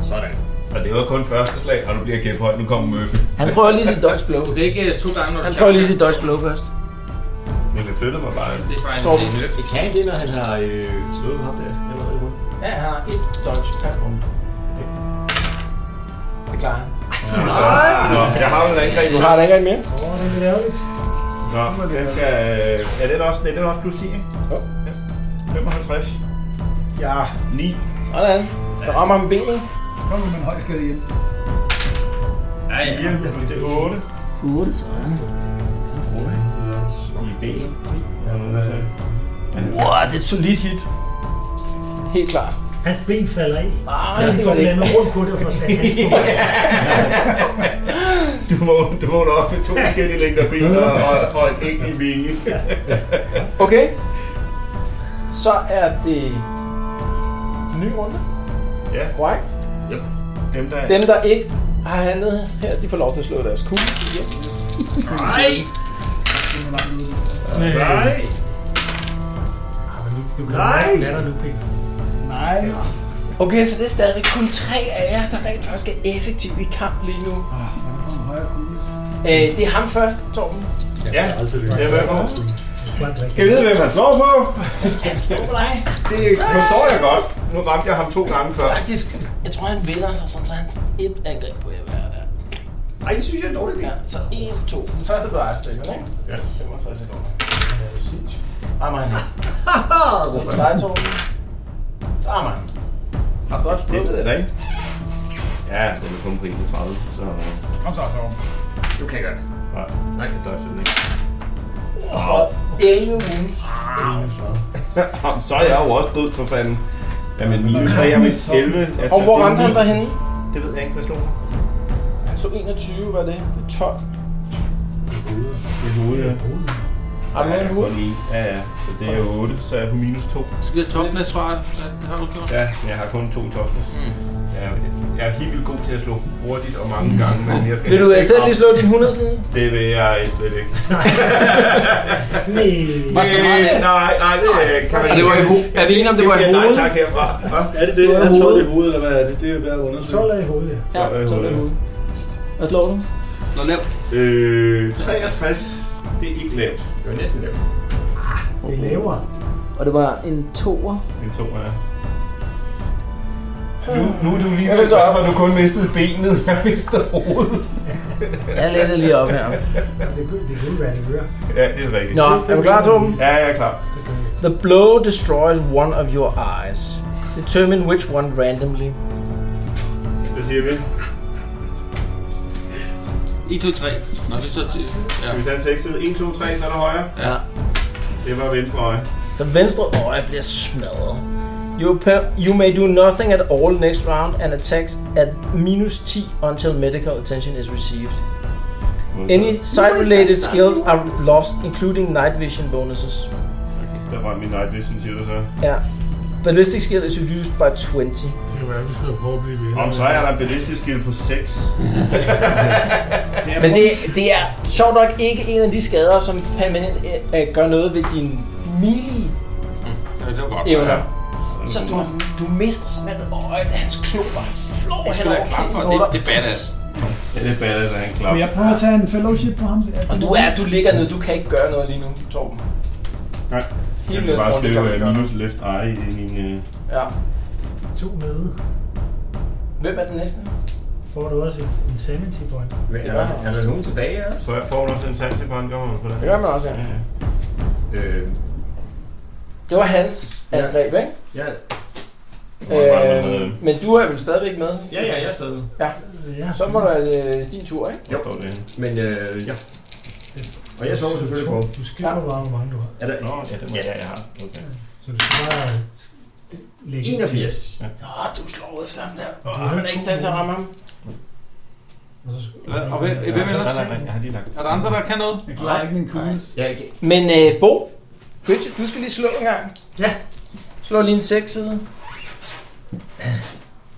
[SPEAKER 27] Sådan.
[SPEAKER 7] Og det var kun første slag, og nu bliver jeg kæmpe høj. Nu kommer Murphy.
[SPEAKER 2] Han prøver lige sit dodge blow.
[SPEAKER 27] Det er ikke to gange, når du
[SPEAKER 2] Han prøver lige sit dodge blow først.
[SPEAKER 7] Men det flyttede mig bare.
[SPEAKER 27] Det er faktisk
[SPEAKER 2] Torben.
[SPEAKER 27] en nødt.
[SPEAKER 5] Det kan det, når han har øh, slået ham der. Allerede i rundt.
[SPEAKER 2] Ja, han har et dodge per runde. Det klarer han.
[SPEAKER 7] Nå, jeg har jo en angreb.
[SPEAKER 2] Du har det ikke mere?
[SPEAKER 6] Åh, det er lidt ærgerligt.
[SPEAKER 7] Nå, den skal... Ja, den er også, den er også plus 10, ikke?
[SPEAKER 2] Jo.
[SPEAKER 7] Ja. 55.
[SPEAKER 6] Ja,
[SPEAKER 7] 9.
[SPEAKER 2] Sådan. Så rammer han benet.
[SPEAKER 6] kom nu med en høj skade igen.
[SPEAKER 27] Ja, ja.
[SPEAKER 7] 4. Det er 8.
[SPEAKER 11] 8, så er
[SPEAKER 5] I ben.
[SPEAKER 6] øh,
[SPEAKER 2] Wow, det er et solidt hit. Helt klart.
[SPEAKER 32] Hans ben falder af.
[SPEAKER 2] Nej,
[SPEAKER 32] Jeg
[SPEAKER 2] det
[SPEAKER 32] får
[SPEAKER 2] var det ikke.
[SPEAKER 32] blandet rundt på det og får sat hans på.
[SPEAKER 7] Du må, du må op med to forskellige længder ben og, og, og en enkelt vinge.
[SPEAKER 2] Okay. Så er det en ny runde.
[SPEAKER 7] Ja.
[SPEAKER 2] Korrekt.
[SPEAKER 5] Yep.
[SPEAKER 7] Dem der...
[SPEAKER 2] Dem, der ikke har handlet her, de får lov til at slå deres kugle igen.
[SPEAKER 27] Nej!
[SPEAKER 7] Nej!
[SPEAKER 32] Du kan
[SPEAKER 7] Nej!
[SPEAKER 32] mærke, hvad der nu, Peter.
[SPEAKER 6] Nej.
[SPEAKER 2] Okay, så det er stadigvæk kun tre af jer, der rent faktisk er effektive i kamp lige nu. Øh, det er ham først, Torben.
[SPEAKER 7] Ja, jeg ved hvor. Skal
[SPEAKER 32] Jeg
[SPEAKER 7] jeg vide, hvem han slår på?
[SPEAKER 2] Han slår på dig.
[SPEAKER 7] Det forstår jeg godt. Nu ramte jeg ham to gange før.
[SPEAKER 2] Faktisk, jeg tror, han vender sig sådan, så han et angreb på jer hver der.
[SPEAKER 5] Ej, det synes jeg er dårligt.
[SPEAKER 2] Ja, så 1, 2. Den første blev dig, Stefan, ikke? Ja. 65 sekunder. Rammer han ikke. Så er det dig, Torben. Der rammer han. Har du godt
[SPEAKER 5] Det
[SPEAKER 2] spillet
[SPEAKER 5] ved jeg da
[SPEAKER 2] det?
[SPEAKER 5] ikke. Ja, den er kun på 31, så...
[SPEAKER 10] Kom så, Torben.
[SPEAKER 5] Du kan gøre det. Nej, nej, det er selvfølgelig ikke.
[SPEAKER 2] For 11 wounds.
[SPEAKER 5] så er jeg jo også død for fanden. Jamen, minus 3 er mest 11.
[SPEAKER 2] Og hvor ramte han dig henne?
[SPEAKER 5] Det ved jeg ikke, hvad slog
[SPEAKER 2] Han stod 21, var det? Det er 12.
[SPEAKER 7] Det er hovedet, ja.
[SPEAKER 2] Har du noget i
[SPEAKER 7] Ja,
[SPEAKER 2] hovedet?
[SPEAKER 7] kun en. Ja, ja. Så det er jo 8, så er jeg på minus 2.
[SPEAKER 27] Skal jeg toppen af svaret? Det har du gjort.
[SPEAKER 7] Ja, men jeg har kun to toughness. Jeg, er- jeg er helt vildt god til at slå hurtigt og mange gange, men jeg skal...
[SPEAKER 2] Vil du
[SPEAKER 7] helst ikke
[SPEAKER 2] selv
[SPEAKER 7] op.
[SPEAKER 2] lige slå din 100 side?
[SPEAKER 7] Det vil jeg slet ikke.
[SPEAKER 2] Var det meget af-
[SPEAKER 7] Nej, nej, nej, det kan man
[SPEAKER 2] Altså, det var i ho- er vi enige om, det var i hovedet?
[SPEAKER 7] Nej, tak herfra. Hva?
[SPEAKER 9] Er det det? Er 12 i hovedet, eller hvad er det? Det er værd at undersøge.
[SPEAKER 32] 12 er i hovedet,
[SPEAKER 7] ja. Ja, 12 er i hovedet.
[SPEAKER 32] Hvad slår du?
[SPEAKER 27] Nå, lavt.
[SPEAKER 7] Øh, 63. Det er ikke lavt. Det var næsten lavt.
[SPEAKER 32] Det er lavere. Og det var en toer.
[SPEAKER 7] En to, ja. Nu, nu er du lige
[SPEAKER 32] Jeg
[SPEAKER 7] ved
[SPEAKER 32] vil så
[SPEAKER 7] så op, og du kun mistede benet. Jeg mistede hovedet.
[SPEAKER 2] Jeg læser lige op her.
[SPEAKER 6] Det kunne, det kunne være, det hører.
[SPEAKER 7] Ja, det er rigtigt.
[SPEAKER 2] Nå, er du klar, Torben?
[SPEAKER 7] Ja, jeg er klar.
[SPEAKER 2] The blow destroys one of your eyes. Determine which one randomly.
[SPEAKER 7] Hvad siger vi?
[SPEAKER 27] 1, 2, 3. Nå, det er så til. Ja.
[SPEAKER 7] Hvis han sexede 1, 2, 3, så er der højre.
[SPEAKER 27] Ja.
[SPEAKER 7] Det var venstre øje.
[SPEAKER 2] Så venstre øje bliver smadret. You, pa- you may do nothing at all next round and attacks at minus 10 until medical attention is received. Any sight-related skills are lost, including night vision bonuses.
[SPEAKER 7] Der var min night vision, siger du så.
[SPEAKER 2] Ja. Ballistic skill is reduced by 20.
[SPEAKER 3] Det kan være, vi skal prøve at blive ved.
[SPEAKER 7] Om så er der en ballistisk skill på 6.
[SPEAKER 2] Men det, det er sjovt nok ikke en af de skader, som permanent øh, gør noget ved din melee
[SPEAKER 27] Mm. Ja, det var godt.
[SPEAKER 2] evner.
[SPEAKER 27] Ja.
[SPEAKER 2] Så du, du mister simpelthen et øje, da hans klo bare flår
[SPEAKER 27] Det
[SPEAKER 2] hen
[SPEAKER 27] skal
[SPEAKER 2] over
[SPEAKER 27] jeg klare for.
[SPEAKER 2] kinden
[SPEAKER 27] Det,
[SPEAKER 2] på dig.
[SPEAKER 27] det er badass.
[SPEAKER 7] Ja, det er badass, at han
[SPEAKER 8] Vil jeg
[SPEAKER 7] klapper.
[SPEAKER 8] prøve at tage en fellowship på ham? der?
[SPEAKER 2] Og du er, du ligger ned, du kan ikke gøre noget lige nu, Torben.
[SPEAKER 7] Nej.
[SPEAKER 2] Hele
[SPEAKER 7] Jeg kan
[SPEAKER 2] næste
[SPEAKER 7] bare
[SPEAKER 2] runde kan
[SPEAKER 7] skrive
[SPEAKER 2] vi
[SPEAKER 7] øh,
[SPEAKER 2] gøre
[SPEAKER 7] minus left eye i min... øh,
[SPEAKER 2] Ja.
[SPEAKER 6] To nede.
[SPEAKER 2] Hvem er den næste?
[SPEAKER 6] Får du også et insanity point?
[SPEAKER 7] Men
[SPEAKER 2] er der- er der nogen
[SPEAKER 7] tilbage også? Så jeg får også en sanse på en gang. på
[SPEAKER 2] Det gør man også, ja.
[SPEAKER 7] Øh,
[SPEAKER 2] Det var hans
[SPEAKER 5] Ja.
[SPEAKER 2] angreb, ikke?
[SPEAKER 5] Ja.
[SPEAKER 2] Øh, men du er vel stadigvæk med?
[SPEAKER 5] Ja, ja, jeg er stadig med.
[SPEAKER 2] Ja. Så må det være øh, din tur, ikke?
[SPEAKER 5] Jo. Men øh, ja. Og jeg sover selvfølgelig på.
[SPEAKER 6] Du skriver bare, hvor mange du har.
[SPEAKER 5] Er der,
[SPEAKER 7] Nå, ja, det må jeg have. Okay.
[SPEAKER 6] Så du skal bare lægge
[SPEAKER 5] 81.
[SPEAKER 7] Ja.
[SPEAKER 2] Nå, du slår ud efter ham der.
[SPEAKER 6] Du
[SPEAKER 2] Åh,
[SPEAKER 6] har
[SPEAKER 2] han er ikke i stand til at ramme ham.
[SPEAKER 27] Hvad- Og hvem, hvem ellers?
[SPEAKER 7] jeg har lige lagt.
[SPEAKER 27] Er der andre, der kan noget?
[SPEAKER 8] Jeg klarer ikke min kugle.
[SPEAKER 5] Ja, jeg kan.
[SPEAKER 2] Men øh, Bo, Gøtje, du skal lige slå en gang.
[SPEAKER 6] Ja.
[SPEAKER 2] Slå lige en seksside.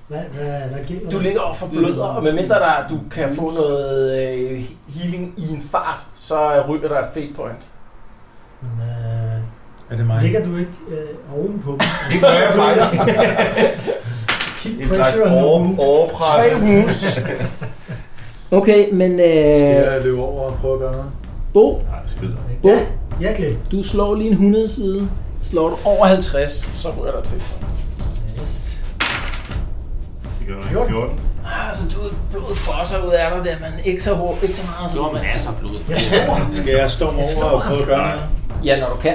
[SPEAKER 6] Hvad, hvad, hvad gælder
[SPEAKER 2] Du
[SPEAKER 6] det?
[SPEAKER 2] ligger og forbløder, og medmindre der, du kan få noget øh, healing i en fart, så ryger der et fate point.
[SPEAKER 6] Men, øh,
[SPEAKER 9] Er det mig?
[SPEAKER 6] Ligger du ikke øh, ovenpå dem?
[SPEAKER 7] Det gør jeg faktisk.
[SPEAKER 6] Keep
[SPEAKER 7] En slags
[SPEAKER 6] pressure on the
[SPEAKER 7] over-
[SPEAKER 6] wound.
[SPEAKER 7] overpresse.
[SPEAKER 6] Tre wounds.
[SPEAKER 32] Okay, men...
[SPEAKER 9] Skal
[SPEAKER 32] Øh,
[SPEAKER 9] jeg løbe over og prøve at gøre noget?
[SPEAKER 32] Bo,
[SPEAKER 7] Skyder.
[SPEAKER 32] Bo,
[SPEAKER 6] Ja, Glenn.
[SPEAKER 32] du slår lige en 100 side.
[SPEAKER 2] Slår du over 50, så ryger der et fate point.
[SPEAKER 7] Det gør jeg.
[SPEAKER 2] 14.
[SPEAKER 7] 14.
[SPEAKER 2] Ah, så du blodet fosser ud af dig der, men ikke så, hårdt, ikke så meget.
[SPEAKER 27] Du har masser af blod.
[SPEAKER 2] Ja.
[SPEAKER 9] Skal jeg storme over og prøve at gøre noget?
[SPEAKER 2] ja, når du kan.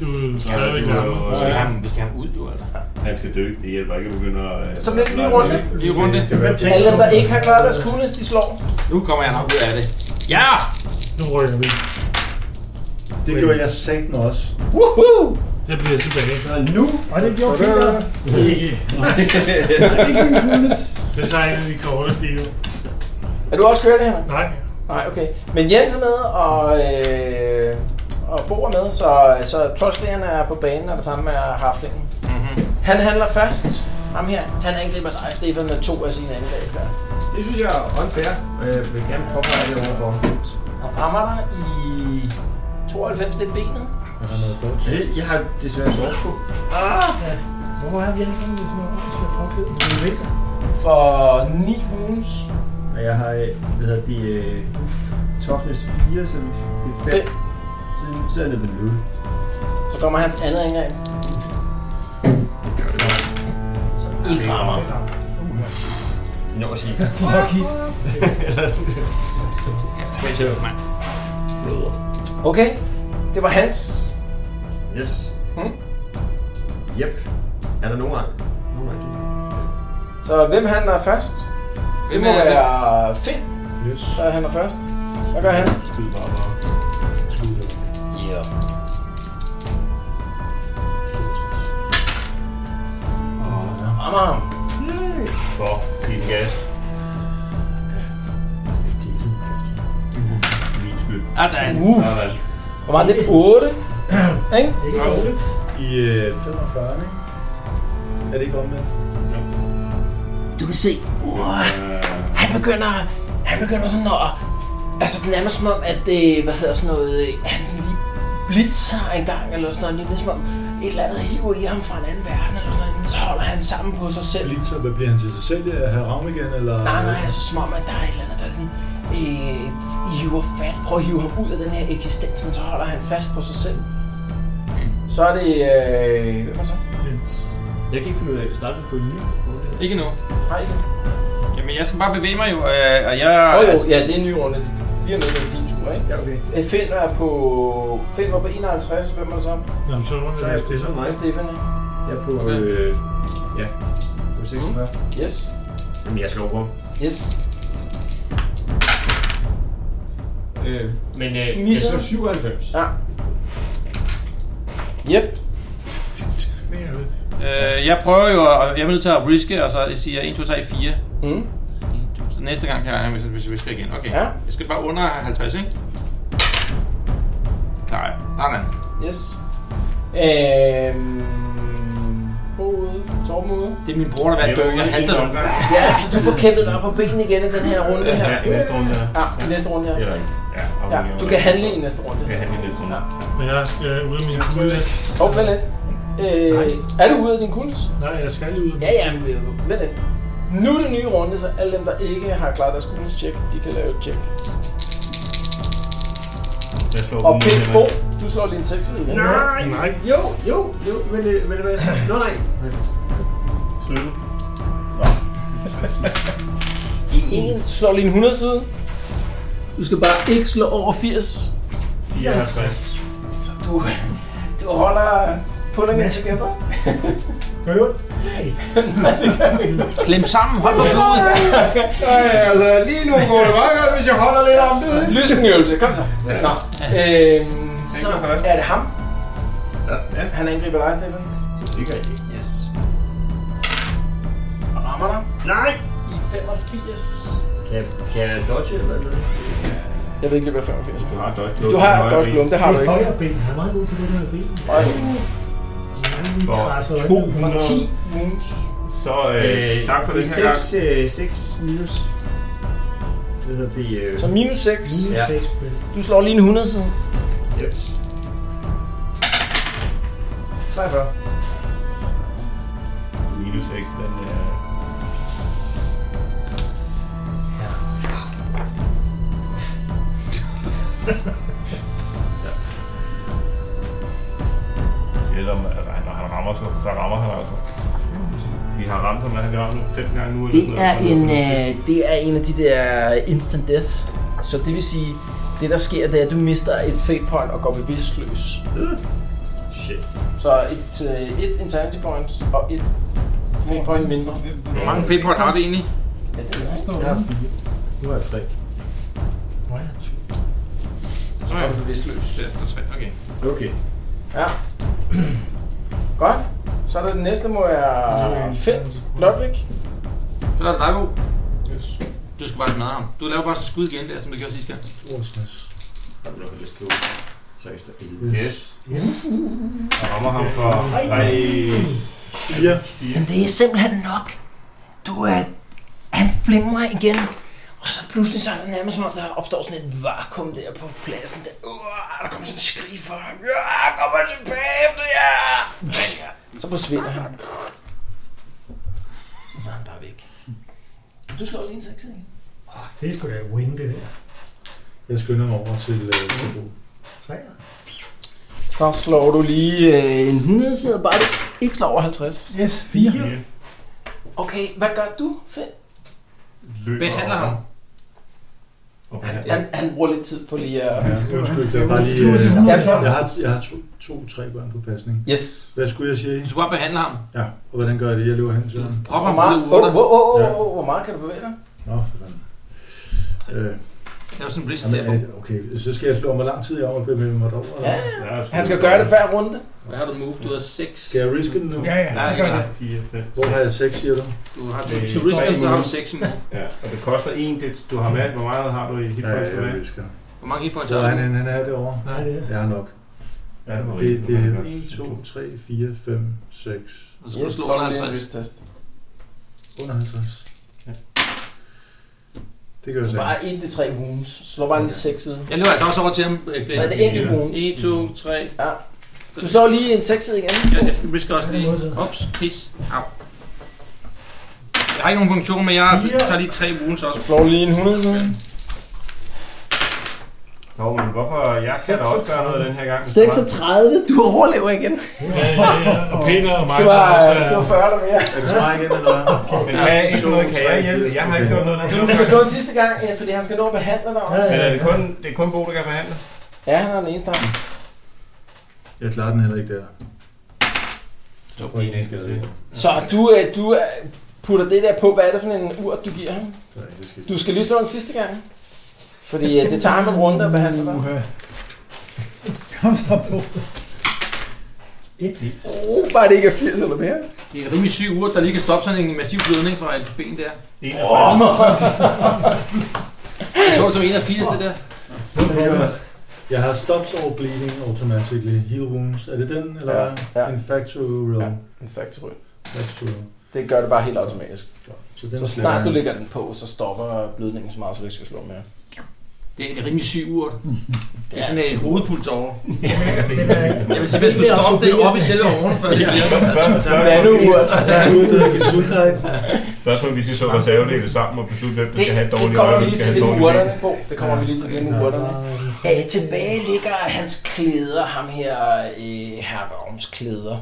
[SPEAKER 3] Du
[SPEAKER 7] Ja,
[SPEAKER 3] skal ikke
[SPEAKER 7] det var-
[SPEAKER 3] være.
[SPEAKER 27] Vi skal have ham, vi skal have ham ud, jo altså.
[SPEAKER 7] Han skal dø. Det hjælper ikke at øh, begynde at...
[SPEAKER 2] Så bliver det en ny runde.
[SPEAKER 27] Ny runde.
[SPEAKER 2] Alle dem, der ikke har klaret deres coolness, de slår.
[SPEAKER 27] Nu kommer jeg nok ud af det. Ja!
[SPEAKER 3] Nu rykker vi.
[SPEAKER 9] Det gjorde jeg satan også.
[SPEAKER 2] Woohoo!
[SPEAKER 3] Jeg bliver tilbage.
[SPEAKER 5] Nu?
[SPEAKER 6] Og det gjorde
[SPEAKER 9] Sådan.
[SPEAKER 6] Peter.
[SPEAKER 3] Nej, ikke min kules. Det er så en af de korte bio.
[SPEAKER 2] Er du også kørende her?
[SPEAKER 3] Nej.
[SPEAKER 2] Nej, okay. Men Jens er med, og, øh, og Bo er med, så, så troldslageren er på banen, og det samme er Harflingen.
[SPEAKER 27] Mhm.
[SPEAKER 2] Han handler først. Ham her, han angriber dig, Stefan, med to af sine angreb. Der.
[SPEAKER 5] Det synes jeg er unfair, og jeg vil gerne påpege det overfor.
[SPEAKER 2] Han rammer dig i 92, det er benet.
[SPEAKER 9] Er der noget dodge?
[SPEAKER 5] Øh, Jeg har desværre sort på.
[SPEAKER 2] Ah!
[SPEAKER 6] Hvor har vi Jensen, hvis man har svært påklædt?
[SPEAKER 5] Det er vinter.
[SPEAKER 2] For 9 wounds.
[SPEAKER 5] Og jeg har, øh, hvad hedder det, øh, uff, toughness 4, så det er 5.
[SPEAKER 2] Fem.
[SPEAKER 5] Så, så er jeg nede på 0.
[SPEAKER 2] Så kommer hans andet angreb. Ikke rammer.
[SPEAKER 5] Nå at sige.
[SPEAKER 6] Fuck it.
[SPEAKER 5] Men til, mand. Bløder.
[SPEAKER 2] Okay, det var hans.
[SPEAKER 5] Yes.
[SPEAKER 2] Hmm?
[SPEAKER 5] Jep. Er der nogen andre? Nogen andre?
[SPEAKER 2] Så hvem handler først? Det
[SPEAKER 27] Hvem
[SPEAKER 2] må
[SPEAKER 27] er det?
[SPEAKER 2] være Finn,
[SPEAKER 9] Yes.
[SPEAKER 2] der handler først. Hvad gør han?
[SPEAKER 7] Skyd bare bare. Skyd det.
[SPEAKER 2] Ja. Rammer ham.
[SPEAKER 7] For din gas. Min skyld.
[SPEAKER 27] Ah, der er en.
[SPEAKER 2] Uff.
[SPEAKER 7] Sådan.
[SPEAKER 2] Hvor meget er det? 8? Ikke?
[SPEAKER 6] Ikke dårligt.
[SPEAKER 9] I øh, 45, ikke? Er det ikke omvendt?
[SPEAKER 31] Du kan se, uh,
[SPEAKER 7] øh,
[SPEAKER 31] han begynder, han begynder sådan at, altså den er nærmest som om, at, øh, hvad hedder sådan noget, øh, han sådan lige blitzer en gang, eller sådan noget, lige ligesom om et eller andet hiver i ham fra en anden verden, eller sådan noget, så holder han sammen på sig selv.
[SPEAKER 9] Lidt så, hvad bliver han til sig selv? Er han ravn igen, eller?
[SPEAKER 31] Nej, nej, altså som om, at der er et eller andet, der er sådan, øh, I hiver fat, prøv at hive ham ud af den her eksistens, men så holder han fast på sig selv.
[SPEAKER 2] Så er det... Øh, hvem er så?
[SPEAKER 5] Jeg kan ikke finde ud af, at starte på en ny.
[SPEAKER 27] Ikke nu.
[SPEAKER 2] Nej, ikke
[SPEAKER 27] Jamen, jeg skal bare bevæge mig jo, øh, og jeg...
[SPEAKER 2] Åh oh, jo, ja, det er en ny runde. Lige om lidt er det din tur, ikke?
[SPEAKER 5] Ja, okay.
[SPEAKER 2] Øh, Finn er på... Finn var på 51, hvem er det så?
[SPEAKER 3] Nå, så er rundt,
[SPEAKER 2] Så
[SPEAKER 3] det
[SPEAKER 2] er
[SPEAKER 3] er
[SPEAKER 2] jeg
[SPEAKER 3] stille.
[SPEAKER 2] på mig, Stefan, ikke?
[SPEAKER 5] Jeg er på...
[SPEAKER 2] Okay.
[SPEAKER 5] Øh, ja, på 46.
[SPEAKER 2] Yes.
[SPEAKER 5] Hmm? Jamen, jeg slår på.
[SPEAKER 2] Yes.
[SPEAKER 5] Øh, men øh, jeg
[SPEAKER 2] Misser.
[SPEAKER 5] slår 97.
[SPEAKER 2] Ja. Yep.
[SPEAKER 27] Øh, jeg prøver jo, at, jeg er nødt til at riske, og så siger jeg 1, 2, 3, 4.
[SPEAKER 2] Mm.
[SPEAKER 27] Så næste gang kan jeg, hvis, hvis jeg risker igen. Okay.
[SPEAKER 2] Ja.
[SPEAKER 27] Jeg skal bare under 50, ikke? Klarer jeg. Sådan.
[SPEAKER 2] Yes. Øhm... Boet, Tormod.
[SPEAKER 27] Det er min bror, der har været død. Jeg halter sådan.
[SPEAKER 2] Ja, så altså, du får kæmpet dig på benene igen i den her runde her.
[SPEAKER 7] Ja, i næste runde, ja.
[SPEAKER 2] Ja, i næste runde her.
[SPEAKER 7] Eller, ja,
[SPEAKER 2] Ja,
[SPEAKER 7] afhængig af,
[SPEAKER 2] du
[SPEAKER 7] hvordan-
[SPEAKER 2] kan handle i næste runde.
[SPEAKER 7] Du kan handle i næste runde.
[SPEAKER 3] Men jeg er ude af min kulis.
[SPEAKER 2] Hov, vent lidt. Øh, er du ude af din kulis?
[SPEAKER 3] Nej, jeg skal lige ud af min
[SPEAKER 2] Ja, ja, men øh, vent lidt. Nu er det nye runde, så alle dem, der ikke har klaret deres kulis check, de kan lave et check.
[SPEAKER 7] Jeg slår
[SPEAKER 2] Og
[SPEAKER 7] på
[SPEAKER 2] Pink
[SPEAKER 7] min-
[SPEAKER 2] Bo, du slår lige en 6 igen.
[SPEAKER 5] Nej!
[SPEAKER 2] Nej.
[SPEAKER 5] Jo, jo, jo, men, øh, men hvad jeg Nå, nej.
[SPEAKER 7] Slykke.
[SPEAKER 2] En slår lige en 100 side. Du skal bare ikke slå over 80.
[SPEAKER 7] 54.
[SPEAKER 2] Så du, du holder pulling it together.
[SPEAKER 6] Gør det ondt?
[SPEAKER 27] Klem sammen, hold på blodet.
[SPEAKER 5] Nej, altså lige nu går det meget godt, hvis jeg holder lidt om det. ikke?
[SPEAKER 2] Lyskenøvelse, kom så.
[SPEAKER 5] Ja.
[SPEAKER 2] Nå. Øhm, så er det ham. Ja. Han angriber dig, Stefan.
[SPEAKER 7] Ikke rigtig.
[SPEAKER 2] Yes. Og rammer dig.
[SPEAKER 7] Nej!
[SPEAKER 2] I 85.
[SPEAKER 5] Kan, jeg- kan jeg dodge eller noget?
[SPEAKER 2] Jeg ved ikke, det bliver 85.
[SPEAKER 7] Du har dodge
[SPEAKER 2] Du har dodge bloom, det har du ikke.
[SPEAKER 6] Højre ben. Han er meget god til det der med ben.
[SPEAKER 7] For
[SPEAKER 6] krasser
[SPEAKER 7] 200.
[SPEAKER 2] 10 moves.
[SPEAKER 7] Så øh, tak for den her gang.
[SPEAKER 5] 6, øh, 6 minus. Hvad hedder det? Øh,
[SPEAKER 2] Så minus 6.
[SPEAKER 5] Ja.
[SPEAKER 2] Du slår lige en 100 side.
[SPEAKER 5] Yes. 43.
[SPEAKER 7] Minus 6, den øh, selvom at han, når han rammer, så, så rammer han altså. Vi har ramt ham, hvad har vi ramt nu? Fem gange nu? eller
[SPEAKER 2] Det
[SPEAKER 7] sådan
[SPEAKER 2] er
[SPEAKER 7] noget.
[SPEAKER 2] en, øh, det er en af de der instant deaths. Så det vil sige, det der sker, det er, at du mister et fate point og går bevidstløs.
[SPEAKER 5] Shit.
[SPEAKER 2] Så et, øh, et insanity point og et fate point mindre.
[SPEAKER 27] Hvor mange fede point har vi egentlig?
[SPEAKER 2] Ja, det er
[SPEAKER 5] Jeg har 4. Nu har jeg 3.
[SPEAKER 2] Så går du bevidstløs.
[SPEAKER 27] Det er tre, okay.
[SPEAKER 5] Okay.
[SPEAKER 2] Ja. Godt. Så er der det næste, må jeg Finn Lodvig.
[SPEAKER 27] Så er det dig, Bo. Du skal bare smadre ham. Du laver bare skud igen der, som du gjorde sidste gang.
[SPEAKER 3] 62.
[SPEAKER 5] Jeg bliver vist købe. 6 og 11.
[SPEAKER 7] Yes. Jeg rammer ham for... Ej. 4.
[SPEAKER 31] Men det er simpelthen nok. Du er... Han flimrer igen. Og så pludselig så er det nærmest som om, der opstår sådan et vakuum der på pladsen. Der, uh, der kommer sådan en skrig for ham. Ja, kommer tilbage efter jer!
[SPEAKER 2] Så forsvinder han.
[SPEAKER 31] Så er han bare væk. Du slår lige en seks igen.
[SPEAKER 6] Ah, Det er sgu da win, det der.
[SPEAKER 9] Jeg skynder mig over til øh, Tobo.
[SPEAKER 6] Træer.
[SPEAKER 2] Så slår du lige øh, en 100 side, bare du ikke slår over 50.
[SPEAKER 6] Yes, 4.
[SPEAKER 2] Okay, hvad gør du, Finn?
[SPEAKER 7] Løber
[SPEAKER 27] Behandler ham.
[SPEAKER 7] Og
[SPEAKER 2] Han, han bruger lidt tid på lige at...
[SPEAKER 9] Ja, undskyld, jeg, bare lige, øh, jeg, har, jeg har to, to, tre børn på pasning.
[SPEAKER 2] Yes.
[SPEAKER 9] Hvad skulle jeg sige?
[SPEAKER 27] Du skal bare behandle ham.
[SPEAKER 9] Ja, og hvordan gør jeg det? Jeg løber hen til ham.
[SPEAKER 27] Prop
[SPEAKER 2] Hvor
[SPEAKER 27] ham
[SPEAKER 2] meget,
[SPEAKER 27] ud af
[SPEAKER 2] oh,
[SPEAKER 27] urter.
[SPEAKER 2] oh, oh,
[SPEAKER 9] Ja.
[SPEAKER 2] oh, oh, hvor meget kan du bevæge dig?
[SPEAKER 9] Nå, for fanden. Øh,
[SPEAKER 27] Lav sådan en wrist
[SPEAKER 9] jamen, øh.
[SPEAKER 27] tattoo.
[SPEAKER 9] er- okay, så skal jeg slå hvor lang tid jeg er om at bevæge mig derover?
[SPEAKER 2] Ja,
[SPEAKER 9] eller?
[SPEAKER 2] Han skal gøre det hver runde.
[SPEAKER 27] Hvad har du move? Du har 6.
[SPEAKER 9] Skal jeg riske den nu?
[SPEAKER 6] Ja, ja.
[SPEAKER 27] Nej,
[SPEAKER 6] gør
[SPEAKER 27] ikke
[SPEAKER 6] det.
[SPEAKER 27] nej.
[SPEAKER 7] 4, 5.
[SPEAKER 9] Hvor har jeg 6, siger du?
[SPEAKER 27] Du har
[SPEAKER 7] Det er
[SPEAKER 27] to wrist,
[SPEAKER 7] tre
[SPEAKER 27] så har du
[SPEAKER 7] move.
[SPEAKER 27] 6 move.
[SPEAKER 7] Ja, og det koster 1, det du har med. Hvor meget har du i hit
[SPEAKER 9] Ja,
[SPEAKER 7] points
[SPEAKER 9] jeg
[SPEAKER 7] tilbage?
[SPEAKER 9] risker.
[SPEAKER 27] Hvor mange hit points
[SPEAKER 9] Hvor
[SPEAKER 27] har
[SPEAKER 9] er
[SPEAKER 27] du?
[SPEAKER 9] han, henne? han er derovre.
[SPEAKER 27] Ja, det er.
[SPEAKER 9] Jeg har nok.
[SPEAKER 27] Ja, det var
[SPEAKER 9] det,
[SPEAKER 27] rigtigt.
[SPEAKER 9] det
[SPEAKER 27] Det
[SPEAKER 9] er
[SPEAKER 27] var
[SPEAKER 9] 1, 2, 3, 4, 5, 6.
[SPEAKER 27] Så skal du slå under 50.
[SPEAKER 2] test.
[SPEAKER 9] Under 50. Ja. Det gør jeg
[SPEAKER 2] Så
[SPEAKER 9] så.
[SPEAKER 2] bare 1 til 3 wounds. Slå bare lige 6 side.
[SPEAKER 27] Jeg løber altså også over til ham.
[SPEAKER 2] Så er det enkelt wound.
[SPEAKER 27] 1, 2, 3.
[SPEAKER 2] Ja. Du slår lige en 6 side igen.
[SPEAKER 27] Ja, jeg skal, vi skal også lige... Ups, pis. Au. Jeg har ikke nogen funktion, men jeg tager lige tre wounds også.
[SPEAKER 2] Slår lige en 100 nu.
[SPEAKER 7] Nå, men hvorfor? Jeg kan da også gøre noget den her gang.
[SPEAKER 32] 36, du overlever igen.
[SPEAKER 7] Og Peter og mig.
[SPEAKER 32] Det var-
[SPEAKER 2] øh,
[SPEAKER 32] det var 40 eller mere.
[SPEAKER 7] Er det mig igen, eller hvad? Men kan jeg ikke noget? Kan jeg hjælpe? Jeg har ikke gjort noget.
[SPEAKER 2] Du skal slå den sidste gang, ja, fordi han skal nå at behandle dig også.
[SPEAKER 7] Men er det kun, det er kun Bo, der kan behandle?
[SPEAKER 2] Ja, han er den eneste.
[SPEAKER 9] Jeg klarer den heller ikke der.
[SPEAKER 7] Så får en skade.
[SPEAKER 2] Så du, øh, du øh, putter det der på. Hvad er det for en ur, du giver ham? Du skal lige slå den sidste gang. Fordi øh, det tager ham en runde at behandle dig.
[SPEAKER 10] Kom så på.
[SPEAKER 2] Et. Oh, bare det ikke er 80 eller mere.
[SPEAKER 27] Det er rimelig syg ur, der lige kan stoppe sådan en massiv blødning fra et ben der.
[SPEAKER 7] Åh,
[SPEAKER 27] Jeg så det som 81, det der.
[SPEAKER 9] Jeg har stops over bleeding automatically. Heal wounds. Er det den, eller
[SPEAKER 2] Ja, ja.
[SPEAKER 9] infactual? Ja,
[SPEAKER 2] infactual.
[SPEAKER 9] infactual.
[SPEAKER 2] Det gør det bare helt automatisk.
[SPEAKER 9] Så,
[SPEAKER 2] Så snart du lægger den på, så stopper blødningen så meget, så du ikke skal slå mere.
[SPEAKER 27] Det er en rimelig syg urt. Det er
[SPEAKER 2] Ja,
[SPEAKER 27] sådan en
[SPEAKER 2] syg.
[SPEAKER 27] hovedpuls over. Jeg vil sige, at jeg skulle stoppe det op i selve oven, før det
[SPEAKER 7] Ja.
[SPEAKER 27] bliver.
[SPEAKER 7] Altså,
[SPEAKER 2] en anden urt.
[SPEAKER 7] Så er det udvidet i Sundhej. Spørgsmålet, vi skal så reservedele sammen og beslutte, hvem der skal have et dårligt
[SPEAKER 2] Det kommer vi
[SPEAKER 7] øje, hvem
[SPEAKER 2] lige
[SPEAKER 7] skal
[SPEAKER 2] til det
[SPEAKER 7] have et
[SPEAKER 2] med
[SPEAKER 7] dårligt
[SPEAKER 2] urterne,
[SPEAKER 7] ben.
[SPEAKER 2] Bo. Det kommer vi lige til det med urterne. Æ, tilbage ligger hans klæder, ham her, øh, herre Worms klæder.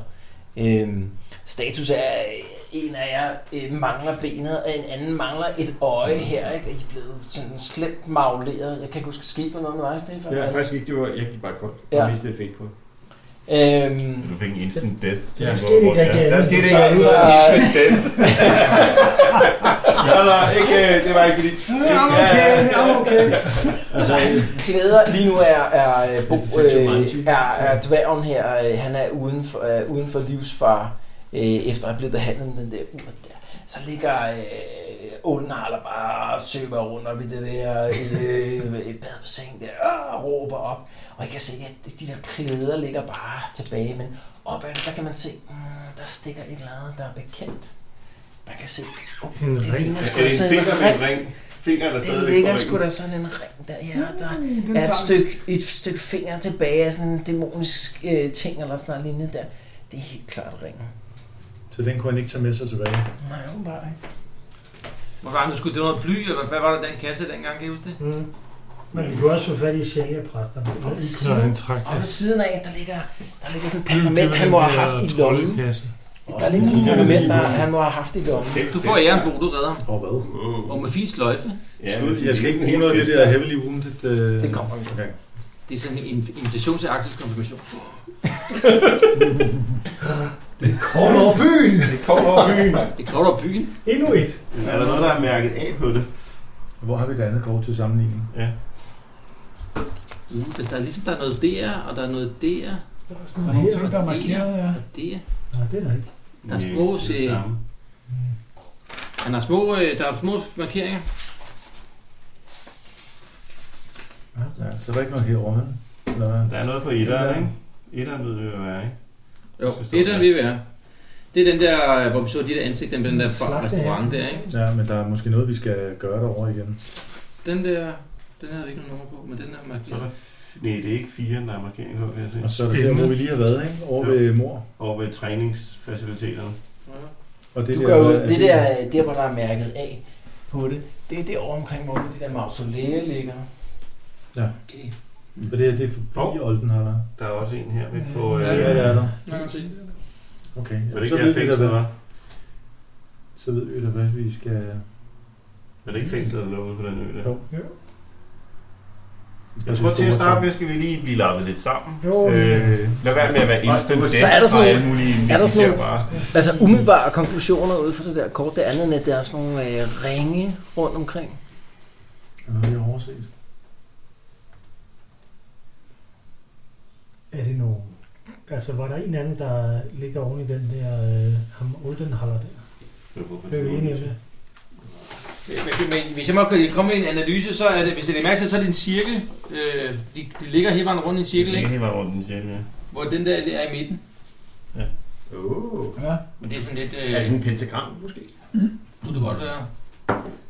[SPEAKER 2] Øhm, status er, øh, en af jer øh, mangler benet, og en anden mangler et øje her, ikke? Og I er blevet sådan slemt magleret. Jeg kan ikke huske, skete der noget med dig, Stefan? Øhm,
[SPEAKER 5] Ja,
[SPEAKER 2] Eller-
[SPEAKER 5] faktisk ikke. Det var, jeg gik bare godt.
[SPEAKER 2] Ja.
[SPEAKER 5] Jeg mistede effekt på.
[SPEAKER 2] Øhm,
[SPEAKER 7] Du fik en instant death.
[SPEAKER 5] Ja.
[SPEAKER 7] Ja.
[SPEAKER 5] Der skete ikke rigtig
[SPEAKER 7] Der
[SPEAKER 5] andet.
[SPEAKER 7] skete ikke
[SPEAKER 5] Så-
[SPEAKER 7] andet.
[SPEAKER 5] så-
[SPEAKER 7] Instant death. Ja, nej,
[SPEAKER 5] øh,
[SPEAKER 7] ikke, det var ikke fordi...
[SPEAKER 2] I'm okay, I'm okay. Altså, hans klæder lige nu er, er, øh, bo, øh, er, er dværgen her, øh, han er uden for, øh, uden for livsfar, øh, efter at have blevet behandlet med den der ur der. Så ligger øh, Oldenhaler bare og søber rundt op i det der øh, øh, badebassin der, øh, og råber op. Og I kan se, at de der klæder ligger bare tilbage, men op ad det, der kan man se, mm, der stikker et eller andet, der er bekendt. Man kan se, oh,
[SPEAKER 7] En
[SPEAKER 2] det
[SPEAKER 7] ring.
[SPEAKER 2] ligner sgu
[SPEAKER 7] Er det
[SPEAKER 2] da
[SPEAKER 7] en
[SPEAKER 2] sådan en
[SPEAKER 7] finger med en
[SPEAKER 2] ring.
[SPEAKER 7] ring? Fingeren er stadigvæk
[SPEAKER 2] Det
[SPEAKER 7] på
[SPEAKER 2] ligger
[SPEAKER 7] ringen.
[SPEAKER 2] sgu da sådan en ring der, ja, der
[SPEAKER 32] den
[SPEAKER 2] er
[SPEAKER 32] tager
[SPEAKER 2] et
[SPEAKER 32] vi.
[SPEAKER 2] stykke, et stykke finger tilbage af sådan en dæmonisk øh, ting eller sådan noget lignende der. Det er helt klart ringen.
[SPEAKER 9] så den kunne han ikke tage med sig tilbage.
[SPEAKER 2] Nej, åbenbart ikke.
[SPEAKER 27] Hvor var det, skulle det var noget bly, eller hvad var det den kasse dengang, kan I huske det?
[SPEAKER 33] Mm. Men vi kunne også få fat i sjælgepræsterne.
[SPEAKER 2] Og ved siden, og ved siden af, der ligger, der ligger sådan et pergament, han må have haft i lommen. Der ligger sådan et pergament, der han må have haft i lommen.
[SPEAKER 27] Du får æren, Bo, du redder ham.
[SPEAKER 9] Og hvad?
[SPEAKER 27] Og med fin sløjfe.
[SPEAKER 9] Ja, men jeg skal ikke bruge noget af det der heavily wounded... Øh...
[SPEAKER 27] Det
[SPEAKER 2] kommer
[SPEAKER 9] ikke. Okay.
[SPEAKER 27] Det er sådan en invitation til arktisk konfirmation.
[SPEAKER 7] Det kommer over byen! Det kommer over byen!
[SPEAKER 27] Det kommer over byen.
[SPEAKER 7] Endnu et. Er der noget, der er mærket af på det?
[SPEAKER 9] Hvor har vi det andet kort til sammenligning?
[SPEAKER 7] Ja.
[SPEAKER 27] Uh, der- der er ligesom, der er noget der, og der er noget der. Der er
[SPEAKER 10] sådan nogle ting, der er markeret, ja.
[SPEAKER 27] Og der.
[SPEAKER 10] Nej, det er der ikke.
[SPEAKER 27] Der er små,
[SPEAKER 10] det er det
[SPEAKER 27] se.
[SPEAKER 10] samme.
[SPEAKER 27] Han har små, øh, der er små markeringer.
[SPEAKER 9] Ja, så er der ikke noget herovre. Eller hvad?
[SPEAKER 7] Der er noget på etteren, ikke? Etteren ved vi, hvad er, ikke?
[SPEAKER 27] Jo, det er vi være. Det er den der, øh, hvor vi så de der ansigter med den der
[SPEAKER 9] Slap det
[SPEAKER 27] restaurant der, ikke?
[SPEAKER 9] Ja, men der er måske noget, vi skal gøre derovre igen.
[SPEAKER 27] Den der, den havde vi ikke nogen nummer på, men den er markeret.
[SPEAKER 7] Nej, det er ikke fire, der er markering på, kan jeg se.
[SPEAKER 9] Og så er det der, hvor vi lige har været, ikke? Over
[SPEAKER 7] Ja.
[SPEAKER 9] ved mor.
[SPEAKER 7] Over ved træningsfaciliteterne.
[SPEAKER 9] Og
[SPEAKER 2] Det
[SPEAKER 9] det
[SPEAKER 2] du
[SPEAKER 9] der,
[SPEAKER 2] gør
[SPEAKER 9] hvad
[SPEAKER 2] jo
[SPEAKER 9] er
[SPEAKER 2] det
[SPEAKER 9] det?
[SPEAKER 2] der, der, hvor der er mærket af på det. Det er derovre omkring, hvor det der mausolæe ligger.
[SPEAKER 9] Ja.
[SPEAKER 27] Okay.
[SPEAKER 9] Og det her, det er forbi Oldenhaller.
[SPEAKER 7] Der er også en her ved på... øh,
[SPEAKER 9] Ja, ja, det er der. Okay,
[SPEAKER 7] Var det
[SPEAKER 9] så
[SPEAKER 7] ikke
[SPEAKER 9] ved
[SPEAKER 7] her
[SPEAKER 9] vi da,
[SPEAKER 7] fængslet,
[SPEAKER 9] hvad,
[SPEAKER 7] var?
[SPEAKER 9] så ved vi da, hvad vi skal...
[SPEAKER 7] Var det ikke fængslet, der lå ude på den ø der?
[SPEAKER 9] Jo.
[SPEAKER 7] Jeg tror til at starte med, skal vi lige blive lappet lidt sammen.
[SPEAKER 2] Jo.
[SPEAKER 7] Øh, lad være med at være instant
[SPEAKER 2] Så er der
[SPEAKER 7] death og
[SPEAKER 2] sådan
[SPEAKER 7] alle
[SPEAKER 2] nogle,
[SPEAKER 7] mulige
[SPEAKER 2] er der sådan nogle,
[SPEAKER 7] bare.
[SPEAKER 2] altså umiddelbare konklusioner ud fra det der kort, det andet end, at der er sådan nogle øh, ringe rundt omkring.
[SPEAKER 9] Hvad har jeg overset?
[SPEAKER 33] Er det nogen... Altså, var der en anden, der ligger oven i den der... Øh, ham Oldenhaller der?
[SPEAKER 7] Det var hvorfor
[SPEAKER 33] Blev vi
[SPEAKER 7] det var
[SPEAKER 33] enige om
[SPEAKER 7] det.
[SPEAKER 33] det?
[SPEAKER 3] Men- men Hvis jeg må komme med en analyse, så er det, hvis jeg lægger mærke til, så er det en cirkel. Øh, de, de ligger hele vejen rundt i en cirkel,
[SPEAKER 7] Det er
[SPEAKER 3] ikke?
[SPEAKER 7] hele vejen rundt i en cirkel, ja.
[SPEAKER 3] Hvor den der det er i midten.
[SPEAKER 7] Ja. Oh.
[SPEAKER 3] Ja. Men det er sådan lidt... Øh,
[SPEAKER 5] Er det sådan en pentagram, måske?
[SPEAKER 3] Kunne det godt være.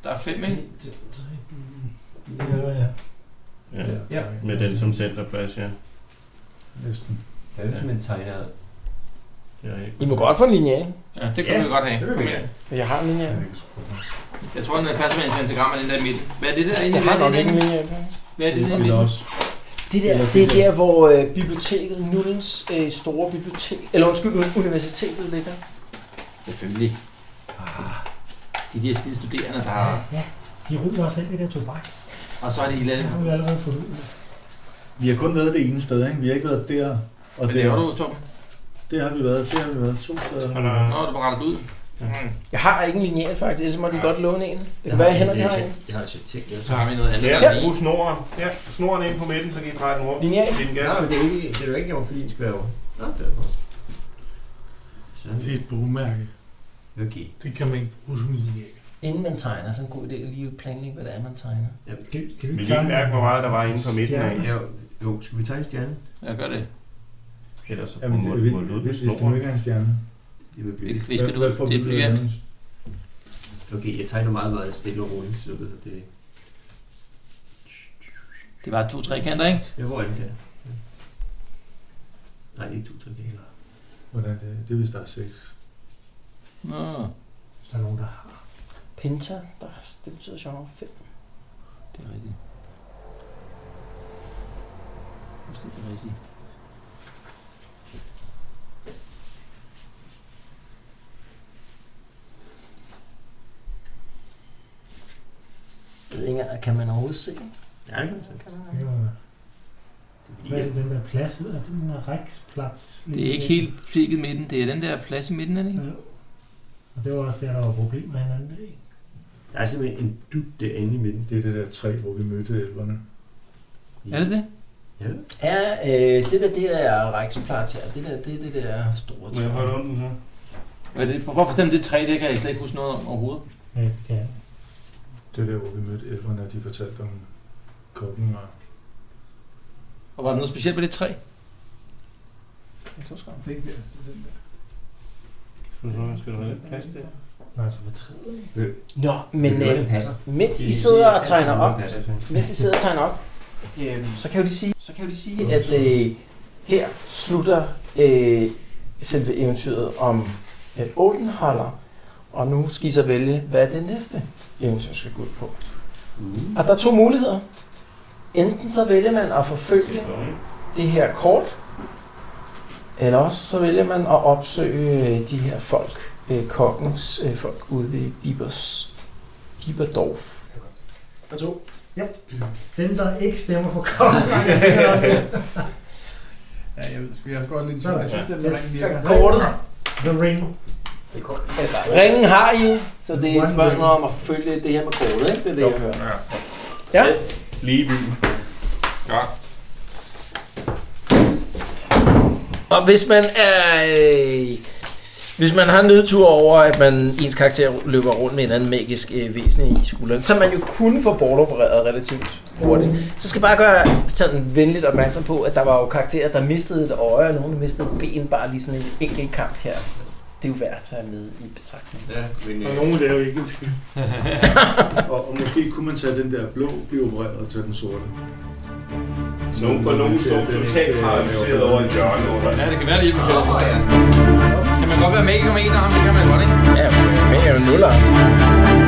[SPEAKER 3] Der er fem, ikke?
[SPEAKER 6] Ja, ja.
[SPEAKER 7] Ja. ja. Med den som centerplads, ja.
[SPEAKER 5] Næsten. Det er jo som en tegner.
[SPEAKER 2] I må godt få en lineal.
[SPEAKER 3] Ja, det kan vi godt have. Kom her.
[SPEAKER 2] Jeg har en lineal.
[SPEAKER 3] Jeg tror, den passer med en pentagram af den der i midten. Hvad er det der egentlig?
[SPEAKER 2] Jeg har
[SPEAKER 3] Hvad er
[SPEAKER 2] nok
[SPEAKER 3] det der
[SPEAKER 2] ikke en
[SPEAKER 3] inde?
[SPEAKER 2] lineal.
[SPEAKER 3] Hvad er det der i
[SPEAKER 2] Eller
[SPEAKER 3] midten?
[SPEAKER 2] også. Det der, det er der, hvor øh, biblioteket, Nullens øh, store bibliotek, eller undskyld, un- universitetet ligger.
[SPEAKER 3] Selvfølgelig. Ah, De der skide studerende, der har...
[SPEAKER 6] Ja, de ryger også alt det der tobak.
[SPEAKER 3] Og så er de
[SPEAKER 6] Det
[SPEAKER 3] lavet...
[SPEAKER 6] har vi allerede fået ud.
[SPEAKER 9] Vi har kun været det ene sted, ikke? Vi har ikke været der og
[SPEAKER 3] Hvad
[SPEAKER 9] der.
[SPEAKER 3] laver du, Tom?
[SPEAKER 9] Det har vi været. Det har vi været to steder.
[SPEAKER 3] Nå, du var rettet ud. Mm.
[SPEAKER 2] Jeg har ikke en lineal faktisk, ellers må du godt låne en. Det
[SPEAKER 5] Jeg
[SPEAKER 2] kan
[SPEAKER 5] har
[SPEAKER 2] være,
[SPEAKER 5] en
[SPEAKER 2] Henrik
[SPEAKER 5] lineal.
[SPEAKER 2] har en.
[SPEAKER 5] Jeg har et ting, jeg
[SPEAKER 3] Så har vi noget andet.
[SPEAKER 7] Ja,
[SPEAKER 3] der er
[SPEAKER 7] ja.
[SPEAKER 3] lige.
[SPEAKER 7] brug snoren. Ja, snoren ind på midten, så kan I dreje den rundt.
[SPEAKER 2] Lineal.
[SPEAKER 7] Din gas.
[SPEAKER 5] Nej, men det er, ikke, det er jo ikke over, fordi den skal være over. Nå, det er godt. Sådan.
[SPEAKER 34] Det er et bogmærke.
[SPEAKER 5] Okay.
[SPEAKER 34] Det kan man ikke bruge som linje.
[SPEAKER 2] Inden man tegner, så er det en god idé at lige planlægge, hvad det er, man tegner.
[SPEAKER 5] Ja,
[SPEAKER 6] kan, kan
[SPEAKER 7] vi Vil I ikke mærke, hvor meget der var inde på midten af?
[SPEAKER 5] Ja, jo. jo, skal vi tage en stjerne?
[SPEAKER 3] Ja, gør det.
[SPEAKER 7] Ellers så
[SPEAKER 9] Ja, hvis,
[SPEAKER 7] må,
[SPEAKER 9] hvis,
[SPEAKER 7] må Ludvig
[SPEAKER 9] hvis, hvis det
[SPEAKER 7] snoren.
[SPEAKER 9] nu ikke er en stjerne.
[SPEAKER 5] Det vil blive...
[SPEAKER 3] Det kvisker du.
[SPEAKER 9] Hvad- hvad får
[SPEAKER 3] Det er
[SPEAKER 9] vi ud af
[SPEAKER 3] blyant.
[SPEAKER 9] det?
[SPEAKER 5] Okay, jeg tegner meget, meget stille og roligt, så ved jeg, det
[SPEAKER 3] Det var to tre kanter, ikke?
[SPEAKER 5] Ja, hvor er det der? Ja. Nej, det er ikke to, tre, det er
[SPEAKER 9] Hvordan det er? Det er, hvis der er seks.
[SPEAKER 3] Nå,
[SPEAKER 9] Hvis der er nogen, der har.
[SPEAKER 2] Penta, der, er- det betyder genre 5.
[SPEAKER 3] det er rigtigt. Det er rigtigt.
[SPEAKER 2] Jeg ved ikke engang, kan man overhovedet se?
[SPEAKER 5] Ja, det kan man
[SPEAKER 6] Hvad er det, den der plads hedder? Det er den der ræksplads.
[SPEAKER 3] Det er ikke helt prikket midten. Det er den der plads i midten, er det ikke?
[SPEAKER 6] Og det var også der, der var problemer en anden dag.
[SPEAKER 5] Der er simpelthen en dyb derinde i midten.
[SPEAKER 9] Det er det der træ, hvor vi mødte elverne.
[SPEAKER 3] Er det det?
[SPEAKER 5] Ja.
[SPEAKER 2] Ja, øh, det der, det er Reichsplatz her. Det der, det er det der store
[SPEAKER 7] Må jeg holde
[SPEAKER 2] træ.
[SPEAKER 7] om den her?
[SPEAKER 3] Hvad er det? Prøv at fortælle mig det træ, det kan jeg slet ikke huske noget om overhovedet.
[SPEAKER 6] Ja, det kan jeg.
[SPEAKER 9] Det er der, hvor vi mødte elverne, og de fortalte om kokken og...
[SPEAKER 3] Og var der noget specielt ved det træ?
[SPEAKER 2] Jeg tror sgu,
[SPEAKER 8] Det er ikke det.
[SPEAKER 7] Skal du så- Skal du have lidt plads der?
[SPEAKER 6] Nej, så var træet.
[SPEAKER 2] Nå, men
[SPEAKER 5] Det er noget, der
[SPEAKER 2] øh,
[SPEAKER 5] passer.
[SPEAKER 2] mens
[SPEAKER 5] Det
[SPEAKER 2] I
[SPEAKER 5] er-
[SPEAKER 2] sidder
[SPEAKER 5] det er
[SPEAKER 2] og tegner
[SPEAKER 5] altid noget,
[SPEAKER 2] op,
[SPEAKER 5] der passer.
[SPEAKER 2] mens I sidder og tegner op, øh, så kan jeg jo lige sige, så kan jeg jo lige sige at øh, her slutter øh, selve eventyret om øh, Odenholder. Og nu skal I så vælge, hvad det næste eventyr skal gå ud på. Og der er to muligheder. Enten så vælger man at forfølge det her kort, eller også så vælger man at opsøge øh, de her folk, øh, kokkens øh, folk ude ved Bibers, Biberdorf.
[SPEAKER 35] Og
[SPEAKER 2] to.
[SPEAKER 35] Ja. Dem, der ikke stemmer for kongen.
[SPEAKER 8] Ja, jeg ved sgu, jeg er sgu også lidt i
[SPEAKER 35] Så er
[SPEAKER 8] tvivl.
[SPEAKER 35] der-
[SPEAKER 8] Jeg
[SPEAKER 35] Yes,
[SPEAKER 8] synes, den ring
[SPEAKER 35] så
[SPEAKER 8] virker.
[SPEAKER 2] kortet.
[SPEAKER 6] The Ring.
[SPEAKER 2] Det er kort. Altså, ringen har I, jo, så det er et spørgsmål om at følge det her med kortet, ikke? Det er det, jeg hører. Ja.
[SPEAKER 7] Lige i byen. Ja.
[SPEAKER 2] Og hvis man er... Øh, hvis man har nedtur over, at man ens karakter løber rundt med en anden magisk øh, væsen i skulderen, som man jo kunne få bortopereret relativt hurtigt, så skal jeg bare gøre sådan venligt opmærksom på, at der var jo karakterer, der mistede et øje, og nogen der mistede et ben, bare lige sådan en enkelt kamp her. Det er jo værd at tage med i betragtning.
[SPEAKER 5] Ja, men...
[SPEAKER 34] Og
[SPEAKER 5] øh,
[SPEAKER 34] nogen laver ikke en skid.
[SPEAKER 9] og, og måske kunne man tage den der blå, blive opereret og tage den sorte.
[SPEAKER 7] Nogen på nogen stod totalt paralyseret over i hjørnet under.
[SPEAKER 3] Ja, det kan være, det hjælper. Oh, ja. Kan man godt være magiker med en arm? Det kan man godt, ikke?
[SPEAKER 2] Ja, men jeg er jo nuller.